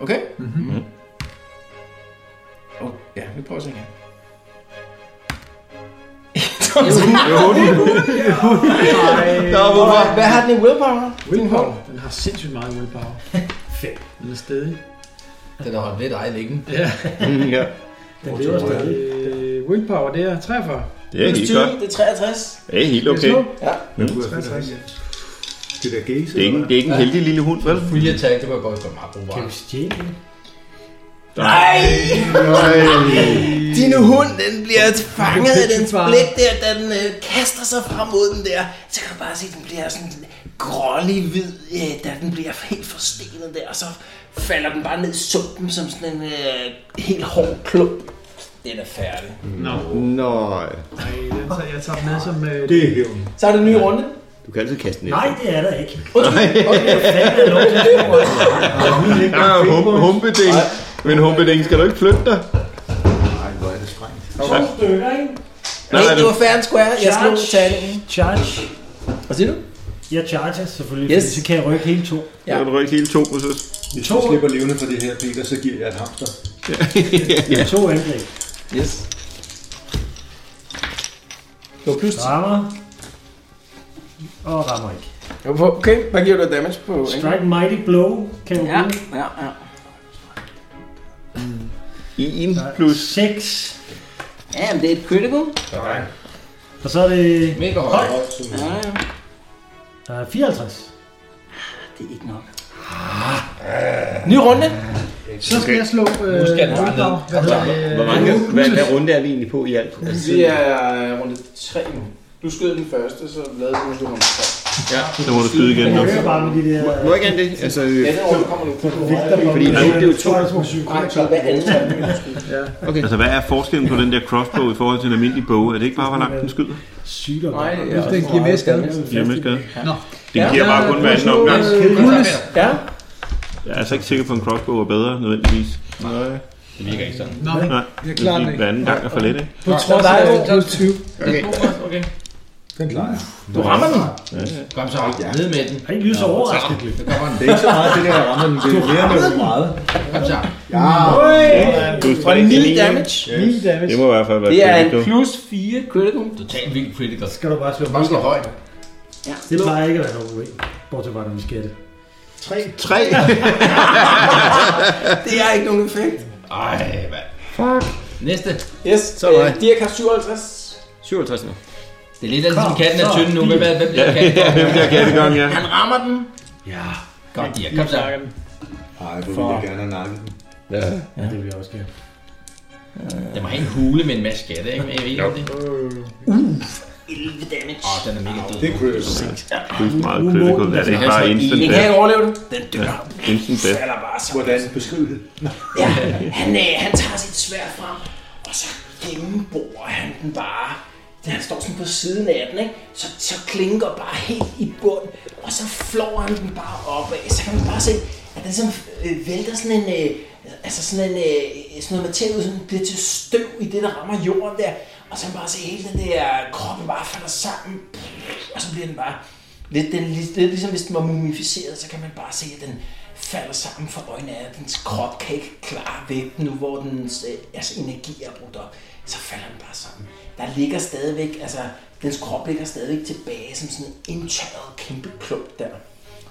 Okay? Mm-hmm. Oh, ja, vi prøver at se igen. Nå, hvorfor? Hvad har den i willpower? Willpower.
Den har sindssygt meget willpower. Fedt. Den er stedig.
Den har holdt ved dig længe.
Ja.
Mm, ja.
Den lever stadig. Øh, Willpower, det er 43.
Det er helt godt.
Det er 63.
Det er helt okay.
Ja.
Mm.
Det der gaze,
Det er ikke, det er ikke en heldig lille hund, vel?
Free attack, det var godt for meget brugbar. Kan vi
stjæle den?
Nej! Din hund, den bliver fanget af den blik der, da den øh, kaster sig frem mod den der. Så kan du bare se, at den bliver sådan grålig hvid, øh, da den bliver helt forstenet der. Og så falder den bare ned i sumpen som sådan en øh, helt hård klump. Den er færdig.
Nå. Nej.
Nej, den tager jeg tager den med som... Øh,
Det er hævn.
Så er det en ny runde.
Du kan altid kaste den
Nej, det er der ikke.
Undskyld. Ja, humpe, humpeding. Men humpeding, skal du ikke flytte dig?
Nej, hvor er det strengt.
To stykker, ikke?
Nej,
Nej, det var
det-
fair and square. Jeg slog
Charge.
tallingen.
Charge.
Hvad siger du?
Jeg charger selvfølgelig, yes.
Yes.
så kan jeg rykke hele to.
Ja.
Så kan du ikke hele to på søs.
Hvis du slipper levende for det her, Peter, så giver jeg et hamster.
Ja. To angreb.
Yes. Det var plus
Rammer. Og rammer ikke.
Okay, hvad giver du af damage på?
Strike mighty blow, kan du
Ja,
bruge.
ja, ja.
I en plus...
6.
Ja, men det er et critical.
Og så er det...
Mega
højt.
Ja, ja.
Der er 54.
Det er ikke nok. Ny runde.
Så skal jeg slå... Øh,
Nu skal den bare
Willpower.
ned.
Hvad hedder det?
Hvor
Øh,
mange, hvad, hvad runde er vi egentlig på i alt? Altså,
Vi er øh, runde 3 nu. Du skød den første, så lavede du måske runde 3.
ja.
Så må du skyde igen nu.
Jeg hører bare med de der...
Må jeg gerne det? Altså,
Ja, den runde kommer du.
fordi nu er det jo to.
Nej, så hvad andet er det?
Okay.
Altså, hvad er forskellen på den der crossbow i forhold til en almindelig bow? Er det ikke bare, hvor langt den skyder?
Sygdom.
Nej,
Nej,
ja.
Den giver mere skade.
Ja, med skade.
Nå.
Den giver bare kun hver anden omgang.
Ja.
Jeg er altså ikke sikker på, at en crossbow er bedre, nødvendigvis. Nej.
Det virker ikke sådan.
Nå, men
Nej,
jeg klarer den
fordi
ikke.
hver anden gang er for lidt, ikke?
På trods af
Så er det
det.
plus 20.
Okay.
Okay.
Den klarer jeg.
Du rammer den.
Kom så, ned med den.
Har ikke lyst så overrasket?
Der kommer den.
Det er ikke så meget det der, jeg rammer den. Det er mere med hvor meget.
Kom så.
Ja,
Du
Var det 9 damage?
yes.
9 damage.
Det må i hvert fald være
Det er en
critical.
plus 4 critical.
Totalt vildt critical.
Skal du bare slå
Det var så højt.
Ja.
Det plejer ikke at være noget problem. Bortset bare, når vi skal det.
Tre.
Det er ikke nogen effekt.
Ej, mand. Næste.
Yes,
Så er det mig.
øh, Dirk har 57.
57 nu.
Det er lidt ligesom katten er tynd nu. Hvem er hvem bliver katten?
Ja, hvem der kattegang, ja.
Han rammer den.
Godt, Dirk. Kom så.
Ej, hvor vil jeg gerne have nakket den.
Ja.
Ja. Det vil jeg også gerne.
Den må have en hule med en masse skatte, ikke? Men jeg ved ikke, om det.
11 damage.
Åh, den er mega død.
Det er critical.
Plus meget critical. Er det ikke
Altså,
bare instant
Den kan
death?
ikke overleve det. Den dør.
Instant death.
Falder bare så.
Hvordan beskrive det?
Ja, han, øh, han tager sit svær frem, og så gennemborer han den bare. Da han står sådan på siden af den, ikke? Så, så klinker bare helt i bund, og så flår han den bare opad. Så kan man bare se, at den sådan, øh, vælter sådan en, øh, altså sådan en, øh, sådan noget materie, ud, sådan bliver til støv i det, der rammer jorden der, og så kan man bare se hele den der kroppen bare falder sammen, og så bliver den bare, lidt, den, lidt lidt ligesom hvis den var mumificeret, så kan man bare se, at den falder sammen for øjnene af, dens krop kan ikke klare vægten nu, hvor dens øh, altså, energi er brugt op, så falder den bare sammen. Der ligger stadigvæk, altså dens krop ligger stadigvæk tilbage som sådan en indtørret kæmpe klump der.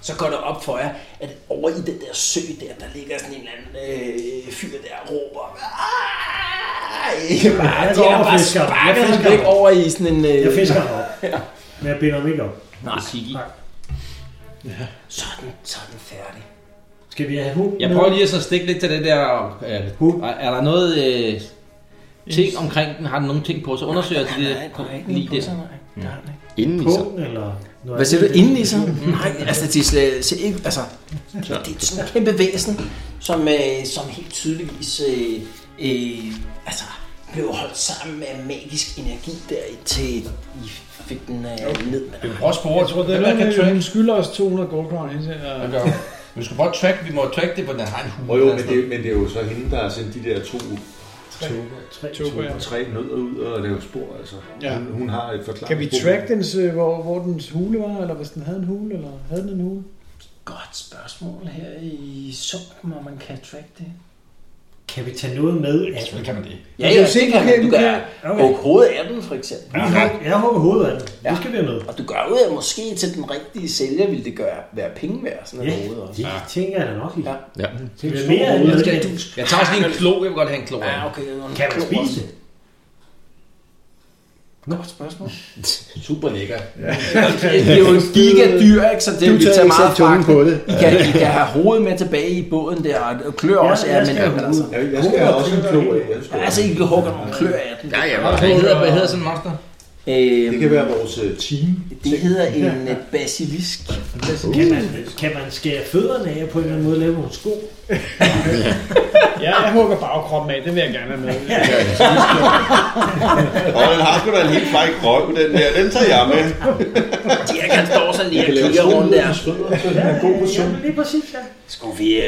Så går det op for jer, at over i den der sø der, der ligger sådan en eller anden øh, fyr der og råber. "Ej!" Bare, de har bare sparket ham væk over i sådan en... Øh,
Jeg fisker ham op. Men jeg binder ham ikke op.
Nej, Ja. Så er den, så er den færdig.
Skal vi have hund?
Jeg prøver lige at så stikke lidt til det der... Øh, er, er der noget øh, ting omkring den? Har den nogle ting på sig? Undersøger de det lige det?
Mm.
Inden i sig.
eller...
Hvad siger du inden i sig?
Nej, altså det ser, ser ikke, altså, det er sådan et kæmpe væsen, som, øh, som helt tydeligvis øh, øh, altså, blev holdt sammen med magisk energi der, til I fik den øh, ned med
Vi prøver at spore, tror
Det er
der
noget,
kan
med, at
track.
hun skylder os 200 gold crown indtil... Og...
Hvad gør vi? Vi skal prøve at track, vi må track det, på den har en hue.
Jo, jo, men det, men det er jo så hende, der har sendt de der to,
Tre. Tre.
to,
Tuber, ja.
tre nødder ud og lave spor. Altså.
Ja.
Hun, hun har et forklaring.
Kan vi track dens, øh, hvor, hvor dens hule var, eller hvis den havde en hule, eller havde den en hule?
Godt spørgsmål her i sumpen, om man kan track det.
Kan vi tage noget med? Ja,
selvfølgelig kan man det.
Ja, ja, det kan man. Du kan
Okay.
hugge hovedet af den, for eksempel.
Vi har- Jeg hugger hovedet af den. Det skal vi have med.
Og du gør ud af, måske til den rigtige sælger ville det gøre, være penge værd, sådan
Ja,
noget hoved også.
det tænker jeg da nok i.
Ja.
Ja.
Det er mere end
Jeg,
noget.
skal, jeg tager også lige en klo, jeg vil godt have en klo.
Ja, okay. det var en
Kan man
klog
spise
også.
det?
Godt spørgsmål.
Super lækker.
Det er jo en gigadyr, ikke? Så det
Du
vil
tager
tage
ikke
meget
selv tungen
fragt.
på det.
I kan, I kan have hovedet med tilbage i båden der, og klør
Ja,
også
jeg
af, men
skal have
altså.
Jeg, jeg skal også en klo af. Jeg skal-
Ja, altså, I kan hugge nogle klør af den.
Ja, ja,
Hvad hedder, hvad hedder sådan en monster?
Øhm,
Det kan være vores øh, team.
Det hedder en øh, basilisk.
Kan man, kan man skære fødderne af på en eller anden måde, lave nogle sko?
Ja, jeg hugger bagkroppen af, det vil jeg gerne have med.
Og den har sgu da en helt fræk røv, den der. Den tager jeg med.
Dirk, han står sådan lige og kigger rundt der.
Jamen, lige præcis, ja.
Skulle vi øh,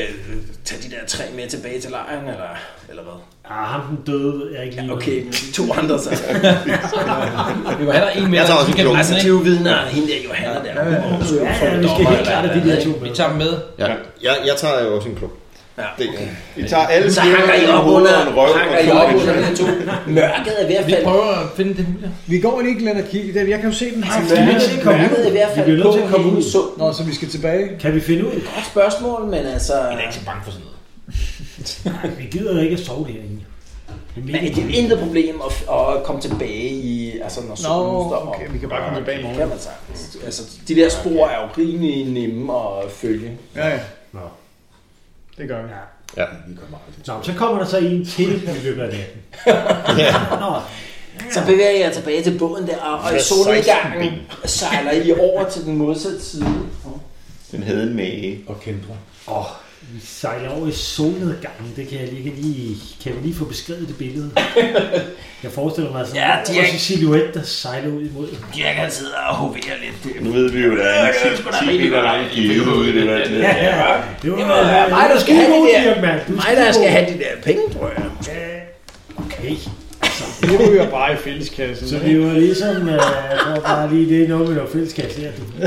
tage de der tre med tilbage til lejren, eller, eller hvad?
Ah, ham den døde, ved jeg ikke lige.
Okay, to andre så.
Vi må have der en mere.
Jeg tager også
så
en
kan
klo.
den-
Altså, det er jo vidner, hende der Johanna der. hun må jo sgu
Ja,
få
ja,
en
vi skal
dommer
helt klart
eller
have de
et
der
eller
to
andet,
med.
Vi tager dem med.
Ja. Jeg, jeg tager jo også en klo.
Ja,
Det,
Vi tager alle
Så hakker I
fire
op
hoveder
under,
og en røv.
hakker
og
I
så
op
en
under
klo.
de to. Mørket er ved at
Vi
falde
prøver at finde det hule.
Vi går vel ikke land og kigge i den. Jeg kan jo se, den har
Vi bliver nødt til at komme ud, i hvert
Vi bliver
fald
nødt til at
på
komme
komme
ud.
ud. Så
Nå, så vi skal tilbage.
Kan vi finde ud?
godt spørgsmål, men altså...
så bange for sådan noget.
Nej, vi gider da ikke at sove herinde. Det er
Men det er jo intet problem at, at komme tilbage i, altså når solen står op.
okay, vi kan bare komme tilbage i
Det
morgen.
kan man sagtens. Altså, de der spor er jo rimelig nemme at følge.
Ja, ja.
Nå.
Det gør vi.
Ja.
Nå, så kommer der så en til i løbet af natten. Nå,
Så bevæger jeg jer tilbage til båden der, og, og i solnedgangen sejler I over til den modsatte side.
Den havde en mage.
Og Kendra.
åh, vi sejler over i solnedgangen. Det kan jeg lige, kan lige, kan vi lige få beskrevet det billede. Jeg forestiller mig sådan
Ja, de er
også en
ikke-
silhuet, der sejler ud imod.
Dirk han sidder og hoverer lidt.
Nu ved vi jo, der er en 10 meter lang givet ude i det vand. der.
Det var,
Det må være mig, der skal have de
det
der-
Mand. Du
Mig der skal have de der penge, tror jeg.
Okay.
Det ryger bare i fælleskassen.
Så vi var ligesom, øh, jeg tror bare lige, det er noget med noget fællesskab her. Du.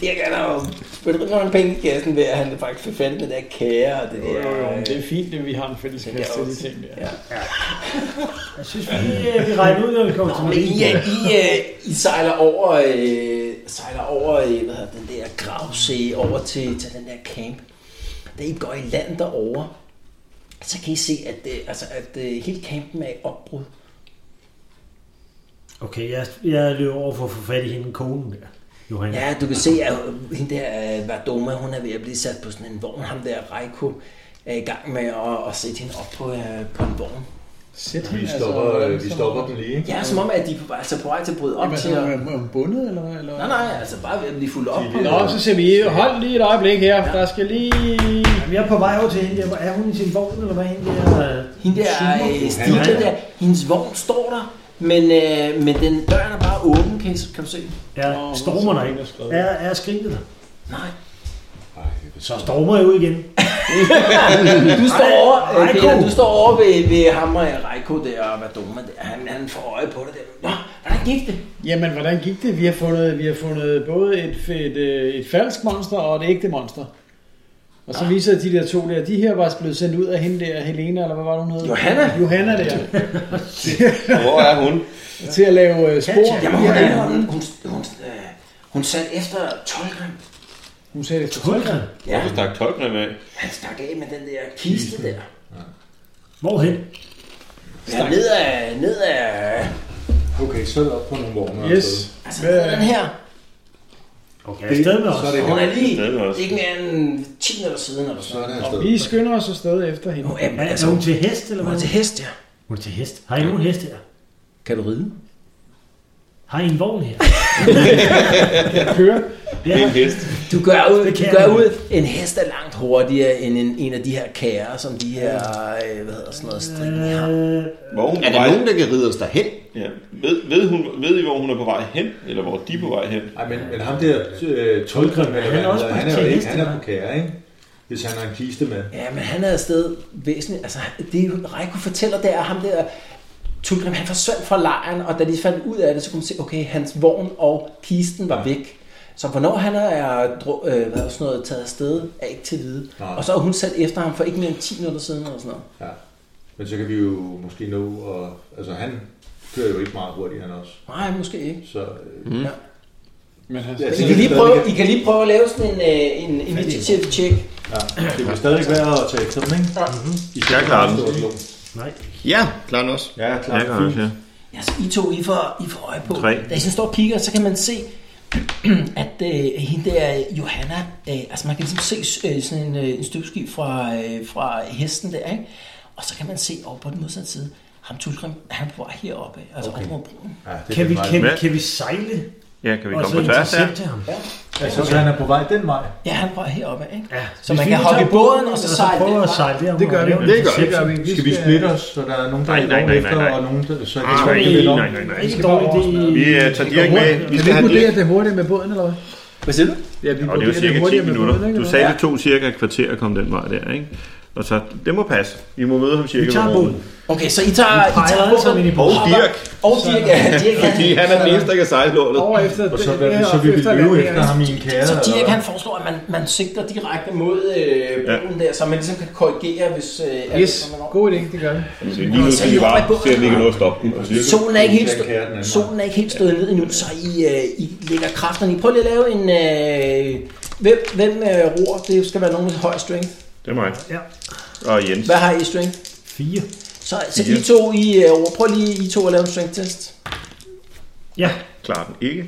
Dirk han har jo spyttet rigtig mange penge i kassen ved, at han faktisk fik fat i den der kære og det der.
Jo, jo, men det er fint, at vi har en fælleskasse til de ting der.
Jeg synes, vi, øh, vi regner ud, når vi kommer til
Men I,
Marien.
øh, I, øh, I sejler over, øh, sejler over øh, hvad hedder den der gravsee over til, til den der camp. Da I går i land derovre, så kan I se, at, øh, altså, at øh, hele campen er i opbrud.
Okay, jeg, jeg løber over for at få fat i hende konen der. Johanna.
Ja, du kan se, at hende der øh, Vardoma, hun er ved at blive sat på sådan en vogn. Ham der Reiko er i gang med at, at sætte hende op på, øh, på en vogn.
Sæt
Vi
hende,
stopper,
hvordan
øh, vi
så-
stopper dem lige. ikke?
Ja, som om, at de er på vej, altså på vej til at bryde op
Hvad
til
så,
at...
øh, er hun bundet, eller hvad? Eller?
Nej, nej, altså bare altså, ved at blive fuldt op på.
Nå, så ser vi, hold lige et øjeblik her, der skal lige...
Jamen, jeg er på vej over til hende der. Hvor Er hun i sin vogn, eller hvad er hende der? øh,
Hende der
syner?
øh, Stina der, hendes vogn står der, men, øh, men den døren er bare åben, kan, I, kan du se?
Ja,
Nå,
stormer
så
der
er
ikke.
hun skrevet.
Er, er skrinet der?
Nej.
Så stormer jeg ud igen.
du står over,
Ej,
øh,
Reiko.
Peter, du står over ved, ved ham og Reiko der og Vadoma der. Han, han får øje på dig der. Nå, hvordan gik det?
Jamen, hvordan gik det? Vi har fundet, vi har fundet både et, et, øh, et falsk monster og et ægte monster. Og så viser de der to der, de her var blevet sendt ud af hende der, Helena, eller hvad var det, hun hed?
Johanna.
Johanna der.
Hvor er hun?
Til at lave øh, spor.
Jamen, hun, er, hun, hun, hun, øh, hun satte efter Tolgrim.
Hun sagde det. Tolgrim?
Ja.
Hvorfor stak tolkene med?
Han stak af med den der kiste der.
Hvorhen?
Ja, ned ad... Ned ad...
Okay, så er det op på nogle vogne.
Yes.
Altså, ned ad den her.
Okay, afsted med os.
Så er det
Hun
her.
er lige...
Afsted med os.
Det er ikke mere end 10 minutter siden, eller sådan noget.
Og vi skynder os afsted efter hende.
Nå, jamen, altså,
Er, er hun til hest, eller hvad?
Hun er til hest, ja.
Hun er til hest. Har I nogen hest her?
Kan du ride?
Har I en vogn her?
Jeg kører.
Det er en
hest.
Du gør ud,
Det
du
kan
gør
man.
ud en hest er langt hurtigere end en, en af de her kærer, som de her, øh, hvad hedder sådan noget, strid har.
Hvor hun
Er der nogen, der kan ride os derhen?
Ja. Ved, ved, hun, ved I, hvor hun er på vej hen? Eller hvor de er på vej hen?
Nej, men, men ham der øh, Tolgrim, eller
Han
hvad
er også
hedder,
på
han er jo ikke,
tjeneste,
han er på
hva'?
kære, ikke? Hvis han har en kiste med.
Ja, men han er afsted væsentligt. Altså, det er jo, Reiko fortæller der, ham der, Tulgrim, han forsvandt fra lejren, og da de fandt ud af det, så kunne man se, okay, hans vogn og kisten var væk. Så hvornår han er dro- øh, hvad er sådan noget, taget afsted, er ikke til at vide.
Nej.
Og så er hun sat efter ham for ikke mere end 10 minutter siden, eller sådan noget.
Ja. Men så kan vi jo måske nå, og altså han kører jo ikke meget hurtigt, han også.
Nej, måske ikke.
Så, øh,
Mm. Ja.
Men han...
Altså,
Men I kan, lige prøve, I kan lige prøve at lave sådan en, øh, en initiativ check.
Ja, det vil stadig være at tage efter dem, ikke? Mm-hmm. I skal
klarer den.
Nej.
Ja, klar også.
Ja, klar.
Jeg klarer den også, ja.
Ja, så I to, I får, I får øje på.
Tre.
Da I sådan står og kigger, så kan man se, at øh, hende der, øh, Johanna, øh, altså man kan ligesom se øh, sådan en, øh, en støvsky fra, øh, fra hesten der, ikke? Og så kan man se over på den modsatte side, ham Tulgrim, han er på vej heroppe, altså okay. over mod broen.
Ja, det
Kan vi,
meget-
kan, vi,
Hvad?
kan vi sejle?
Ja, kan vi
og
komme
så
på tværs her?
intercepte ham?
Ja, så han er på vej den vej.
Ja, han er på vej heroppe, ikke?
Ja.
Så man kan hoppe i båden, og så sejle
prøve
den
at
vej.
sejle derom.
Det gør vi.
og lave en
Det gør vi.
interception.
Det gør vi. Skal vi splitte os, så der er nogen, der
Nej,
er
nej,
vågen
nej, nej,
efter,
nej.
og nogen, der... Så
Nej, nej, nej, nej, nej.
Ikke en dårlig idé.
Vi uh, tager direkt med. Vi
Kan vi
skal
ikke
have
vurdere
det.
det hurtigt med båden, eller hvad?
Hvad siger du?
Ja, vi
Og det
vurderer
er jo cirka 10
hurtigere med båden,
minutter.
ikke?
Du sagde, det tog cirka et kvarter at komme den vej der, ikke? Og så, det må passe. Vi må møde ham cirka.
Vi tager
ved morgen.
båden.
Okay, så I tager, I tager
alle sammen ind i
Og
båden.
Dirk.
Og Dirk, ja, Dirk,
Fordi han er den eneste, der kan sejle lortet.
Over efter
Og så, hvad, så vil vi øve efter ham i en kære,
Så
eller
Dirk
hvad?
han foreslår, at man, man sigter direkte mod øh, broen der, så man ligesom kan korrigere, hvis... Øh,
Yes, god idé, det gør vi.
Så Lige nu skal vi bare se, om vi kan nå at stoppe dem.
Solen er ikke helt,
Den kære, den
stå-
anden
solen er ikke helt stået ned endnu, så I, øh, I lægger kræfterne i. Prøv lige at lave en... Øh, hvem hvem øh, ror? Det skal være nogen med høj strength.
Det er mig.
Ja.
Og Jens.
Hvad har I i strength?
Fire.
Så, så I to, I øh, ror. Prøv lige I to at lave en strength test.
Ja.
Klarer den ikke.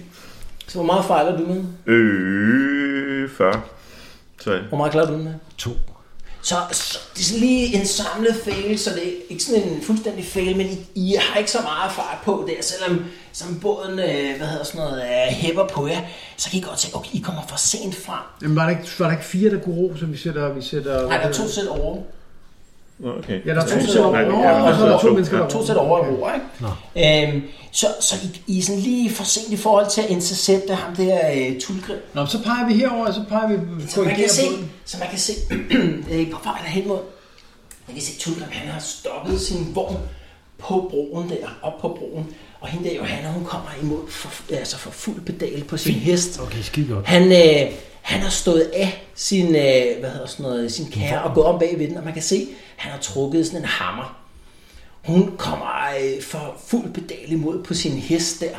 Så hvor meget fejler du med?
Øh, 40. Så
Hvor meget klarer du den med?
To.
Så, så det er sådan lige en samlet fail, så det er ikke sådan en fuldstændig fail, men I, I har ikke så meget fart på der, selvom som båden øh, hvad hedder sådan noget, øh, hæpper på jer, så kan I godt se, okay, I kommer for sent frem.
Men var der ikke, var der ikke fire, der kunne ro, så vi sætter... Vi sætter
Nej, der er to sæt over.
Okay.
Ja, der er to
to
sæt
sæt
over,
Nej,
Nå,
ja, men
og så er der
der
to
to.
mennesker
Ja,
der
To sæt over og roer,
Nå.
ikke? Øhm, så, så I, I er sådan lige for sent i forhold til at intercepte ham der øh, tulgrim.
Nå, men så peger vi herover, og så peger vi
Så man
korrigerer
kan se,
båden.
så man kan se øh, på vej derhen mod, man kan se Tulgrim, han har stoppet sin vogn på broen der, op på broen. Og hende der Johanna, hun kommer imod for, altså for fuld pedal på sin hest.
Okay, skide godt.
Han, øh, han har stået af sin, øh, hvad hedder sådan noget, sin kære og gået om bag ved den, og man kan se, han har trukket sådan en hammer. Hun kommer øh, for fuld pedal imod på sin hest der,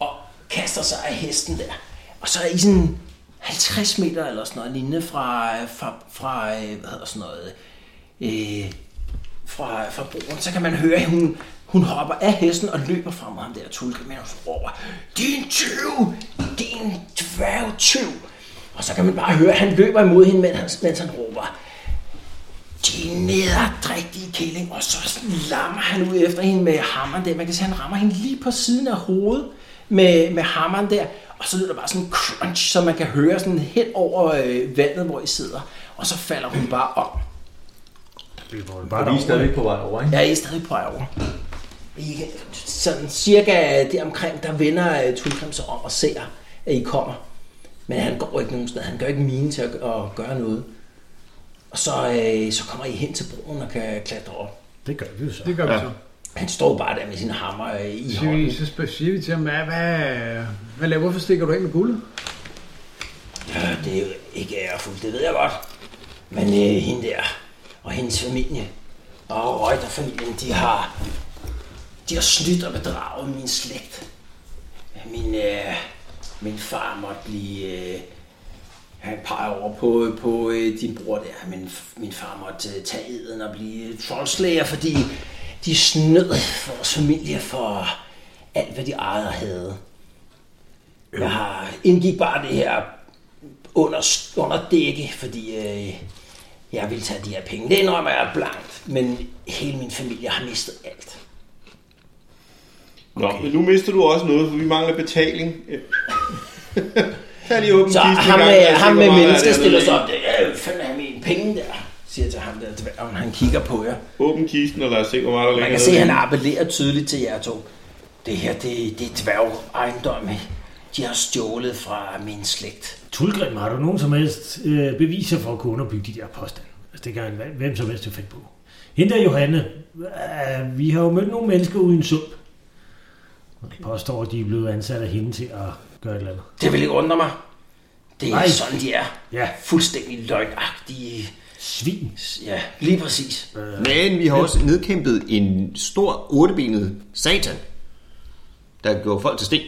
og kaster sig af hesten der. Og så er I sådan 50 meter eller sådan noget lignende fra, fra, fra øh, hvad hedder sådan noget, øh, fra, fra broen, så kan man høre, at hun, hun hopper af hesten og løber frem mod ham der tulke, men hun råber, din tyv, din dværgtyv. Og så kan man bare høre, at han løber imod hende, mens han, mens han råber, din nederdrægtige kælling, og så lammer han ud efter hende med hammeren der. Man kan se, at han rammer hende lige på siden af hovedet med, med hammeren der, og så lyder der bare sådan en crunch, så man kan høre sådan hen over øh, vandet, hvor I sidder. Og så falder hun bare om.
Og vi er stadigvæk på vej over, ikke?
Jeg er stadig på vej over. I, sådan cirka det omkring, der vender øh, Tulgrim sig om og ser, at I kommer. Men han går ikke nogen steder. Han gør ikke mine til at, at gøre noget. Og så, øh, så kommer I hen til broen og kan klatre op.
Det gør vi jo så. Det gør vi så.
Han står bare der med sin hammer øh, i
Så siger
hånden.
vi, så spørger- siger vi til ham, hvad, hvad, hvad laver, hvorfor stikker du af med guldet?
Ja, Øh, det er jo ikke ærefuldt, det ved jeg godt. Men øh, hende der og hendes familie og Røgter-familien, de har, de har snydt og bedraget min slægt. Min, øh, min far måtte blive... Øh, han peger over på, på øh, din bror der. Min, min far måtte øh, tage eden og blive troldslager, fordi de snød vores familie for alt, hvad de ejede og havde. Jeg har indgik bare det her under, under dække, fordi øh, jeg ville tage de her penge. Det indrømmer jeg blankt, men hele min familie har mistet alt.
Nå, men nu mister du også noget, for vi mangler betaling. Øh. Tag lige åben
Så
kisten
ham
i gang,
med,
lad os se,
ham
hvor
med
meget der er
mennesker stiller
dernede i.
sig op. Ja, hvad fanden er mine penge der? Siger jeg til ham der dværgen. Han kigger på jer.
Åbn kisten, og lad os se, hvor meget der
Man
ligger
kan se, at han
nede.
appellerer tydeligt til jer to. Det her, det, det er dværgejendomme. De har stjålet fra min slægt.
Tulgrim, har du nogen som helst øh, beviser for at kunne underbygge de der påstande? Altså, det kan hvem- hvem som helst jo finde på. Hende der Johanne, øh, vi har jo mødt nogle mennesker uden sump. Okay. Påstår, at de er blevet ansat af hende til at gøre et eller andet.
Det vil ikke undre mig. Det er
Nej.
sådan, de er.
Ja.
Fuldstændig løgnagtige.
Svin.
Ja, lige præcis.
Men vi har også nedkæmpet en stor ottebenet satan, der gjorde folk til sten.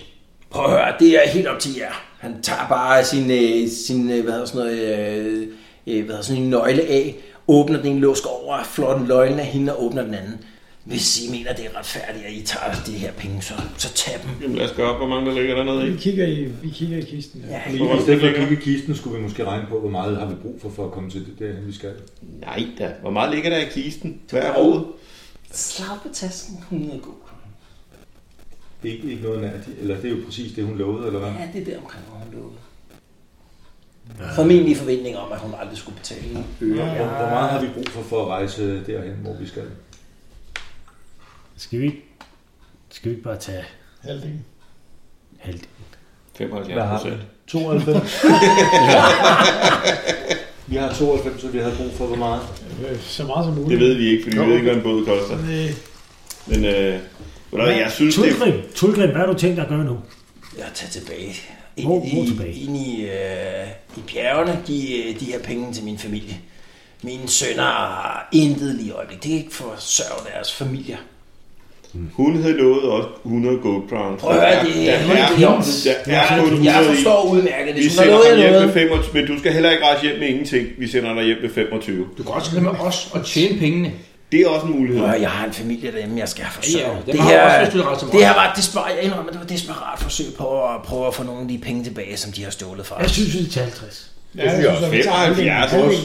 Prøv at høre, det er helt op til jer. Han tager bare sin, øh, sin øh, hvad hedder sådan noget, øh, øh, hvad hedder sådan en nøgle af, åbner den ene lås, går over, flår den nøglen af hende og åbner den anden. Hvis I mener, det er retfærdigt, at I tager de her penge, så, så tag dem.
Jamen, lad os gøre op, hvor mange der ligger dernede i.
Vi kigger i, vi kigger i kisten. Ja.
I i stedet for at kigge i kisten, skulle vi måske regne på, hvor meget har vi brug for, for at komme til det der, vi skal.
Nej da, hvor meget ligger der i kisten? Hvad er råd?
Slag på tasken, 100 god.
Ikke, ikke noget nær, de- eller det er jo præcis det, hun lovede, eller hvad?
Ja, det er der omkring, hvor hun lovede. Formentlig i forventning om, at hun aldrig skulle betale en øre.
Hvor, hvor meget har vi brug for, for at rejse derhen, hvor vi skal?
Skal vi ikke, skal vi ikke bare tage
Halvdelen.
halvdelen?
75 procent.
92. vi har 92, så vi havde brug for hvor meget?
Så meget som muligt.
Det ved vi ikke, fordi vi ved ikke, hvad en båd koster.
Nej.
Men øh, ved du hvad, jeg synes, det
Tulgrim, det... Tulgrim, hvad har du tænkt dig at gøre nu?
Jeg tager tilbage. Ind, hvor, i, tilbage? ind i, øh, i bjergene, give øh, de her penge til min familie. Mine sønner har intet lige i øjeblik. Det kan ikke forsørge deres familier.
Hun havde lovet også 100 gold crowns.
Prøv at høre, det
Der
er
er
helt
kun-
vildt.
der er kun
Jeg
100 i.
forstår udmærket det.
Vi
Hun har
sender
lovet
dig
jer
hjem
noget.
med 25, men du skal heller ikke rejse hjem med ingenting. Vi sender dig hjem med 25. Du kan også med os og tjene pengene. Det er også en mulighed.
Prøv, jeg har en familie derhjemme, jeg skal forsørge.
Ja, ja, det
det,
var
her,
også, hvis du havde ret som
det her
os.
var et desperat, jeg indrømmer, det var et desperat forsøg på at prøve at få nogle af de penge tilbage, som de har stjålet fra os.
Jeg synes, vi tager 50.
Ja, jeg synes, at vi tager halvdelen.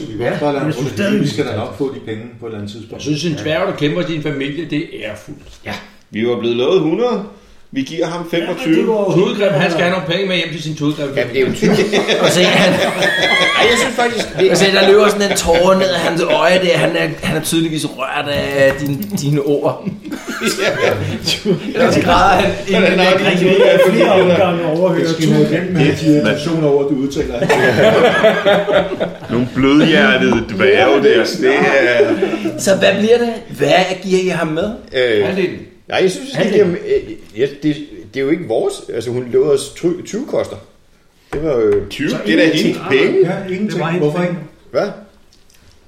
Vi kan også bare lade ham
men jeg synes
runde.
stadig,
Vi skal da nok få de penge på et eller andet tidspunkt.
Jeg synes, en dværg, der kæmper din familie, det er ærefuldt. Ja. Vi var blevet lovet 100. Vi giver ham 25. Ja,
Tudgrim, han skal have nogle penge med hjem til sin tudgrim. Ja, det er jo
Og se, han... Ej, jeg synes faktisk... Og se, der løber sådan en tårer ned af hans øje der. Han er, han er tydeligvis rørt af din, dine ord. Ellers græder han egentlig ikke rigtig.
flere omgange overhører Tulgrim med hans irritation over, at du udtaler det.
Nogle blødhjertede dværge der. Det er...
Så hvad bliver det? Hvad giver I ham med?
Øh,
Halvdelen.
Nej, jeg synes ikke,
Halvdelen.
jamen, øh, ja, det, det er jo ikke vores. Altså, hun lovede os 20, 20 koster. Det var jo...
20?
Det er da hendes penge.
Ja, ingenting. Hvorfor ikke?
Hvad?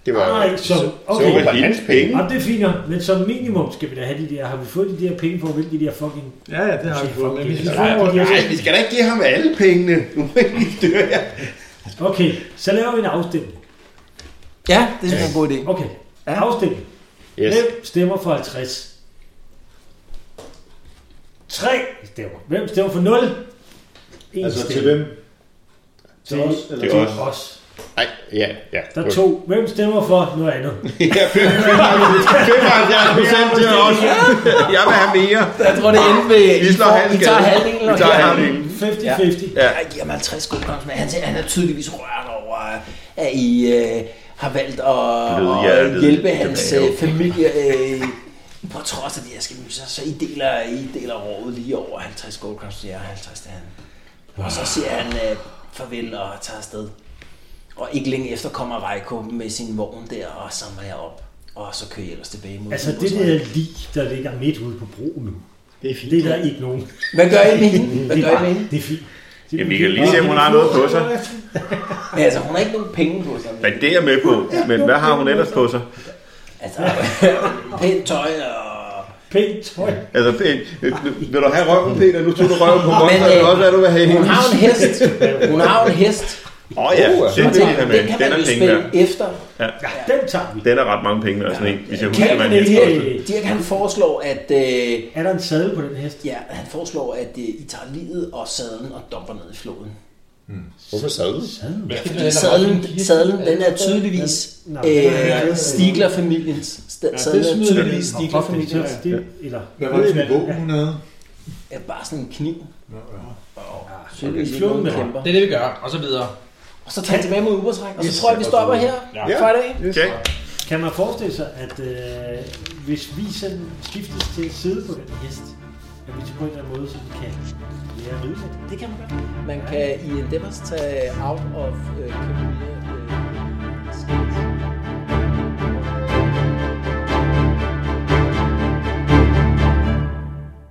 Det var...
Nej, så, okay.
så var det hans penge.
Ja, det er fint, nok, men som minimum skal vi da have de der... Har vi fået de der penge for, hvilke de der fucking...
Ja, ja, det har vi fået.
Men hvis vi
Nej,
får...
nej, vi skal da ikke give ham alle pengene. Nu må I lige dør jeg.
Okay, så laver vi en afstemning.
Ja, det synes jeg er en god idé.
Okay, afstemning.
Yes.
Hvem stemmer for 50? 3 stemmer. Hvem stemmer for 0? En
Altså, til
stemme.
hvem?
Til
os,
os?
eller
Til
til
os.
os?
os.
Nej, ja, ja.
Der er to. Hvem stemmer for noget andet?
Ja, 75 procent til os. Jeg vil have mere.
Jeg tror, det endte ved...
Vi slår
I får- I
halvdelen.
tager halvdelen.
Vi
og
tager
giver ham-
halvdelen.
50-50.
Ja. Jeg giver ham 50 gode kroner, men han, siger, han er tydeligvis rørt over, at I øh, har valgt at,
Blødhjertet
at hjælpe hans
dværg.
øh, familie øh, på trods af de her skæmmelser. Så I deler, I deler rådet lige over 50 gold crowns til jer og 50 til han. Og så siger han, øh, farvel og tager afsted. Og ikke længe efter kommer Reiko med sin vogn der og samler jer op. Og så kører I ellers tilbage mod
Altså det der lig, der ligger midt ude på broen nu. Det er fint. Det er der ikke nogen.
Hvad gør I med hende? Hvad
Det er
gør I
bare-
med hende?
Det er fint.
Jamen, vi kan lige se, om hun har noget på sig.
Men altså, hun har ikke nogen penge på sig.
Men det er jeg med på. Men hvad har hun ellers på sig?
Altså, pænt tøj og...
Pænt tøj?
Altså, pænt. Øh, Vil du have røven, Peter? Nu tog du røven på mig, så
Men,
det er
øh,
også, hvad du vil have.
Hun har jo en hest. Hun har jo en hest.
Åh oh, ja,
Uh,
det
og
vil jeg have med.
Den kan
Den
man
er
jo
penge
spille
værd.
efter.
Ja.
den tager vi.
Den er ret mange penge værd, sådan en, hvis jeg husker,
Dirk,
hvad en hest kostede.
Dirk, Dirk han foreslår, at... Øh,
er der en sadel på den hest?
Ja, han foreslår, at øh, I tager livet og sadlen og dumper ned i floden.
Hvorfor sadel?
Fordi sadlen, sadlen den er tydeligvis
Nå, den er-
øh, Stigler-familiens. Sta- Sadlen er tydeligvis Stigler-familiens.
Eller...
Hvad var det for en våben,
hun havde?
Ja, bare sådan en kniv.
Så
det er
vi
flod
nogen
med
kæmper.
ham.
Det er det, vi gør, og så videre.
Og så tager vi tilbage mod Ubersræk, og så tror jeg, vi stopper her
Ja.
for i dag.
Okay.
Kan man forestille sig, at øh, hvis vi sådan skiftes til en side på den hest, at vi på en eller anden måde sådan kan lære at ride lidt?
Det kan man godt. Man kan i Endeavors tage out of øh, Camilla